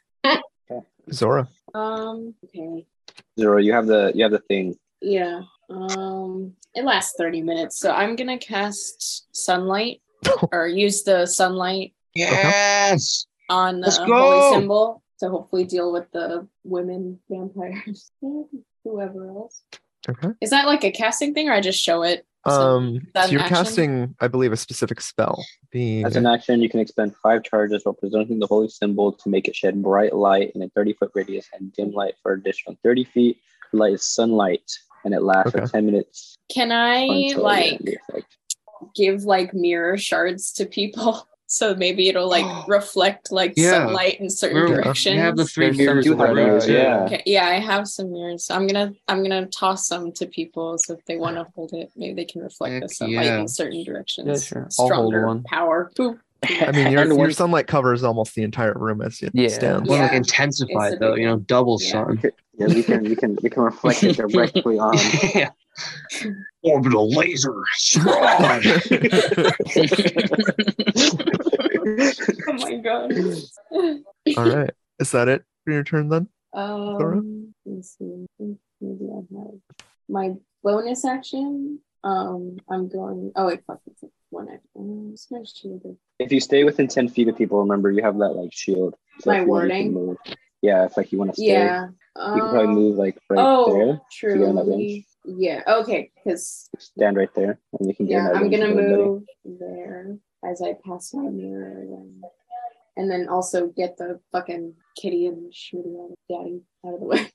Speaker 1: Zora.
Speaker 4: Um, okay.
Speaker 2: Zero, you have the you have the thing.
Speaker 4: Yeah. Um, it lasts 30 minutes. So I'm going to cast sunlight or use the sunlight
Speaker 3: Yes.
Speaker 4: on the
Speaker 3: Let's go!
Speaker 4: holy symbol to hopefully deal with the women vampires. Whoever else.
Speaker 1: Okay.
Speaker 4: Is that like a casting thing or I just show it? So-
Speaker 1: Um,
Speaker 4: that
Speaker 1: so
Speaker 4: an
Speaker 1: you're
Speaker 4: action?
Speaker 1: casting, I believe, a specific spell. The
Speaker 2: As an action, you can expend five charges while presenting the holy symbol to make it shed bright light in a 30 foot radius and dim light for an additional 30 feet. The light is sunlight, and it lasts for
Speaker 1: Okay.
Speaker 2: 10 minutes.
Speaker 4: Can I
Speaker 2: until the end
Speaker 4: like
Speaker 2: of the effect.
Speaker 4: give like mirror shards to people? So maybe it'll like reflect like
Speaker 3: Yeah.
Speaker 4: sunlight in certain
Speaker 3: We're-
Speaker 4: directions.
Speaker 3: We have the three
Speaker 6: There's some
Speaker 3: mirrors
Speaker 6: do
Speaker 3: in the
Speaker 6: have
Speaker 3: room.
Speaker 6: those,
Speaker 3: too.
Speaker 2: yeah.
Speaker 4: Okay, yeah, I have some mirrors. I'm gonna I'm gonna toss some to people so if they want to hold it, maybe they can reflect
Speaker 3: Heck
Speaker 4: the sunlight
Speaker 3: yeah.
Speaker 4: in certain directions.
Speaker 6: Yeah, sure. I'll hold
Speaker 4: Stronger
Speaker 6: one.
Speaker 4: power. Boom.
Speaker 1: I mean, your,
Speaker 8: And
Speaker 1: your
Speaker 8: one-
Speaker 1: sunlight covers almost the entire room as it
Speaker 6: Yeah.
Speaker 1: stands.
Speaker 3: One like
Speaker 4: Yeah.
Speaker 3: intensified
Speaker 4: It's a
Speaker 3: though,
Speaker 4: big
Speaker 3: you know, double
Speaker 4: Yeah.
Speaker 3: sun.
Speaker 2: Yeah, we can we can we can reflect it directly on.
Speaker 3: yeah. Orbital laser. Strong.
Speaker 4: Oh my god.
Speaker 1: All right. Is that it for your turn then?
Speaker 4: um, let's see. I think Maybe I have my bonus action. Um, I'm going. Oh wait, fuck, it's one action. Um, it's my shield.
Speaker 2: if you stay within 10 feet of people, remember you have that like shield.
Speaker 4: My
Speaker 2: if you want, you
Speaker 4: warding?
Speaker 2: can move. Yeah, if like you want to stay,
Speaker 4: Yeah.
Speaker 2: you can probably
Speaker 4: um,
Speaker 2: move like right there.
Speaker 4: oh,
Speaker 2: to get in that
Speaker 4: true. Yeah. Okay, because
Speaker 2: Stand right there, and you can get in
Speaker 4: Yeah,
Speaker 2: that
Speaker 4: I'm
Speaker 2: range
Speaker 4: gonna
Speaker 2: of everybody.
Speaker 4: move there as I pass my mirror and, and then also get the fucking kitty and shooting out of daddy out of the way.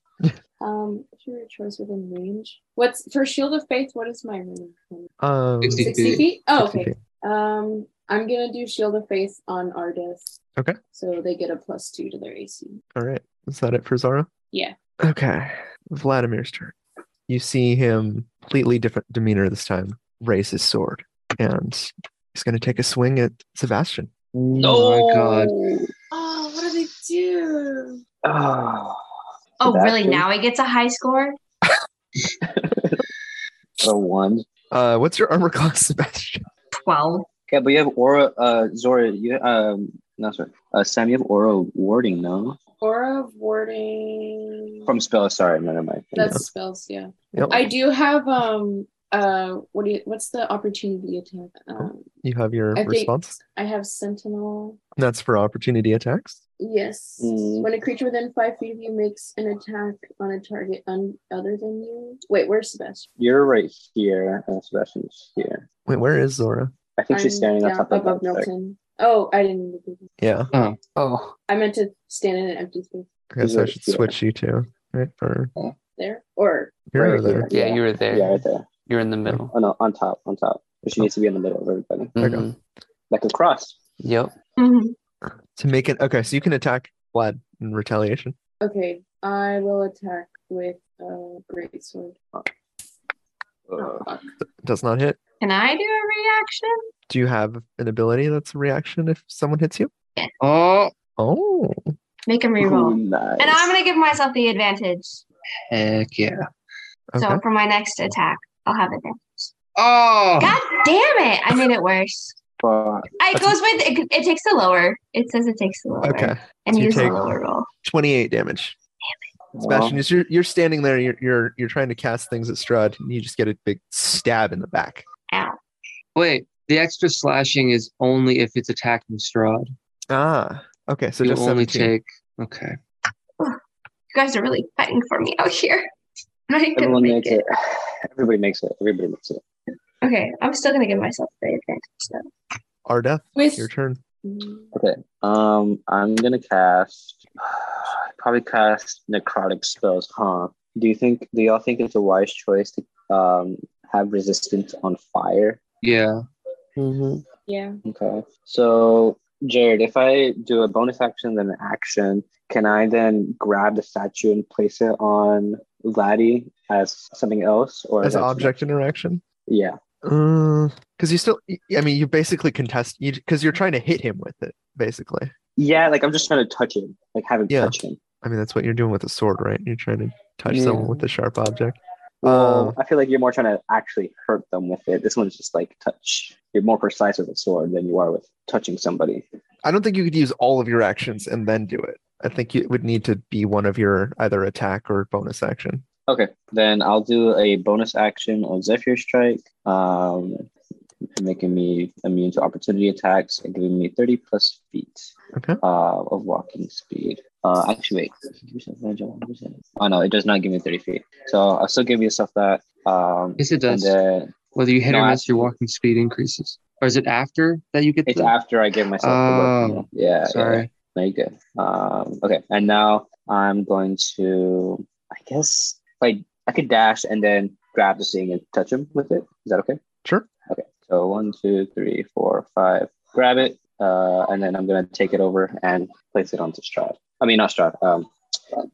Speaker 4: um, if you're a choice within range. What's for Shield of Faith, what is my range?
Speaker 1: Um,
Speaker 3: 60
Speaker 1: 60
Speaker 3: feet.
Speaker 4: Sixty feet? Oh okay.
Speaker 1: feet.
Speaker 4: Um I'm gonna do Shield of Faith on Artist.
Speaker 1: Okay.
Speaker 4: So they get a plus two to their AC.
Speaker 1: All right. Is that it for Zara?
Speaker 4: Yeah.
Speaker 1: Okay. Vladimir's turn. You see him completely different demeanor this time, raise his sword, and he's going to take a swing at Sebastian.
Speaker 3: Oh my god.
Speaker 4: Oh, what do they do?
Speaker 2: Oh,
Speaker 7: Oh, really?
Speaker 2: Sebastian?
Speaker 7: Now I get a high score?
Speaker 2: a one.
Speaker 1: Uh, what's your armor class, Sebastian?
Speaker 7: 12.
Speaker 2: Yeah, but you have aura. Uh, Zora, you um, no sorry. Uh, Sam, you have aura warding, no?
Speaker 4: Aura of warding
Speaker 2: From spell. Sorry, never mind.
Speaker 4: that's spells, yeah.
Speaker 1: Yep.
Speaker 4: I do have um uh what do you what's the opportunity attack? Um,
Speaker 1: you have your
Speaker 4: I think-
Speaker 1: response.
Speaker 4: I have sentinel.
Speaker 1: That's for opportunity attacks.
Speaker 4: Yes.
Speaker 2: Mm.
Speaker 4: When a creature within five feet of you makes an attack on a target un- other than you. Wait, where's Sebastian?
Speaker 2: You're right here, and Sebastian's here.
Speaker 1: Wait, where is Zora?
Speaker 2: I think she's
Speaker 4: I'm
Speaker 2: standing on
Speaker 4: down
Speaker 2: top of that.
Speaker 4: above
Speaker 2: thing.
Speaker 4: Milton. Oh, I didn't mean to do that.
Speaker 1: Yeah.
Speaker 6: Oh.
Speaker 4: I meant to stand in an empty space
Speaker 1: Okay, so I
Speaker 2: Zora,
Speaker 1: should
Speaker 2: yeah.
Speaker 1: switch you two. Right? Or
Speaker 4: there. Or
Speaker 1: here
Speaker 2: Right
Speaker 1: or there.
Speaker 6: Yeah,
Speaker 2: Yeah.
Speaker 6: you were there.
Speaker 2: Yeah, right there.
Speaker 6: You're in the middle.
Speaker 2: Oh no, on top, on top. But she needs to be in the middle of everybody,
Speaker 1: Okay.
Speaker 6: Mhm.
Speaker 2: like a cross.
Speaker 6: Yep.
Speaker 7: Mhm.
Speaker 1: To make it okay, so you can attack Vlad in retaliation.
Speaker 4: okay, I will attack with a great sword. Oh,
Speaker 2: Uh,
Speaker 1: Does not hit.
Speaker 7: Can I do a reaction?
Speaker 1: Do you have an ability that's a reaction if someone hits you?
Speaker 3: Oh
Speaker 1: Oh.
Speaker 7: Make him
Speaker 2: ooh,
Speaker 7: reroll.
Speaker 2: nice.
Speaker 7: And I'm going to give myself the advantage.
Speaker 3: heck yeah.
Speaker 1: Okay.
Speaker 7: So for my next attack, I'll have advantage.
Speaker 3: Oh
Speaker 7: God damn it! I made it worse.
Speaker 2: Fuck.
Speaker 7: It goes with, it, it takes the lower. It says it takes the lower.
Speaker 1: okay.
Speaker 7: And
Speaker 1: You
Speaker 7: use the
Speaker 1: take-
Speaker 7: lower roll.
Speaker 1: 28 damage. Sebastian,
Speaker 2: Well,
Speaker 1: as you're, you're standing there, you're, you're you're trying to cast things at Strud, and you just get a big stab in the back.
Speaker 3: wait, the extra slashing is only if it's attacking Strahd.
Speaker 1: Ah. Okay, so
Speaker 3: you
Speaker 1: just
Speaker 3: only
Speaker 1: 17.
Speaker 3: take okay.
Speaker 7: You guys are really fighting for me out here. I couldn't
Speaker 2: everyone
Speaker 7: make
Speaker 2: makes
Speaker 7: it.
Speaker 2: it. Everybody makes it. Everybody makes it.
Speaker 7: Okay, I'm still gonna give myself the advantage though.
Speaker 1: Arda,
Speaker 4: With
Speaker 1: your turn.
Speaker 4: Mm,
Speaker 2: Okay. Um, I'm gonna cast. Probably cast necrotic spells, huh? Do you think? Do y'all think it's a wise choice to um have resistance on fire?
Speaker 3: Yeah. Mm-hmm.
Speaker 4: yeah.
Speaker 2: Okay. So, Jared, if I do a bonus action then an action, can I then grab the statue and place it on Vladdy as something else, or
Speaker 1: As an
Speaker 2: that's-
Speaker 1: object interaction.
Speaker 2: Yeah.
Speaker 1: because you still, I mean, you basically contest you because you're trying to hit him with it. Basically,
Speaker 2: Yeah, like I'm just trying to touch him, like have him
Speaker 1: Yeah.
Speaker 2: touch him.
Speaker 1: I mean that's what you're doing with a sword, right? You're trying to touch
Speaker 6: Yeah.
Speaker 1: someone with a sharp object.
Speaker 2: Well,
Speaker 1: Um,
Speaker 2: I feel like you're more trying to actually hurt them with it. This one's just like touch. You're more precise with a sword than you are with touching somebody.
Speaker 1: I don't think you could use all of your actions and then do it. I think it would need to be one of your either attack or bonus action.
Speaker 2: Okay, then I'll do a bonus action on Zephyr Strike, um, making me immune to opportunity attacks and giving me 30 plus feet
Speaker 1: Okay.
Speaker 2: uh, of walking speed. Uh, actually, wait. Oh no, it does not give me 30 feet. So I'll still give yourself that. Um,
Speaker 3: Yes, it does.
Speaker 2: And then
Speaker 3: Whether you hit
Speaker 2: No,
Speaker 3: or miss, your
Speaker 2: actually-
Speaker 3: walking speed increases. Or is it after that you get
Speaker 2: it's
Speaker 3: the?
Speaker 2: after I give myself the
Speaker 3: Oh,
Speaker 2: weapon. Yeah, yeah,
Speaker 3: Sorry.
Speaker 2: yeah. No, you're good. Um, okay, and now I'm going to, I guess, like I could dash and then grab the thing and touch him with it. Is that okay?
Speaker 1: Sure.
Speaker 2: Okay. So one, two, three, four, five. Grab it, uh, and then I'm gonna take it over and place it onto Strad. I mean, not Strad. Um,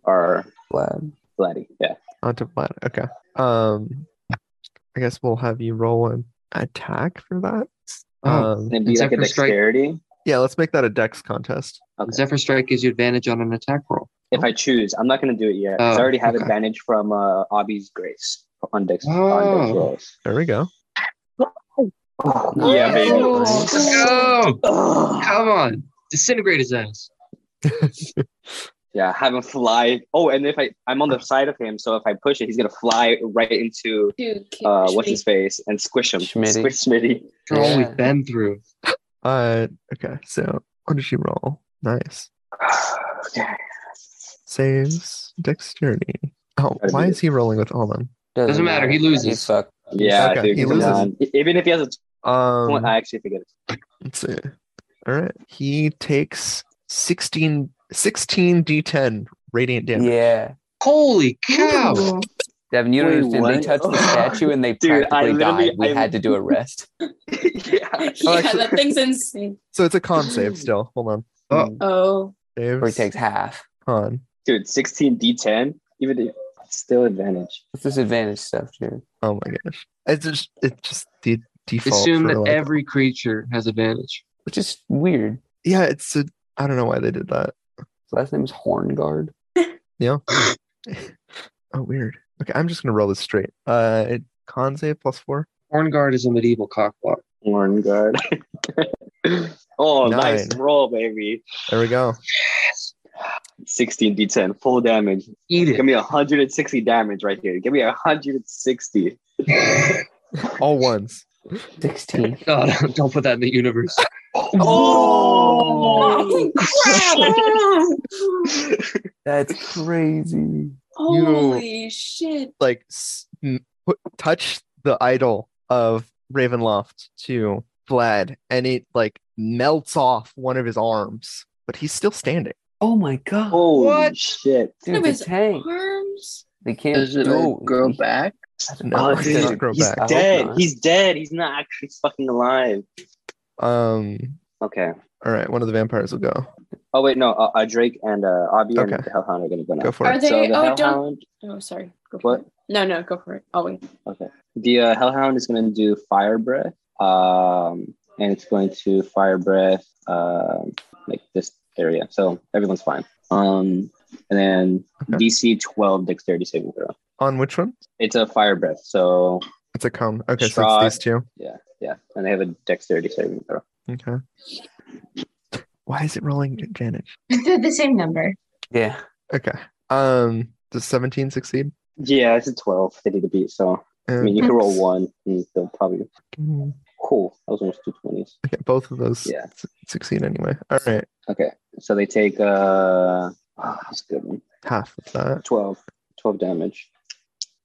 Speaker 2: or
Speaker 6: Vlad.
Speaker 2: Vladdy. Yeah.
Speaker 1: Onto plan. Okay. Um, I guess we'll have you roll an attack for that.
Speaker 3: Oh.
Speaker 1: Um,
Speaker 2: And it'd be
Speaker 3: And
Speaker 2: like a
Speaker 3: Zephyr Strike-
Speaker 2: dexterity.
Speaker 1: yeah, let's make that a dex contest.
Speaker 2: Okay.
Speaker 3: Zephyr Strike gives you advantage on an attack roll.
Speaker 2: If I choose, I'm not gonna do it yet. 'cause
Speaker 3: Oh,
Speaker 2: I already have
Speaker 3: okay.
Speaker 2: advantage from uh, Abby's grace on dex on dex
Speaker 3: Oh.
Speaker 2: rolls.
Speaker 1: There we go.
Speaker 2: Yeah,
Speaker 4: Oh,
Speaker 2: baby.
Speaker 3: Let's go! Come on, disintegrate his ass.
Speaker 2: Yeah, have him fly. Oh, and if I, I'm on the side of him, so if I push it, he's gonna fly right into
Speaker 4: Dude, kick
Speaker 2: uh,
Speaker 4: me.
Speaker 2: what's his face and squish him.
Speaker 6: Schmitty.
Speaker 2: Squish Smitty.
Speaker 3: After all
Speaker 6: Yeah.
Speaker 3: we've been through,
Speaker 1: Uh, okay. So what did she roll? Nice.
Speaker 2: okay.
Speaker 1: Saves dexterity. Oh,
Speaker 2: Gotta
Speaker 1: why
Speaker 2: be
Speaker 1: is he rolling with all them?
Speaker 3: Doesn't matter, he loses.
Speaker 6: He fucked.
Speaker 2: Yeah,
Speaker 1: Okay,
Speaker 2: dude,
Speaker 1: he
Speaker 2: come
Speaker 1: loses.
Speaker 2: on. E- Even if he has a
Speaker 1: Um,
Speaker 2: tw- I actually forget it.
Speaker 1: Let's see. All right. He takes 16, 16 d10 radiant damage.
Speaker 6: Yeah.
Speaker 3: holy cow!
Speaker 7: Ooh.
Speaker 6: Devin, you don't
Speaker 2: Wait,
Speaker 6: understand. They
Speaker 2: what?
Speaker 6: touched the statue and they
Speaker 2: Dude, I
Speaker 6: practically
Speaker 2: literally-
Speaker 6: died. We
Speaker 2: I-
Speaker 6: had to do a rest.
Speaker 2: yeah.
Speaker 4: yeah,
Speaker 1: actually-
Speaker 4: that thing's insane.
Speaker 1: So it's a con save still. Hold on.
Speaker 3: Oh.
Speaker 4: Oh,
Speaker 1: Saves
Speaker 6: Or he takes half.
Speaker 1: con.
Speaker 2: Dude, 16 D10. Even if still advantage.
Speaker 6: What's this advantage stuff, dude?
Speaker 1: Oh my gosh. It's just it's just the default.
Speaker 3: Assume
Speaker 1: for,
Speaker 3: that
Speaker 1: like-
Speaker 3: every creature has advantage.
Speaker 6: Which is weird.
Speaker 1: Yeah, it's a, I don't know why they did that.
Speaker 6: His last name is Horngard.
Speaker 1: Oh weird. Okay, I'm just gonna roll this straight. Uh it, con save plus four.
Speaker 3: Hornguard is a medieval cockblock.
Speaker 2: One guard. oh, nice
Speaker 1: Nine.
Speaker 2: roll, baby.
Speaker 1: There we go.
Speaker 2: 16 D10, full damage.
Speaker 3: Eat
Speaker 2: Give
Speaker 3: it.
Speaker 2: me 160 damage right here. Give me 160.
Speaker 1: All ones.
Speaker 6: 16.
Speaker 3: God, don't put that in the universe.
Speaker 2: Oh!
Speaker 6: That's crazy.
Speaker 4: holy shit.
Speaker 1: Like s- n- put, touch the idol of Ravenloft to Vlad, and it like melts off one of his arms, but he's still standing.
Speaker 6: Oh my god.
Speaker 2: Holy
Speaker 3: What?
Speaker 2: shit.
Speaker 6: dude,
Speaker 4: It
Speaker 6: the
Speaker 4: was
Speaker 6: tank.
Speaker 4: Arms?
Speaker 6: They can't
Speaker 8: Does it
Speaker 6: do
Speaker 8: like, grow back?
Speaker 1: No,
Speaker 2: oh,
Speaker 1: he
Speaker 2: dude,
Speaker 1: doesn't
Speaker 6: dude,
Speaker 1: grow
Speaker 2: he's
Speaker 1: back.
Speaker 6: I hope
Speaker 2: dead.
Speaker 6: not.
Speaker 2: He's dead. He's not actually fucking alive.
Speaker 1: Um,
Speaker 2: Okay.
Speaker 1: all right, one of the vampires will go.
Speaker 2: Oh, wait, no. Uh, uh, Drake and uh, Abby and
Speaker 1: Okay.
Speaker 2: the Hellhound are going to go now.
Speaker 1: Go for
Speaker 4: Are
Speaker 1: it.
Speaker 4: they-
Speaker 2: so the
Speaker 4: oh, don't-
Speaker 2: Hellhound,
Speaker 4: Oh, sorry. Go for
Speaker 2: what?
Speaker 4: it. No, no, go for it. I'll wait.
Speaker 2: The uh, Hellhound is going to do Fire Breath. Um, and it's going to Fire Breath, uh, like this area. So everyone's fine. Um, and then
Speaker 1: Okay.
Speaker 2: DC 12 Dexterity Saving Throw.
Speaker 1: On which one?
Speaker 2: It's a Fire Breath. So
Speaker 1: It's a cone. Okay,
Speaker 2: Shot.
Speaker 1: so it's these two.
Speaker 2: yeah, yeah. And they have a Dexterity Saving Throw.
Speaker 1: Okay. Why is it rolling advantage?
Speaker 7: They're the same number.
Speaker 6: Yeah.
Speaker 1: Okay. Um, does 17 succeed?
Speaker 2: Yeah, it's a 12. They need to beat. So, I mean, you can roll one and they'll probably.
Speaker 1: one.
Speaker 2: Cool. That was almost two 20s.
Speaker 1: Mm-hmm. Okay, both of those
Speaker 2: Yeah.
Speaker 1: su- succeed anyway. All right,
Speaker 2: Okay. So they take, uh, oh, that's a good one.
Speaker 1: half of that.
Speaker 2: 12. 12 damage.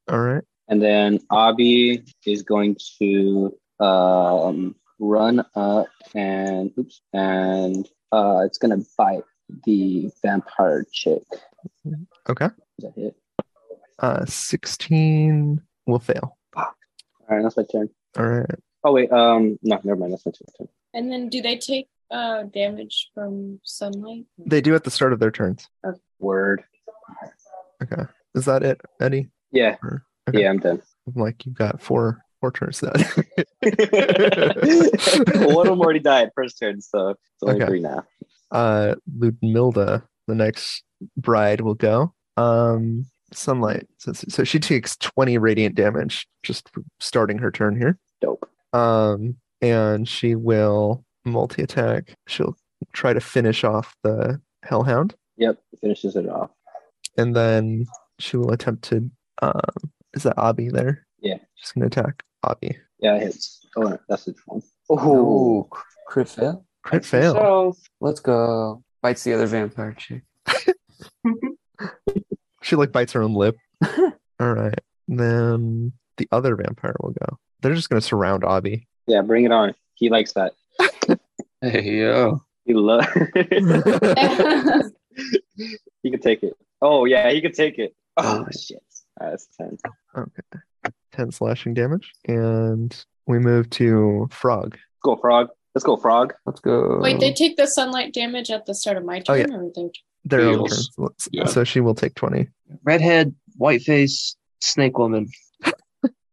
Speaker 1: All right.
Speaker 2: And then Abby is going to um, run up and, oops, and uh, it's going to bite the vampire chick.
Speaker 1: Okay.
Speaker 2: Is that it?
Speaker 1: Uh, 16 will fail.
Speaker 2: All right, that's my turn.
Speaker 1: All right.
Speaker 2: Oh, wait. Um, no, never mind. That's my turn.
Speaker 4: And then do they take uh, damage from sunlight?
Speaker 1: They do at the start of their turns.
Speaker 2: Word.
Speaker 1: Okay. Is that it, Eddie?
Speaker 2: Yeah.
Speaker 1: Okay.
Speaker 2: Yeah, I'm done.
Speaker 1: I'm like, you've got four tortures that.
Speaker 2: well, one of them already died first turn, so it's only
Speaker 1: Okay.
Speaker 2: three now.
Speaker 1: uh, Ludmilda, the next bride, will go. Um, sunlight. So, so she takes 20 radiant damage just for starting her turn here.
Speaker 2: Dope.
Speaker 1: Um, and she will multi attack. She'll try to finish off the Hellhound,
Speaker 2: Yep, finishes it off.
Speaker 1: and then she will attempt to. Um, is that Abby there?
Speaker 2: Yeah.
Speaker 1: She's going to attack Abby.
Speaker 2: Yeah, it hits. Oh, no, that's the one.
Speaker 6: Oh, cr- crit fail.
Speaker 1: Crit fail.
Speaker 3: So
Speaker 6: Let's go. Bites the other vampire chick.
Speaker 1: She like bites her own lip. All right. Then the other vampire will go. They're just going to surround Abby.
Speaker 2: Yeah, bring it on. He likes that.
Speaker 3: hey yo,
Speaker 2: He loves. he could take it. Oh yeah, he could take it. Oh shit. All right, that's ten.
Speaker 1: Okay. 10 slashing damage. And we move to Frog.
Speaker 2: Go frog. Let's go frog.
Speaker 6: Let's go.
Speaker 4: Wait, they take the sunlight damage at the start of my
Speaker 1: Oh,
Speaker 4: turn, or they
Speaker 1: Their own
Speaker 5: Heals.
Speaker 1: turns.
Speaker 5: Yeah.
Speaker 1: So she will take 20.
Speaker 3: redhead, whiteface, snake woman.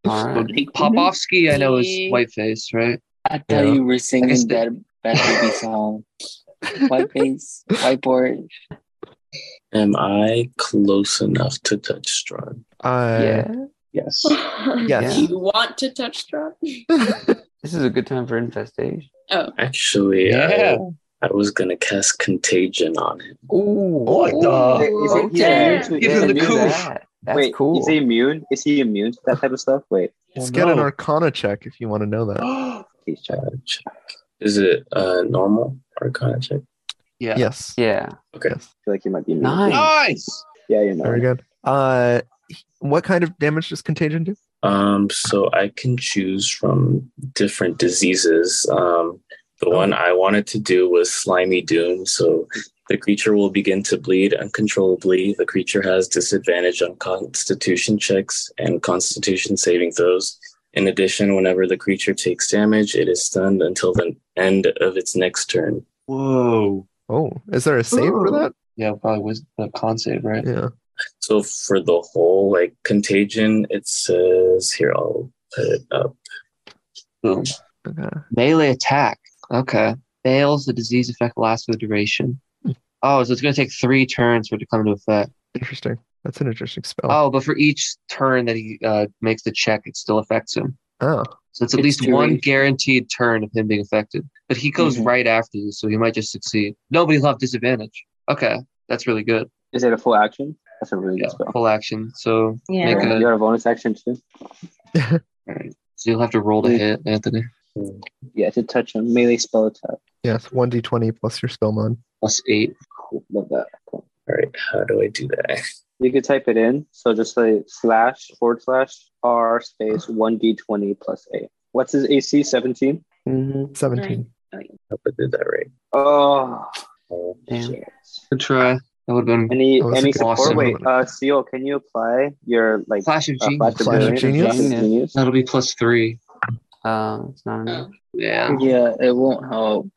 Speaker 6: All right.
Speaker 3: Popovsky, I know is
Speaker 4: Yeah.
Speaker 3: whiteface, right?
Speaker 8: I thought
Speaker 1: Yeah.
Speaker 8: you were singing
Speaker 3: they-
Speaker 8: that bad baby song. White face, whiteboard.
Speaker 10: Am I close enough to touch Strahd?
Speaker 1: Uh,
Speaker 6: yeah.
Speaker 10: Yes.
Speaker 1: Yes.
Speaker 4: Do you want to touch drop?
Speaker 6: This is a good time for infestation.
Speaker 10: Actually,
Speaker 3: Yeah.
Speaker 10: I, I was gonna cast contagion on him.
Speaker 6: Ooh.
Speaker 1: What
Speaker 6: ooh,
Speaker 1: the-
Speaker 2: Is he- he's
Speaker 6: Oh, okay.
Speaker 2: immune to- he's
Speaker 3: Give him the
Speaker 2: immune to
Speaker 3: coup.
Speaker 2: that?
Speaker 6: That. That's
Speaker 2: Wait,
Speaker 6: cool.
Speaker 2: Is he immune? Is he immune to that type of stuff? Wait,
Speaker 1: Let's
Speaker 3: Oh,
Speaker 1: get an
Speaker 3: no.
Speaker 1: Arcana check if you want to know that.
Speaker 2: please check.
Speaker 10: Uh, check. Is it uh, normal arcana check?
Speaker 3: Yeah.
Speaker 1: Yes.
Speaker 6: yeah.
Speaker 10: Okay.
Speaker 1: Yes.
Speaker 2: I feel like he might be immune.
Speaker 6: Nice.
Speaker 3: Nice.
Speaker 2: Yeah, you know.
Speaker 1: Very good. Uh, what kind of damage does Contagion do?
Speaker 10: Um, so I can choose from different diseases. Um, the one I wanted to do was slimy doom. So the creature will begin to bleed uncontrollably. The creature has disadvantage on constitution checks and constitution saving throws. In addition, whenever the creature takes damage, it is stunned until the end of its next turn.
Speaker 3: Whoa.
Speaker 1: Oh, is there a save for
Speaker 7: Ooh.
Speaker 1: that?
Speaker 3: Yeah, probably was the con save, right?
Speaker 1: Yeah.
Speaker 10: So for the whole like contagion, it says here I'll put it up.
Speaker 3: Boom.
Speaker 1: Okay.
Speaker 3: Melee attack. Okay. Fails the disease effect lasts for the duration. Oh, so it's gonna take three turns for it to come into effect.
Speaker 1: Interesting. That's an interesting spell.
Speaker 3: Oh, but for each turn that he uh, makes the check, it still affects him.
Speaker 1: Oh,
Speaker 3: So it's at
Speaker 8: It's
Speaker 3: least
Speaker 8: two
Speaker 3: one
Speaker 8: each.
Speaker 3: guaranteed turn of him being affected. But he goes
Speaker 8: Mhm.
Speaker 3: right after you, so he might just succeed. Nobody's left disadvantage. Okay, that's really good.
Speaker 2: Is it a full action? That's a really
Speaker 3: Yeah,
Speaker 2: good spell.
Speaker 3: full action. So,
Speaker 7: Yeah.
Speaker 3: Make a-
Speaker 2: You got a bonus action too.
Speaker 3: so you'll have to roll to
Speaker 2: Mm.
Speaker 3: hit, Anthony.
Speaker 2: Yeah, to touch him, melee spell attack.
Speaker 1: yes. 1d20 plus your spell mod.
Speaker 3: Plus eight.
Speaker 2: Cool. Love that. Cool.
Speaker 10: All right, how do I do that?
Speaker 2: You could type it in. So just say slash forward slash r space one d twenty plus eight. What's his AC? Seventeen.
Speaker 3: Mm-hmm.
Speaker 6: Mhm.
Speaker 1: 17.
Speaker 10: I hope I did that right.
Speaker 2: Oh,
Speaker 10: Oh,
Speaker 6: Damn.
Speaker 2: shit.
Speaker 3: Good try. That would have been
Speaker 2: Any
Speaker 1: Oh, that's
Speaker 2: any
Speaker 1: a good
Speaker 2: support?
Speaker 3: awesome.
Speaker 2: Wait, uh, Seal, can you apply your like uh,
Speaker 3: Flash of
Speaker 2: flash,
Speaker 3: Genius.
Speaker 2: of
Speaker 1: Flash of
Speaker 2: brilliance or
Speaker 1: Genius?
Speaker 2: flash of genius?
Speaker 3: That'll be plus three.
Speaker 6: Um, it's
Speaker 4: Oh.
Speaker 6: not enough.
Speaker 3: Yeah.
Speaker 8: Yeah, it won't help.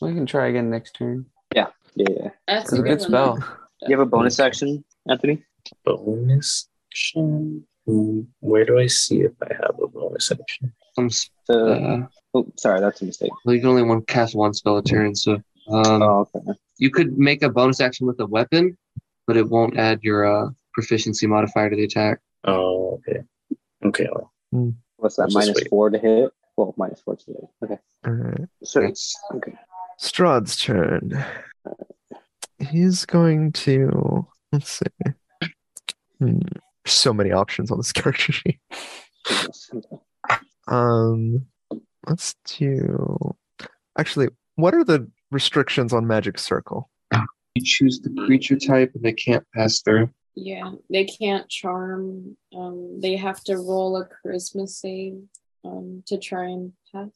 Speaker 6: We can try again next turn.
Speaker 2: Yeah, yeah.
Speaker 4: That's
Speaker 6: It's a good
Speaker 4: one.
Speaker 6: spell.
Speaker 2: You have a bonus action, Anthony.
Speaker 10: bonus action. Hmm, Where do I see if I have a bonus action?
Speaker 3: Some, s-
Speaker 2: So,
Speaker 3: uh,
Speaker 2: oh, sorry, that's a mistake.
Speaker 3: well, you can only one cast one spell a turn, so um,
Speaker 2: Oh, okay.
Speaker 3: you could make a bonus action with a weapon, but it won't add your uh, proficiency modifier to the attack.
Speaker 10: Oh, okay. Okay. well,
Speaker 2: What's that?
Speaker 10: Let's just
Speaker 2: Minus
Speaker 10: wait.
Speaker 2: four to hit. Well, minus four to hit. Okay.
Speaker 1: All right.
Speaker 2: So
Speaker 3: It's
Speaker 2: okay.
Speaker 1: Strahd's turn. He's going to let's see. Hmm. So many options on this character sheet. Um, let's do. Actually, what are the restrictions on Magic Circle?
Speaker 3: You choose the creature type, and they can't pass through.
Speaker 4: Yeah, they can't charm. Um, they have to roll a charisma save um, to try and pass.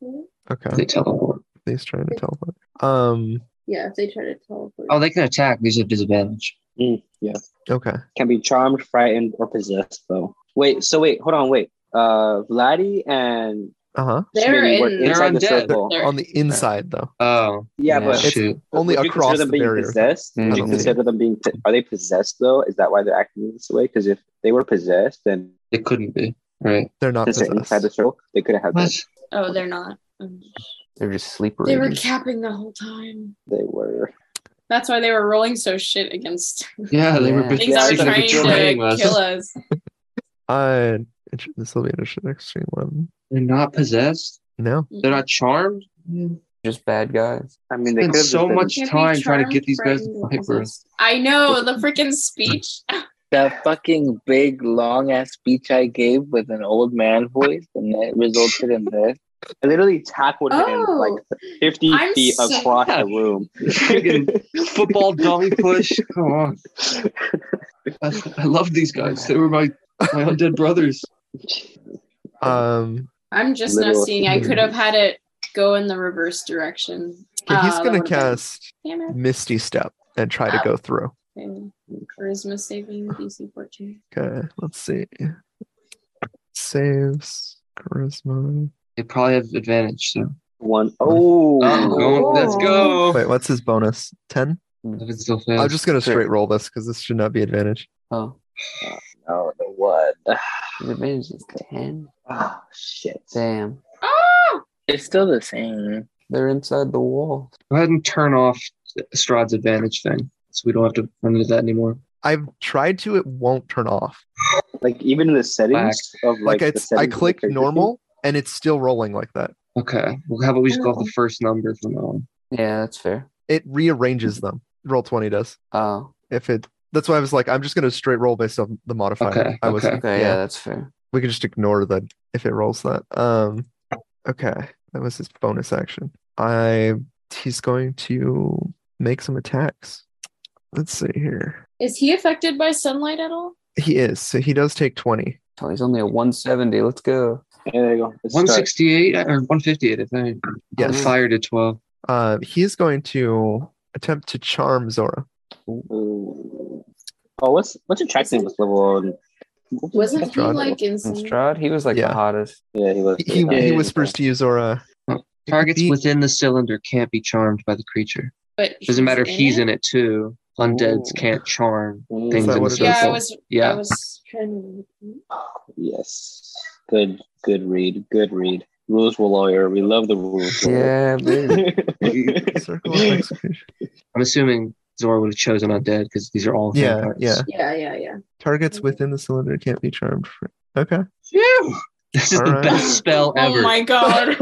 Speaker 4: through.
Speaker 1: Okay,
Speaker 3: They teleport.
Speaker 1: he's trying to teleport. Um,
Speaker 4: Yeah, if they try to teleport.
Speaker 3: Oh, they can attack. These are disadvantage.
Speaker 2: Mm, yeah.
Speaker 1: okay.
Speaker 2: Can be charmed, frightened, or possessed though. Wait. So wait. Hold on. Wait. Uh, Vladdy and
Speaker 1: Uh huh.
Speaker 4: They're
Speaker 2: Smitty were
Speaker 4: in-
Speaker 3: They're
Speaker 2: inside the
Speaker 3: undead.
Speaker 2: circle.
Speaker 4: They're-
Speaker 1: On the inside, though,
Speaker 3: Oh,
Speaker 2: yeah, but
Speaker 1: It's-
Speaker 3: shoot.
Speaker 1: only
Speaker 2: would you
Speaker 1: across
Speaker 2: consider them
Speaker 1: the
Speaker 2: being
Speaker 1: barrier.
Speaker 2: Possessed?
Speaker 1: I
Speaker 2: Would
Speaker 6: Mm.
Speaker 2: you
Speaker 1: don't think-
Speaker 2: consider them being? Are they possessed though? Is that why they're acting this way? Because if they were possessed, then
Speaker 3: They couldn't be. Right.
Speaker 1: They're not
Speaker 2: Since they're inside the
Speaker 1: possessed.
Speaker 2: circle, they couldn't have been.
Speaker 4: Oh, they're not. Um,
Speaker 6: They're just sleep
Speaker 4: They were
Speaker 6: raiders.
Speaker 4: capping the whole time.
Speaker 2: They were.
Speaker 4: That's why they were rolling so shit against
Speaker 3: Yeah, they were
Speaker 6: Yeah.
Speaker 4: things that were
Speaker 3: betraying,
Speaker 4: trying
Speaker 3: betraying
Speaker 4: to
Speaker 3: us.
Speaker 4: kill us.
Speaker 1: Uh, this will be an interesting one.
Speaker 3: They're not possessed.
Speaker 1: No,
Speaker 3: They're not charmed.
Speaker 6: just bad guys.
Speaker 2: I mean, they
Speaker 3: Spend
Speaker 2: could have
Speaker 3: so
Speaker 2: been,
Speaker 3: much
Speaker 4: Can't be
Speaker 3: time trying to
Speaker 4: charmed,
Speaker 3: get these guys
Speaker 4: frightened,
Speaker 3: to
Speaker 4: or
Speaker 3: fight for us.
Speaker 4: possessed. I know the freaking speech.
Speaker 8: That fucking big, long ass speech I gave with an old man voice, and that resulted in this.
Speaker 2: I literally tackled him
Speaker 4: Oh.
Speaker 2: like 50
Speaker 4: I'm
Speaker 2: feet
Speaker 4: so-
Speaker 2: across the room.
Speaker 3: Freaking football dummy push. Come on. I, I love these guys. They were my, my undead brothers.
Speaker 2: Uh,
Speaker 1: um,
Speaker 4: I'm just now
Speaker 2: Literal
Speaker 4: seeing. I could have had it go in the reverse direction.
Speaker 1: 'kay, he's
Speaker 4: Ah, that
Speaker 1: gonna
Speaker 4: would've been-
Speaker 1: cast
Speaker 4: Damn it.
Speaker 1: Misty Step and try to
Speaker 2: Ah.
Speaker 4: Ow.
Speaker 1: go through.
Speaker 4: Okay. Charisma saving DC 14.
Speaker 1: Okay, let's see. Saves charisma.
Speaker 3: They probably have advantage. So
Speaker 2: One. Oh,
Speaker 3: I'm going- let's go.
Speaker 1: Wait, what's his bonus? Ten.
Speaker 3: If it still fails.
Speaker 1: I'm just gonna
Speaker 6: Sure.
Speaker 1: straight roll this because this should not be advantage.
Speaker 6: Oh,
Speaker 2: no, the what?
Speaker 6: his advantage is ten.
Speaker 2: Oh, shit.
Speaker 6: Damn,
Speaker 4: Oh!
Speaker 8: It's still the same.
Speaker 6: they're inside the wall.
Speaker 3: Go ahead and turn off Strahd's advantage thing, so we don't have to run into that anymore.
Speaker 1: I've tried to. It won't turn off.
Speaker 2: Like, even the settings of
Speaker 1: Like,
Speaker 2: like, the
Speaker 1: it's. I
Speaker 2: settings of the
Speaker 1: click
Speaker 2: character sheet,
Speaker 1: normal and it's still rolling like that.
Speaker 3: Okay. Well, how about we just go off Oh, the first number from now on?
Speaker 6: Yeah, that's fair.
Speaker 1: It rearranges them. Roll twenty does.
Speaker 6: Oh,
Speaker 1: If it. That's why I was like, I'm just gonna straight roll based on the modifier.
Speaker 3: Okay,
Speaker 1: I was
Speaker 3: okay.
Speaker 6: okay, yeah, that's fair.
Speaker 1: we can just ignore the if it rolls that. Um okay. That was his bonus action. I he's going to make some attacks. Let's see here.
Speaker 4: Is he affected by sunlight at all?
Speaker 1: He is, so he does take 20.
Speaker 6: Oh, he's only a one seventy. Let's go.
Speaker 2: There they go. Let's
Speaker 3: One
Speaker 2: start.
Speaker 3: sixty-eight uh, or one fifty-eight, I think. Yeah,
Speaker 1: Yes.
Speaker 3: fired at twelve.
Speaker 1: Uh he is going to attempt to charm Zora.
Speaker 2: Ooh. Oh, what's what's attracting this level? on-
Speaker 4: Wasn't he
Speaker 1: Strahd.
Speaker 4: like
Speaker 6: And
Speaker 4: insane?
Speaker 6: Strahd, he was like
Speaker 1: Yeah.
Speaker 6: the hottest.
Speaker 2: Yeah, he was.
Speaker 1: He, he,
Speaker 2: yeah,
Speaker 1: he whispers to you, Zora.
Speaker 3: Targets
Speaker 1: Beat-
Speaker 3: within the cylinder can't be charmed by the creature.
Speaker 4: But
Speaker 3: Doesn't matter if he's in
Speaker 4: it.
Speaker 3: it too. Undeads
Speaker 2: Ooh.
Speaker 3: can't charm
Speaker 2: Mm,
Speaker 3: things
Speaker 1: that
Speaker 3: in the
Speaker 1: what it
Speaker 3: circle.
Speaker 1: is?
Speaker 4: Yeah, I was. I
Speaker 3: Yeah.
Speaker 4: was trying to.
Speaker 2: Yes. Good. Good read. Good read. Rules will lawyer. We love the rules. lawyer.
Speaker 6: Yeah, baby.
Speaker 1: Circle of execution.
Speaker 3: I'm assuming Zora would have chosen undead because these are all
Speaker 1: Yeah,
Speaker 3: vampires.
Speaker 1: yeah.
Speaker 4: Yeah, yeah, yeah.
Speaker 1: Targets within the cylinder can't be charmed. For, okay.
Speaker 3: Phew! This is
Speaker 1: All
Speaker 3: the
Speaker 1: right.
Speaker 3: best spell ever.
Speaker 4: Oh my god!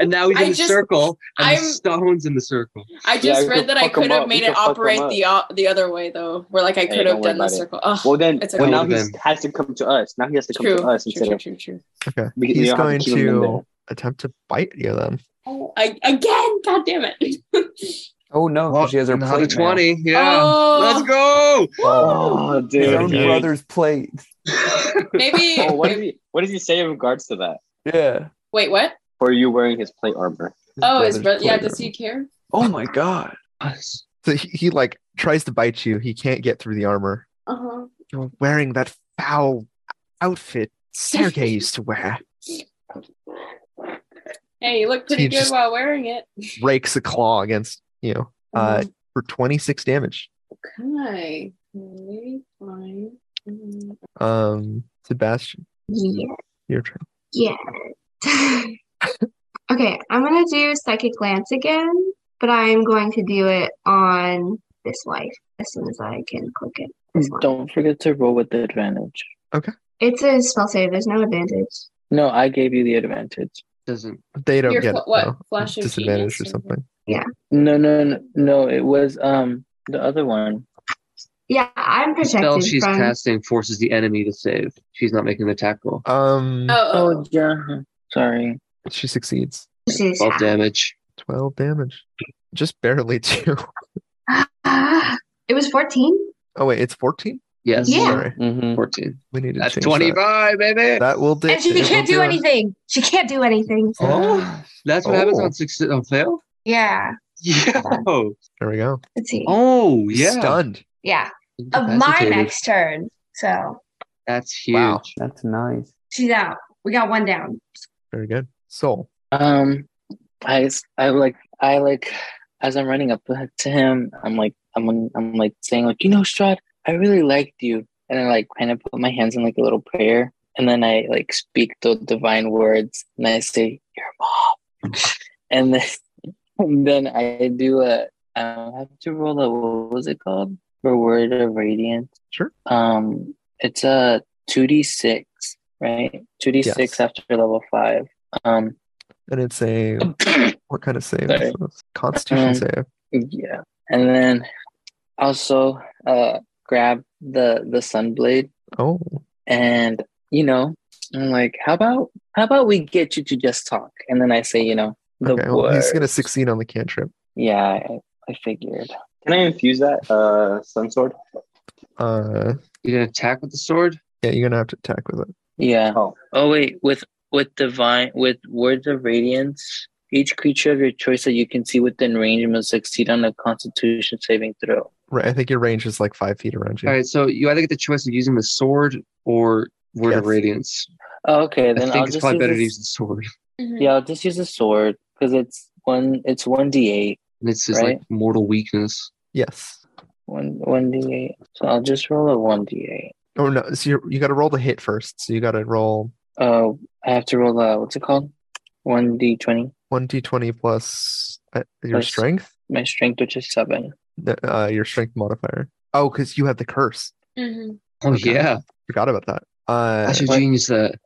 Speaker 3: and now he's in
Speaker 4: I
Speaker 3: the
Speaker 4: just-
Speaker 3: circle, and the
Speaker 4: I'm-
Speaker 3: stones in the circle.
Speaker 4: I
Speaker 2: Yeah,
Speaker 4: just
Speaker 2: you could
Speaker 4: read that I
Speaker 2: fuck 'em
Speaker 4: could have
Speaker 2: up.
Speaker 4: made
Speaker 2: You
Speaker 4: it
Speaker 2: could fuck 'em
Speaker 4: operate
Speaker 2: up.
Speaker 4: the o- the other way though, where like I could
Speaker 2: don't
Speaker 4: have
Speaker 2: worry
Speaker 4: done the
Speaker 2: about it.
Speaker 4: circle. Ugh.
Speaker 2: Well then,
Speaker 4: It's
Speaker 2: well
Speaker 4: okay.
Speaker 2: now he
Speaker 3: Would've
Speaker 2: has to come to us. Now he has to come
Speaker 4: true,
Speaker 2: to us
Speaker 4: true,
Speaker 2: instead
Speaker 4: true,
Speaker 2: of
Speaker 4: true, true.
Speaker 1: okay.
Speaker 2: We- we
Speaker 1: He's
Speaker 2: don't have to
Speaker 1: going
Speaker 2: keep him in
Speaker 1: to
Speaker 2: there.
Speaker 1: attempt to bite you then.
Speaker 4: Oh, I, again, god damn it!
Speaker 6: Oh no,
Speaker 3: Oh,
Speaker 6: she has her
Speaker 3: not a
Speaker 6: plate now.
Speaker 3: twenty. Yeah,
Speaker 4: Oh.
Speaker 3: let's go.
Speaker 2: Oh,
Speaker 6: His
Speaker 2: dude.
Speaker 6: own
Speaker 5: Okay.
Speaker 6: brother's plate.
Speaker 4: Maybe.
Speaker 2: Oh, what did he? What does he say in regards to that?
Speaker 6: Yeah.
Speaker 4: wait, what?
Speaker 2: For you wearing his plate armor?
Speaker 4: Oh, his brother.
Speaker 6: brother's
Speaker 4: Yeah,
Speaker 6: plate
Speaker 4: does he care?
Speaker 6: armor. Oh my god.
Speaker 3: Us.
Speaker 1: So he, he like tries to bite you. He can't get through the armor.
Speaker 4: Uh huh.
Speaker 1: You're wearing that foul outfit Sergei used to wear.
Speaker 4: Hey, you look pretty
Speaker 1: He
Speaker 4: good
Speaker 1: just-
Speaker 4: while wearing it.
Speaker 1: Rakes a claw against you uh, for 26 damage.
Speaker 4: Okay. Okay, fine. Mm,
Speaker 1: Um, Sebastian,
Speaker 7: Yeah.
Speaker 1: your turn.
Speaker 7: Yeah. okay, I'm gonna do psychic glance again, but I'm going to do it on this life as soon as I can click it. This one.
Speaker 8: Don't forget to roll with the advantage.
Speaker 7: It's a spell save. There's no advantage.
Speaker 8: No, I gave you the advantage.
Speaker 3: Doesn't
Speaker 1: They don't
Speaker 4: Your
Speaker 1: get
Speaker 4: fl-
Speaker 1: it.
Speaker 4: what,
Speaker 1: though.
Speaker 4: flash of
Speaker 1: Disadvantage
Speaker 4: genius
Speaker 1: or
Speaker 4: or
Speaker 1: something.
Speaker 8: No, no, no, no. It was um the other one.
Speaker 7: Yeah, I'm
Speaker 3: the spell
Speaker 7: protected
Speaker 3: she's
Speaker 7: from.
Speaker 3: casting forces the enemy to save. She's not making the tackle.
Speaker 1: Um,
Speaker 4: Oh, oh,
Speaker 8: yeah. Sorry.
Speaker 1: She succeeds.
Speaker 7: She's-
Speaker 3: Twelve damage.
Speaker 1: 12 damage. Just barely two.
Speaker 7: it was 14.
Speaker 1: Oh, wait, it's 14?
Speaker 3: Yes.
Speaker 7: Yeah.
Speaker 1: Sorry.
Speaker 6: Mm-hmm.
Speaker 3: Fourteen.
Speaker 1: We need to
Speaker 3: That's
Speaker 1: change that.
Speaker 3: twenty-five, baby.
Speaker 1: That will do.
Speaker 7: And she
Speaker 1: it will
Speaker 7: can't do
Speaker 1: it.
Speaker 7: anything. She can't do anything.
Speaker 3: Oh, that's what happens
Speaker 1: Oh.
Speaker 3: on success on fail.
Speaker 7: Yeah.
Speaker 3: Yeah.
Speaker 1: There we go.
Speaker 7: Let's see.
Speaker 3: Oh,
Speaker 1: He's
Speaker 3: yeah.
Speaker 1: Stunned.
Speaker 7: Yeah. Of my
Speaker 3: Incapacitated.
Speaker 7: next turn. So
Speaker 3: That's huge.
Speaker 1: Wow.
Speaker 6: That's nice.
Speaker 7: she's out. We got one down.
Speaker 1: Very good. Soul.
Speaker 8: Um, I s- I like I like as I'm running up to him, I'm like I'm I'm like saying like you know Strahd, I really liked you, and I like kind of put my hands in like a little prayer, and then I like speak the divine words and I say, Your mom. and then and then I do a I have to roll a what was it called? For word of radiance.
Speaker 1: Sure.
Speaker 8: Um it's a two D six, right? Two D
Speaker 1: Yes.
Speaker 8: six after level five. Um
Speaker 1: And it's a what kind of save?
Speaker 8: Sorry.
Speaker 1: is this? Constitution
Speaker 8: Um,
Speaker 1: save.
Speaker 8: Yeah, and then also uh grab the the sun blade
Speaker 1: Oh,
Speaker 8: and you know I'm like, how about how about we get you to just talk, and then I say, you know, the
Speaker 1: okay. Well, he's gonna
Speaker 8: word.
Speaker 1: succeed on the cantrip.
Speaker 8: Yeah, I, I figured.
Speaker 2: Can I infuse that uh, sun sword?
Speaker 1: Uh,
Speaker 3: You did attack with the sword?
Speaker 1: yeah, you're gonna have to attack with it.
Speaker 8: Yeah.
Speaker 2: Oh.
Speaker 8: Oh wait, with with divine with words of radiance, each creature of your choice that you can see within range must succeed on a Constitution saving throw.
Speaker 1: Right. I think your range is like five feet around you.
Speaker 3: All right, so you either get the choice of using the sword or Word
Speaker 1: Yes.
Speaker 3: of Radiance.
Speaker 8: Oh, okay, then
Speaker 3: I think
Speaker 8: will
Speaker 3: it's
Speaker 8: just
Speaker 3: probably better to
Speaker 8: this-
Speaker 3: use the sword.
Speaker 4: Mhm.
Speaker 8: Yeah, I'll just use a sword because it's one. It's one d eight.
Speaker 3: And it's just like
Speaker 8: Right.
Speaker 3: mortal weakness.
Speaker 1: Yes.
Speaker 8: One one d eight. So I'll just roll a one d eight.
Speaker 1: Oh no. So you you got to roll the hit first. So you got to roll
Speaker 8: Uh, I have to roll a what's it called? One d twenty.
Speaker 1: one d20 plus uh, your
Speaker 8: Plus-
Speaker 1: strength,
Speaker 8: My strength, which is seven.
Speaker 1: Th- uh, your strength modifier. Oh, because you have the curse.
Speaker 4: Mhm.
Speaker 3: Oh
Speaker 1: Okay.
Speaker 3: yeah,
Speaker 1: Forgot about that. Uh,
Speaker 3: that's a
Speaker 8: what-
Speaker 3: genius. That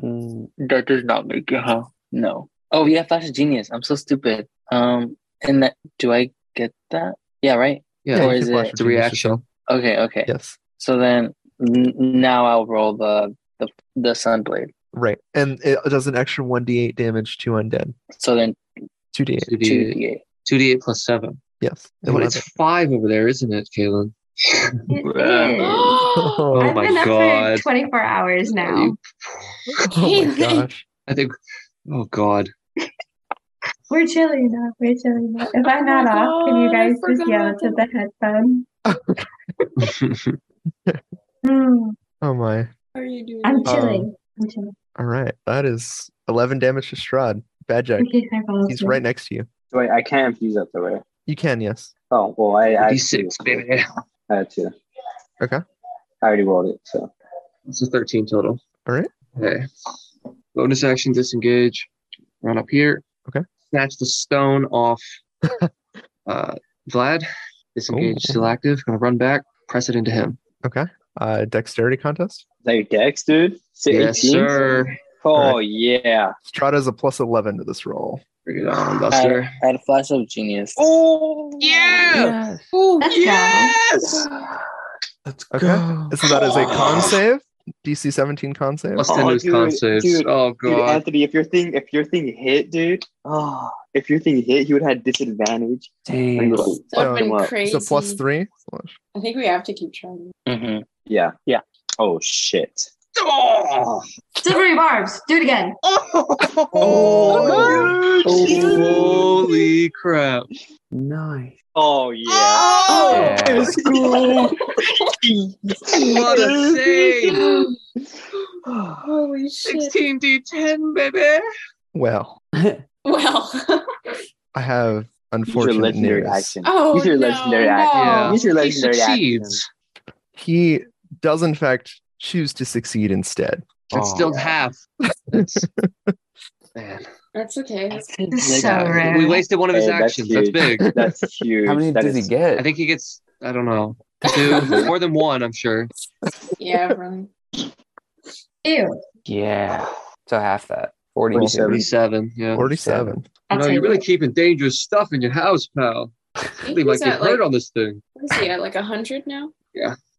Speaker 6: Mm,
Speaker 8: That does not make it. Huh? No. Oh yeah, Flash is genius. I'm so stupid. Um, and that do I get that? Yeah, right.
Speaker 3: yeah,
Speaker 1: you
Speaker 8: or
Speaker 1: can
Speaker 8: is
Speaker 1: flash
Speaker 8: it
Speaker 1: your
Speaker 3: it's a
Speaker 1: genius
Speaker 3: reaction.
Speaker 1: yourself.
Speaker 8: Okay, okay.
Speaker 1: Yes.
Speaker 8: So then n- now I'll roll the the the sun blade.
Speaker 1: Right. And it does an extra 1d8 damage to undead.
Speaker 8: So then
Speaker 1: 2d8.
Speaker 3: Two
Speaker 8: two
Speaker 3: D
Speaker 8: d eight.
Speaker 3: two D eight plus seven.
Speaker 1: Yes.
Speaker 3: But it's
Speaker 1: 11.
Speaker 3: five over there, isn't it, Kaylin?
Speaker 7: It is.
Speaker 4: Oh,
Speaker 1: Oh,
Speaker 3: Oh
Speaker 7: I've
Speaker 1: my,
Speaker 3: my
Speaker 7: been up
Speaker 3: God.
Speaker 7: for 24 hours now.
Speaker 3: You-
Speaker 1: oh my
Speaker 4: Caitlin.
Speaker 1: gosh.
Speaker 3: I think. Oh God.
Speaker 7: We're chilling now. We're chilling now. If I'm not
Speaker 4: Oh my
Speaker 7: off, can you
Speaker 4: God, I
Speaker 7: guys just yell
Speaker 4: forgot.
Speaker 7: into the headphone?
Speaker 3: All
Speaker 7: Hmm,
Speaker 1: Oh my.
Speaker 4: How are you doing?
Speaker 7: I'm
Speaker 1: Uh,
Speaker 7: chilling. I'm chilling.
Speaker 1: All right. That is 11 damage to Strahd. Bad Jack.
Speaker 7: In case I fall
Speaker 1: He's
Speaker 7: asleep.
Speaker 1: right next to you.
Speaker 2: Wait, I can't infuse that though, right?
Speaker 1: You can, yes.
Speaker 2: Oh, well, I, I, had
Speaker 3: D6,
Speaker 2: to.
Speaker 3: baby.
Speaker 2: I had to.
Speaker 1: Okay.
Speaker 2: I already rolled it, so.
Speaker 3: It's a 13 total.
Speaker 1: All right.
Speaker 3: Okay. Bonus action, disengage. Run up here.
Speaker 1: Okay.
Speaker 3: Snatch the stone off uh, Vlad. Disengage,
Speaker 1: Ooh.
Speaker 3: still active. Gonna run back, press it into him.
Speaker 1: Uh, dexterity contest.
Speaker 2: Is that your dex, dude? Is it
Speaker 3: Yes,
Speaker 2: 18?
Speaker 3: sir.
Speaker 2: Oh,
Speaker 1: All
Speaker 2: yeah.
Speaker 1: Strahd is a plus 11 to this roll.
Speaker 3: Bring it on, Buster.
Speaker 8: I had a flash of genius.
Speaker 2: Oh,
Speaker 9: Yeah.
Speaker 4: Oh,
Speaker 7: Let's
Speaker 9: yes.
Speaker 10: Let's
Speaker 1: Okay.
Speaker 10: go.
Speaker 1: So that is a con save. DC 17 con save.
Speaker 3: Plus 10
Speaker 2: Oh,
Speaker 3: to his con
Speaker 2: dude,
Speaker 3: saves.
Speaker 2: dude,
Speaker 3: oh,
Speaker 2: Dude,
Speaker 3: God.
Speaker 2: Anthony, if your thing, if your thing hit, dude, oh, if your thing hit, you would have had disadvantage. Or you
Speaker 6: dang.
Speaker 2: would've
Speaker 4: That would
Speaker 1: So-
Speaker 4: have been
Speaker 2: so plus
Speaker 4: crazy.
Speaker 1: So plus three. Slash.
Speaker 4: I think we have to keep trying.
Speaker 8: hmm
Speaker 2: Yeah. Yeah. Oh shit.
Speaker 3: Oh,
Speaker 7: Silvery barbs. Do it again.
Speaker 2: Oh,
Speaker 3: holy crap.
Speaker 6: Nice.
Speaker 2: Oh yeah.
Speaker 4: Oh!
Speaker 6: Yeah.
Speaker 2: Let's go. what
Speaker 3: What a save.
Speaker 4: Holy shit.
Speaker 3: 16d10, baby.
Speaker 1: Well,
Speaker 4: Well.
Speaker 1: I have
Speaker 2: Use your
Speaker 1: unfortunate
Speaker 2: legendary
Speaker 1: news.
Speaker 2: action.
Speaker 4: oh,
Speaker 2: Use your
Speaker 4: no,
Speaker 2: legendary
Speaker 4: no.
Speaker 2: action.
Speaker 3: Yeah.
Speaker 2: Use your
Speaker 3: He
Speaker 2: legendary action.
Speaker 3: succeeds.
Speaker 1: He does, in fact, choose to succeed instead.
Speaker 3: That's
Speaker 6: Oh.
Speaker 3: still half. That's man.
Speaker 4: That's okay.
Speaker 7: This is so
Speaker 3: Yeah,
Speaker 7: rare.
Speaker 3: we wasted one of his
Speaker 2: Hey, that's
Speaker 3: actions. That's
Speaker 2: huge.
Speaker 3: big.
Speaker 2: That's huge.
Speaker 6: How many
Speaker 2: That
Speaker 6: does he
Speaker 2: is-
Speaker 6: get?
Speaker 3: I think he gets. I don't know. Two, more than one. I'm sure.
Speaker 4: Yeah, really.
Speaker 7: Ew.
Speaker 6: yeah. So half that. 42.
Speaker 2: Forty-seven.
Speaker 3: Thirty-seven. Yeah.
Speaker 1: Forty-seven.
Speaker 3: You
Speaker 7: I'll
Speaker 3: know,
Speaker 7: take
Speaker 3: you're really
Speaker 7: it.
Speaker 3: keeping dangerous stuff in your house, pal. Really,
Speaker 4: He's
Speaker 3: like you
Speaker 4: at, like,
Speaker 3: heard on this thing.
Speaker 4: what is he at, like 100 now?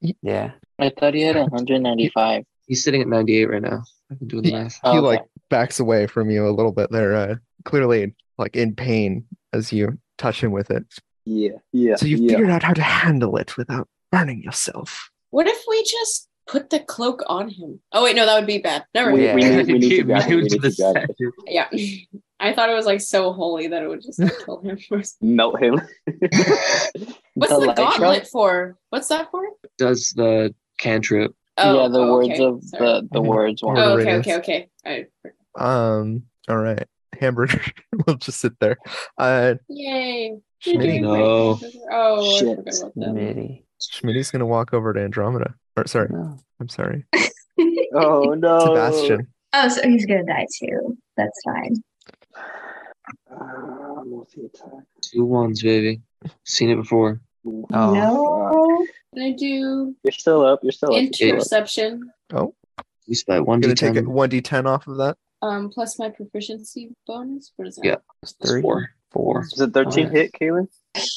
Speaker 6: Yeah.
Speaker 8: I thought he had 195.
Speaker 3: He's sitting at 98 right now. I've been doing the math.
Speaker 1: He
Speaker 8: Oh, okay.
Speaker 1: like backs away from you a little bit there, uh, clearly like in pain as you touch him with it.
Speaker 2: Yeah. Yeah.
Speaker 1: so you
Speaker 2: yeah.
Speaker 1: figured out how to handle it without burning yourself.
Speaker 4: What if we just put the cloak on him? Oh, wait, no, that would be bad. Never
Speaker 2: We,
Speaker 4: mind.
Speaker 6: Yeah.
Speaker 2: we need, we need to
Speaker 3: Keep
Speaker 2: grab it.
Speaker 3: immune
Speaker 2: We
Speaker 3: to
Speaker 2: need
Speaker 3: the
Speaker 2: to grab it.
Speaker 3: statue.
Speaker 4: Yeah. I thought it was, like, so holy that it would just like, kill him first.
Speaker 2: Melt him.
Speaker 4: What's the,
Speaker 8: The light
Speaker 4: gauntlet for? What's that for?
Speaker 3: Does the cantrip?
Speaker 4: Oh,
Speaker 8: yeah, the
Speaker 4: oh,
Speaker 8: words
Speaker 4: okay.
Speaker 8: of
Speaker 4: Sorry.
Speaker 8: the the
Speaker 10: Mm-hmm.
Speaker 1: Mhm.
Speaker 8: words one.
Speaker 4: Oh,
Speaker 1: Word
Speaker 4: okay,
Speaker 1: radius.
Speaker 4: okay, okay. I-
Speaker 1: Um. All right. Hamburger will just sit there. Uh,
Speaker 4: Yay. You're
Speaker 1: Schmitty,
Speaker 4: doing
Speaker 3: No.
Speaker 4: great. Oh, I forgot
Speaker 2: Shit.
Speaker 4: about that.
Speaker 6: Mitty.
Speaker 1: Schmitty's gonna walk over to Andromeda. Or sorry,
Speaker 6: No.
Speaker 1: I'm sorry.
Speaker 2: Oh no,
Speaker 1: Sebastian.
Speaker 7: Oh, so he's gonna die too. That's fine.
Speaker 2: Ah, multi attack.
Speaker 3: Two ones, baby. Seen it before.
Speaker 6: Oh,
Speaker 7: no.
Speaker 4: Can I do
Speaker 2: You're still up. You're
Speaker 8: Oh,
Speaker 2: still up. You're still up.
Speaker 4: interception
Speaker 3: We spent one
Speaker 1: I'm
Speaker 3: d
Speaker 1: gonna take it
Speaker 3: ten.
Speaker 1: one d ten off of that.
Speaker 4: um, plus my proficiency bonus? What is that?
Speaker 3: Yeah.
Speaker 6: Three,
Speaker 3: Four.
Speaker 6: four.
Speaker 2: Is it 13
Speaker 3: Alright.
Speaker 2: hit, Kaylin?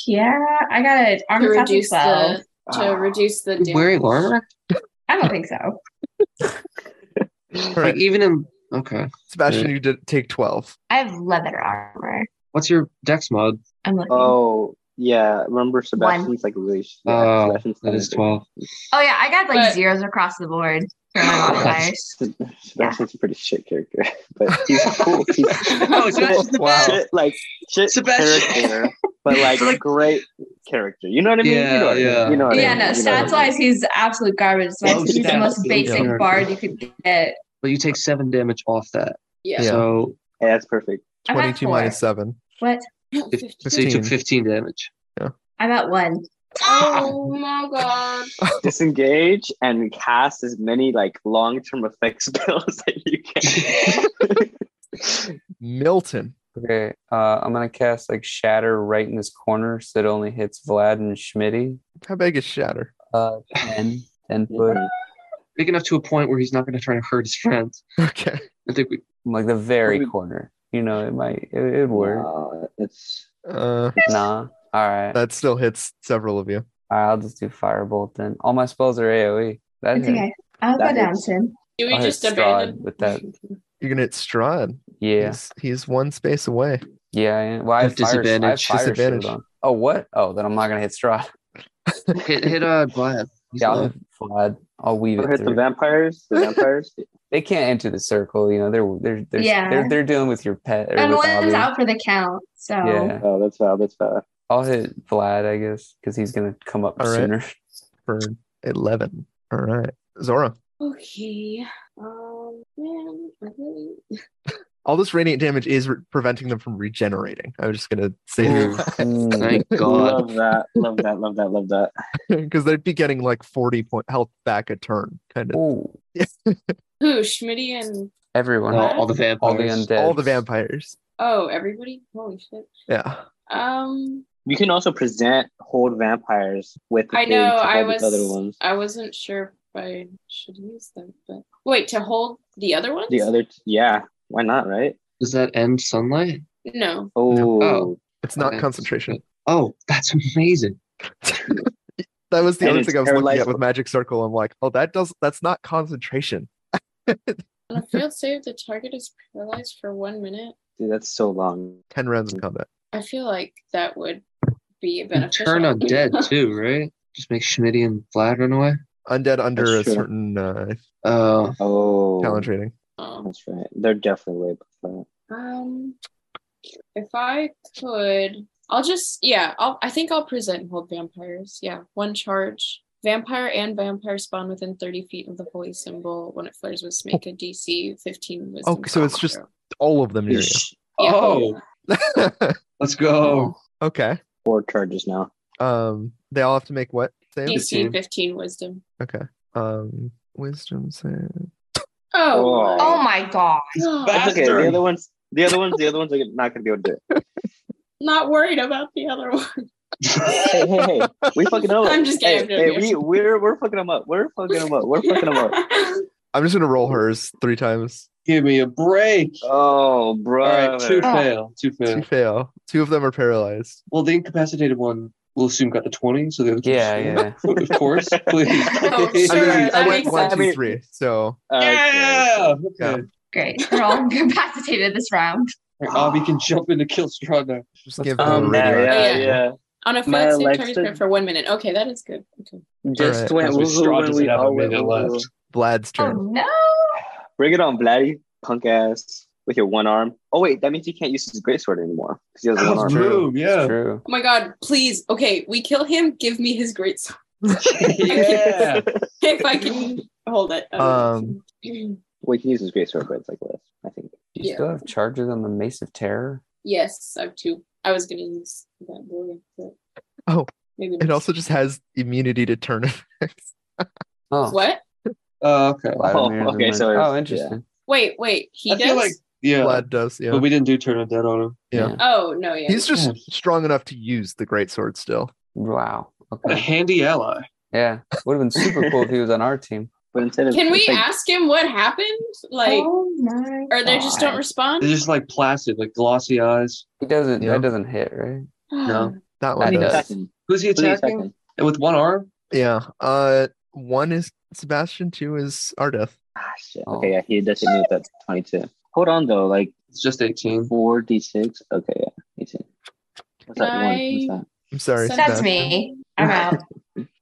Speaker 7: Yeah, I got it.
Speaker 4: To
Speaker 7: Armor class of
Speaker 4: reduce
Speaker 7: 12.
Speaker 4: the
Speaker 8: Ah.
Speaker 4: to reduce the damage.
Speaker 3: You wearing armor?
Speaker 7: I don't think so.
Speaker 1: All
Speaker 3: Like
Speaker 1: right,
Speaker 3: even in okay.
Speaker 1: Sebastian, you did take twelve.
Speaker 7: I have leather armor.
Speaker 3: What's your dex mod?
Speaker 7: I'm looking.
Speaker 2: Oh,
Speaker 7: Oh,
Speaker 2: yeah. Remember Sebastian's like really. Yeah,
Speaker 3: Oh,
Speaker 2: Sebastian's
Speaker 3: That is
Speaker 2: kinda-
Speaker 3: twelve.
Speaker 7: Oh, yeah, I got like
Speaker 4: But-
Speaker 7: zeros across the board Oh, for my modifiers.
Speaker 2: Se- Sebastian's a pretty shit character, but he's cool. He's
Speaker 3: No, Oh, Sebastian's the
Speaker 1: Wow.
Speaker 3: best.
Speaker 2: shit, like shit
Speaker 3: Sebastian.
Speaker 2: character, but like,
Speaker 3: But, like-
Speaker 2: great character. You know what I mean? you
Speaker 3: Yeah,
Speaker 2: know what I
Speaker 3: yeah.
Speaker 2: mean? You know what
Speaker 7: yeah,
Speaker 2: I mean?
Speaker 7: no,
Speaker 2: You know what I
Speaker 7: stats
Speaker 2: mean?
Speaker 7: wise, he's absolute garbage. So
Speaker 3: Oh,
Speaker 7: he's the
Speaker 3: stats.
Speaker 7: most basic
Speaker 3: Yeah.
Speaker 7: bard you could get.
Speaker 3: But you take seven damage off that.
Speaker 4: Yeah.
Speaker 1: Yeah.
Speaker 3: So,
Speaker 2: Hey, that's perfect.
Speaker 7: I'm at
Speaker 1: Twenty-two
Speaker 7: four.
Speaker 1: minus seven.
Speaker 7: What?
Speaker 3: so you took
Speaker 1: 15.
Speaker 3: fifteen damage.
Speaker 7: I'm at one.
Speaker 4: Oh my god.
Speaker 2: Disengage and cast as many like long term effect spells that you can.
Speaker 1: Milton.
Speaker 6: Okay, uh, I'm gonna cast like Shatter right in this corner, so it only hits Vlad and Schmitty.
Speaker 1: How big is Shatter?
Speaker 6: Uh, 10, 10 foot.
Speaker 3: Big enough to a point where he's not going to try to hurt his friends.
Speaker 1: Okay.
Speaker 3: I think we.
Speaker 6: I'm like the very
Speaker 2: Wait.
Speaker 6: corner. You know, it might, it, it work.
Speaker 2: Nah, it's
Speaker 1: Uh,
Speaker 6: Nah. All right.
Speaker 1: that still hits several of you.
Speaker 6: All right, I'll just do Firebolt then. All my spells are AoE. That
Speaker 7: It's
Speaker 6: hit.
Speaker 7: okay. I'll
Speaker 2: That
Speaker 7: go down
Speaker 2: hits.
Speaker 7: soon.
Speaker 4: Do we
Speaker 6: I'll hit
Speaker 4: just
Speaker 6: Strahd
Speaker 4: abandon?
Speaker 6: with that.
Speaker 1: You're gonna hit Strahd.
Speaker 6: Yeah.
Speaker 1: He's, he's one space away.
Speaker 6: Yeah. I am. Well, I
Speaker 3: You
Speaker 6: have
Speaker 3: have
Speaker 6: fire, I have
Speaker 3: disadvantage.
Speaker 6: fire shield
Speaker 1: Disadvantage.
Speaker 6: on. Oh, what? Oh, then I'm not going to hit Strahd.
Speaker 3: Hit hit uh Vlad. He's
Speaker 6: Yeah, I'll
Speaker 3: alive.
Speaker 6: hit Vlad. I'll weave
Speaker 2: Or
Speaker 6: it
Speaker 2: hit the
Speaker 6: through.
Speaker 2: vampires. The vampires.
Speaker 6: they can't enter the circle. You know, they're they're they're
Speaker 7: Yeah.
Speaker 6: they're, they're dealing with your pet. Or
Speaker 7: And
Speaker 6: with Avi.
Speaker 7: one's out for the count. So
Speaker 6: Yeah,
Speaker 2: oh, that's foul. That's foul.
Speaker 6: I'll hit Vlad, I guess, because he's gonna come up
Speaker 1: All right.
Speaker 6: sooner.
Speaker 1: for 11. All right. Zora.
Speaker 4: Okay. Um man, I really
Speaker 1: All this radiant damage is re- preventing them from regenerating. I was just going to say
Speaker 6: Mm.
Speaker 3: Thank God.
Speaker 2: Love that. Love that. Love that. Love that.
Speaker 1: because they'd be getting like 40 point health back a turn, kind of.
Speaker 6: Ooh,
Speaker 4: Who, Schmitty and
Speaker 6: everyone,
Speaker 3: No, all the
Speaker 6: all the
Speaker 3: vampires.
Speaker 6: undead,
Speaker 1: All the vampires.
Speaker 4: Oh, everybody? Holy shit.
Speaker 1: Yeah.
Speaker 4: Um
Speaker 2: You can also present hold vampires with.
Speaker 4: I
Speaker 2: a
Speaker 4: know
Speaker 2: couple
Speaker 4: I
Speaker 2: of
Speaker 4: was
Speaker 2: other ones.
Speaker 4: I wasn't sure if I should use them, but wait, to hold the other ones?
Speaker 2: The other, t- yeah. Why not? Right?
Speaker 3: Does that end sunlight?
Speaker 4: No.
Speaker 2: Oh,
Speaker 3: Oh.
Speaker 1: It's not
Speaker 3: Okay.
Speaker 1: concentration.
Speaker 3: Oh, that's amazing.
Speaker 1: That was the
Speaker 2: And
Speaker 1: other
Speaker 2: it's
Speaker 1: thing I was looking
Speaker 2: paralyzed
Speaker 1: at with Magic Circle. I'm like, oh, that does that's not concentration.
Speaker 4: On a field save, the target is paralyzed for one minute.
Speaker 2: dude, that's so long.
Speaker 1: 10 rounds of combat.
Speaker 4: I feel like that would be
Speaker 3: You
Speaker 4: beneficial.
Speaker 3: turn undead too, right? Just make Schmitty and Vlad run away.
Speaker 1: Undead under a
Speaker 2: That's true.
Speaker 1: certain uh,
Speaker 3: Oh,
Speaker 2: Oh,
Speaker 1: challenge rating.
Speaker 4: um,
Speaker 2: that's right. They're definitely way better.
Speaker 4: um, if I could, I'll just yeah. I'll I think I'll present and hold vampires. Yeah, one charge. Vampire and vampire spawn within 30 feet of the holy symbol. When it flares with make a DC 15 wisdom.
Speaker 1: Oh, so it's
Speaker 4: saving
Speaker 1: just-
Speaker 4: throw.
Speaker 1: All of them near
Speaker 2: Ish.
Speaker 4: Yeah.
Speaker 3: oh,
Speaker 1: you.
Speaker 3: let's go.
Speaker 1: okay.
Speaker 2: Four charges now.
Speaker 1: Um, they all have to make what? Save?
Speaker 4: DC 15 wisdom.
Speaker 1: Okay. Um, wisdom save.
Speaker 4: Oh,
Speaker 2: Oh.
Speaker 7: Oh my god.
Speaker 4: God.
Speaker 2: That's okay.
Speaker 3: Bastard.
Speaker 2: The other ones, the other ones, the other ones are not gonna be able to do it.
Speaker 4: not worried about the other one.
Speaker 2: Hey, hey, hey! We fucking know.
Speaker 4: I'm just kidding,
Speaker 2: Hey,
Speaker 4: I'm
Speaker 2: hey,
Speaker 4: joking.
Speaker 2: we we're we're fucking them up. We're fucking them up. We're fucking them up.
Speaker 1: I'm just gonna roll hers three times.
Speaker 3: Give me a break.
Speaker 2: Oh, bro.
Speaker 3: All right, two
Speaker 7: Ah.
Speaker 3: fail, two
Speaker 1: Two
Speaker 3: fail.
Speaker 1: fail. Two of them are paralyzed.
Speaker 3: Well, the incapacitated one we'll assume got the twenty, so the other two
Speaker 6: Yeah,
Speaker 3: fail.
Speaker 6: yeah.
Speaker 3: of course, please.
Speaker 4: Oh,
Speaker 1: I mean,
Speaker 4: Sure,
Speaker 1: I,
Speaker 4: that
Speaker 1: went
Speaker 4: makes
Speaker 1: one, two,
Speaker 2: sense.
Speaker 1: three. So
Speaker 3: Yeah. Okay.
Speaker 1: Yeah.
Speaker 7: Great. We're all incapacitated this round.
Speaker 3: All right, Avi can jump in to kill Strahd now.
Speaker 1: just
Speaker 6: Let's
Speaker 1: give
Speaker 6: go.
Speaker 1: them a
Speaker 6: Um,
Speaker 2: yeah,
Speaker 1: radioactive.
Speaker 2: yeah,
Speaker 4: Yeah.
Speaker 2: yeah.
Speaker 4: On a
Speaker 8: My
Speaker 4: field save target
Speaker 8: Alexa-
Speaker 4: spent for one minute. Okay, that is good. Okay. Oh
Speaker 8: Just
Speaker 1: Alright,
Speaker 8: went
Speaker 3: That's what
Speaker 8: woohoo
Speaker 3: Strahd
Speaker 8: when
Speaker 3: doesn't
Speaker 8: we
Speaker 3: have a
Speaker 8: all went
Speaker 3: minute
Speaker 8: woohoo.
Speaker 3: left.
Speaker 1: Vlad's
Speaker 7: Oh
Speaker 1: turn.
Speaker 7: no.
Speaker 2: Bring it on, Vladdy, punk ass, with your one arm. Oh wait, that means he can't use his greatsword anymore because he has one arm.
Speaker 3: Boom,
Speaker 6: It's
Speaker 3: yeah.
Speaker 6: true.
Speaker 4: Oh my god, please. Okay, we kill him. Give me his great sword.
Speaker 3: yeah.
Speaker 4: if I can hold it.
Speaker 1: Um,
Speaker 2: Wait, he can use his greatsword, but it's like less, I think.
Speaker 6: Do you
Speaker 4: Yeah.
Speaker 6: still have charges on the Mace of Terror?
Speaker 4: yes, I have two. I was gonna use that blue. but
Speaker 1: Oh,
Speaker 4: maybe
Speaker 1: It
Speaker 4: not.
Speaker 1: also just has immunity to turn effects.
Speaker 6: Oh,
Speaker 4: what?
Speaker 3: Oh, okay.
Speaker 6: Vladimir's in
Speaker 2: okay,
Speaker 6: there.
Speaker 2: so it's-
Speaker 6: oh, interesting.
Speaker 4: Wait, wait. He
Speaker 3: I
Speaker 4: does.
Speaker 3: feel like yeah,
Speaker 1: Vlad does, yeah.
Speaker 3: but we didn't do turn of dead on him.
Speaker 1: yeah.
Speaker 4: oh no, yeah.
Speaker 1: He's just strong enough to use the great sword still.
Speaker 6: Wow.
Speaker 3: A
Speaker 6: Okay.
Speaker 3: handy ally.
Speaker 6: Yeah. Would have been super cool if he was on our team.
Speaker 2: But instead of
Speaker 4: Can we
Speaker 2: it's like-
Speaker 4: ask him what happened? Like,
Speaker 7: oh my.
Speaker 4: or they just don't
Speaker 6: God.
Speaker 4: respond?
Speaker 3: They're just like placid, like glossy eyes.
Speaker 6: He doesn't.
Speaker 1: Yeah.
Speaker 6: That doesn't hit, right?
Speaker 3: No.
Speaker 1: That
Speaker 2: Who's
Speaker 1: one
Speaker 2: he
Speaker 6: That
Speaker 1: does.
Speaker 6: does.
Speaker 2: attacking?
Speaker 3: Who's he
Speaker 2: Who's he
Speaker 3: attacking?
Speaker 2: attacking?
Speaker 3: And With one arm?
Speaker 1: Yeah. Uh one is Sebastian, two is Ardeth.
Speaker 2: Ah, shit.
Speaker 6: Oh.
Speaker 2: Okay, yeah, he does hit me with that 22. Hold on, though. Like
Speaker 3: It's just 18.
Speaker 2: 4d6. Okay, yeah, 18. What's that
Speaker 4: Nine.
Speaker 2: one? What's
Speaker 1: I'm sorry.
Speaker 4: So
Speaker 7: That's
Speaker 1: Sebas.
Speaker 7: me. I'm out.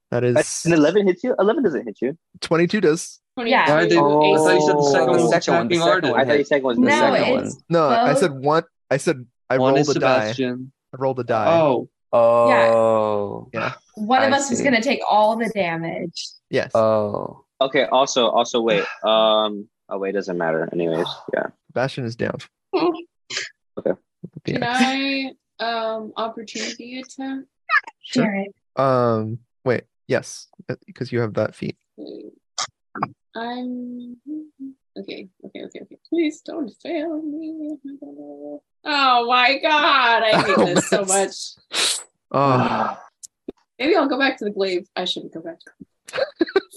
Speaker 1: That
Speaker 2: that?
Speaker 1: is
Speaker 2: An 11 hits you? 11 doesn't hit you.
Speaker 1: 22 does.
Speaker 3: Why
Speaker 4: Yeah.
Speaker 3: are they- I thought you said the
Speaker 6: Oh,
Speaker 3: second
Speaker 6: the
Speaker 3: one was
Speaker 6: second one, the
Speaker 3: attacking
Speaker 6: second
Speaker 3: Arden.
Speaker 2: I thought
Speaker 6: hit.
Speaker 2: you said one was the
Speaker 6: The
Speaker 7: no,
Speaker 2: second one.
Speaker 7: it's
Speaker 6: one.
Speaker 1: No, I
Speaker 7: both-
Speaker 1: said one I said I
Speaker 3: One
Speaker 1: rolled
Speaker 3: is
Speaker 1: a die.
Speaker 3: Sebastian.
Speaker 1: I rolled a die.
Speaker 3: Oh,
Speaker 6: Oh.
Speaker 7: one of
Speaker 6: I
Speaker 7: us is
Speaker 6: see.
Speaker 7: going to take all the damage.
Speaker 1: Yes.
Speaker 6: Oh.
Speaker 2: Okay, also, also, wait. Um, oh, wait, doesn't matter. Anyways, yeah.
Speaker 1: Sebastian is down.
Speaker 2: Okay.
Speaker 1: Yeah.
Speaker 4: Can I um opportunity attack?
Speaker 1: Sure.
Speaker 7: Jared.
Speaker 1: Um wait, yes, because you have that feat.
Speaker 4: Wait. I'm okay, okay, okay, okay. Please don't fail me. Oh my god, I hate
Speaker 1: Oh,
Speaker 4: this so
Speaker 1: man.
Speaker 4: much.
Speaker 1: Oh,
Speaker 2: Ah.
Speaker 4: Maybe I'll go back to the glaive. I shouldn't go back. to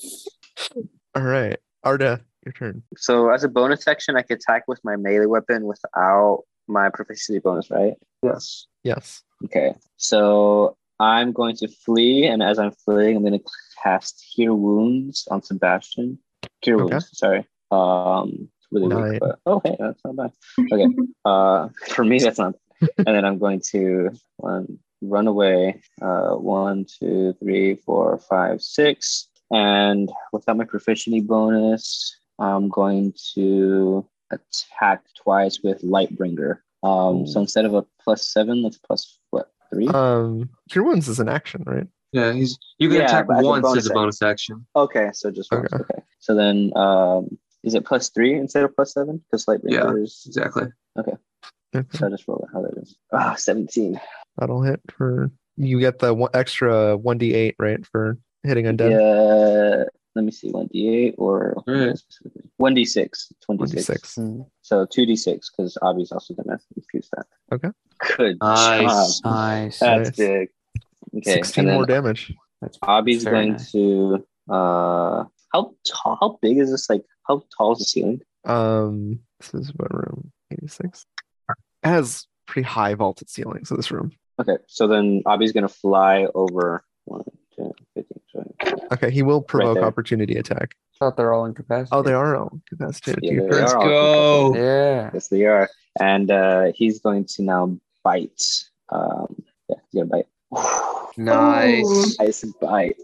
Speaker 1: all right. Arda, your turn.
Speaker 2: so as a bonus action, I can attack with my melee weapon without my proficiency bonus, right?
Speaker 3: yes.
Speaker 1: Yes.
Speaker 2: Okay, so I'm going to flee, and as I'm fleeing, I'm going to cast Cure Wounds on Sebastian. Cure
Speaker 1: Okay.
Speaker 2: Wounds, sorry. Um, it's really
Speaker 1: Nine.
Speaker 2: weak, but okay, that's not bad. Okay, uh, for me, that's not. and then I'm going to um, run away. Uh, one, two, three, four, five, six, and without my proficiency bonus, I'm going to attack twice with Lightbringer. Um, so
Speaker 6: Ooh.
Speaker 2: instead of a plus seven, that's plus what three?
Speaker 1: Um Cure Wounds is an action, right?
Speaker 3: Yeah, he's you can
Speaker 2: Yeah,
Speaker 3: attack
Speaker 2: but as a
Speaker 3: once
Speaker 2: bonus
Speaker 3: as a
Speaker 2: action.
Speaker 3: bonus action.
Speaker 2: okay, so just once.
Speaker 1: Okay.
Speaker 2: Okay. So then, um, is it plus three instead of plus seven? Because
Speaker 3: Yeah.
Speaker 2: Lightbringer is.
Speaker 3: Exactly.
Speaker 2: So I just roll it how that is. Ah, 17.
Speaker 1: That'll hit for you get the one, extra 1d8, right? For hitting undead.
Speaker 2: Yeah. Let me see, 1d8 or
Speaker 3: Alright.
Speaker 2: 1d6. 1d6.
Speaker 1: 1d6.
Speaker 6: Hmm.
Speaker 2: So 2d6, because Avi's also going to infuse that.
Speaker 1: Okay.
Speaker 2: Good
Speaker 3: Nice.
Speaker 2: job.
Speaker 6: Nice.
Speaker 1: Uh,
Speaker 2: That's
Speaker 1: Nice.
Speaker 2: big. Okay.
Speaker 1: 16
Speaker 2: and then
Speaker 1: more damage.
Speaker 6: That's
Speaker 2: Avi's
Speaker 6: very
Speaker 2: going
Speaker 6: nice.
Speaker 2: to. uh How tall? How big is this? Like, how tall is the ceiling?
Speaker 1: Um, this is what room? 86. It has pretty high vaulted ceilings, so this room.
Speaker 2: Okay. So then Avi's going to fly over 1, 10, 15, 20.
Speaker 1: Okay, he will provoke
Speaker 2: there.
Speaker 1: opportunity attack.
Speaker 6: thought they're all incapacitated.
Speaker 1: Oh, they are all incapacitated.
Speaker 2: Yeah,
Speaker 1: you
Speaker 2: they
Speaker 1: heard.
Speaker 3: Let's
Speaker 2: are all
Speaker 3: go.
Speaker 6: Yeah.
Speaker 2: Yes, they are. And uh, he's going to now bite. Um, yeah, he's going to bite.
Speaker 3: Nice.
Speaker 2: Nice bite.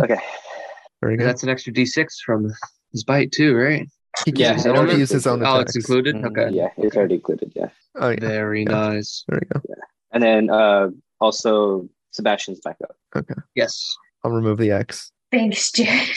Speaker 2: Okay.
Speaker 1: Very good.
Speaker 3: That's an extra D6 from his bite too, right?
Speaker 1: He
Speaker 2: yeah,
Speaker 1: can't.
Speaker 2: his
Speaker 1: He
Speaker 2: own
Speaker 1: only used his own
Speaker 3: Oh,
Speaker 1: attacks.
Speaker 3: it's included.
Speaker 6: Mm.
Speaker 3: Okay.
Speaker 2: Yeah, it's already included. Yeah.
Speaker 1: Oh, yeah.
Speaker 3: Very
Speaker 1: Yeah.
Speaker 3: nice.
Speaker 1: There we go.
Speaker 2: And then uh, also Sebastian's back up.
Speaker 3: Yes.
Speaker 1: I'll remove the X.
Speaker 7: Thanks, Jared.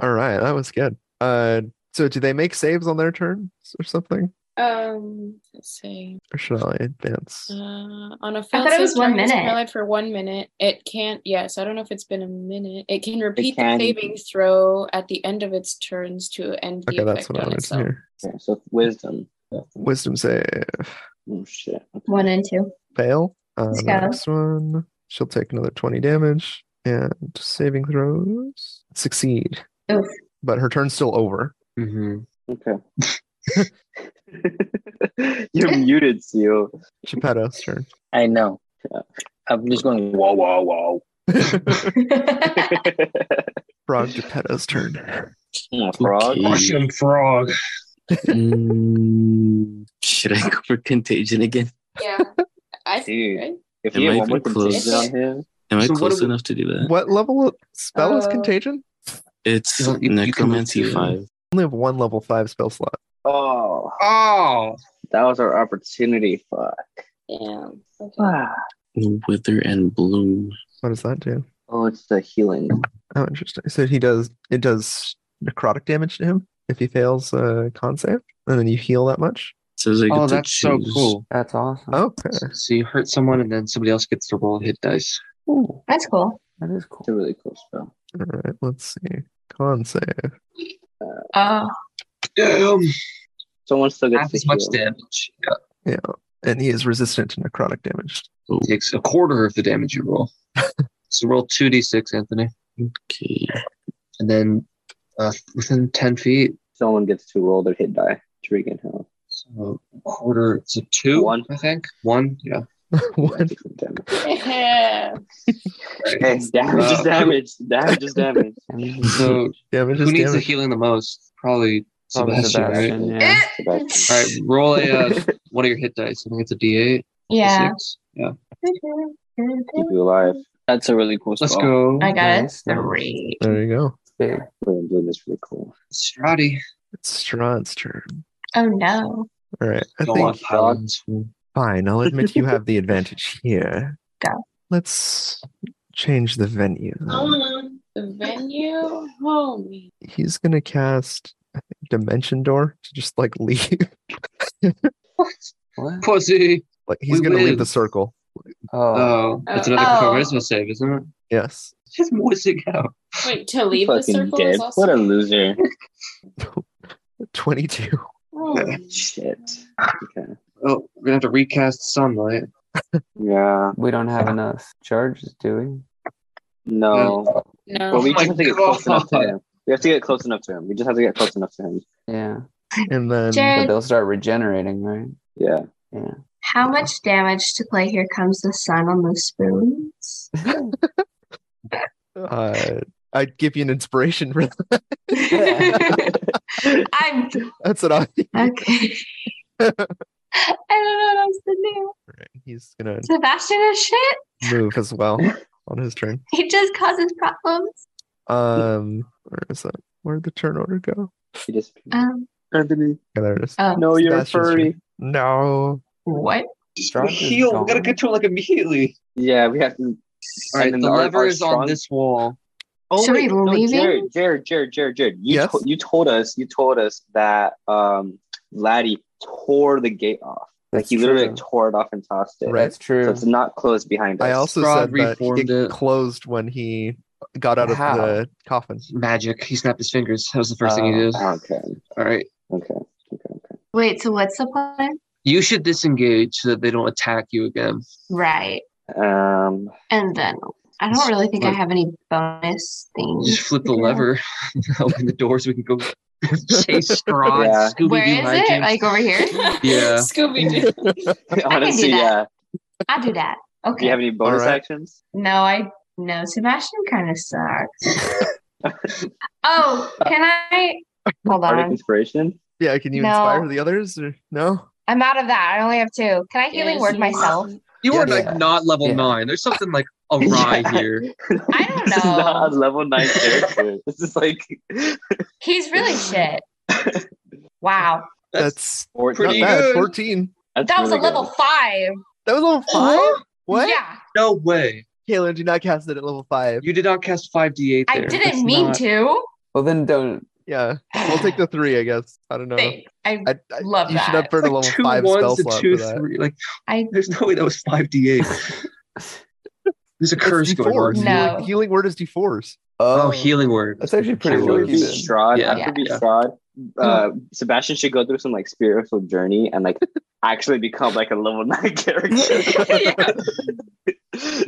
Speaker 1: All right, that was good. Uh, so do they make saves on their turns or something?
Speaker 4: the- Um, let's see.
Speaker 1: Or should I advance?
Speaker 4: Uh, on a failed
Speaker 7: thought it
Speaker 4: save
Speaker 7: was one
Speaker 4: target is
Speaker 7: minute.
Speaker 4: paralyzed for one minute. It can't. Yes, I don't know if it's been a minute. It can repeat
Speaker 2: can-
Speaker 4: the saving throw at the end of its turns to end the
Speaker 1: Okay,
Speaker 4: effect
Speaker 1: that's what I
Speaker 4: on
Speaker 1: wanted to
Speaker 4: itself.
Speaker 1: hear.
Speaker 2: Yeah, so wisdom.
Speaker 1: Wisdom save.
Speaker 2: Oh shit. Okay.
Speaker 7: One and two.
Speaker 1: Fail. Uh,
Speaker 7: Let's
Speaker 1: the
Speaker 7: go.
Speaker 1: next one. She'll take another 20 damage and saving throws. Succeed.
Speaker 7: Oof.
Speaker 1: But her turn's still over.
Speaker 3: Mm-hmm.
Speaker 2: Okay. You're muted, Seal.
Speaker 1: Geppetto's turn.
Speaker 8: I know.
Speaker 2: I'm just going wow wow wow.
Speaker 1: Frog Geppetto's turn.
Speaker 2: frog.
Speaker 3: Russian frog.
Speaker 10: Mm, should I go for contagion again?
Speaker 4: Yeah, I
Speaker 2: Dude.
Speaker 4: right?
Speaker 2: If
Speaker 10: Am
Speaker 2: we
Speaker 10: I
Speaker 2: have one more
Speaker 10: even close?
Speaker 2: contagion on him,
Speaker 10: Am I
Speaker 3: So what
Speaker 10: close
Speaker 3: do we-
Speaker 10: enough to do that?
Speaker 1: What level of spell is
Speaker 4: Uh,
Speaker 1: contagion?
Speaker 10: It's
Speaker 3: You- you can
Speaker 10: necromancy
Speaker 3: do it.
Speaker 10: five.
Speaker 1: Only have one level five spell slot.
Speaker 2: oh,
Speaker 3: Oh,
Speaker 2: that was our opportunity. Fuck.
Speaker 4: Yeah. Okay.
Speaker 2: Ah.
Speaker 10: Wither and bloom.
Speaker 1: What does that do?
Speaker 2: Oh, it's the healing.
Speaker 1: Oh, interesting. So he does it does necrotic damage to him if he fails uh con save, and then you heal that much.
Speaker 10: says I get
Speaker 3: Oh,
Speaker 10: to
Speaker 3: that's so
Speaker 10: choose.
Speaker 3: cool.
Speaker 6: That's awesome.
Speaker 1: Okay.
Speaker 3: So you hurt someone, and then somebody else gets to roll hit dice.
Speaker 6: Ooh,
Speaker 7: That's cool.
Speaker 6: that is cool.
Speaker 2: It's a really cool spell.
Speaker 1: All right. Let's see. Con save.
Speaker 7: Oh,
Speaker 3: Damn,
Speaker 2: Someone still gets
Speaker 3: half
Speaker 2: to
Speaker 3: as much
Speaker 2: heal.
Speaker 3: damage. Yeah.
Speaker 1: And he is resistant to necrotic damage.
Speaker 3: Takes a quarter of the damage you roll. so roll two d six, Anthony,
Speaker 10: Okay.
Speaker 3: and then uh, within ten feet.
Speaker 2: Someone gets to roll their hit die to regain health.
Speaker 3: So quarter. It's a two.
Speaker 2: One.
Speaker 3: I think. One. Yeah.
Speaker 1: what?
Speaker 2: Damage.
Speaker 4: Yeah.
Speaker 2: Hey, damage is
Speaker 3: Uh,
Speaker 2: damage. Damage is damage.
Speaker 3: So
Speaker 1: Damage
Speaker 3: who
Speaker 1: is
Speaker 3: needs the
Speaker 1: damage. Oh,
Speaker 3: healing the most? Probably
Speaker 6: Probably
Speaker 3: Sebastian, right?
Speaker 6: Sebastian, yeah.
Speaker 2: Sebastian.
Speaker 3: All right, roll a uh, one of your hit dice. I think it's a D8.
Speaker 7: yeah.
Speaker 3: D6. Yeah.
Speaker 2: Keep you alive.
Speaker 8: That's a really cool spell.
Speaker 3: Let's go.
Speaker 7: I got
Speaker 6: Nice,
Speaker 7: it.
Speaker 6: nice.
Speaker 7: Three.
Speaker 1: There you go.
Speaker 6: Big.
Speaker 2: We're doing this really cool.
Speaker 3: Strati.
Speaker 1: It's Strahd's turn.
Speaker 7: Oh no.
Speaker 1: All right. I
Speaker 3: Don't
Speaker 1: think
Speaker 3: want pylons.
Speaker 1: Fine, I'll admit you have the advantage here.
Speaker 7: Go.
Speaker 1: Let's change the venue. then.
Speaker 4: Um, the venue, homie.
Speaker 1: He's gonna cast I think, Dimension Door to just like leave.
Speaker 6: What?
Speaker 3: Pussy.
Speaker 1: Like he's
Speaker 3: We
Speaker 1: gonna leave
Speaker 3: win.
Speaker 1: the circle.
Speaker 6: Oh,
Speaker 3: Oh, that's another
Speaker 7: Oh.
Speaker 3: charisma save, isn't it?
Speaker 1: Yes.
Speaker 3: Just missing out.
Speaker 4: Wait, to leave the
Speaker 2: Fucking
Speaker 4: circle
Speaker 2: dead.
Speaker 4: is also.
Speaker 2: What a loser.
Speaker 1: Twenty-two.
Speaker 4: Oh,
Speaker 2: Shit. Okay.
Speaker 3: Oh, we're gonna have to recast sunlight.
Speaker 2: Yeah.
Speaker 6: we don't have enough charges, do we?
Speaker 4: Hmm.
Speaker 2: No.
Speaker 4: no.
Speaker 2: Well, we
Speaker 3: Oh my
Speaker 2: just have to get close
Speaker 3: God.
Speaker 2: enough to him. We have to get close enough to him. We just have to get close enough to him.
Speaker 6: Yeah.
Speaker 1: And then
Speaker 6: But
Speaker 7: Jared,
Speaker 6: they'll start regenerating, right?
Speaker 2: Yeah.
Speaker 7: how much damage to play? Here comes the sun on the spoons.
Speaker 1: uh, I'd give you an inspiration for that.
Speaker 7: I'm
Speaker 1: That's what I
Speaker 7: okay. I don't know what else to do.
Speaker 1: he's gonna
Speaker 7: Sebastian is shit.
Speaker 1: move as well on his turn.
Speaker 7: He just causes problems.
Speaker 1: Um where is that? Where'd the turn order go?
Speaker 2: He just.
Speaker 7: Um,
Speaker 2: Anthony.
Speaker 1: Yeah, there it is.
Speaker 7: oh,
Speaker 2: No, you're a
Speaker 1: Sebastian's
Speaker 2: furry.
Speaker 1: turn. No.
Speaker 7: what?
Speaker 3: Just
Speaker 6: Strahd is
Speaker 3: heal. We gotta
Speaker 6: gone.
Speaker 3: get to him like immediately.
Speaker 2: Yeah, we have to.
Speaker 3: All right,
Speaker 2: and then
Speaker 3: the
Speaker 2: our-
Speaker 3: lever
Speaker 2: our
Speaker 3: is
Speaker 2: strong-
Speaker 3: on this wall.
Speaker 2: Oh
Speaker 7: So
Speaker 2: wait,
Speaker 7: are we
Speaker 2: no,
Speaker 7: leaving?
Speaker 2: Jared, Jared, Jared, Jared, Jared. You
Speaker 1: Yes?
Speaker 2: to- you told us you told us that um Laddie tore the gate off. Like
Speaker 6: That's
Speaker 2: he literally
Speaker 6: true.
Speaker 2: tore it off and tossed it.
Speaker 1: Right.
Speaker 6: That's true.
Speaker 2: So it's not closed behind us.
Speaker 1: I also
Speaker 3: Strahd
Speaker 1: said that it,
Speaker 3: reformed it.
Speaker 1: closed when he got out of
Speaker 6: How?
Speaker 1: the coffin.
Speaker 3: Magic. He snapped his fingers. That was the first thing he
Speaker 6: Oh.
Speaker 3: did.
Speaker 2: Okay.
Speaker 3: All right.
Speaker 2: Okay. Okay. Okay.
Speaker 7: Wait. So what's the plan?
Speaker 3: You should disengage so that they don't attack you again.
Speaker 7: Right.
Speaker 2: Um
Speaker 7: And then I
Speaker 3: Just
Speaker 7: don't really think I
Speaker 3: flip-
Speaker 7: have any bonus
Speaker 3: Just
Speaker 7: things.
Speaker 3: flip the
Speaker 7: Yeah.
Speaker 3: lever, open the doors. We can go chase Strahd,
Speaker 2: Yeah.
Speaker 3: Scooby
Speaker 7: Where is
Speaker 3: Doo
Speaker 7: it? Like over here?
Speaker 3: Yeah.
Speaker 4: Scooby Doo.
Speaker 2: honestly,
Speaker 7: that.
Speaker 2: yeah.
Speaker 7: I do that.
Speaker 2: Do
Speaker 7: Okay.
Speaker 2: you have any bonus
Speaker 1: Alright.
Speaker 2: actions?
Speaker 7: No, I no. Sebastian kind of sucks. oh, can I? Hold
Speaker 2: Bardic
Speaker 7: on.
Speaker 2: inspiration?
Speaker 1: Yeah, can you
Speaker 7: No.
Speaker 1: inspire the others? Or no?
Speaker 7: I'm out of that. I only have two. Can I healing
Speaker 4: Yes,
Speaker 7: word
Speaker 4: you
Speaker 7: myself?
Speaker 4: are.
Speaker 3: You are like
Speaker 6: Yeah.
Speaker 3: not level
Speaker 6: Yeah.
Speaker 3: nine. There's something like awry
Speaker 2: Yeah.
Speaker 3: here.
Speaker 7: I don't
Speaker 2: this is not a
Speaker 7: know.
Speaker 2: level nine character. This is like
Speaker 7: He's really shit. Wow.
Speaker 1: That's,
Speaker 2: four-
Speaker 3: pretty
Speaker 1: not bad.
Speaker 3: good.
Speaker 1: Fourteen.
Speaker 2: That's
Speaker 7: That was
Speaker 2: really
Speaker 7: a level
Speaker 2: good.
Speaker 7: five.
Speaker 1: That was level five? What?
Speaker 7: Uh-huh. Yeah.
Speaker 3: No way.
Speaker 1: Kaylin, do not cast it at level five.
Speaker 3: You did not cast 5d8
Speaker 7: I
Speaker 3: there. That's
Speaker 7: didn't mean
Speaker 3: not-
Speaker 7: to.
Speaker 6: Well, then don't.
Speaker 1: Yeah. We'll take the three, I guess. I don't know.
Speaker 7: Thanks. I
Speaker 1: I, I
Speaker 7: love
Speaker 1: you
Speaker 7: that.
Speaker 1: should have burned
Speaker 3: Like
Speaker 1: a level
Speaker 3: two
Speaker 1: five
Speaker 3: ones
Speaker 1: spell
Speaker 3: and
Speaker 1: slot
Speaker 3: two,
Speaker 1: for that.
Speaker 3: three. Like,
Speaker 7: I
Speaker 3: there's no way that was 5d8. There's
Speaker 1: That's
Speaker 3: a curse going
Speaker 1: D4s.
Speaker 3: on.
Speaker 1: Healing-
Speaker 7: No.
Speaker 1: Healing, word is Um, D4s.
Speaker 3: Oh, healing word.
Speaker 6: That's actually pretty
Speaker 2: After
Speaker 6: low.
Speaker 2: we beat Strahd,
Speaker 3: Yeah.
Speaker 2: after we beat
Speaker 3: Yeah.
Speaker 2: Strahd, uh, Sebastian should go through some like spiritual journey and like actually become like a level nine character.
Speaker 7: Yeah.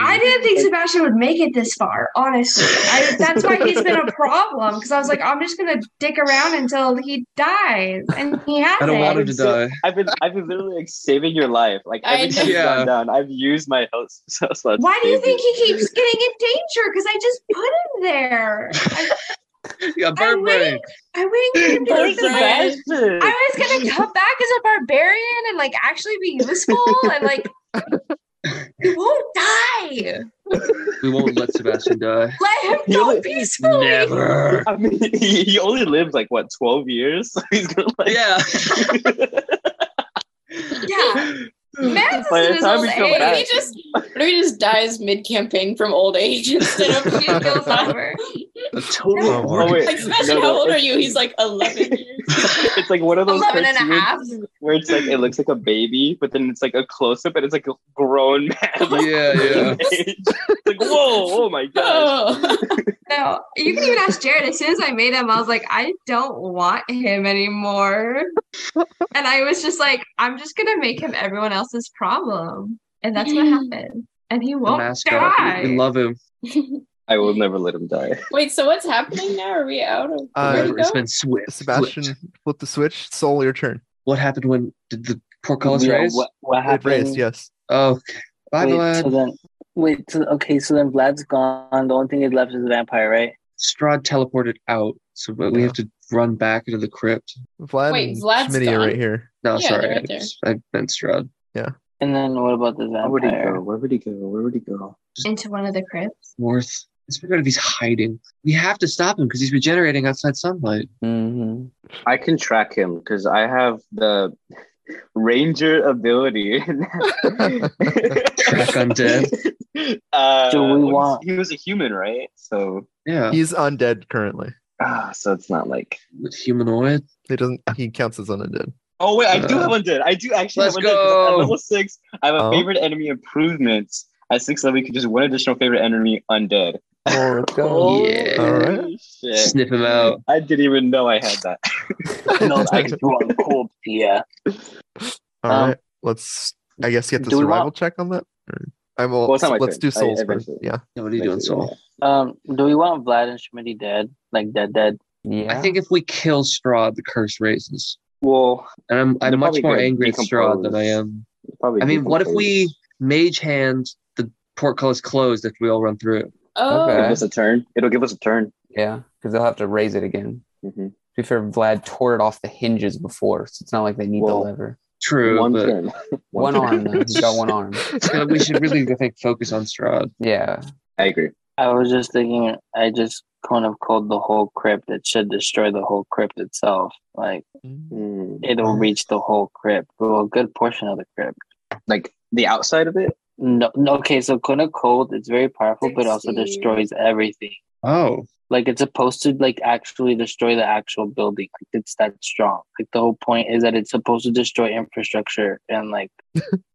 Speaker 7: I didn't think Sebastian would make it this far, honestly. I, that's why he's been a problem because I was like, I'm just gonna dick around until he dies, and he hasn't.
Speaker 3: I don't want him to die.
Speaker 2: I've been I've been literally like saving your life. Like
Speaker 4: I
Speaker 2: every time you've
Speaker 3: know.
Speaker 2: gone down, I've used my health health slots.
Speaker 7: Why
Speaker 2: to
Speaker 7: do you
Speaker 2: save
Speaker 7: think he keeps getting in danger? Because I just put him there. I,
Speaker 3: Yeah,
Speaker 7: I'm
Speaker 3: bird brain.
Speaker 7: waiting. I'm waiting for him
Speaker 4: Bird
Speaker 7: to get
Speaker 4: brain.
Speaker 7: back.
Speaker 2: Sebastian.
Speaker 7: I was gonna come back as a barbarian and like actually be useful and like he won't die.
Speaker 3: We won't let Sebastian die.
Speaker 7: Let him
Speaker 2: He
Speaker 7: go
Speaker 2: only-
Speaker 7: peacefully.
Speaker 3: Never.
Speaker 2: I mean, he, he only lived like what twelve years. So he's gonna like
Speaker 3: Yeah.
Speaker 7: Yeah. Man's
Speaker 2: By the
Speaker 7: is in his
Speaker 2: time
Speaker 7: old
Speaker 2: we come
Speaker 7: age.
Speaker 4: What if
Speaker 2: back-
Speaker 4: he just what if he just dies mid campaign from old age instead of
Speaker 7: He goes over.
Speaker 2: A total.
Speaker 4: No.
Speaker 2: Oh, wait.
Speaker 4: Like,
Speaker 2: No,
Speaker 4: especially
Speaker 2: no,
Speaker 4: how old are
Speaker 2: it's-
Speaker 4: you? He's like 11 years.
Speaker 2: It's like one of those
Speaker 7: 11 and a
Speaker 2: cartoons
Speaker 7: half.
Speaker 2: where it's like it looks like a baby, but then it's like a close up and it's like a grown man. Like,
Speaker 10: Yeah, yeah.
Speaker 2: it's like whoa, oh my gosh.
Speaker 4: Oh.
Speaker 7: No, you can even ask Jared. As soon as I made him, I was like, I don't want him anymore. and I was just like, I'm just gonna make him everyone else's problem. And that's what happened. And he
Speaker 3: The
Speaker 7: won't
Speaker 3: mascot.
Speaker 7: die.
Speaker 3: We, we love him.
Speaker 2: I will never let him die.
Speaker 4: Wait, so what's happening now? Are we out of
Speaker 1: Uh,
Speaker 4: where to
Speaker 3: it's
Speaker 4: go?
Speaker 3: been swift.
Speaker 1: Sebastian,
Speaker 3: flipped.
Speaker 1: flip the switch. Soul, your turn.
Speaker 3: What happened when did the portcullis
Speaker 8: Yeah,
Speaker 3: raise?
Speaker 8: What, what
Speaker 1: It
Speaker 8: happened?
Speaker 1: raised, yes.
Speaker 3: Oh, okay. bye,
Speaker 8: wait,
Speaker 3: Vlad.
Speaker 8: so then, wait, so, okay, so then Vlad's gone. The only thing he's left is the vampire, right?
Speaker 3: Strahd teleported out, so we we have to run back into the crypt.
Speaker 1: Vlad
Speaker 4: Wait,
Speaker 1: and
Speaker 4: Vlad's
Speaker 1: Schmitty are
Speaker 4: gone?
Speaker 1: right here.
Speaker 3: No,
Speaker 4: Yeah,
Speaker 3: sorry,
Speaker 4: they're right
Speaker 3: I, just- I meant Strahd.
Speaker 8: And then what about the
Speaker 2: Where would he go?
Speaker 8: vampire?
Speaker 2: Where would he go? Where would he go?
Speaker 7: Into one of the crypts.
Speaker 3: North. It's because he's hiding. We have to stop him because he's regenerating outside sunlight.
Speaker 6: hmm
Speaker 2: I can track him because I have the ranger ability.
Speaker 3: Track undead.
Speaker 2: Uh,
Speaker 8: Do we
Speaker 2: what is-
Speaker 8: want-
Speaker 2: He was a human, right? So,
Speaker 3: Yeah,
Speaker 1: He's undead currently.
Speaker 2: ah, so it's not like.
Speaker 3: with humanoid.
Speaker 1: He doesn't. He counts as undead.
Speaker 2: Oh wait, I do
Speaker 3: Uh,
Speaker 2: have undead. I do actually have
Speaker 3: let's
Speaker 2: undead. 'cause
Speaker 3: go.
Speaker 2: At level six, I have a
Speaker 1: Oh.
Speaker 2: favorite enemy improvements. At sixth level, you can just one additional favorite enemy undead.
Speaker 6: Oh, let's go.
Speaker 2: Holy
Speaker 3: Yeah.
Speaker 1: Alright.
Speaker 2: shit.
Speaker 3: Sniff him out.
Speaker 2: I didn't even know I had that.
Speaker 8: no, I can do on cold, yeah.
Speaker 1: All
Speaker 8: Um,
Speaker 1: right, let's. I guess get the
Speaker 8: do we
Speaker 1: survival
Speaker 8: want-
Speaker 1: check on that. Or, I will.
Speaker 2: Well, it's not my
Speaker 1: let's
Speaker 2: turn.
Speaker 1: do
Speaker 2: I-
Speaker 1: souls first.
Speaker 2: eventually.
Speaker 1: Yeah.
Speaker 3: Yeah, what are you doing, Soul?
Speaker 8: Um, do we want Vlad and Schmitty dead? Like dead, dead?
Speaker 6: Yeah.
Speaker 3: I think if we kill Strahd, the curse raises.
Speaker 2: Well,
Speaker 3: And I'm
Speaker 2: They're
Speaker 3: I'm much
Speaker 2: probably
Speaker 3: more
Speaker 2: gonna
Speaker 3: angry at Strahd than I
Speaker 2: decompose.
Speaker 3: am.
Speaker 2: probably.
Speaker 3: I mean, what if
Speaker 2: decompose.
Speaker 3: we mage hand the portcullis closed after we all run through?
Speaker 4: Oh,
Speaker 2: Give
Speaker 3: uh,
Speaker 6: Okay.
Speaker 2: us a turn. It'll give us a turn.
Speaker 6: Yeah, because they'll have to raise it again.
Speaker 2: hmm
Speaker 6: To be fair, Vlad tore it off the hinges before, so it's not like they need
Speaker 2: Well,
Speaker 6: the lever.
Speaker 3: True,
Speaker 2: one
Speaker 3: but
Speaker 2: turn.
Speaker 6: One arm, though. He's got one arm.
Speaker 3: I feel like we should really I think focus on Strahd.
Speaker 6: Yeah.
Speaker 2: I agree.
Speaker 8: I was just thinking, I just kind of called the whole crypt. It should destroy the whole crypt itself. Like,
Speaker 2: Mm,
Speaker 8: it'll reach the whole crypt, well, a good portion of the crypt.
Speaker 2: Like the outside of it.
Speaker 8: No, no okay, so Kona Cold, it's very powerful, but also
Speaker 4: 16.
Speaker 8: destroys everything.
Speaker 3: Oh.
Speaker 8: Like, it's supposed to, like, actually destroy the actual building. Like, it's that strong. Like, the whole point is that it's supposed to destroy infrastructure and, like,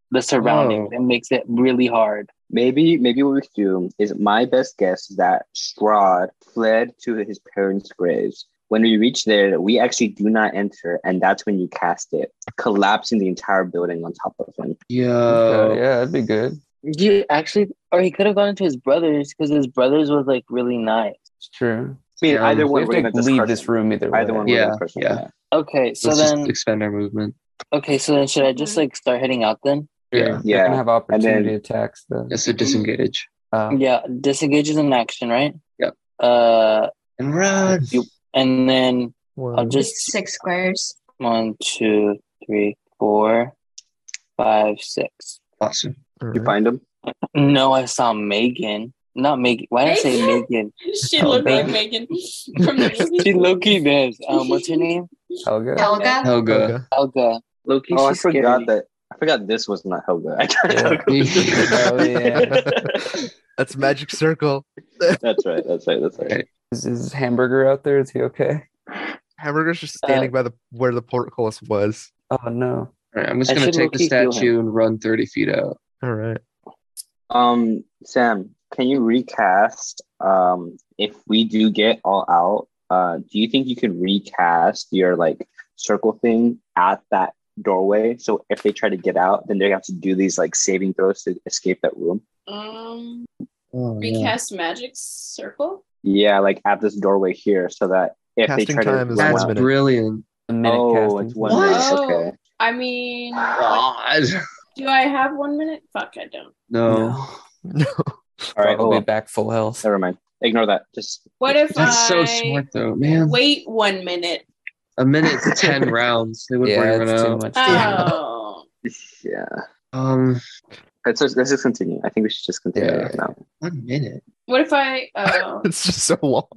Speaker 8: the surroundings.
Speaker 3: Oh.
Speaker 8: It makes it really hard.
Speaker 2: Maybe, maybe what we could do is my best guess is that Strahd fled to his parents' graves. When we reach there, we actually do not enter, and that's when you cast it, collapsing the entire building on top of him.
Speaker 3: Uh, Yo.
Speaker 6: Okay, yeah, that'd be good.
Speaker 8: You actually, or he could have gone into his brothers because his brothers was, like, really nice.
Speaker 6: It's true.
Speaker 2: I mean,
Speaker 3: Um,
Speaker 2: either
Speaker 6: We
Speaker 2: one,
Speaker 6: have
Speaker 2: we're
Speaker 6: to
Speaker 2: gonna
Speaker 6: leave
Speaker 2: discard
Speaker 6: this
Speaker 2: him.
Speaker 6: room either way.
Speaker 2: Either one,
Speaker 3: Yeah,
Speaker 2: we're gonna crush him.
Speaker 3: yeah.
Speaker 8: Okay, so
Speaker 3: Let's
Speaker 8: then.
Speaker 3: just expand our movement.
Speaker 8: Okay, so then should I just like start heading out then?
Speaker 3: Yeah.
Speaker 6: They're
Speaker 2: Yeah,
Speaker 6: gonna have
Speaker 2: and then-
Speaker 6: opportunity attacks though.
Speaker 3: That's a disengage.
Speaker 6: Uh,
Speaker 8: Yeah, disengage is an action, right?
Speaker 3: Uh-huh. Yep.
Speaker 8: Uh,
Speaker 3: And run.
Speaker 8: you, and then I'll
Speaker 3: Uh-huh.
Speaker 1: One.
Speaker 8: just
Speaker 7: Six squares.
Speaker 8: one, two, three, four, five, six.
Speaker 3: Awesome.
Speaker 1: all
Speaker 2: You
Speaker 1: right.
Speaker 2: find him.
Speaker 8: No, I saw Megan. Not Megan. Why did I say
Speaker 4: Megan?
Speaker 8: Megan?
Speaker 4: she looked like Megan from the movie.
Speaker 8: She Loki does. Um, what's her name?
Speaker 6: Helga.
Speaker 7: Helga.
Speaker 3: Helga.
Speaker 8: Helga. Loki.
Speaker 2: Oh, I
Speaker 8: she's scary.
Speaker 2: forgot that. I forgot this was not Helga. I got
Speaker 6: Yeah. Oh,
Speaker 2: Helga.
Speaker 6: yeah.
Speaker 1: That's magic circle.
Speaker 2: that's right. That's right. That's right.
Speaker 3: Okay.
Speaker 6: Is, is hamburger out there? Is he okay?
Speaker 1: Hamburger's just standing by the where the portcullis was.
Speaker 6: Oh no.
Speaker 3: All right, I'm
Speaker 8: I
Speaker 3: just gonna
Speaker 8: should
Speaker 3: take the
Speaker 8: low-key heal him.
Speaker 3: statue and run 30 feet out.
Speaker 1: All right.
Speaker 2: Um, Sam, can you recast? Um, if we do get all out, uh, do you think you could recast your like circle thing at that doorway? So if they try to get out, then they have to do these like saving throws to escape that room.
Speaker 4: Um,
Speaker 3: Oh,
Speaker 4: recast magic circle.
Speaker 2: Yeah, like at this doorway here, so that if they
Speaker 1: Casting
Speaker 2: try
Speaker 1: time
Speaker 2: to
Speaker 1: is
Speaker 2: run
Speaker 3: That's
Speaker 1: one
Speaker 2: out-
Speaker 1: minute.
Speaker 3: brilliant.
Speaker 6: A minute
Speaker 2: oh,
Speaker 6: casting.
Speaker 2: it's one
Speaker 3: What?
Speaker 2: minute.
Speaker 4: Oh.
Speaker 2: Okay.
Speaker 4: I mean,
Speaker 3: God.
Speaker 4: do I have one minute? Fuck, I don't.
Speaker 3: No.
Speaker 1: No.
Speaker 2: All right.
Speaker 6: I'll
Speaker 2: Oh,
Speaker 6: be
Speaker 2: well.
Speaker 6: back full health.
Speaker 2: Never mind. Ignore that. Just
Speaker 4: What if
Speaker 3: That's so
Speaker 4: I
Speaker 3: smart though, man.
Speaker 4: wait one minute?
Speaker 3: A minute's 10 rounds. They would
Speaker 6: Yeah,
Speaker 3: yeah, run
Speaker 6: it's too
Speaker 3: out.
Speaker 6: much. time.
Speaker 4: Oh,
Speaker 2: yeah.
Speaker 3: Um,
Speaker 2: Let's just, let's just continue. I think we should just continue
Speaker 6: Yeah.
Speaker 2: right now.
Speaker 3: one minute.
Speaker 4: what if I? Oh,
Speaker 1: It's just so long.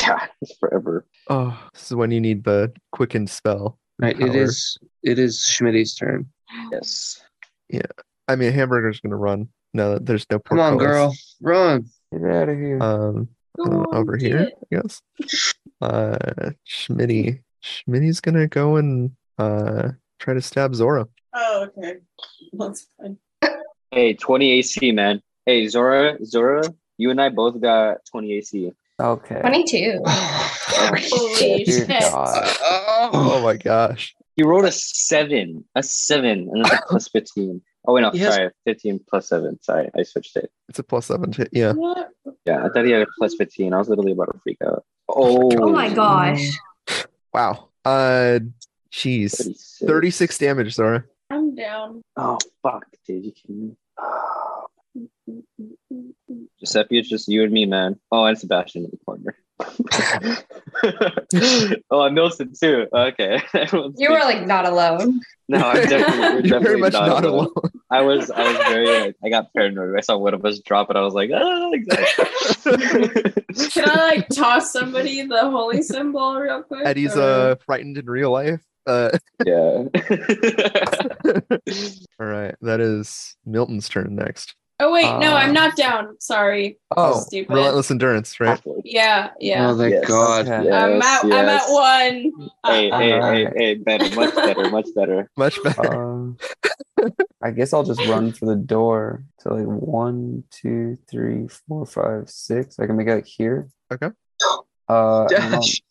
Speaker 2: Yeah, it's forever.
Speaker 1: Oh, this is when you need the quickened spell.
Speaker 3: Right, it
Speaker 1: Power.
Speaker 3: is. It is Schmidt's turn.
Speaker 2: Yes.
Speaker 1: I mean, hamburger's gonna run now that there's no portcullis.
Speaker 3: Come on, girl, run.
Speaker 6: Get out of here.
Speaker 1: Um, uh, over here, I guess. Uh, Schmitty. Schmitty's gonna go and uh try to stab Zora.
Speaker 11: Oh, okay. That's fine.
Speaker 2: Hey, 20 AC, man. Hey, Zora, Zora, you and I both got 20 AC.
Speaker 3: Uh,
Speaker 6: Okay.
Speaker 7: 22.
Speaker 3: Oh.
Speaker 4: Holy
Speaker 6: Dear
Speaker 4: shit.
Speaker 6: God.
Speaker 1: Oh my gosh.
Speaker 2: You rolled a seven, a seven, and that's a plus 15. Oh, wait, no,
Speaker 9: He has-
Speaker 2: sorry, 15 plus seven. Sorry, I switched it.
Speaker 1: It's a plus seven to yeah.
Speaker 11: What?
Speaker 2: Yeah, I thought he had a plus 15. I was literally about to freak out. Oh,
Speaker 7: Oh my gosh.
Speaker 1: Wow. Uh jeez.
Speaker 2: 36.
Speaker 1: 36 damage, Zora.
Speaker 4: I'm down.
Speaker 2: Oh, fuck, dude. You kidding me? Giuseppe, it's just you and me, man. Oh, and Sebastian in the corner. oh, and Milton too. Okay.
Speaker 7: You were like not alone.
Speaker 2: no, I'm definitely,
Speaker 1: You're very much not, alone.
Speaker 2: I was, I was very, like, I got paranoid. I saw one of us drop, and I was like, ah, exactly.
Speaker 4: Can I like toss somebody the holy symbol real quick?
Speaker 1: Eddie's
Speaker 4: or-
Speaker 1: uh frightened in real life. Uh
Speaker 2: yeah.
Speaker 1: all right, that is Milton's turn next.
Speaker 4: Oh wait, no, I'm
Speaker 6: Um,
Speaker 4: not down. Sorry.
Speaker 6: Oh,
Speaker 4: Stupid.
Speaker 1: Relentless endurance, right?
Speaker 4: Yeah, yeah.
Speaker 3: Oh, thank
Speaker 2: Yes.
Speaker 3: God.
Speaker 6: okay.
Speaker 2: Yeah.
Speaker 4: I'm
Speaker 2: yes,
Speaker 4: at I'm at
Speaker 2: yes.
Speaker 4: one.
Speaker 2: Hey,
Speaker 4: Uh,
Speaker 2: hey, hey,
Speaker 6: Alright.
Speaker 2: hey, better, much better, much better.
Speaker 1: Much better.
Speaker 6: Um, I guess I'll just run for the door to like one, two, three, four, five, six. I can make it like here.
Speaker 1: Okay.
Speaker 6: Uh,
Speaker 3: Dash.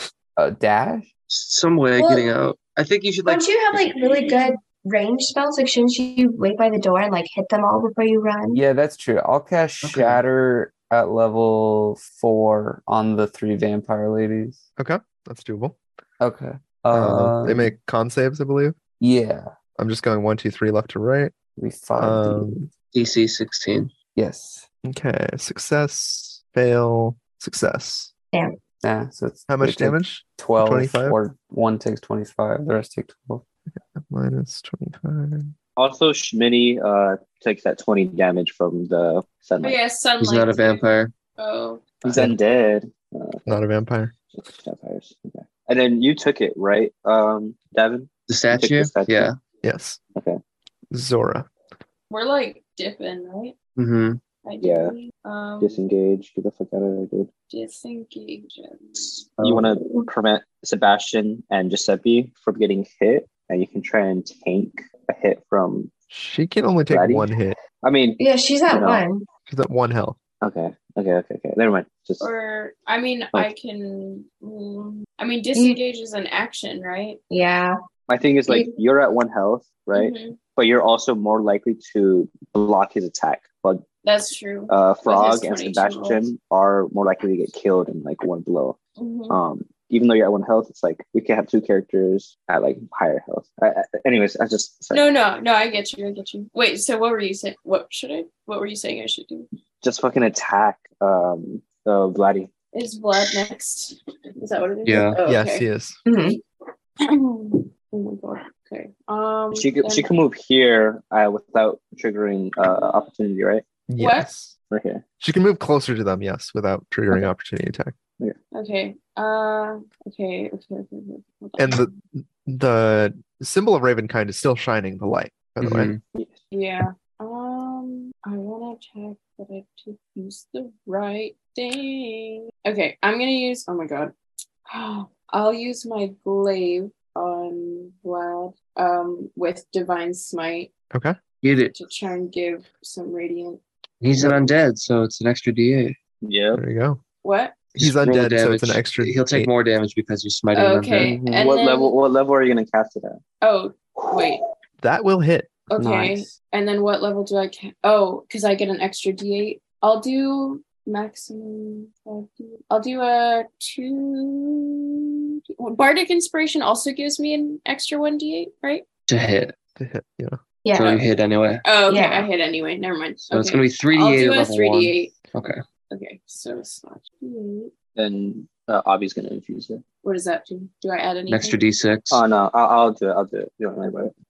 Speaker 6: a Uh, dash.
Speaker 3: Some way of
Speaker 7: Well-
Speaker 3: getting out. I think you should like
Speaker 7: Don't you have like really good range spells? Like, shouldn't you wait by the door and like hit them all before you run?
Speaker 6: Yeah, that's true. I'll cast
Speaker 3: Okay.
Speaker 6: Shatter at level four on the three vampire ladies.
Speaker 1: Okay, that's doable.
Speaker 6: Okay.
Speaker 1: Uh, they
Speaker 6: Um,
Speaker 1: make con saves, I believe.
Speaker 6: Yeah,
Speaker 1: I'm just going one, two, three, left to right.
Speaker 6: we five.
Speaker 1: Um,
Speaker 3: DC 16.
Speaker 6: yes.
Speaker 1: okay, success, fail, success.
Speaker 6: Nah. So it's
Speaker 1: How much
Speaker 6: it's like
Speaker 1: damage?
Speaker 6: Twelve.
Speaker 1: 25?
Speaker 6: Or one takes twenty-five. The rest take twelve.
Speaker 1: Minus 25.
Speaker 2: Also, Schmitty uh, takes that 20 damage from the
Speaker 4: oh
Speaker 2: sunlight.
Speaker 4: yeah, sunlight.
Speaker 3: He's not a
Speaker 4: too.
Speaker 3: vampire.
Speaker 4: Oh.
Speaker 2: He's undead. Uh,
Speaker 1: Not a vampire.
Speaker 2: vampires. Okay. And then you took it, right, um, Davin?
Speaker 3: The statue?
Speaker 2: statue.
Speaker 3: Yeah.
Speaker 1: Yes.
Speaker 2: Okay.
Speaker 1: Zora.
Speaker 4: We're like dipping, right?
Speaker 3: Mm-hmm.
Speaker 4: I
Speaker 2: Yeah.
Speaker 4: do. Um
Speaker 2: Disengage. Get the fuck out of there, dude.
Speaker 4: disengage.
Speaker 2: You want to prevent Sebastian and Giuseppe from getting hit, and you can try and tank a hit from.
Speaker 1: She can only take
Speaker 2: Ready?
Speaker 1: one hit.
Speaker 2: I mean,
Speaker 7: Yeah, she's at
Speaker 2: No.
Speaker 7: one.
Speaker 1: She's at one health.
Speaker 2: okay, okay, okay, okay. Never mind. Just
Speaker 4: Or I mean
Speaker 2: Oh.
Speaker 4: I can mm, I mean disengage is an action, right?
Speaker 7: Yeah.
Speaker 2: my thing is like you're at one health, right?
Speaker 4: Mhm.
Speaker 2: But you're also more
Speaker 4: Mm-hmm.
Speaker 2: likely to block his attack. But
Speaker 4: That's true.
Speaker 2: uh, Frog
Speaker 4: his
Speaker 2: and
Speaker 4: 22
Speaker 2: Sebastian are more likely to get killed in like one blow.
Speaker 4: Mhm.
Speaker 2: Um, even though you're at one health, it's like we can have two characters at like higher health. I, I- anyways, I just sorry.
Speaker 4: No, no, no. I get you. I get you. Wait. So, what were you saying? What should I? What were you saying? I should do?
Speaker 2: just fucking attack um uh, Vladdy.
Speaker 4: Is blood next? Is that what it is?
Speaker 3: Yeah.
Speaker 4: Oh,
Speaker 1: Yes,
Speaker 4: okay.
Speaker 1: he is.
Speaker 7: Mhm.
Speaker 4: oh my god. Okay. Um.
Speaker 2: She could, she
Speaker 4: then-
Speaker 2: can move here uh, without triggering uh, opportunity, right?
Speaker 1: Yes.
Speaker 2: Right here.
Speaker 1: She can move closer to them, yes, without triggering opportunity attack.
Speaker 4: Okay. Uh. Okay. Okay. Okay. okay. Hold on.
Speaker 1: And the the symbol of Ravenkind is still shining the light, by the way.
Speaker 4: Yeah. Um. I want to check that I did use the right thing. Okay. I'm gonna use. Oh my god. I'll use my glaive on Vlad. Um. With divine smite.
Speaker 3: Get it.
Speaker 4: to try and give some radiant.
Speaker 3: He's an undead, so it's an extra D8.
Speaker 2: Yeah.
Speaker 1: There you go
Speaker 4: What?
Speaker 1: He's
Speaker 3: Just roll
Speaker 1: undead,
Speaker 3: the
Speaker 1: so it's an
Speaker 3: damage.
Speaker 1: extra
Speaker 3: He'll take
Speaker 1: eight.
Speaker 3: more damage because you're smiting an
Speaker 4: Okay,
Speaker 2: Mhm.
Speaker 4: and
Speaker 2: What
Speaker 4: then-
Speaker 2: level? What level are you gonna cast it at?
Speaker 4: Oh, wait.
Speaker 1: go. That will hit.
Speaker 4: Okay.
Speaker 6: Nice.
Speaker 4: And then what level do I? Ca- oh, because I get an extra D8. I'll do maximum. I'll do a two. Bardic Inspiration also gives me an extra one D8, right?
Speaker 3: to hit.
Speaker 1: To hit, yeah.
Speaker 3: So
Speaker 7: Yeah.
Speaker 3: you hit anyway.
Speaker 4: Oh, okay.
Speaker 7: Yeah.
Speaker 4: I hit anyway. Never mind.
Speaker 3: So it's
Speaker 4: okay.
Speaker 3: going to be 3D8
Speaker 4: I'll do
Speaker 3: at
Speaker 4: a
Speaker 3: level
Speaker 4: three
Speaker 3: 1.
Speaker 4: D8.
Speaker 3: Okay.
Speaker 4: Okay, so slash D8.
Speaker 2: Then uh, Obby's gonna infuse it.
Speaker 4: What does that do? Do I add anything?
Speaker 3: An extra D6.
Speaker 2: Oh no, I'll, I'll do it. I'll do it. You don't worry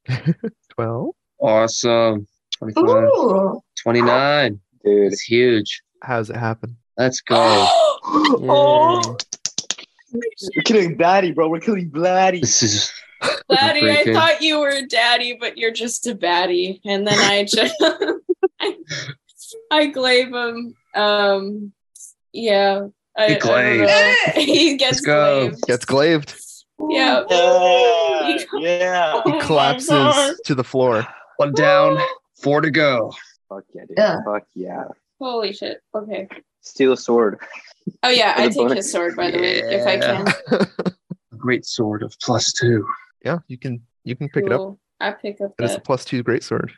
Speaker 2: about it,
Speaker 1: 12.
Speaker 3: Awesome. 25.
Speaker 7: Ooh.
Speaker 3: 29.
Speaker 2: dude.
Speaker 3: That's huge.
Speaker 1: How's it happen?
Speaker 3: Let's go.
Speaker 2: oh, we're killing Daddy, bro. We're killing Vladdy.
Speaker 3: This is
Speaker 4: Laddie, I
Speaker 3: Freaking-
Speaker 4: thought you were a daddy, but you're just a baddie. And then I just I, I glaive him. Um Yeah. I,
Speaker 3: He
Speaker 4: I don't know. he gets
Speaker 3: Let's go.
Speaker 4: glaive.
Speaker 1: Gets glaved.
Speaker 4: Yeah.
Speaker 2: Oh, Yeah,
Speaker 4: Oh
Speaker 2: yeah.
Speaker 1: He collapses to the floor.
Speaker 3: One down, four to go.
Speaker 2: Fuck yeah, dude.
Speaker 7: Yeah.
Speaker 2: Fuck yeah.
Speaker 4: Holy shit. Okay.
Speaker 2: Steal a sword.
Speaker 4: Oh yeah, I
Speaker 2: With a
Speaker 4: take
Speaker 2: bonus.
Speaker 4: his sword by the way, if I can.
Speaker 3: A great sword of plus two.
Speaker 1: Yeah, you can you can pick it up.
Speaker 4: Cool. I pick up
Speaker 1: It is a
Speaker 4: that.
Speaker 1: plus two greatsword.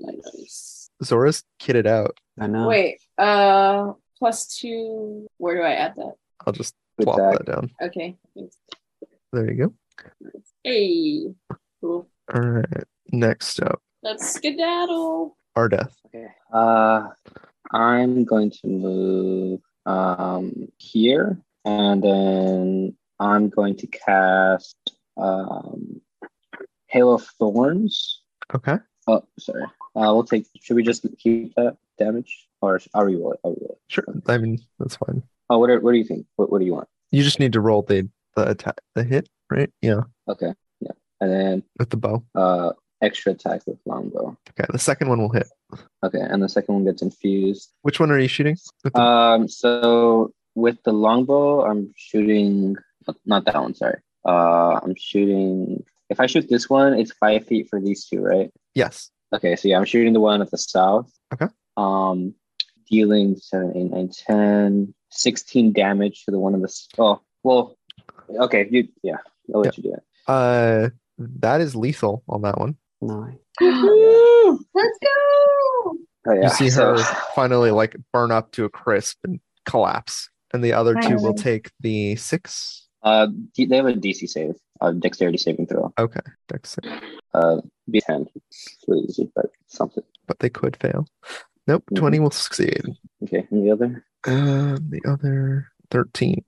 Speaker 4: Nice.
Speaker 1: Zora's kitted out.
Speaker 6: I know.
Speaker 4: Wait, uh plus two where do I add that?
Speaker 1: I'll just
Speaker 2: Good
Speaker 1: plop
Speaker 2: tag.
Speaker 1: that down.
Speaker 4: Okay.
Speaker 1: There you go.
Speaker 4: Hey. Cool.
Speaker 1: All right. Next up,
Speaker 4: Let's skedaddle.
Speaker 1: Ardeth.
Speaker 2: Okay. Uh, I'm going to move um here, and then I'm going to cast um Hail of Thorns.
Speaker 1: Okay.
Speaker 2: Oh, sorry. Uh, we'll take. Should we just keep that damage, or I'll reroll it? I'll reroll it.
Speaker 1: Sure. I mean, that's fine.
Speaker 2: Oh, what? Are, what do you think? What What do you want?
Speaker 1: You just need to roll the the attack, the hit, right? Yeah,
Speaker 2: Okay. Yeah. And then
Speaker 1: with the bow.
Speaker 2: uh, extra attack with longbow.
Speaker 1: Okay, the second one will hit.
Speaker 2: Okay, and the second one gets infused.
Speaker 1: Which one are you shooting? With the-
Speaker 2: Um, so with the longbow, I'm shooting not that one. Sorry, uh, I'm shooting. If I shoot this one, it's five feet for these two, right?
Speaker 1: yes.
Speaker 2: Okay, so yeah, I'm shooting the one at the south.
Speaker 1: Okay.
Speaker 2: Um, dealing seven, eight, nine, 10, 16 damage to the one of the. s- Oh, well, okay, you yeah, I'll let you do it.
Speaker 1: Uh, that is lethal on that one.
Speaker 6: Nine.
Speaker 7: Let's go.
Speaker 2: Oh, yeah.
Speaker 1: you see
Speaker 2: so-
Speaker 1: her finally like burn up to a crisp and collapse, and the other two will
Speaker 7: Nice.
Speaker 1: take the six
Speaker 2: Uh, D- they have a DC save, a dexterity saving throw.
Speaker 1: dex, save,
Speaker 2: Uh, be ten, please, but something.
Speaker 1: but they could fail. Nope,
Speaker 7: Mm.
Speaker 2: Mhm.
Speaker 1: twenty will succeed.
Speaker 2: Okay, and the other.
Speaker 1: Uh, the other thirteen.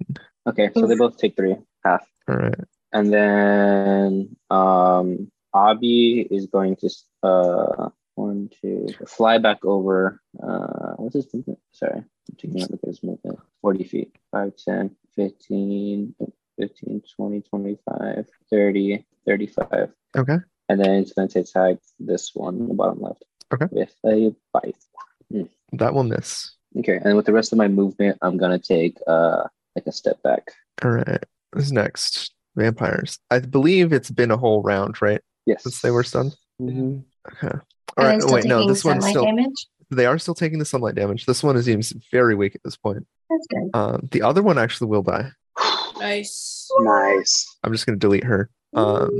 Speaker 2: Okay, so they both take three, half,
Speaker 1: All right.
Speaker 2: and then um, Abby is going to uh one two fly back over. Uh, what's his movement? Sorry, I'm taking a look at his movement. Forty feet, 5, 10, 15, 15, 20, 25, 30, 35.
Speaker 1: Okay.
Speaker 2: And then it's going to attack this one, the bottom left.
Speaker 1: Okay.
Speaker 2: With a bite.
Speaker 1: That will miss.
Speaker 2: Okay, and with the rest of my movement, I'm gonna take uh like a step back.
Speaker 1: All right. Who's next? Vampires. I believe it's been a whole round, right?
Speaker 2: Yes.
Speaker 1: Since they were stunned.
Speaker 6: Mhm.
Speaker 1: Okay.
Speaker 7: Are
Speaker 1: All
Speaker 7: they
Speaker 1: right.
Speaker 7: still
Speaker 1: Oh, wait, no.
Speaker 7: taking
Speaker 1: This one's
Speaker 7: sunlight
Speaker 1: still.
Speaker 7: damage?
Speaker 1: They are still taking the sunlight damage. This one is even s- very weak at this point.
Speaker 7: That's good.
Speaker 1: Um, the other one actually will die.
Speaker 4: Nice.
Speaker 2: Nice.
Speaker 1: I'm just going to delete her. Um,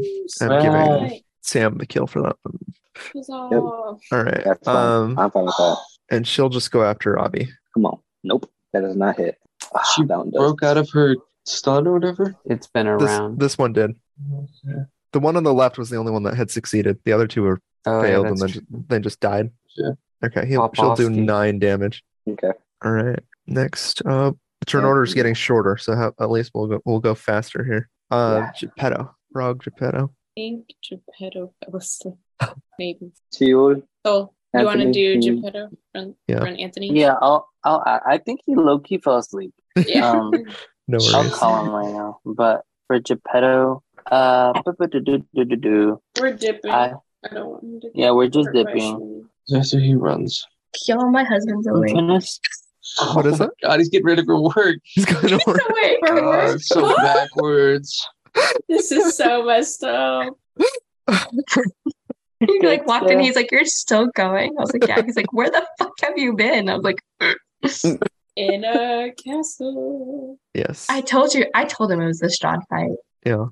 Speaker 1: I'm giving Sam the kill for that one.
Speaker 4: uh, Huzzah.
Speaker 1: All right.
Speaker 2: That's fine. Uh,
Speaker 1: Um,
Speaker 2: I'm fine with that.
Speaker 1: and she'll just go after Avi.
Speaker 2: Come on. Nope. That does not hit. Ah,
Speaker 3: She
Speaker 2: that one does.
Speaker 3: Broke out of her stun or whatever.
Speaker 6: It's been a
Speaker 1: This
Speaker 6: round.
Speaker 1: this one did. The one on the left was the only one that had succeeded. The other two were
Speaker 6: oh,
Speaker 1: failed and
Speaker 6: that's
Speaker 1: then
Speaker 6: true.
Speaker 1: then just died.
Speaker 3: Yeah.
Speaker 1: Okay. He'll, she'll do
Speaker 6: Popovsky.
Speaker 1: nine damage.
Speaker 2: Okay.
Speaker 1: All right. Next up, the turn
Speaker 2: Yeah.
Speaker 1: order is getting shorter, so how, at least we'll go, we'll go faster here. Uh, Geppetto, Frog Geppetto.
Speaker 4: think Geppetto fell asleep. Maybe.
Speaker 2: Two.
Speaker 4: So you want to
Speaker 2: Anthony,
Speaker 4: do
Speaker 2: can you-
Speaker 4: Geppetto run,
Speaker 1: Yeah.
Speaker 4: run Anthony?
Speaker 8: Yeah, I'll, I'll, I I think he low key fell asleep.
Speaker 4: Yeah.
Speaker 8: Um,
Speaker 1: No
Speaker 8: I'll
Speaker 1: worries.
Speaker 8: call him right now. But for Geppetto, uh, bu-bu-du-du-du-du-du,
Speaker 4: We're dipping.
Speaker 8: I,
Speaker 4: I, don't want him to get
Speaker 8: yeah, we're just
Speaker 4: hurt by
Speaker 8: dipping.
Speaker 4: shooting.
Speaker 3: After he runs.
Speaker 7: Kill my husband's away.
Speaker 8: Goodness.
Speaker 1: What is
Speaker 3: my
Speaker 1: that?
Speaker 3: God, he's getting rid of her work.
Speaker 1: He's going to
Speaker 4: It's
Speaker 1: work.
Speaker 4: a way for
Speaker 1: Uh,
Speaker 3: God,
Speaker 4: work.
Speaker 3: it's so backwards.
Speaker 4: This is so messed up.
Speaker 7: He like walked in.
Speaker 8: Yeah.
Speaker 7: He's like, "You're still going." I was like, "Yeah." He's like, "Where the fuck have you been?" I was like,
Speaker 4: In a castle.
Speaker 1: Yes.
Speaker 7: "I told you." I told him it was the Strahd fight.
Speaker 1: Yeah.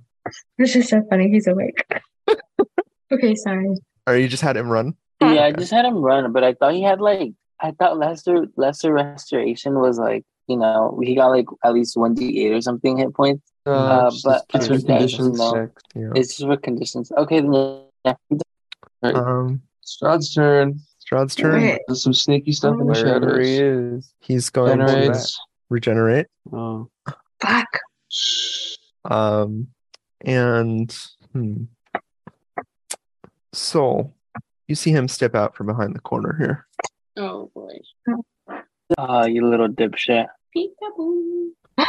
Speaker 7: This is so funny. He's awake. okay, sorry.
Speaker 1: Or you just had him run?
Speaker 8: Yeah, I
Speaker 1: Okay.
Speaker 8: just had him run, but I thought he had like I thought lesser lesser restoration was like you know he got like at least one d eight or something hit points.
Speaker 3: Uh,
Speaker 8: Uh,
Speaker 3: just
Speaker 8: but
Speaker 3: it's
Speaker 8: uh,
Speaker 3: her
Speaker 8: you guys
Speaker 3: conditions.
Speaker 8: know
Speaker 6: Check.
Speaker 1: Yeah.
Speaker 8: it's just for conditions. Okay, then yeah,
Speaker 1: Um,
Speaker 3: Strahd's turn.
Speaker 1: Strahd's turn.
Speaker 7: Okay.
Speaker 3: There's some sneaky stuff in the
Speaker 6: Wherever he
Speaker 3: shadows.
Speaker 6: is.
Speaker 1: He's going to
Speaker 3: Generates.
Speaker 1: regenerate.
Speaker 6: Oh.
Speaker 7: Fuck.
Speaker 1: Um, and hmm. Soul, you see him step out from behind the corner here.
Speaker 4: Oh boy.
Speaker 8: oh you little dipshit.
Speaker 4: Peekaboo.
Speaker 8: Mhm.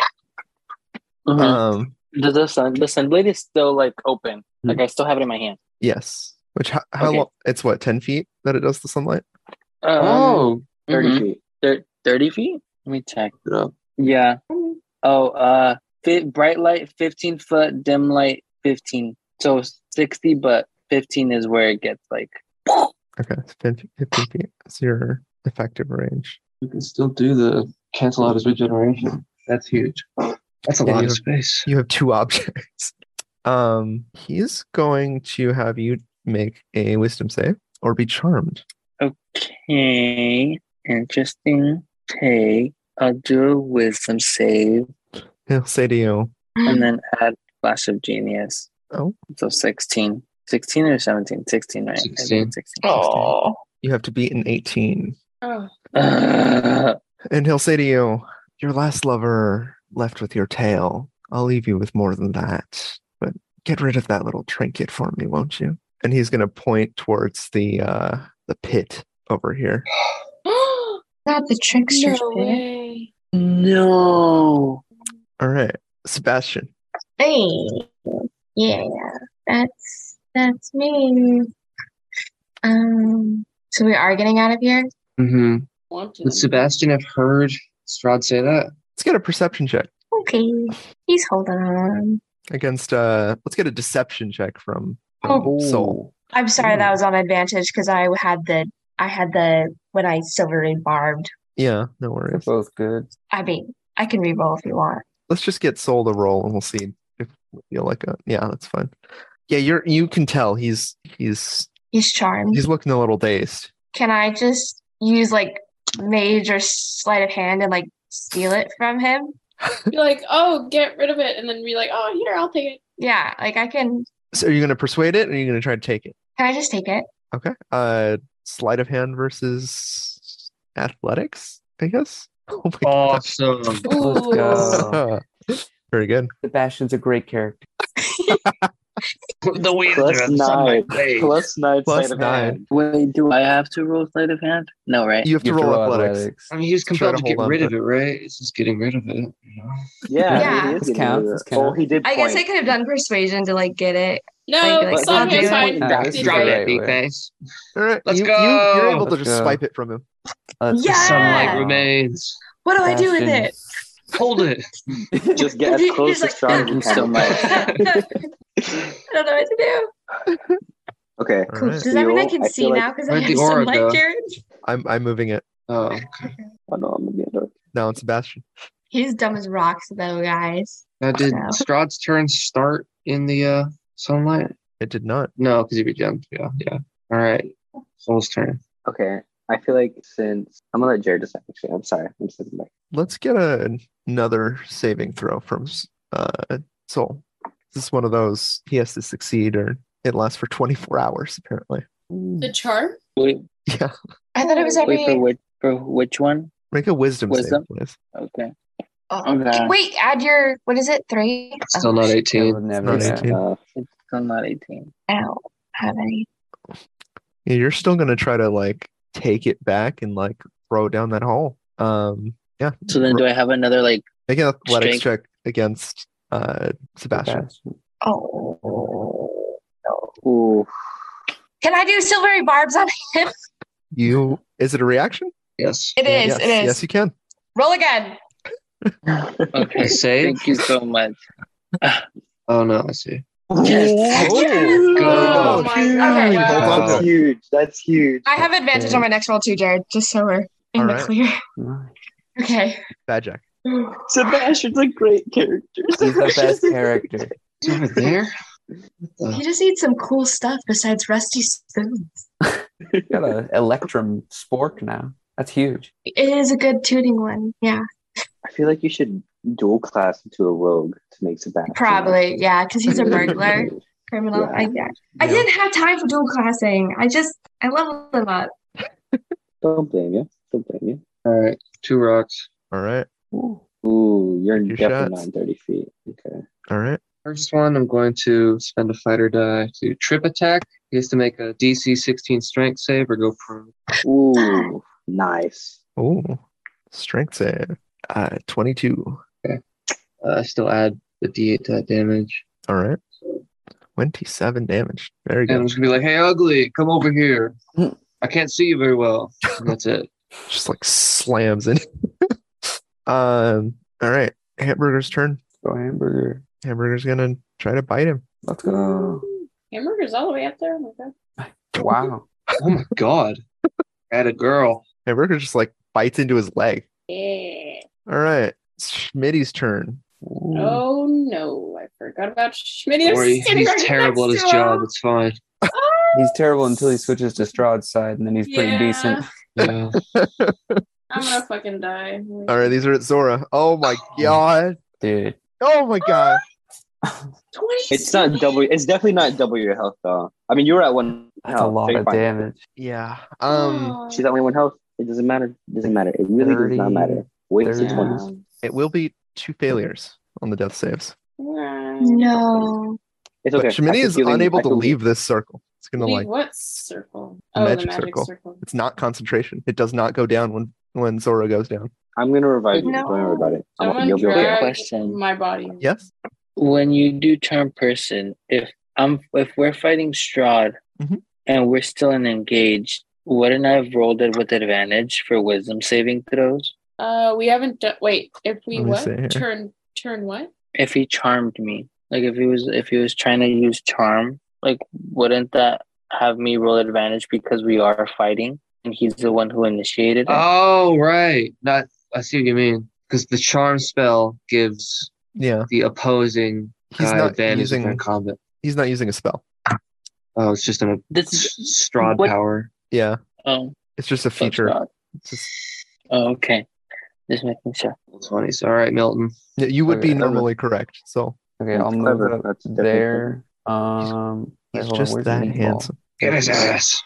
Speaker 3: Uh.
Speaker 1: Um,
Speaker 8: the, the sun the sun blade is still like open.
Speaker 3: Hmm.
Speaker 8: Like I still have it in my hand.
Speaker 1: yes. Which how, how
Speaker 8: Okay.
Speaker 1: long? It's what ten feet that it does the sunlight.
Speaker 8: Um,
Speaker 3: oh,
Speaker 8: 30
Speaker 3: mhm.
Speaker 8: feet. Thir- 30 feet? Let me check.
Speaker 2: it up.
Speaker 8: Yeah. Oh, uh, fi bright light 15 foot, dim light 15. So 60, but 15 is where it gets like.
Speaker 1: Okay, it's 15 15 feet. That's your effective range.
Speaker 12: We can still do the cancel out his regeneration.
Speaker 3: That's huge. That's a
Speaker 1: Yeah, you
Speaker 3: lot of
Speaker 1: have-
Speaker 3: space.
Speaker 1: You have two objects. Um, he's going to have you make a wisdom save or be charmed.
Speaker 8: Okay. Interesting. Okay. I'll do a wisdom save
Speaker 1: He'll say to you,
Speaker 8: and then add flash of genius.
Speaker 1: Oh.
Speaker 8: So 16. 16 or 17? 16, right? I think
Speaker 3: 16.
Speaker 8: 16.
Speaker 1: Oh, you have to beat an 18.
Speaker 11: Oh.
Speaker 8: Uh,
Speaker 1: And he'll say to you, Your last lover left with your tail. I'll leave you with more than that. But get rid of that little trinket for me, won't you? And he's gonna point towards the uh the pit over here.
Speaker 7: Not the trickster's
Speaker 4: no
Speaker 7: pit.
Speaker 4: way.
Speaker 8: no.
Speaker 1: All right, Sebastian.
Speaker 7: Hey, yeah, that's that's me. Um, so we are getting out of here.
Speaker 3: hmm
Speaker 11: Want to.
Speaker 3: Would Sebastian have heard Strahd say that?
Speaker 1: Let's get a perception check
Speaker 7: Okay, he's holding on.
Speaker 1: against uh let's get a deception check from
Speaker 7: Oh,
Speaker 1: Soul.
Speaker 7: I'm sorry,
Speaker 2: Mm.
Speaker 7: that was on advantage because I had the I had the when I silvery barbed.
Speaker 1: Yeah, no
Speaker 6: They're
Speaker 1: worries.
Speaker 6: both good.
Speaker 7: I mean, I can re-roll if you want.
Speaker 1: Let's just get Soul to roll and we'll see if we feel like a yeah, that's fine. Yeah, you're you can tell he's he's
Speaker 7: He's charmed.
Speaker 1: he's looking a little dazed.
Speaker 7: Can I just use like mage or sleight of hand and like steal it from him?
Speaker 4: Be like, oh, get rid of it, and then be like, oh, here, I'll take it.
Speaker 7: Yeah, like I can.
Speaker 1: So are you gonna persuade it or are you gonna try to take it?
Speaker 7: Can I just take it?
Speaker 1: Okay. Uh sleight of hand versus athletics, I guess. Oh my god.
Speaker 3: Awesome.
Speaker 6: Let's
Speaker 4: Ooh.
Speaker 6: go.
Speaker 1: Very good.
Speaker 6: Sebastian's a great character.
Speaker 3: the way
Speaker 2: Plus nine. Plus nine.
Speaker 1: Plus
Speaker 2: sleight of
Speaker 1: nine.
Speaker 2: hand.
Speaker 8: Wait, do I have to roll sleight of hand? No, right?
Speaker 1: You have to
Speaker 6: You
Speaker 1: roll athletics.
Speaker 3: I mean, he was
Speaker 1: Try
Speaker 3: compelled
Speaker 1: to
Speaker 3: to,
Speaker 1: hold
Speaker 3: get
Speaker 1: on
Speaker 3: rid
Speaker 1: to
Speaker 3: of it, right? It's just getting rid of it. You know?
Speaker 2: Yeah,
Speaker 7: Yeah.
Speaker 2: it is
Speaker 6: This
Speaker 2: getting
Speaker 6: counts,
Speaker 2: rid of-
Speaker 6: this counts.
Speaker 2: Oh, he did.
Speaker 7: I guess I
Speaker 2: point.
Speaker 7: could have done persuasion to like get it.
Speaker 4: No,
Speaker 7: Like, like,
Speaker 4: slide
Speaker 7: I'll do
Speaker 4: hand's
Speaker 7: it.
Speaker 4: fine.
Speaker 6: Ah, this
Speaker 4: They
Speaker 6: is
Speaker 4: did
Speaker 6: the
Speaker 4: it.
Speaker 6: right
Speaker 3: big
Speaker 6: way.
Speaker 3: face.
Speaker 1: All right.
Speaker 3: Let's
Speaker 1: you, You,
Speaker 3: go!
Speaker 1: are able to
Speaker 6: Let's
Speaker 1: just
Speaker 6: go.
Speaker 1: swipe it from him.
Speaker 6: Let's
Speaker 3: The
Speaker 7: Yeah.
Speaker 3: sunlight
Speaker 6: go.
Speaker 3: remains.
Speaker 7: What do I do with it?
Speaker 3: Hold it.
Speaker 2: Just get as
Speaker 7: He's
Speaker 2: close
Speaker 7: like-
Speaker 2: to Strahd as you
Speaker 8: Thank you
Speaker 2: can.
Speaker 8: so much.
Speaker 7: I don't know what to do.
Speaker 2: Okay.
Speaker 1: All right.
Speaker 7: Does that mean I
Speaker 2: Seal,
Speaker 7: can
Speaker 2: I
Speaker 7: see
Speaker 2: feel like-
Speaker 7: now because I
Speaker 3: Where'd
Speaker 7: have
Speaker 3: the
Speaker 7: some
Speaker 3: aura
Speaker 7: light
Speaker 3: go?
Speaker 7: Jared?
Speaker 1: I'm I'm moving it
Speaker 3: Oh,
Speaker 2: Oh no, I'm gonna be a dork.
Speaker 1: now. It's Sebastian.
Speaker 7: He's dumb as rocks though, guys.
Speaker 3: now did
Speaker 7: No.
Speaker 3: Strahd's turn start in the uh, sunlight?
Speaker 1: It did not.
Speaker 3: No, because he regened. Yeah, yeah. All right. Soul's turn.
Speaker 2: Okay. I feel like since I'm gonna let Jared decide. Actually, I'm sorry. I'm sitting back.
Speaker 1: Let's get a, another saving throw from uh, Soul. This is one of those he has to succeed, or it lasts for 24 hours. Apparently,
Speaker 4: The charm?
Speaker 8: Wait,
Speaker 1: yeah.
Speaker 7: I thought it was
Speaker 8: wait for
Speaker 7: every.
Speaker 8: which for which one?
Speaker 1: Make a wisdom,
Speaker 8: Wisdom?
Speaker 1: save, please.
Speaker 8: Okay.
Speaker 7: oh,
Speaker 8: Okay.
Speaker 7: Wait, add your what is it? Three?
Speaker 3: Still not
Speaker 6: I
Speaker 3: 18.
Speaker 6: would never
Speaker 1: Not
Speaker 6: do that.
Speaker 1: 18.
Speaker 2: Uh,
Speaker 8: It's still not eighteen.
Speaker 7: I don't have any.
Speaker 1: Yeah, You're still gonna try to like take it back and like throw it down that hole. Um, yeah.
Speaker 8: So then, do I have another like?
Speaker 1: Make an athletics
Speaker 8: Strength?
Speaker 1: check against uh Sebastian.
Speaker 6: Sebastian.
Speaker 7: Oh.
Speaker 2: ooh,
Speaker 7: Can I do silvery barbs on him?
Speaker 1: You is it a reaction?
Speaker 3: Yes.
Speaker 7: It is.
Speaker 1: yes,
Speaker 7: It is.
Speaker 1: yes, you can.
Speaker 7: Roll again.
Speaker 8: Okay.
Speaker 3: Save?
Speaker 8: Thank you so much.
Speaker 3: Oh, no, I see.
Speaker 2: Yes.
Speaker 7: Yes!
Speaker 4: Oh,
Speaker 3: Go.
Speaker 4: my
Speaker 2: Dude,
Speaker 4: god.
Speaker 7: Okay.
Speaker 4: Wow.
Speaker 1: Hold on
Speaker 2: That's
Speaker 1: to it.
Speaker 2: huge. That's huge.
Speaker 7: I have advantage on my next roll too, Jared. Just so we're in
Speaker 1: All
Speaker 7: the
Speaker 1: right.
Speaker 7: clear.
Speaker 6: Nice.
Speaker 7: Okay.
Speaker 1: Bad Jack.
Speaker 2: Sebastian's a great character.
Speaker 6: He's the best character.
Speaker 3: It's over there? What
Speaker 7: He
Speaker 3: the?
Speaker 7: just needs some cool stuff besides rusty spoons.
Speaker 6: Got an Electrum spork now. That's huge.
Speaker 7: It is a good tuning one. Yeah.
Speaker 2: I feel like you should dual class into a rogue to make Sebastian.
Speaker 7: Probably. Yeah. Because he's a burglar, criminal. I, yeah. I
Speaker 1: Yeah.
Speaker 7: didn't have time for dual classing. I just, I leveled him up.
Speaker 2: Don't blame you. Don't blame
Speaker 3: All right. Two rocks.
Speaker 1: All right.
Speaker 6: Ooh.
Speaker 2: you. Ooh, you're
Speaker 1: Your
Speaker 2: definitely
Speaker 1: shots.
Speaker 2: not 30 feet. Okay.
Speaker 1: All right.
Speaker 3: First one, I'm going to spend a fighter die to trip attack. He has to make a DC 16 strength save or go prone.
Speaker 2: Ooh, nice.
Speaker 1: Oh, strength save. Uh, 22.
Speaker 3: Uh, I still add the D8 to that damage.
Speaker 1: All right. 27 damage. Very
Speaker 3: And I'm
Speaker 1: good.
Speaker 3: just going to be like, hey, ugly, come over here. I can't see you very well. And that's it.
Speaker 1: Just like slams in. Um, all right, hamburger's turn.
Speaker 6: Go hamburger.
Speaker 1: Hamburger's gonna try to bite him.
Speaker 6: Let's go.
Speaker 4: Hamburger's all the way up there. Oh my god.
Speaker 6: Wow.
Speaker 3: Oh my god. At a girl.
Speaker 1: Hamburger just like bites into his leg.
Speaker 4: Yeah.
Speaker 1: All right, it's Schmitty's turn.
Speaker 6: Ooh.
Speaker 4: Oh no, I forgot about Schmidt.
Speaker 3: Or he- he's terrible at his job. It's fine.
Speaker 4: Oh.
Speaker 6: He's terrible until he switches to Strahd's side, and then he's pretty
Speaker 4: Yeah.
Speaker 6: decent.
Speaker 3: Yeah.
Speaker 4: I'm gonna fucking die.
Speaker 1: All right, these are at Zora. Oh my god.
Speaker 6: Dude,
Speaker 1: Oh my god.
Speaker 4: Twenty.
Speaker 2: It's not double. It's definitely not double your health though. I mean, you were at one.
Speaker 6: that's a
Speaker 2: health, so
Speaker 6: lot
Speaker 2: you're
Speaker 6: of
Speaker 2: fine.
Speaker 6: damage.
Speaker 1: Yeah. Um.
Speaker 4: Oh.
Speaker 2: She's at only one health. It doesn't matter. It doesn't matter. It really does not
Speaker 6: 30,
Speaker 2: matter. Wait till
Speaker 6: Yeah.
Speaker 2: 20s.
Speaker 1: It will be two failures on the death saves.
Speaker 4: Right.
Speaker 7: No.
Speaker 2: It's
Speaker 1: But
Speaker 2: okay. I
Speaker 1: Shemini
Speaker 2: feel
Speaker 1: is
Speaker 2: healing-
Speaker 1: unable
Speaker 2: I
Speaker 1: to
Speaker 2: feel healing.
Speaker 1: leave this circle. It's gonna
Speaker 4: Leave
Speaker 1: like
Speaker 4: what circle? Oh,
Speaker 1: Magic
Speaker 4: the magic
Speaker 1: circle.
Speaker 4: circle.
Speaker 1: it's not concentration. It does not go down when when Zora goes down.
Speaker 2: I'm gonna revive you.
Speaker 7: No.
Speaker 2: Don't worry about it. I'm,
Speaker 4: Someone
Speaker 2: you'll be okay.
Speaker 8: Quick
Speaker 4: drag
Speaker 8: question.
Speaker 4: my body.
Speaker 1: Yes.
Speaker 8: when you do charm person, if I'm if we're fighting Strahd
Speaker 1: Mhm.
Speaker 8: and we're still in engaged, wouldn't I have rolled it with advantage for wisdom saving throws?
Speaker 4: Uh, we haven't done. Wait, if we
Speaker 1: Let me
Speaker 4: what
Speaker 1: see here.
Speaker 4: turn turn what?
Speaker 8: If he charmed me, like if he was if he was trying to use charm, like wouldn't that have me roll advantage because we are fighting and he's the one who initiated
Speaker 1: Uh,
Speaker 8: it?
Speaker 3: Oh right. Not I see what you mean. Because the charm spell gives
Speaker 1: Yeah.
Speaker 3: the opposing
Speaker 1: He's
Speaker 3: guy
Speaker 1: not
Speaker 3: advantage
Speaker 1: using-
Speaker 3: if they're in combat.
Speaker 1: He's not using a spell.
Speaker 3: Oh, it's just an
Speaker 8: this
Speaker 3: s-
Speaker 8: is
Speaker 3: Strahd
Speaker 8: what-
Speaker 3: power.
Speaker 1: Yeah.
Speaker 8: oh
Speaker 1: It's just a
Speaker 8: that's
Speaker 1: feature.
Speaker 8: not-
Speaker 1: It's just-
Speaker 8: oh, okay. Just making sure.
Speaker 3: Twenties. All right, Milton.
Speaker 1: yeah, you would be
Speaker 6: Okay.
Speaker 1: normally correct. So
Speaker 6: Okay,
Speaker 2: That's
Speaker 6: I'll move
Speaker 2: clever.
Speaker 6: up
Speaker 2: That's definitely
Speaker 6: there. Um, wait,
Speaker 1: he's
Speaker 6: hold on,
Speaker 1: just
Speaker 6: where's the
Speaker 1: that
Speaker 6: meatball?
Speaker 1: handsome.
Speaker 3: Get his ass.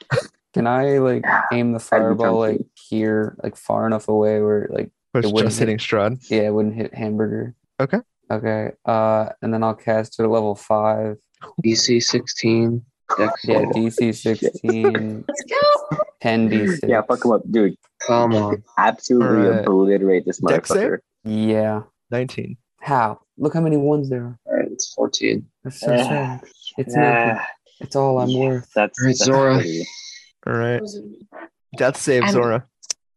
Speaker 6: Can I like aim the fireball
Speaker 2: jumping.
Speaker 6: like here, like far enough away where like
Speaker 1: But
Speaker 6: It
Speaker 1: it's
Speaker 6: wouldn't
Speaker 1: just
Speaker 6: hit.
Speaker 1: hitting Strahd.
Speaker 6: yeah, it wouldn't hit hamburger.
Speaker 1: Okay.
Speaker 6: Okay. Uh, and then I'll cast it at level five.
Speaker 3: DC sixteen. Dex
Speaker 6: Yeah,
Speaker 3: yeah,
Speaker 6: DC 16,
Speaker 7: Let's go.
Speaker 6: 10 D6.
Speaker 2: Yeah, fuck him up, dude.
Speaker 3: Come on.
Speaker 2: Absolutely
Speaker 1: Alright.
Speaker 2: obliterate this
Speaker 1: Dex save?
Speaker 2: motherfucker.
Speaker 6: Yeah.
Speaker 1: Nineteen.
Speaker 6: How? Look how many ones there are.
Speaker 3: All right, it's fourteen.
Speaker 6: That's so
Speaker 2: Eh,
Speaker 6: sad. It's nothing.
Speaker 2: nah,
Speaker 6: It's all I'm worth.
Speaker 2: that's,
Speaker 3: All right,
Speaker 2: that's
Speaker 3: Zora.
Speaker 2: pretty.
Speaker 1: All right.
Speaker 4: Was it-
Speaker 1: Death save
Speaker 7: I'm-
Speaker 1: Zora.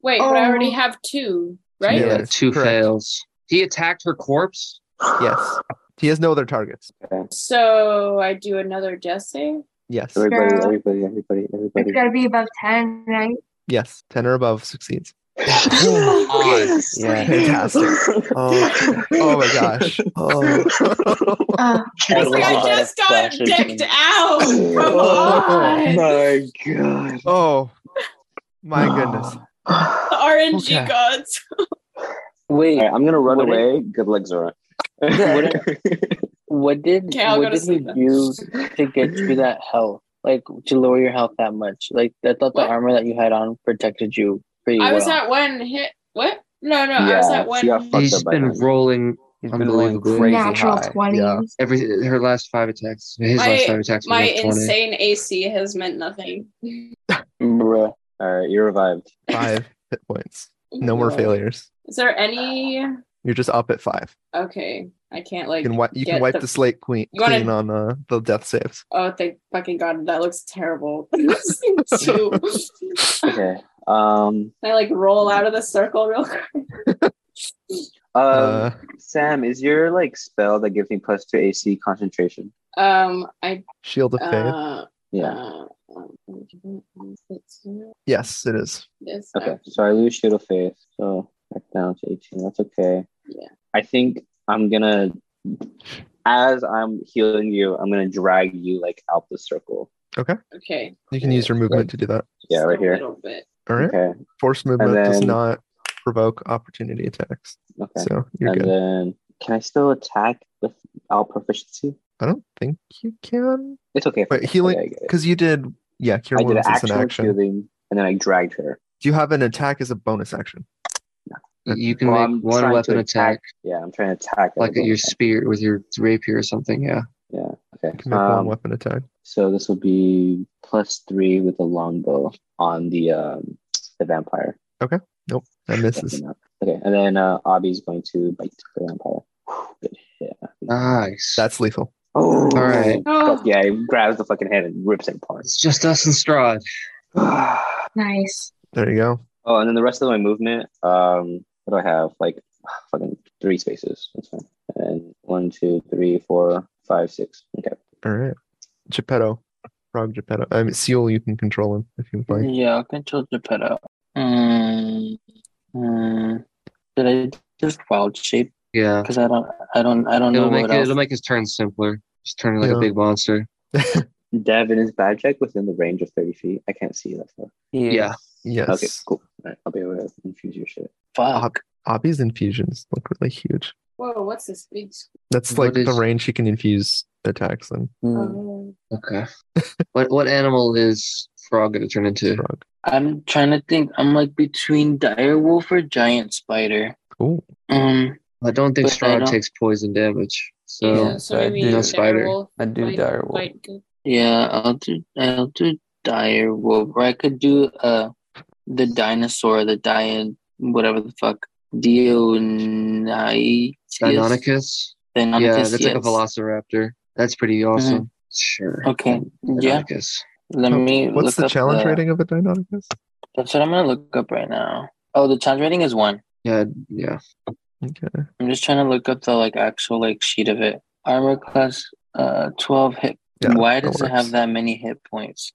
Speaker 4: Wait, but I already
Speaker 7: Oh.
Speaker 4: have two, right?
Speaker 1: Yeah.
Speaker 3: Yeah,
Speaker 1: that's
Speaker 3: two
Speaker 1: correct.
Speaker 3: fails. He attacked her corpse.
Speaker 1: Yes. He has no other targets.
Speaker 4: So I do another death save.
Speaker 1: Yes.
Speaker 2: Everybody,
Speaker 7: Girl.
Speaker 2: everybody, everybody,
Speaker 7: It's
Speaker 2: everybody.
Speaker 7: got to be above 10, right?
Speaker 1: Yes. Ten or above succeeds.
Speaker 6: Oh my god. Yeah.
Speaker 1: Fantastic. Oh, oh my gosh.
Speaker 6: Oh,
Speaker 7: Oh,
Speaker 4: This
Speaker 2: Well,
Speaker 4: guy
Speaker 2: uh,
Speaker 4: just got
Speaker 2: flashes
Speaker 4: decked
Speaker 2: and-
Speaker 4: out. Come
Speaker 2: Oh
Speaker 4: on,
Speaker 2: my god.
Speaker 1: Oh
Speaker 2: Ah.
Speaker 1: my goodness.
Speaker 4: the RNG
Speaker 1: Okay.
Speaker 4: gods.
Speaker 8: Wait,
Speaker 2: Alright, I'm gonna run
Speaker 8: What
Speaker 2: away. Good luck, Zora.
Speaker 8: what did
Speaker 4: Okay, I'll go to
Speaker 8: what did we
Speaker 4: sleep then.
Speaker 8: do to get to that health? Like to lower your health that much? Like I thought the
Speaker 4: What?
Speaker 8: armor that you had on protected you pretty
Speaker 4: I
Speaker 8: well.
Speaker 4: was at one hit. What? No, no, I was
Speaker 2: Yeah,
Speaker 4: at one.
Speaker 2: she got fucked
Speaker 4: hit.
Speaker 3: He's
Speaker 2: up by
Speaker 3: been
Speaker 2: him.
Speaker 3: rolling
Speaker 6: he's been rolling
Speaker 3: Unbelievably.
Speaker 6: crazy
Speaker 7: natural
Speaker 6: high.
Speaker 7: 20s.
Speaker 1: Yeah.
Speaker 3: every her last five attacks. His
Speaker 4: My-
Speaker 3: last five attacks. were
Speaker 4: My
Speaker 3: like 20.
Speaker 4: insane AC has meant nothing.
Speaker 2: Bruh. Alright, you're revived.
Speaker 1: Five hit points. No more
Speaker 4: Whoa.
Speaker 1: failures.
Speaker 4: Is there any?
Speaker 1: You're just up at five.
Speaker 4: Okay, I can't like.
Speaker 1: You can wipe. You can
Speaker 4: get
Speaker 1: wipe
Speaker 4: the-
Speaker 1: the slate clean,
Speaker 4: You wanna-
Speaker 1: clean on uh, the death saves.
Speaker 4: Oh, thank fucking god, that looks terrible. Two.
Speaker 2: Okay. Um
Speaker 4: I like roll out of the circle real quick.
Speaker 2: um
Speaker 1: Uh,
Speaker 2: Sam, is your like spell that gives me plus two AC concentration?
Speaker 4: Um, I
Speaker 1: shield of faith.
Speaker 4: uh,
Speaker 2: Yeah.
Speaker 4: uh, um,
Speaker 1: yes, it is.
Speaker 4: this
Speaker 2: Okay. So I lose shield of faith. So back down to 18. That's okay.
Speaker 4: Yeah.
Speaker 2: I think I'm gonna as I'm healing you, I'm gonna drag you like out the circle.
Speaker 4: okay.
Speaker 1: You can use your movement to do that.
Speaker 4: Just
Speaker 2: Yeah, right
Speaker 4: a
Speaker 2: here.
Speaker 4: Little bit.
Speaker 1: All right.
Speaker 2: Okay.
Speaker 1: Force movement does
Speaker 2: then-
Speaker 1: not provoke opportunity attacks,
Speaker 2: Okay.
Speaker 1: so you're
Speaker 2: and
Speaker 1: good.
Speaker 2: then can I still attack without proficiency?
Speaker 1: I don't think you can,
Speaker 2: It's okay. if
Speaker 1: but
Speaker 2: I don't. Okay, I
Speaker 1: healing
Speaker 2: get it.
Speaker 1: because you did. Yeah, cure
Speaker 2: I did
Speaker 1: wounds is an
Speaker 2: actual
Speaker 1: action.
Speaker 2: healing, and then I dragged her.
Speaker 1: Do you have an attack as a bonus action?
Speaker 3: You can
Speaker 2: Well,
Speaker 3: make
Speaker 2: I'm trying
Speaker 3: one
Speaker 2: to
Speaker 3: weapon attack,
Speaker 2: Yeah, I'm trying to attack.
Speaker 3: like at your spear with your rapier or something. Yeah.
Speaker 2: Okay.
Speaker 1: You can make one
Speaker 2: Um,
Speaker 1: weapon attack.
Speaker 2: so this will be plus three with a longbow on the um, the vampire.
Speaker 1: That misses.
Speaker 2: Okay, and then uh, Abby's going to bite the vampire. Whew, Good hit.
Speaker 3: Nice.
Speaker 1: That's lethal.
Speaker 2: Oh,
Speaker 3: All right.
Speaker 4: Oh,
Speaker 2: yeah, he grabs the fucking head and rips it apart.
Speaker 3: It's just us and Strahd.
Speaker 2: oh,
Speaker 7: Nice.
Speaker 1: There you go.
Speaker 2: and then the rest of my movement. Um, what do I have? Like fucking three spaces. That's fine. And one, two, three, four, five, six. Okay.
Speaker 1: All right. Geppetto. Frog Geppetto. I mean, Seal, you can control him if you would like.
Speaker 8: Yeah, I'll control Geppetto. Mm, mm, did I just wild shape?
Speaker 3: Yeah.
Speaker 8: Because I don't, I don't, I don't
Speaker 3: It'll
Speaker 8: know
Speaker 3: make
Speaker 8: what
Speaker 3: it,
Speaker 8: else.
Speaker 3: it'll make his turn simpler. Just turn it like
Speaker 1: Yeah.
Speaker 3: a big monster.
Speaker 2: Devin is bad check within the range of 30 feet. I can't see that far.
Speaker 3: Yeah.
Speaker 1: Yes.
Speaker 2: Okay, cool. All right, I'll be able to infuse your shit.
Speaker 8: Fuck.
Speaker 1: Abby's infusions look really huge.
Speaker 11: Whoa, what's this big? sc-
Speaker 1: That's like
Speaker 3: What
Speaker 1: the
Speaker 3: is-
Speaker 1: range he can infuse attacks in.
Speaker 6: Hmm.
Speaker 3: Hmm.
Speaker 11: Oh,
Speaker 3: Okay. what what animal is frog gonna turn into?
Speaker 1: Frog.
Speaker 8: I'm trying to think. I'm like between dire wolf or giant spider.
Speaker 1: Ooh.
Speaker 8: Um,
Speaker 3: I don't think
Speaker 8: But I
Speaker 3: frog
Speaker 8: don't-
Speaker 3: takes poison damage. So
Speaker 6: Yeah,
Speaker 11: so
Speaker 6: I
Speaker 11: maybe
Speaker 6: do-
Speaker 11: dire
Speaker 3: spider.
Speaker 11: wolf
Speaker 6: I do
Speaker 11: might-
Speaker 6: dire wolf.
Speaker 11: might go-
Speaker 8: yeah, I'll do. I'll do dire wolf, or I could do uh the dinosaur, the dian, whatever the fuck, Dionysius.
Speaker 3: Deinonychus.
Speaker 8: Deinonychus,
Speaker 3: yeah, that's like a
Speaker 8: yes.
Speaker 3: velociraptor. That's pretty awesome. Sure.
Speaker 8: Okay, yeah.
Speaker 3: Deinonychus.
Speaker 8: Let
Speaker 1: Oh,
Speaker 8: me.
Speaker 1: What's
Speaker 8: look
Speaker 1: the
Speaker 8: up
Speaker 1: challenge rating of a Deinonychus?
Speaker 8: That's what I'm gonna look up right now. Oh, the challenge rating is one.
Speaker 3: Yeah, yeah.
Speaker 1: Okay.
Speaker 8: I'm just trying to look up the like actual like sheet of it. Armor class uh twelve hit.
Speaker 1: Yeah,
Speaker 8: Why
Speaker 1: that
Speaker 8: does it
Speaker 1: works.
Speaker 8: have that many hit points?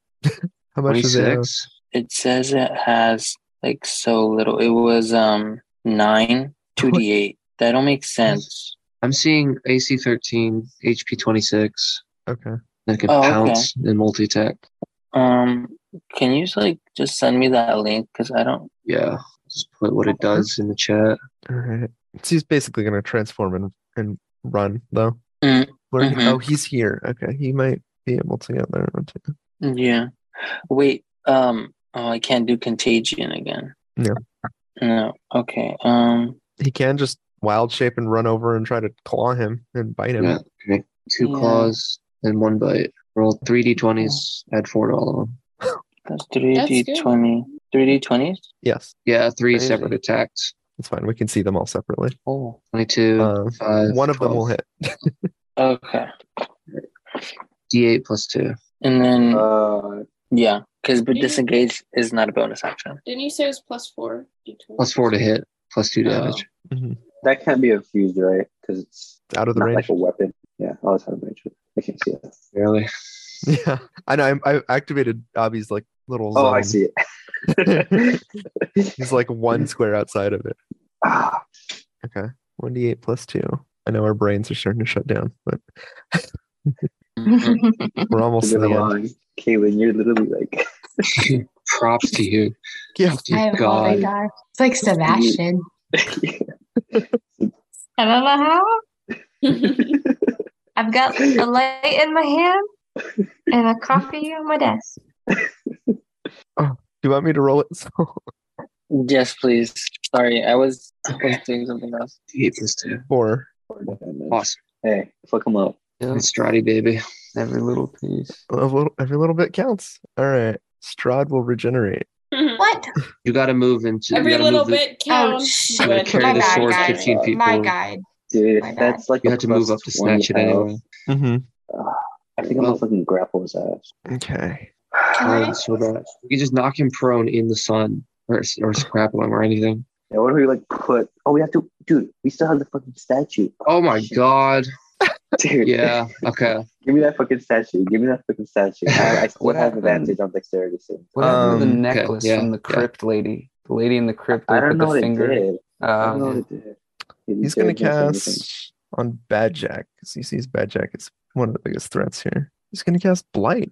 Speaker 1: How much
Speaker 3: Twenty
Speaker 1: is it? have?
Speaker 3: six.
Speaker 8: It says it has like so little. It was um nine two d eight. That don't make sense.
Speaker 3: I'm seeing AC thirteen, HP twenty six.
Speaker 1: Okay.
Speaker 3: That can
Speaker 8: Oh, okay.
Speaker 3: pounce and multi attack.
Speaker 8: Um, can you like just send me that link? Cause I don't.
Speaker 3: Yeah. Just put what it does in the chat.
Speaker 1: All right. So he's basically going to transform and, and run, though.
Speaker 8: Mm,
Speaker 1: Where,
Speaker 8: mhm.
Speaker 1: Oh, he's here. Okay. He might be able to get there. too.
Speaker 8: Yeah. Wait. Um. Oh, I can't do contagion again.
Speaker 1: No.
Speaker 8: No. Okay. Um.
Speaker 1: He can just wild shape and run over and try to claw him and bite him.
Speaker 3: Yeah. Make two
Speaker 8: Yeah.
Speaker 3: claws and one bite. Roll three D twenties, add four to all of them.
Speaker 8: That's three D
Speaker 11: good.
Speaker 8: twenty. Three D twenties.
Speaker 1: Yes.
Speaker 3: Yeah, three
Speaker 6: Crazy.
Speaker 3: separate attacks.
Speaker 1: That's fine. We can see them all separately.
Speaker 6: Oh,
Speaker 3: Twenty two,
Speaker 1: Uh,
Speaker 3: five,
Speaker 1: One of them will
Speaker 3: 12.
Speaker 1: hit.
Speaker 8: Okay.
Speaker 3: D eight plus two.
Speaker 8: And then
Speaker 2: Uh,
Speaker 8: yeah, because but
Speaker 11: Yeah.
Speaker 8: disengage is not a bonus action.
Speaker 11: Didn't you say it was plus four? D20?
Speaker 3: Plus four to hit, plus two damage.
Speaker 1: Mhm.
Speaker 2: that can't be infused, right? Because it's
Speaker 1: Out of the
Speaker 2: not
Speaker 1: range.
Speaker 2: like a weapon. Yeah, oh, it's out of range. I can't see it.
Speaker 3: Barely.
Speaker 1: Yeah, I know. I, I activated Abby's like little
Speaker 2: Oh,
Speaker 1: zone.
Speaker 2: I see it.
Speaker 1: He's like one square outside of it.
Speaker 2: ah,
Speaker 1: Okay, one d eight plus two. I know our brains are starting to shut down, but
Speaker 7: Mm-hmm.
Speaker 3: Mm-hmm.
Speaker 1: we're almost to
Speaker 2: you're
Speaker 1: the end.
Speaker 2: lying. Kaylin, you're literally like,
Speaker 3: Props to you.
Speaker 1: Yeah.
Speaker 7: I
Speaker 3: Dear
Speaker 7: have already
Speaker 3: God.
Speaker 7: died. It's like Sebastian. I don't know how. I've got a light in my hand and a coffee on my desk.
Speaker 1: Do you want me to roll it? So
Speaker 8: Yes, please. Sorry, I was I was
Speaker 3: Okay.
Speaker 8: doing something else.
Speaker 3: D eight plus two.
Speaker 1: four.
Speaker 3: Awesome.
Speaker 2: hey, fuck him up.
Speaker 6: yeah,
Speaker 3: It's Strati, baby.
Speaker 6: every little piece.
Speaker 1: A little, every little bit counts. All right. Strahd will regenerate.
Speaker 7: What?
Speaker 3: You gotta move into
Speaker 4: Every
Speaker 3: you gotta
Speaker 4: little
Speaker 3: move the-
Speaker 4: bit
Speaker 7: Oh,
Speaker 4: counts.
Speaker 7: shit.
Speaker 3: You gotta
Speaker 4: but-
Speaker 3: carry
Speaker 7: My
Speaker 3: the
Speaker 7: bad,
Speaker 3: sword
Speaker 7: guys.
Speaker 3: 15 feet
Speaker 7: My
Speaker 3: forward.
Speaker 7: guide.
Speaker 2: Dude,
Speaker 7: My
Speaker 2: if that's like
Speaker 3: You
Speaker 2: a
Speaker 3: had to move
Speaker 2: plus
Speaker 3: up
Speaker 2: 20
Speaker 3: to snatch it
Speaker 2: health,
Speaker 3: anyway.
Speaker 1: Mm-hmm.
Speaker 2: I think I'm
Speaker 3: Well-
Speaker 2: gonna fucking grapple his ass.
Speaker 1: Okay.
Speaker 7: Can
Speaker 3: Oh,
Speaker 7: I?
Speaker 3: that's so bad. You can just knock him prone in the sun or or scrapple him or anything.
Speaker 2: Yeah, what if we like put? Oh, we have to, dude. We still have the fucking statue.
Speaker 3: Oh my
Speaker 2: shit.
Speaker 3: god.
Speaker 2: dude.
Speaker 3: Yeah. Okay.
Speaker 2: Give me that fucking statue. Give me that fucking statue. I, I still
Speaker 6: What
Speaker 2: have
Speaker 6: happened?
Speaker 2: advantage on dexterity save.
Speaker 6: What happened to
Speaker 1: Um,
Speaker 6: the
Speaker 1: okay,
Speaker 6: necklace
Speaker 3: yeah,
Speaker 6: from the
Speaker 3: yeah.
Speaker 6: crypt lady? The lady in the crypt
Speaker 2: I
Speaker 6: with
Speaker 2: don't
Speaker 6: the
Speaker 2: know what
Speaker 6: finger.
Speaker 2: it did. I don't know
Speaker 6: Um,
Speaker 2: what it did. It
Speaker 1: He's gonna
Speaker 2: didn't miss anything.
Speaker 1: cast on Bad Jack because he sees Bad Jack is one of the biggest threats here. He's gonna cast Blight.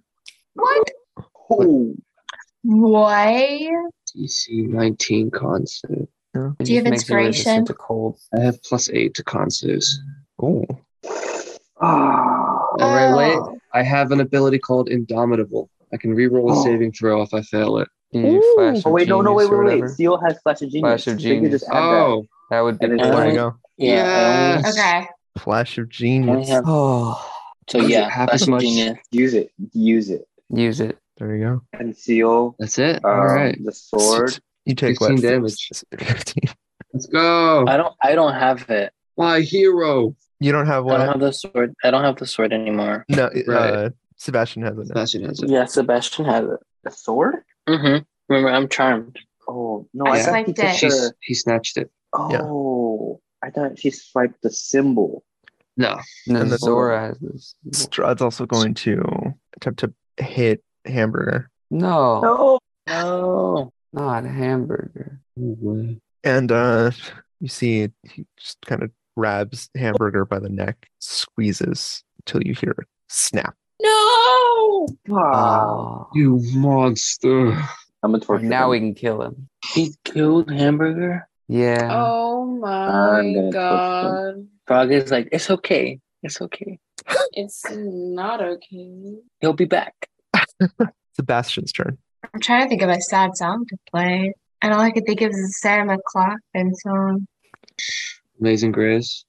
Speaker 7: What?
Speaker 2: Oh,
Speaker 7: Why?
Speaker 3: DC 19 con save.
Speaker 6: it
Speaker 7: Do you
Speaker 6: just
Speaker 7: have
Speaker 6: makes me resistant
Speaker 7: inspiration?
Speaker 6: to cold.
Speaker 3: I have plus eight to con saves.
Speaker 1: Oh,
Speaker 2: ah,
Speaker 3: All right, wait.
Speaker 7: Oh.
Speaker 3: I have an ability called Indomitable. I can reroll a saving throw if I fail it. Mm,
Speaker 6: Do you flash of
Speaker 2: oh wait, no, no, wait,
Speaker 6: genius or
Speaker 2: wait, wait.
Speaker 6: whatever?
Speaker 2: Seal has flash of genius.
Speaker 6: Flash of
Speaker 2: So you can
Speaker 6: genius.
Speaker 2: just add that.
Speaker 3: Oh,
Speaker 6: That would be
Speaker 2: And it's
Speaker 1: there
Speaker 6: cool.
Speaker 1: you
Speaker 8: like-
Speaker 1: go.
Speaker 8: Yeah. I only-
Speaker 3: Yes.
Speaker 7: Uh, Okay.
Speaker 1: Flash of
Speaker 8: I only
Speaker 1: genius.
Speaker 8: have,
Speaker 6: Oh,
Speaker 8: so
Speaker 3: Does it
Speaker 8: yeah,
Speaker 3: have
Speaker 8: flash
Speaker 3: as
Speaker 8: of
Speaker 3: much-
Speaker 8: genius.
Speaker 2: Use it. Use it.
Speaker 6: use it.
Speaker 1: There you go.
Speaker 2: And seal
Speaker 3: that's it.
Speaker 2: um,
Speaker 3: All right.
Speaker 2: the sword.
Speaker 1: You take
Speaker 3: 15
Speaker 1: what?
Speaker 3: damage.
Speaker 1: Six- 15.
Speaker 3: Let's go.
Speaker 8: I don't. I don't have it.
Speaker 3: My hero.
Speaker 1: You don't have
Speaker 8: I don't
Speaker 1: what?
Speaker 8: have the sword. I don't have the sword anymore.
Speaker 1: No, uh,
Speaker 3: Right.
Speaker 1: Sebastian has it. now.
Speaker 3: Sebastian has it.
Speaker 8: Yeah, Sebastian has it.
Speaker 2: The sword?
Speaker 8: Mm-hmm. Remember, I'm charmed.
Speaker 2: Oh no,
Speaker 7: I
Speaker 2: I, got
Speaker 7: swiped
Speaker 2: to get
Speaker 7: it.
Speaker 3: She's,
Speaker 2: the.
Speaker 3: he snatched it.
Speaker 2: Oh, I thought she swiped the symbol.
Speaker 3: No.
Speaker 6: No,
Speaker 1: And then-
Speaker 6: Zora has this.
Speaker 1: Strahd's also going to attempt to hit Hamburger.
Speaker 6: No,
Speaker 2: No. No.
Speaker 6: not hamburger.
Speaker 1: And uh, you see, he just kind of grabs Hamburger by the neck, squeezes till you hear a snap.
Speaker 4: No!
Speaker 2: Ah.
Speaker 6: Oh.
Speaker 3: You monster.
Speaker 2: I'm a torture.
Speaker 6: now
Speaker 2: him.
Speaker 6: we can kill him.
Speaker 8: He killed Hamburger.
Speaker 6: Yeah.
Speaker 11: Oh
Speaker 2: I'm
Speaker 11: my
Speaker 2: gonna
Speaker 11: god.
Speaker 2: torture
Speaker 8: Frog is like, it's okay. It's okay.
Speaker 11: It's not okay.
Speaker 8: He'll be back.
Speaker 1: Sebastian's turn.
Speaker 7: I'm trying to think of a sad song to play, and all I could think of is a Sarah McLaughlin song.
Speaker 3: Amazing Grace.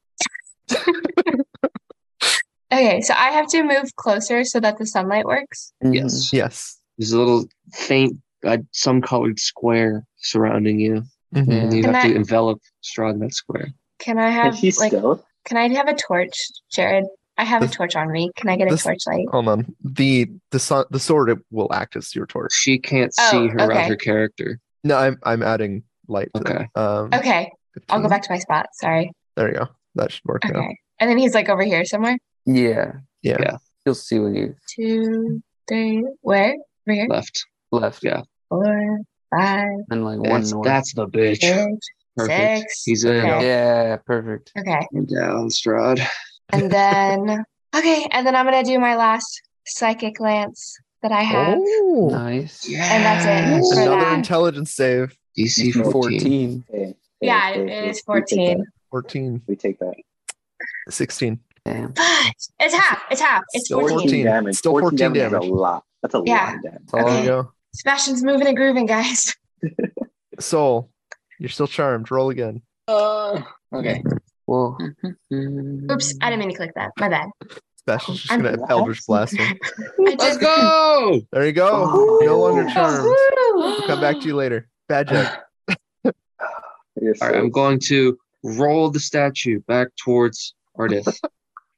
Speaker 7: Okay, so I have to move closer so that the sunlight works.
Speaker 3: Oh, Yes.
Speaker 1: Yes.
Speaker 3: There's a little faint, uh, some colored square surrounding you,
Speaker 1: Mhm.
Speaker 3: and you
Speaker 7: Can
Speaker 3: have
Speaker 7: I-
Speaker 3: to envelop Strahd in that square.
Speaker 7: Can I
Speaker 2: Is
Speaker 7: have
Speaker 2: she
Speaker 7: like?
Speaker 2: stealth?
Speaker 7: Can I have a torch, Jared? I have a
Speaker 1: This-
Speaker 7: torch on me. Can I get a
Speaker 1: this-
Speaker 7: torch light?
Speaker 1: Hold on. The the so- the sword it will act as your torch.
Speaker 3: She can't
Speaker 7: Oh,
Speaker 3: see her around
Speaker 7: okay.
Speaker 3: her character.
Speaker 1: No, I'm I'm adding light to
Speaker 3: Okay.
Speaker 1: that. Um,
Speaker 7: Okay, I'll go
Speaker 1: 15.
Speaker 7: back to my spot. Sorry.
Speaker 1: There you go. That should work
Speaker 7: Okay.
Speaker 1: now.
Speaker 7: And then he's like over here somewhere.
Speaker 6: Mm-hmm. Yeah.
Speaker 1: Yeah.
Speaker 3: Yeah.
Speaker 6: You'll see when you
Speaker 7: Two, three, where? Over here.
Speaker 3: Left.
Speaker 6: left.
Speaker 3: Yeah.
Speaker 7: Four, five,
Speaker 6: And like one
Speaker 3: That's,
Speaker 6: north.
Speaker 3: that's the bitch.
Speaker 7: six.
Speaker 3: Perfect.
Speaker 7: six.
Speaker 3: He's in.
Speaker 7: Okay.
Speaker 6: Yeah, perfect.
Speaker 7: Okay.
Speaker 3: You're down, Strahd.
Speaker 7: And then okay, and then I'm gonna do my last psychic lance that I have.
Speaker 1: Oh,
Speaker 6: Nice.
Speaker 7: And that's it
Speaker 3: Yes.
Speaker 7: for
Speaker 1: another
Speaker 7: that.
Speaker 1: intelligence save.
Speaker 3: DC 14.
Speaker 6: 14.
Speaker 2: Hey, hey,
Speaker 7: Yeah,
Speaker 2: hey,
Speaker 7: it-
Speaker 2: hey,
Speaker 7: it is
Speaker 2: we take
Speaker 7: 14.
Speaker 2: that.
Speaker 1: 14,
Speaker 2: We take that.
Speaker 1: 16.
Speaker 6: Damn.
Speaker 7: But it's half. It's half. It's
Speaker 1: Still
Speaker 7: 14.
Speaker 1: 14.
Speaker 2: damage.
Speaker 1: Still 14
Speaker 2: is
Speaker 1: damage.
Speaker 2: a lot. That's a
Speaker 7: Yeah.
Speaker 2: lot of damage.
Speaker 6: That's all.
Speaker 1: There you
Speaker 7: Okay.
Speaker 1: go.
Speaker 7: Sebastian's moving and grooving, guys.
Speaker 1: Soul, you're still charmed. Roll again.
Speaker 8: Uh, okay.
Speaker 6: Whoa.
Speaker 7: Oops, I didn't mean to click that. My bad.
Speaker 1: Sebastian's just
Speaker 7: I'm-
Speaker 1: going to Eldritch Blast him.
Speaker 7: I
Speaker 3: Let's
Speaker 7: did.
Speaker 3: go!
Speaker 1: There you go.
Speaker 6: Oh.
Speaker 1: No longer
Speaker 6: Ooh.
Speaker 1: charmed. We'll come back to you later. Bad Jack.
Speaker 2: You're
Speaker 3: All right, I'm
Speaker 2: so-
Speaker 3: going to roll the statue back towards Ardith.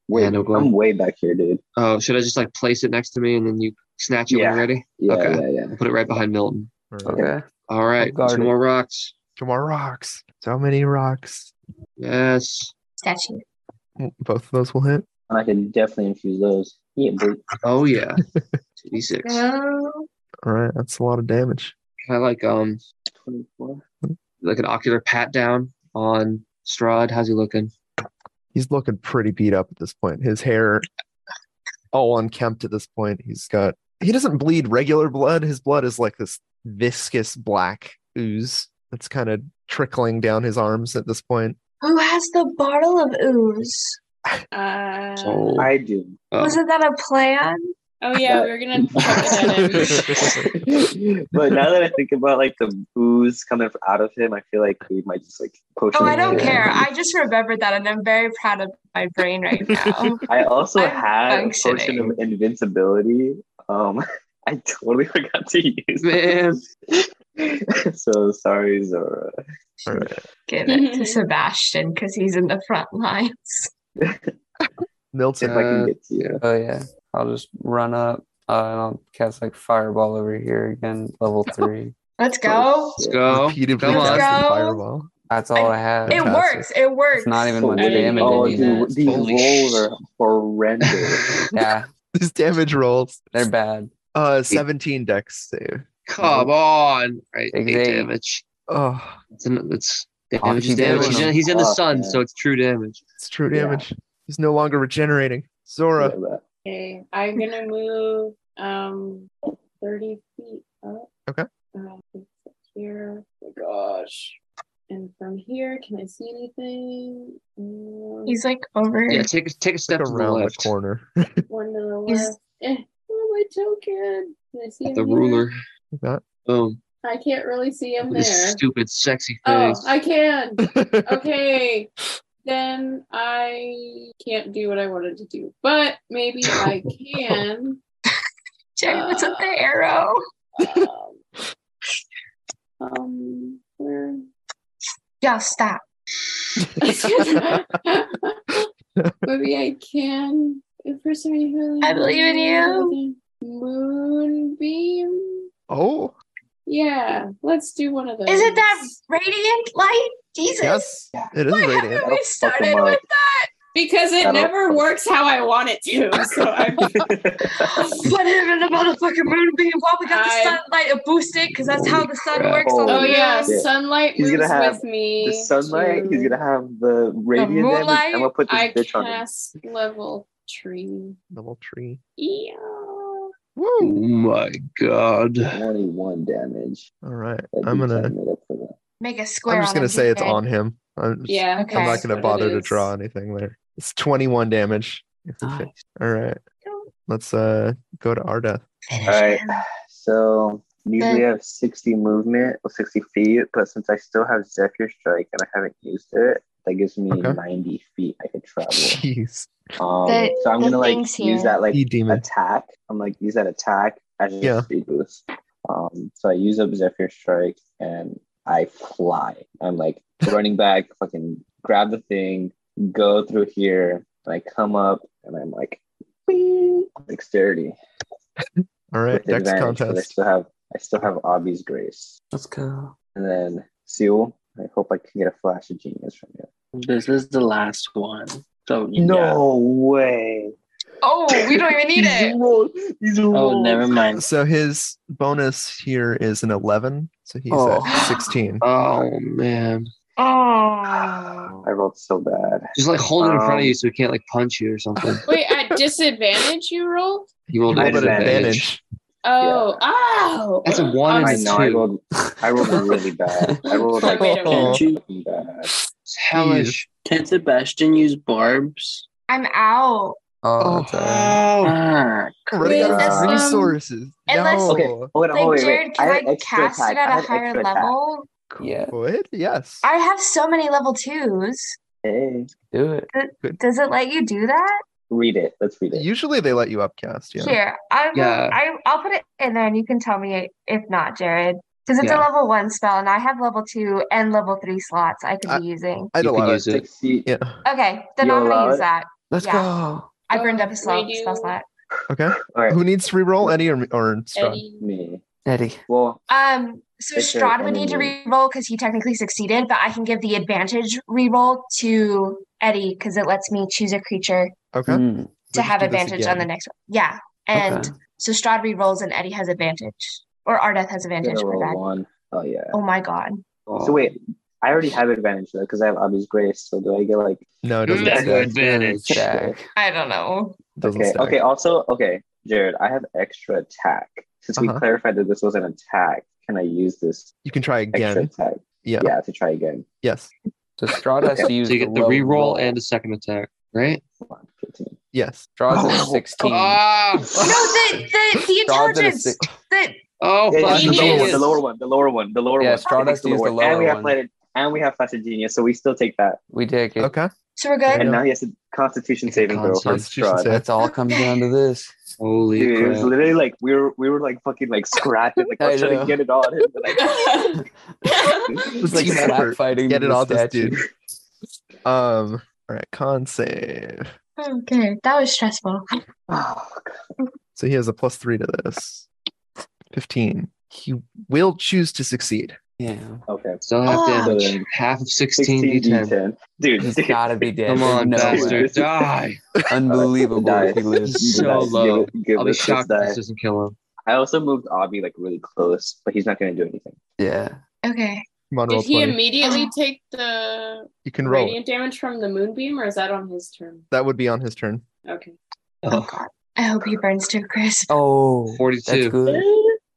Speaker 2: Wait,
Speaker 3: and I'm going-
Speaker 2: I'm way back here, dude.
Speaker 3: oh, should I just like place it next to me and then you snatch it when
Speaker 2: Yeah.
Speaker 3: you're ready?
Speaker 2: Yeah,
Speaker 3: Okay.
Speaker 2: yeah, yeah.
Speaker 3: Put it right behind Milton.
Speaker 1: Alright.
Speaker 6: Okay.
Speaker 3: All right,
Speaker 6: guard
Speaker 3: two
Speaker 6: it.
Speaker 3: more rocks.
Speaker 1: Two more rocks. So many rocks.
Speaker 3: Yes.
Speaker 7: Statue.
Speaker 1: Both of those will hit.
Speaker 2: And I can definitely infuse those. Yeah, boy.
Speaker 3: Oh yeah. D6. Can
Speaker 7: No.
Speaker 1: All right. That's a lot of damage.
Speaker 3: I like um
Speaker 2: 24.
Speaker 3: like an ocular pat down on Strahd? How's he looking?
Speaker 1: He's looking pretty beat up at this point. His hair all unkempt at this point. He's got he doesn't bleed regular blood. His blood is like this viscous black ooze that's kind of trickling down his arms at this point.
Speaker 7: Who has the bottle of ooze?
Speaker 11: Uh,
Speaker 3: So
Speaker 2: I do.
Speaker 3: oh,
Speaker 7: Wasn't that a plan?
Speaker 11: oh yeah, we were gonna chuck it at him.
Speaker 2: but now that I think about like the ooze coming out of him, I feel like we might just like potion.
Speaker 7: Oh, I don't
Speaker 2: him.
Speaker 7: care. I just remembered that, and I'm very proud of my brain right now.
Speaker 2: I also
Speaker 7: I'm
Speaker 2: had a potion
Speaker 7: functioning.
Speaker 2: of invincibility. Um, I totally forgot to use
Speaker 3: man.
Speaker 2: it. so sorry, Zora.
Speaker 1: All right.
Speaker 7: Give it to Sebastian because he's in the front lines.
Speaker 1: Milton,
Speaker 2: If I can
Speaker 3: Uh,
Speaker 2: get to you.
Speaker 6: Oh, yeah. I'll just run up uh, and I'll cast like fireball over here again, level three.
Speaker 7: Let's
Speaker 2: Oh,
Speaker 7: go.
Speaker 3: Let's go.
Speaker 1: repeatedly
Speaker 3: Come on.
Speaker 7: Let's
Speaker 1: casting
Speaker 7: go.
Speaker 1: fireball.
Speaker 6: That's all I have.
Speaker 7: It
Speaker 1: Fantastic.
Speaker 7: works. It works.
Speaker 6: It's not even
Speaker 2: Oh,
Speaker 6: much
Speaker 11: I didn't
Speaker 6: damage
Speaker 11: even
Speaker 2: oh,
Speaker 11: do
Speaker 6: anymore.
Speaker 2: dude,
Speaker 11: that.
Speaker 2: these
Speaker 3: Holy
Speaker 2: rolls
Speaker 3: sh-
Speaker 2: are horrendous.
Speaker 6: Yeah,
Speaker 1: These damage rolls.
Speaker 6: they're bad.
Speaker 1: Uh, 17 dex save.
Speaker 3: Come on. Right, eight
Speaker 6: Exact.
Speaker 3: damage.
Speaker 1: Oh,
Speaker 3: It's, an, it's
Speaker 6: Oh,
Speaker 3: damage. is
Speaker 6: you
Speaker 3: damage.
Speaker 6: doing
Speaker 3: He's in,
Speaker 6: them?
Speaker 3: he's in the
Speaker 11: Oh,
Speaker 2: Fuck,
Speaker 3: sun,
Speaker 2: man.
Speaker 3: so it's true damage.
Speaker 1: it's true
Speaker 2: Yeah.
Speaker 1: damage. He's no longer regenerating. Zora,
Speaker 2: Yeah, but-
Speaker 11: Okay, I'm gonna move um 30 feet up.
Speaker 1: Okay.
Speaker 11: Um, here. Oh my gosh. And from here, can I see anything? Mm,
Speaker 7: He's like over.
Speaker 3: Yeah, take a take a step
Speaker 1: look
Speaker 3: to the
Speaker 1: around the,
Speaker 3: left.
Speaker 1: corner.
Speaker 11: one to the
Speaker 7: He's-
Speaker 11: left. Eh, oh, my token. Can I see
Speaker 3: At
Speaker 11: him
Speaker 3: the
Speaker 11: here?
Speaker 3: ruler.
Speaker 1: Like that.
Speaker 3: Boom.
Speaker 11: I can't really see him
Speaker 3: This
Speaker 11: there.
Speaker 3: stupid sexy
Speaker 11: Oh,
Speaker 3: thing.
Speaker 11: I can. Okay. Then I can't do what I wanted to do, but maybe I can.
Speaker 7: Jared, what's up there, arrow?
Speaker 11: Um, um where?
Speaker 7: Yeah, stop.
Speaker 4: Oh,
Speaker 11: Maybe I can. For some reason,
Speaker 7: I believe in you.
Speaker 11: Moonbeam.
Speaker 1: oh,
Speaker 11: Yeah, let's do one of those.
Speaker 7: Is it that radiant light? Jesus.
Speaker 1: Yes, it is radiant.
Speaker 7: We started with that.
Speaker 11: Because it
Speaker 1: That'll-
Speaker 11: never works how I want it to. So I'm
Speaker 7: Put it in the motherfucking moon beam while we got
Speaker 11: I-
Speaker 7: the sunlight to boost it, because that's how the sun works. on
Speaker 11: Oh
Speaker 7: the
Speaker 11: yeah,
Speaker 7: moon.
Speaker 11: sunlight
Speaker 2: He's
Speaker 11: moves
Speaker 2: gonna have
Speaker 11: with me.
Speaker 2: The sunlight, he's gonna have the radiant damage.
Speaker 11: moonlight,
Speaker 2: I'm gonna put this
Speaker 11: I
Speaker 2: bitch on him.
Speaker 11: cast level tree.
Speaker 1: Oh, Level tree.
Speaker 11: Yeah.
Speaker 12: Oh my god.
Speaker 2: 21 damage.
Speaker 1: All right,
Speaker 2: That'd
Speaker 1: I'm
Speaker 2: be
Speaker 1: gonna.
Speaker 2: made up for that.
Speaker 7: Make a square.
Speaker 1: I'm just
Speaker 7: on
Speaker 1: gonna
Speaker 7: the
Speaker 1: say it's
Speaker 7: beacon.
Speaker 1: on him. I'm, just-
Speaker 11: Yeah.
Speaker 7: Okay.
Speaker 1: I'm not
Speaker 11: that's
Speaker 1: gonna
Speaker 11: what it
Speaker 1: bother to
Speaker 11: is.
Speaker 1: draw anything there. It's 21 damage. If it fits. All right, let's uh go to Arda.
Speaker 7: Finish
Speaker 2: All right.
Speaker 7: him.
Speaker 2: So usually I
Speaker 7: Then-
Speaker 2: have 60 movement or 60 feet, but since I still have Zephyr Strike and I haven't used it, that gives me
Speaker 1: Okay.
Speaker 2: 90 feet I could travel.
Speaker 1: Jeez,
Speaker 2: Um,
Speaker 7: The-
Speaker 2: so I'm
Speaker 7: the
Speaker 2: gonna like
Speaker 7: things
Speaker 2: use
Speaker 7: here.
Speaker 2: that like
Speaker 1: E demon.
Speaker 2: attack. I'm like use that attack as a
Speaker 1: Yeah.
Speaker 2: speed boost. Um, so I use up Zephyr Strike and I fly. I'm like running back, fucking grab the thing, go through here, and I come up and I'm like "Bing!" dexterity
Speaker 1: All right,
Speaker 2: with
Speaker 1: Dex
Speaker 2: advantage because I
Speaker 1: contest.
Speaker 2: still have I still have Obby's grace.
Speaker 6: Let's go.
Speaker 2: And then Seal, I hope I can get a flash of genius from you.
Speaker 8: This is the last one. So yeah.
Speaker 2: No way.
Speaker 7: Oh, we don't even need it.
Speaker 8: Oh, never mind.
Speaker 1: So his bonus here is an 11. So he's at 16.
Speaker 3: Oh man,
Speaker 7: Oh.
Speaker 2: I rolled so bad.
Speaker 3: just like hold it in front of
Speaker 2: Um,
Speaker 3: you so he can't like punch you or something.
Speaker 11: Wait, at disadvantage you rolled?
Speaker 3: You rolled
Speaker 2: I
Speaker 3: an
Speaker 2: rolled an
Speaker 3: advantage.
Speaker 1: Advantage.
Speaker 11: Oh, oh.
Speaker 3: That's a
Speaker 11: I'm
Speaker 3: one and
Speaker 2: I
Speaker 3: a
Speaker 2: know I
Speaker 3: two.
Speaker 2: rolled I rolled really bad. I rolled like
Speaker 11: Made a
Speaker 1: Oh,
Speaker 8: Can't you?
Speaker 2: fucking bad.
Speaker 3: It's hellish.
Speaker 8: Can Sebastian use barbs?
Speaker 7: I'm out.
Speaker 6: Oh,
Speaker 1: Oh.
Speaker 6: damn.
Speaker 8: Ah,
Speaker 1: already got
Speaker 2: Wait,
Speaker 1: some
Speaker 2: um,
Speaker 1: resources.
Speaker 7: unless-
Speaker 1: no.
Speaker 2: Okay, hold on,
Speaker 7: Like
Speaker 2: hold on, wait,
Speaker 7: Jared,
Speaker 2: wait.
Speaker 7: can I,
Speaker 2: had extra
Speaker 7: cast
Speaker 2: attack.
Speaker 7: it at
Speaker 2: I
Speaker 7: a
Speaker 2: had
Speaker 7: higher
Speaker 2: extra attack.
Speaker 7: level?
Speaker 6: Yeah,
Speaker 1: Could? Yes.
Speaker 7: I have so many level twos.
Speaker 2: Hey,
Speaker 6: do it.
Speaker 7: Does it let you do that?
Speaker 2: read it. Let's read it.
Speaker 1: Usually they let you upcast, yeah.
Speaker 7: Here, I will.
Speaker 3: Yeah.
Speaker 7: I I'll put it in there, and you can tell me if not, Jared, because it's
Speaker 3: Yeah.
Speaker 7: a level one spell, and I have level two and level three slots I could
Speaker 1: I-
Speaker 7: be using.
Speaker 1: I'd
Speaker 3: You could
Speaker 1: allow it.
Speaker 3: use it.
Speaker 2: Sixty.
Speaker 1: Yeah.
Speaker 7: Okay, then
Speaker 2: You'll
Speaker 7: I'm
Speaker 2: allow
Speaker 7: gonna use
Speaker 2: it?
Speaker 7: that.
Speaker 6: Let's
Speaker 7: Yeah.
Speaker 6: go.
Speaker 7: I burned
Speaker 11: Uh,
Speaker 7: up a spell,
Speaker 11: we do-
Speaker 7: spell slot.
Speaker 1: Okay.
Speaker 2: All right,
Speaker 1: Who needs to re-roll? Eddie or, or Strahd?
Speaker 11: Eddie.
Speaker 2: me.
Speaker 6: Eddie.
Speaker 2: Well,
Speaker 7: Um, so
Speaker 2: It's a
Speaker 7: Strahd would need to
Speaker 2: enemy.
Speaker 7: re-roll because he technically succeeded, but I can give the advantage re-roll to Eddie because it lets me choose a creature
Speaker 1: Okay.
Speaker 6: Mm,
Speaker 7: to
Speaker 1: We just
Speaker 7: have
Speaker 1: do this
Speaker 7: advantage on the
Speaker 1: again.
Speaker 7: next one. Yeah, and
Speaker 6: okay.
Speaker 7: so Strahd re-rolls and Eddie has advantage, or Ardeth has advantage.
Speaker 2: gonna
Speaker 7: My
Speaker 2: roll
Speaker 7: bad.
Speaker 2: one. Oh yeah.
Speaker 7: Oh my god.
Speaker 2: So wait, I already have advantage though because I have Obby's grace. So do I get like?
Speaker 1: No, it doesn't
Speaker 3: Mega
Speaker 1: stack.
Speaker 3: advantage.
Speaker 6: Stack.
Speaker 7: I don't know.
Speaker 1: Doesn't
Speaker 2: Okay.
Speaker 1: stack.
Speaker 2: Okay. Also, okay, Jared, I have extra attack. Since we
Speaker 1: Uh-huh.
Speaker 2: clarified that this was an attack, can I use this
Speaker 1: You can try
Speaker 2: extra
Speaker 1: again.
Speaker 2: attack?
Speaker 1: Yeah.
Speaker 2: Yeah, to try again.
Speaker 1: Yes.
Speaker 6: So Strahd has to use
Speaker 3: So you get the
Speaker 6: low
Speaker 3: reroll
Speaker 6: roll.
Speaker 3: and a second attack, right?
Speaker 2: Come on, 15.
Speaker 1: Yes.
Speaker 6: Strahd's
Speaker 2: Oh.
Speaker 6: at 16.
Speaker 3: ah,
Speaker 7: No, the the, the
Speaker 6: Strahd's at a
Speaker 7: intelligence.
Speaker 6: six.
Speaker 7: The
Speaker 3: oh,
Speaker 2: Yeah,
Speaker 3: flash
Speaker 2: the
Speaker 3: of
Speaker 2: lower one,
Speaker 3: genius.
Speaker 2: the lower one, the lower one, the lower
Speaker 6: Yeah,
Speaker 2: one.
Speaker 6: Strahd
Speaker 2: It takes
Speaker 6: has to use the
Speaker 2: And we
Speaker 6: lower
Speaker 2: have
Speaker 6: one.
Speaker 2: planet, and we have Flash of Genius, so we still take that.
Speaker 6: We take it.
Speaker 1: Okay.
Speaker 7: so we're
Speaker 1: There
Speaker 7: good.
Speaker 1: you
Speaker 2: And
Speaker 1: go.
Speaker 2: now he has a Constitution
Speaker 3: Take a
Speaker 2: saving throw from
Speaker 1: Constitution
Speaker 2: Strahd.
Speaker 1: save.
Speaker 6: It all comes
Speaker 7: Okay.
Speaker 6: down to this.
Speaker 3: Holy
Speaker 2: Dude, it was
Speaker 3: crap!
Speaker 2: literally like we were we were like fucking like scrapping, like I was
Speaker 6: I
Speaker 2: trying
Speaker 6: know.
Speaker 2: to get it on him, but
Speaker 6: It
Speaker 2: like
Speaker 1: was like
Speaker 6: team
Speaker 1: super-
Speaker 6: effort fighting
Speaker 1: Get
Speaker 6: to
Speaker 1: it
Speaker 6: the
Speaker 1: all this
Speaker 6: statue.
Speaker 1: dude. Um. All right. Con save.
Speaker 7: Hmm, Okay, that was stressful.
Speaker 2: oh, God.
Speaker 1: So he has a plus three to this. 15. He will choose to succeed.
Speaker 6: Yeah.
Speaker 2: okay.
Speaker 3: Still have
Speaker 7: Oh,
Speaker 3: damage.
Speaker 2: so then
Speaker 3: Half of sixteen
Speaker 2: 16
Speaker 3: d10.
Speaker 2: D10. Dude,
Speaker 6: He's
Speaker 2: dude.
Speaker 6: gotta be dead.
Speaker 3: Come
Speaker 6: There's
Speaker 3: on,
Speaker 6: no
Speaker 3: bastard,
Speaker 6: way.
Speaker 2: way.
Speaker 3: die!
Speaker 6: Unbelievable
Speaker 2: Alright,
Speaker 6: if he lives.
Speaker 2: The
Speaker 3: So
Speaker 2: dice, give
Speaker 3: low.
Speaker 2: it- give
Speaker 3: I'll be
Speaker 2: us this
Speaker 3: shocked if
Speaker 2: die.
Speaker 3: this doesn't kill him.
Speaker 2: I also moved Abby like really close, but he's not gonna do anything.
Speaker 6: Yeah.
Speaker 7: Okay.
Speaker 1: Come on, roll
Speaker 11: Did he
Speaker 1: 20.
Speaker 11: immediately take the
Speaker 1: You can roll. it.
Speaker 11: radiant damage from the moonbeam, or is that on his turn?
Speaker 1: That would be on his turn.
Speaker 11: Okay.
Speaker 7: Oh
Speaker 3: Ugh,
Speaker 7: god. I hope he burns to a crisp.
Speaker 6: Oh, that's
Speaker 3: Forty-two.
Speaker 1: Uh,
Speaker 6: good.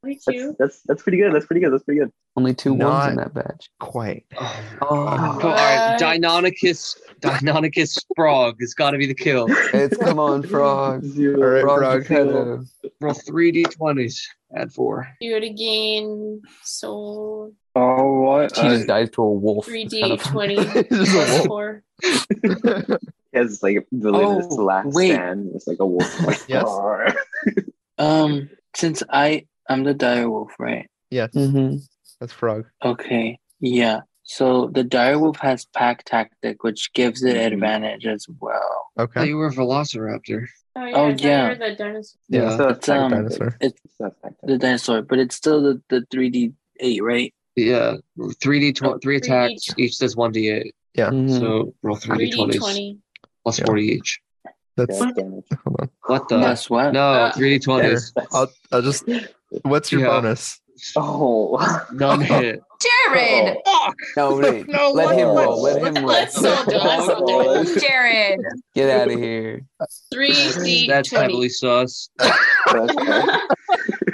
Speaker 11: Me
Speaker 2: That's
Speaker 11: too.
Speaker 2: that's that's pretty good. That's pretty good. That's pretty good.
Speaker 6: Only two ones
Speaker 1: Not-
Speaker 6: in that batch.
Speaker 1: Quite.
Speaker 3: Oh,
Speaker 6: Oh,
Speaker 3: all right,
Speaker 11: What?
Speaker 3: Deinonychus, Deinonychus frog has got to be the kill.
Speaker 6: it's come on, frog.
Speaker 2: Zero.
Speaker 1: All right, frog.
Speaker 6: Frog, potato.
Speaker 3: Roll three d20s. Add four.
Speaker 11: Do it again. So
Speaker 8: Oh, what?
Speaker 2: Uh,
Speaker 6: She just dies to a wolf.
Speaker 11: three
Speaker 6: It's kind
Speaker 11: d
Speaker 6: of
Speaker 11: twenty
Speaker 1: This is a
Speaker 11: plus
Speaker 1: wolf.
Speaker 11: four.
Speaker 2: He has like the latest
Speaker 8: Oh,
Speaker 2: last
Speaker 8: wait.
Speaker 2: stand. It's like a wolf. Like,
Speaker 1: Yes.
Speaker 2: "Arr."
Speaker 8: Um, since I I'm the direwolf, right?
Speaker 1: Yes,
Speaker 2: Mm-hmm.
Speaker 6: hmm
Speaker 1: that's frog.
Speaker 8: Okay, yeah. So the direwolf has pack tactic, which gives it
Speaker 6: Mm-hmm.
Speaker 2: Mhm.
Speaker 8: advantage as well.
Speaker 3: Oh,
Speaker 1: Okay.
Speaker 3: you were a velociraptor.
Speaker 11: Oh yeah,
Speaker 8: Oh,
Speaker 11: I thought you
Speaker 8: yeah.
Speaker 11: were the dinosaur.
Speaker 1: Yeah.
Speaker 2: It's not
Speaker 8: It's, um,
Speaker 2: tactic.
Speaker 1: Dinosaur.
Speaker 8: It's
Speaker 2: It's not tactic.
Speaker 8: the dinosaur, but it's still the the three D eight, right?
Speaker 3: Yeah, three d tw- three attacks.
Speaker 4: 3D.
Speaker 3: Each does one d eight.
Speaker 1: Yeah.
Speaker 6: mm-hmm.
Speaker 3: So roll three d twenties
Speaker 4: 3d20.
Speaker 3: plus forty each.
Speaker 1: That's
Speaker 2: God damn it.
Speaker 3: What the?
Speaker 8: That's what?
Speaker 3: No, three d twenties.
Speaker 1: Here, I'll, I'll just. What's your
Speaker 3: Yeah.
Speaker 1: bonus?
Speaker 2: Oh,
Speaker 3: None hit.
Speaker 7: Jared!
Speaker 3: Fuck.
Speaker 6: No, wait.
Speaker 3: No,
Speaker 6: let
Speaker 3: what-
Speaker 6: him
Speaker 3: what-
Speaker 6: roll. Let him roll.
Speaker 4: Let's not do. Let's not do.
Speaker 2: Roll.
Speaker 7: Jared!
Speaker 6: Get out of here.
Speaker 4: Three D
Speaker 3: That's heavily
Speaker 4: twenty.
Speaker 3: sus.
Speaker 2: okay.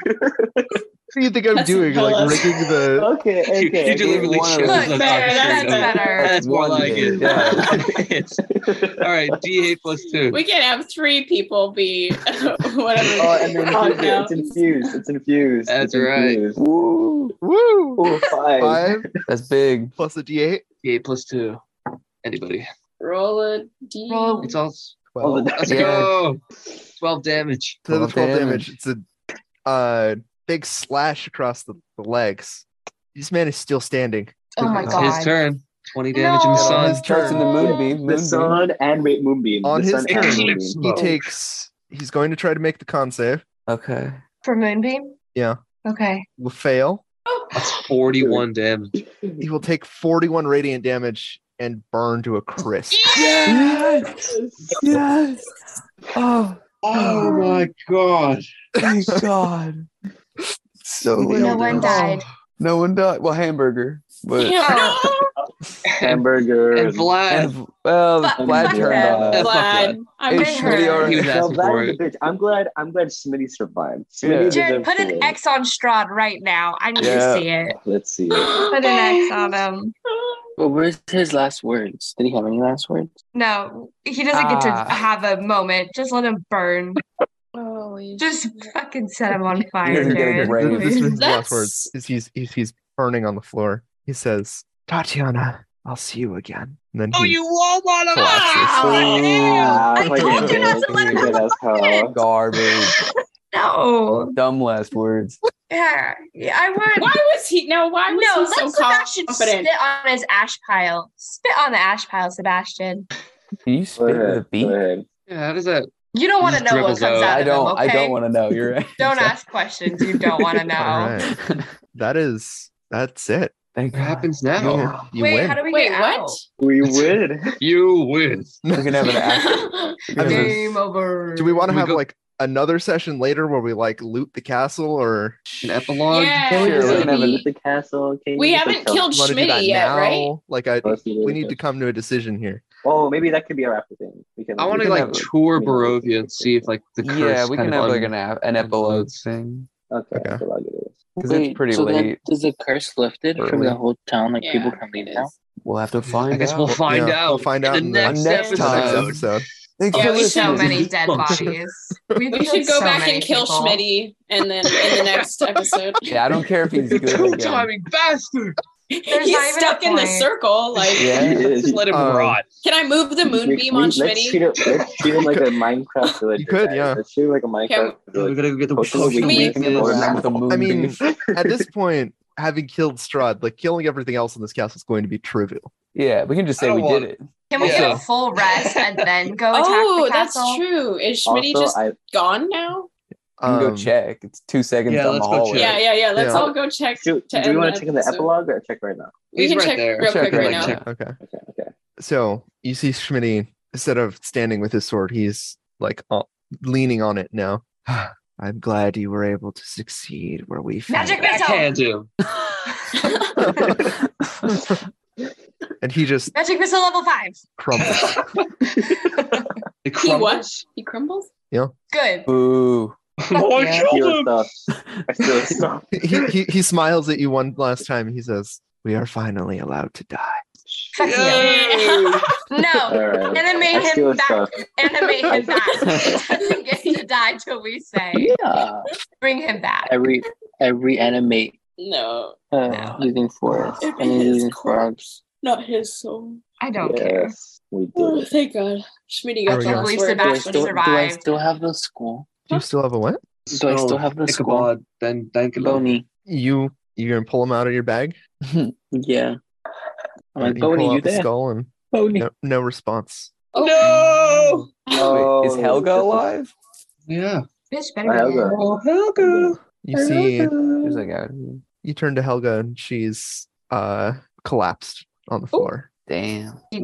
Speaker 1: What do you think I'm
Speaker 4: That's
Speaker 1: doing? Like
Speaker 4: hella-
Speaker 1: rigging the.
Speaker 2: Okay,
Speaker 3: You,
Speaker 2: okay.
Speaker 3: you deliberately
Speaker 6: One of
Speaker 3: chose
Speaker 6: those.
Speaker 3: an
Speaker 7: Look, better, that's
Speaker 3: option.
Speaker 7: better.
Speaker 3: That's more
Speaker 6: One
Speaker 3: like
Speaker 6: hit.
Speaker 3: it. Yeah. All right, D8 plus two.
Speaker 4: We can have three people be whatever.
Speaker 2: Oh, and then
Speaker 4: Oh,
Speaker 2: infuse it.
Speaker 4: no.
Speaker 2: it's infused. It's infused.
Speaker 3: That's
Speaker 2: it's
Speaker 3: right.
Speaker 2: infused.
Speaker 6: Woo.
Speaker 1: Woo!
Speaker 2: Ooh, five.
Speaker 1: Five
Speaker 6: That's big.
Speaker 1: plus a d8.
Speaker 3: D8 plus two. Anybody?
Speaker 4: Roll a D.
Speaker 7: Roll.
Speaker 3: It's all.
Speaker 1: Well,
Speaker 2: Oh,
Speaker 3: Let's
Speaker 6: Yeah.
Speaker 3: go. Twelve damage.
Speaker 1: to the
Speaker 6: 12
Speaker 1: 12 damage. It's a uh, big slash across the, the legs. This man is still standing.
Speaker 7: Oh my
Speaker 6: His
Speaker 7: god.
Speaker 3: His turn. Twenty damage in the
Speaker 7: No.
Speaker 1: On
Speaker 3: sun.
Speaker 1: his
Speaker 6: Starts in the
Speaker 1: turn,
Speaker 6: moonbeam.
Speaker 2: The
Speaker 6: Moonbeam.
Speaker 2: sun and wait, moonbeam.
Speaker 1: On
Speaker 2: the
Speaker 1: his
Speaker 2: sun and
Speaker 1: turn.
Speaker 2: moonbeam.
Speaker 1: he
Speaker 3: Oh.
Speaker 1: takes. He's going to try to make the con save.
Speaker 6: Okay.
Speaker 7: For Moonbeam?
Speaker 1: Yeah,
Speaker 7: Okay.
Speaker 1: will fail.
Speaker 3: Forty-one damage.
Speaker 1: He will take 41 radiant damage and burn to a crisp.
Speaker 6: Yes. Yes. Oh,
Speaker 12: Oh my god.
Speaker 6: thank God.
Speaker 1: So
Speaker 7: No one died.
Speaker 6: No one died. Well, hamburger. But
Speaker 2: Hamburger.
Speaker 3: And Vlad.
Speaker 6: and well,
Speaker 7: Fuck,
Speaker 6: Vlad
Speaker 7: fuck
Speaker 6: turned
Speaker 7: them.
Speaker 6: on
Speaker 3: Vlad.
Speaker 6: us.
Speaker 4: Vlad. I'm
Speaker 6: Hey,
Speaker 7: Bring
Speaker 4: sure.
Speaker 7: her.
Speaker 6: Smitty already-
Speaker 3: He was
Speaker 2: No,
Speaker 3: asking for
Speaker 2: Vlad is
Speaker 3: it.
Speaker 2: the bitch. I'm glad. I'm glad Smitty survived. Smitty
Speaker 6: Yeah.
Speaker 7: Jared,
Speaker 2: deserved
Speaker 7: put
Speaker 2: to
Speaker 7: an
Speaker 2: live.
Speaker 7: X on Strahd right now. I need
Speaker 6: Yeah.
Speaker 7: to see it.
Speaker 2: Let's see. it.
Speaker 7: Put an X on him.
Speaker 8: But where's his last words? Did he have any last words?
Speaker 7: No, he doesn't get to
Speaker 6: Ah.
Speaker 7: have a moment. Just let him burn.
Speaker 4: Holy
Speaker 7: Just
Speaker 4: shit.
Speaker 7: fucking set him on
Speaker 6: He
Speaker 7: fire,
Speaker 6: doesn't get a
Speaker 7: Jared.
Speaker 6: grave.
Speaker 1: This is his last
Speaker 4: That's-
Speaker 1: words. Is he's, he's he's burning on the floor. He says, "Tatiana, I'll see you again." And then
Speaker 4: Oh,
Speaker 1: he
Speaker 3: all want to
Speaker 1: collapses.
Speaker 2: Ah,
Speaker 7: I
Speaker 2: fucking
Speaker 7: told you not to
Speaker 2: bitch.
Speaker 7: let him
Speaker 2: Good
Speaker 7: have
Speaker 2: as hell.
Speaker 6: Garbage.
Speaker 7: No.
Speaker 6: Dumb last words.
Speaker 7: Yeah, yeah I would.
Speaker 4: Why was he? No, why was
Speaker 7: No,
Speaker 4: he so
Speaker 7: let Sebastian
Speaker 4: confident?
Speaker 7: spit on his ash pile. Spit on the ash pile, Sebastian.
Speaker 6: Do you
Speaker 2: Go
Speaker 6: spit with a
Speaker 2: ahead.
Speaker 6: beak?
Speaker 2: Go ahead.
Speaker 3: Yeah, how does that?
Speaker 7: You don't want to
Speaker 3: just
Speaker 7: know what
Speaker 3: dribbles out.
Speaker 7: comes out
Speaker 6: I
Speaker 7: of
Speaker 6: don't.
Speaker 7: him, okay?
Speaker 6: I don't want to know. You're right.
Speaker 7: Don't ask questions you don't want to know.
Speaker 1: All right, that is that's it.
Speaker 6: Thank
Speaker 3: What
Speaker 6: God.
Speaker 3: happens now?
Speaker 1: You
Speaker 7: Wait,
Speaker 1: win.
Speaker 7: how do we
Speaker 4: Wait,
Speaker 7: get
Speaker 4: what?
Speaker 7: out?
Speaker 2: We win.
Speaker 3: You win.
Speaker 6: We're gonna have an after. We're gonna have a-
Speaker 7: Game over.
Speaker 1: Do we want to
Speaker 3: We
Speaker 1: have
Speaker 3: go-
Speaker 1: like another session later where we like loot the castle or
Speaker 3: An epilogue.
Speaker 4: Yeah,
Speaker 2: Sure, we're gonna have a
Speaker 4: we-
Speaker 2: loot the castle. Okay,
Speaker 4: We
Speaker 2: loot the
Speaker 4: haven't
Speaker 2: castle.
Speaker 4: killed
Speaker 1: want to do that
Speaker 4: Schmitty yet,
Speaker 1: now?
Speaker 4: right?
Speaker 1: Like I
Speaker 2: Let's do
Speaker 1: we
Speaker 2: that.
Speaker 1: need to come to a decision here.
Speaker 2: Oh, maybe that could be our after thing. We can.
Speaker 3: I want
Speaker 2: we can
Speaker 3: to like
Speaker 2: have a-
Speaker 3: tour
Speaker 2: we can have a-
Speaker 3: Barovia and see if like the curse.
Speaker 6: yeah, we
Speaker 3: kind
Speaker 6: can
Speaker 3: of
Speaker 6: have like
Speaker 3: un-
Speaker 6: an ap- an epilogue
Speaker 3: unloads.
Speaker 6: thing
Speaker 2: Okay,
Speaker 1: Okay.
Speaker 2: I feel like it is.
Speaker 6: because
Speaker 8: Wait,
Speaker 6: it's pretty
Speaker 8: so
Speaker 6: late.
Speaker 8: that is the curse lifted from
Speaker 6: Early.
Speaker 8: the whole town? Like
Speaker 4: Yeah,
Speaker 8: people can leave
Speaker 4: it
Speaker 8: now.
Speaker 4: is.
Speaker 6: We'll have to
Speaker 3: I
Speaker 6: find
Speaker 3: guess
Speaker 6: out.
Speaker 3: we'll find
Speaker 1: yeah,
Speaker 3: out.
Speaker 1: we'll find out
Speaker 3: in
Speaker 1: in
Speaker 3: the
Speaker 1: the-
Speaker 3: next,
Speaker 6: next
Speaker 1: The next
Speaker 6: Um,
Speaker 1: episode.
Speaker 6: Thanks
Speaker 4: Yeah,
Speaker 6: for
Speaker 4: we
Speaker 6: listening.
Speaker 7: So
Speaker 4: should-
Speaker 7: many dead
Speaker 3: Function.
Speaker 7: bodies. We've
Speaker 4: We should
Speaker 7: killed
Speaker 4: go
Speaker 7: so
Speaker 4: back
Speaker 7: many
Speaker 4: and kill
Speaker 7: people.
Speaker 4: Schmitty, and then in the next episode,
Speaker 6: Yeah, I don't care if he's
Speaker 3: You
Speaker 6: good
Speaker 3: two
Speaker 6: again.
Speaker 3: timing bastard.
Speaker 7: not even
Speaker 4: he's
Speaker 7: a
Speaker 4: stuck in the
Speaker 7: point.
Speaker 4: circle. Like,
Speaker 6: Yeah.
Speaker 2: He is.
Speaker 3: Just let him
Speaker 1: Um,
Speaker 3: rot.
Speaker 4: can I move the moonbeam
Speaker 2: We-
Speaker 4: on
Speaker 2: let's treat
Speaker 4: Schmitty?
Speaker 2: it. Let's treat it like a Minecraft villager.
Speaker 1: could,
Speaker 2: guys.
Speaker 1: yeah.
Speaker 2: Let's treat it like a Minecraft
Speaker 3: Yeah, we
Speaker 2: villager.
Speaker 3: gotta go get the
Speaker 2: Potion of
Speaker 3: potion of
Speaker 2: weakness
Speaker 3: weakness.
Speaker 2: and
Speaker 6: Go around with
Speaker 2: Boris.
Speaker 6: the
Speaker 1: I
Speaker 6: moon
Speaker 1: mean,
Speaker 6: beam.
Speaker 1: at this point, having killed Strahd, like killing everything else in this castle is going to be trivial.
Speaker 6: Yeah, we can just
Speaker 3: I
Speaker 6: say
Speaker 3: don't
Speaker 6: we
Speaker 3: want
Speaker 6: did it.
Speaker 7: Can we get a
Speaker 3: Also-
Speaker 7: full rest and then go attack
Speaker 4: Oh,
Speaker 7: the
Speaker 4: that's
Speaker 7: castle?
Speaker 4: true. Is Schmitty
Speaker 2: Also,
Speaker 4: just
Speaker 2: I
Speaker 4: gone now?
Speaker 6: You can
Speaker 1: Um,
Speaker 6: go check. It's two seconds
Speaker 3: Yeah,
Speaker 6: down
Speaker 3: let's
Speaker 6: the
Speaker 3: go
Speaker 6: hallway.
Speaker 3: check.
Speaker 4: Yeah, yeah, yeah. Let's
Speaker 1: Yeah.
Speaker 4: all go check.
Speaker 2: do.
Speaker 4: to
Speaker 2: Do we
Speaker 4: end
Speaker 2: want
Speaker 4: the
Speaker 2: to check in the
Speaker 4: episode.
Speaker 2: epilogue or check right now?
Speaker 4: We
Speaker 3: He's
Speaker 4: can
Speaker 3: right
Speaker 4: check
Speaker 3: there.
Speaker 4: real
Speaker 6: Check
Speaker 4: quick
Speaker 6: right
Speaker 4: right
Speaker 6: now.
Speaker 4: now.
Speaker 1: Okay.
Speaker 2: Okay. Okay.
Speaker 1: So you see Schmitty, instead of standing with his sword, he's like uh, leaning on it now. I'm glad you were able to succeed where we failed.
Speaker 7: Magic
Speaker 3: Backhand
Speaker 7: missile!
Speaker 3: him.
Speaker 1: and he just
Speaker 7: Magic missile level five.
Speaker 1: crumbles.
Speaker 3: He
Speaker 4: He what?
Speaker 3: crumbles.
Speaker 4: He crumbles?
Speaker 7: Good.
Speaker 6: Ooh.
Speaker 3: No, Oh, I
Speaker 7: Yeah.
Speaker 3: killed
Speaker 2: Steal
Speaker 3: him.
Speaker 2: stuff. I steal stuff.
Speaker 1: he, he he smiles at you one last time. He says, "We are finally allowed to die."
Speaker 7: Fuck you.
Speaker 3: Yay.
Speaker 7: No.
Speaker 2: All right.
Speaker 7: Animate
Speaker 2: I
Speaker 7: him
Speaker 2: steal
Speaker 7: back.
Speaker 2: stuff.
Speaker 7: Animate him back. He doesn't get to die till we say
Speaker 8: Yeah,
Speaker 7: bring him back.
Speaker 8: I re I reanimate
Speaker 4: No.
Speaker 8: uh,
Speaker 7: No.
Speaker 8: using forest
Speaker 4: It'd be
Speaker 8: and
Speaker 4: his
Speaker 8: using
Speaker 4: corpse.
Speaker 8: frogs.
Speaker 4: Not his soul.
Speaker 7: I don't care.
Speaker 2: Yes, we did
Speaker 4: Oh,
Speaker 2: it.
Speaker 4: thank God. Schmitty
Speaker 1: There
Speaker 4: got
Speaker 1: we go.
Speaker 4: the last
Speaker 7: Believe
Speaker 4: word.
Speaker 8: Do I
Speaker 7: Sebastian
Speaker 8: still do I
Speaker 7: survived.
Speaker 8: still have the school?
Speaker 1: Do you still have a what?
Speaker 8: Do I
Speaker 3: Spell
Speaker 8: still have the school?
Speaker 3: Ichabod Ben Dankalo.
Speaker 8: Boney.
Speaker 1: You you gonna pull him out of your bag?
Speaker 8: Yeah. I'm like,
Speaker 1: you pull
Speaker 8: Boney,
Speaker 1: out
Speaker 8: you
Speaker 1: the
Speaker 8: there?
Speaker 1: skull and
Speaker 8: Boney.
Speaker 1: no, no response.
Speaker 3: No.
Speaker 6: Wait, is
Speaker 2: Oh,
Speaker 6: Helga
Speaker 2: this is-
Speaker 6: alive?
Speaker 3: Yeah.
Speaker 7: Bitch better
Speaker 2: Oh,
Speaker 7: be dead.
Speaker 2: Helga.
Speaker 3: Oh, Helga.
Speaker 1: You see
Speaker 6: There's like a
Speaker 1: You turn to Helga and she's uh collapsed on the floor.
Speaker 6: Damn.
Speaker 2: Oh,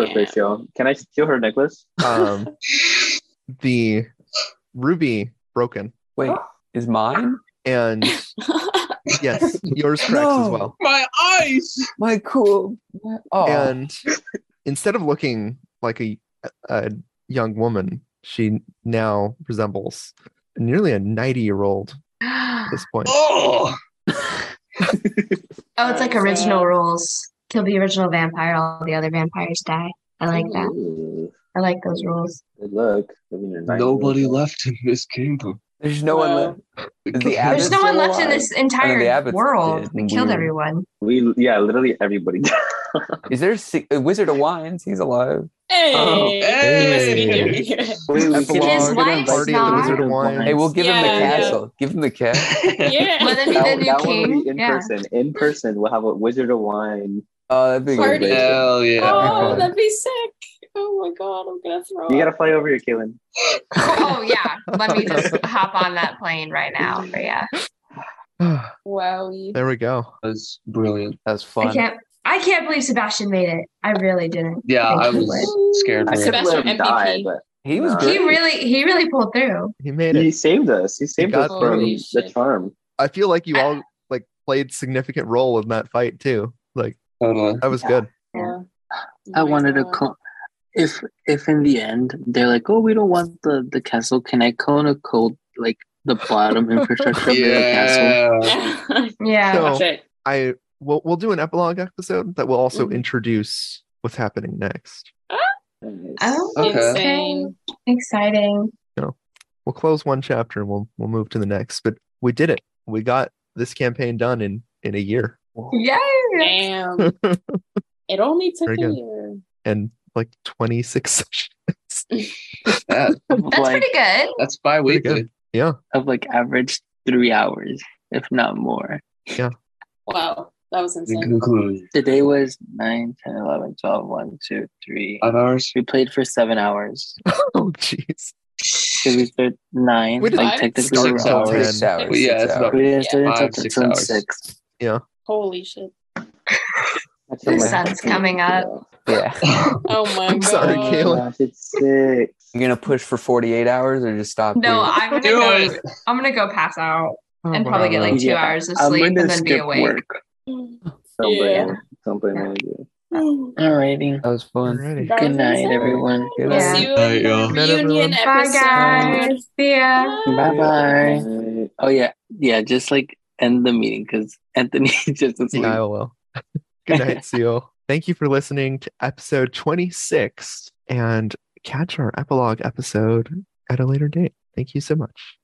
Speaker 2: Perfectio. Can I steal her necklace?
Speaker 1: Um the ruby broken.
Speaker 6: Wait,
Speaker 3: Ah.
Speaker 6: is mine?
Speaker 1: And yes, yours cracks as
Speaker 6: No.
Speaker 1: well.
Speaker 11: My eyes.
Speaker 6: My cool. Oh,
Speaker 1: And instead of looking like a a young woman, she now resembles nearly a 90-year-old at this point.
Speaker 3: Oh,
Speaker 7: Oh, it's like original rules. Kill the original vampire, all the other vampires die. I like that.
Speaker 2: Ooh,
Speaker 7: I like those rules.
Speaker 2: good luck. Living your nightmare.
Speaker 3: nobody left in this kingdom.
Speaker 6: there's no
Speaker 11: Wow.
Speaker 6: one left. Is the abbot
Speaker 7: There's no one
Speaker 6: still
Speaker 7: left in
Speaker 6: alive?
Speaker 7: this
Speaker 6: I know the
Speaker 7: entire
Speaker 6: abbot's
Speaker 7: world.
Speaker 6: dead.
Speaker 7: We killed
Speaker 6: Weird.
Speaker 7: everyone.
Speaker 2: We yeah, literally everybody.
Speaker 6: Is there a si- a Wizard of Wines? He's alive.
Speaker 4: Hey,
Speaker 2: Oh,
Speaker 1: hey.
Speaker 4: you must
Speaker 2: we, we
Speaker 1: Epilogue,
Speaker 7: His
Speaker 2: we
Speaker 7: wife's
Speaker 1: Party at the
Speaker 7: not-
Speaker 1: Wizard of Wine.
Speaker 6: Hey, we'll give him
Speaker 4: Yeah,
Speaker 6: the
Speaker 4: yeah.
Speaker 6: castle. Give him the castle.
Speaker 4: be here.
Speaker 7: Let
Speaker 4: yeah.
Speaker 7: him be the
Speaker 2: That,
Speaker 7: new
Speaker 2: that one will
Speaker 7: king.
Speaker 2: be in
Speaker 7: yeah.
Speaker 2: person. In person, we'll have a wizard of wine.
Speaker 6: Oh, that'd be
Speaker 4: Party.
Speaker 6: good.
Speaker 3: Hell yeah.
Speaker 4: Oh,
Speaker 6: fun.
Speaker 4: that'd be sick. Oh my god, I'm gonna throw
Speaker 2: You gotta
Speaker 4: up.
Speaker 2: fly over here, Kaylin.
Speaker 7: Oh yeah. Let me just hop on that plane right now. But yeah.
Speaker 11: Wow.
Speaker 1: there we go.
Speaker 3: That was brilliant.
Speaker 6: That was
Speaker 7: I
Speaker 6: fun.
Speaker 7: can't I can't believe Sebastian made it. I really didn't.
Speaker 3: Yeah,
Speaker 7: Thank
Speaker 3: I
Speaker 7: you,
Speaker 3: was scared
Speaker 2: I
Speaker 3: for
Speaker 2: could
Speaker 3: it.
Speaker 2: have
Speaker 4: Sebastian
Speaker 2: let him die,
Speaker 4: MVP.
Speaker 2: but
Speaker 6: He was
Speaker 2: Nah.
Speaker 7: He
Speaker 6: great.
Speaker 7: really he really pulled through.
Speaker 1: He made
Speaker 2: he
Speaker 1: it.
Speaker 2: saved us. He saved
Speaker 1: got
Speaker 2: us from
Speaker 4: Holy
Speaker 2: the
Speaker 4: shit.
Speaker 2: charm.
Speaker 1: I feel like you
Speaker 7: I-
Speaker 1: all like played significant role in that fight too. Like
Speaker 3: Totally.
Speaker 1: that was
Speaker 8: Yeah.
Speaker 1: good.
Speaker 11: Yeah.
Speaker 8: I
Speaker 11: My
Speaker 4: Oh,
Speaker 8: wanted a
Speaker 11: God.
Speaker 8: clone. If if in the end they're like, oh, we don't want the the castle, can I clone a code like the bottom infrastructure of the castle?
Speaker 3: Yeah.
Speaker 7: Yeah.
Speaker 1: So
Speaker 4: Shit.
Speaker 1: I we'll we'll do an epilogue episode that will also
Speaker 4: Mhm.
Speaker 1: introduce what's happening next.
Speaker 7: Oh
Speaker 3: Okay.
Speaker 4: Insane.
Speaker 7: exciting.
Speaker 1: We'll close one chapter and we'll we'll move to the next. But we did it. We got this campaign done in in a year.
Speaker 7: Yay!
Speaker 11: Damn.
Speaker 4: It only took
Speaker 1: Very
Speaker 4: a
Speaker 1: good.
Speaker 4: year.
Speaker 1: And like 26 sessions.
Speaker 3: That,
Speaker 8: Of
Speaker 7: That's
Speaker 8: like
Speaker 7: pretty good.
Speaker 3: that's bi weekly.
Speaker 1: good. Yeah.
Speaker 8: of like average three hours, if not more.
Speaker 4: Wow, that was
Speaker 3: In
Speaker 4: insane.
Speaker 3: conclusion,
Speaker 8: Today was 9, 10, 11, 12, 1, 2, 3.
Speaker 3: five hours.
Speaker 8: We played for seven hours.
Speaker 1: Oh jeez.
Speaker 8: Did we start nine?
Speaker 1: We did
Speaker 8: like
Speaker 4: five,
Speaker 8: technically
Speaker 3: six
Speaker 8: we're
Speaker 1: Until
Speaker 8: on
Speaker 3: hours.
Speaker 8: six.
Speaker 6: Six hours.
Speaker 3: Well, yeah,
Speaker 6: six
Speaker 3: it's
Speaker 6: hours.
Speaker 3: about
Speaker 8: We didn't start
Speaker 3: Five,
Speaker 8: until,
Speaker 3: six
Speaker 8: until
Speaker 3: hours.
Speaker 8: six.
Speaker 4: Holy shit.
Speaker 2: That's
Speaker 7: The
Speaker 2: what my
Speaker 7: sun's
Speaker 2: husband
Speaker 7: coming
Speaker 2: would
Speaker 7: up.
Speaker 2: do.
Speaker 6: Yeah.
Speaker 4: Oh my
Speaker 1: I'm
Speaker 4: god.
Speaker 1: sorry, Caleb.
Speaker 2: Gosh, it's six.
Speaker 6: You're gonna push for 48 hours or just stop?
Speaker 7: No,
Speaker 6: here?
Speaker 7: I'm gonna
Speaker 3: Do
Speaker 7: go.
Speaker 3: it.
Speaker 7: I'm gonna go pass out and
Speaker 1: Oh,
Speaker 7: probably
Speaker 1: wow.
Speaker 7: get like two
Speaker 8: Yeah,
Speaker 7: hours of
Speaker 8: I'm
Speaker 7: sleep
Speaker 8: gonna
Speaker 7: and then be
Speaker 8: skip
Speaker 7: awake.
Speaker 8: work.
Speaker 2: Don't blame
Speaker 4: Yeah.
Speaker 2: me. Don't blame me.
Speaker 8: Alrighty.
Speaker 6: that was fun.
Speaker 1: Alrighty.
Speaker 4: That
Speaker 8: Good
Speaker 4: was
Speaker 8: night,
Speaker 4: insane.
Speaker 8: everyone.
Speaker 4: We'll
Speaker 6: Good night.
Speaker 4: see you
Speaker 5: Alright,
Speaker 4: in the
Speaker 5: y'all.
Speaker 1: Night, everyone.
Speaker 4: reunion
Speaker 7: Bye
Speaker 4: episode.
Speaker 7: guys. See ya.
Speaker 8: Bye bye.
Speaker 2: Alright.
Speaker 8: Oh yeah, yeah. Just like end the meeting because Anthony just asleep.
Speaker 1: Yeah, I will. Good night, Seal. Thank you for listening to episode 26 and catch our epilogue episode at a later date. Thank you so much.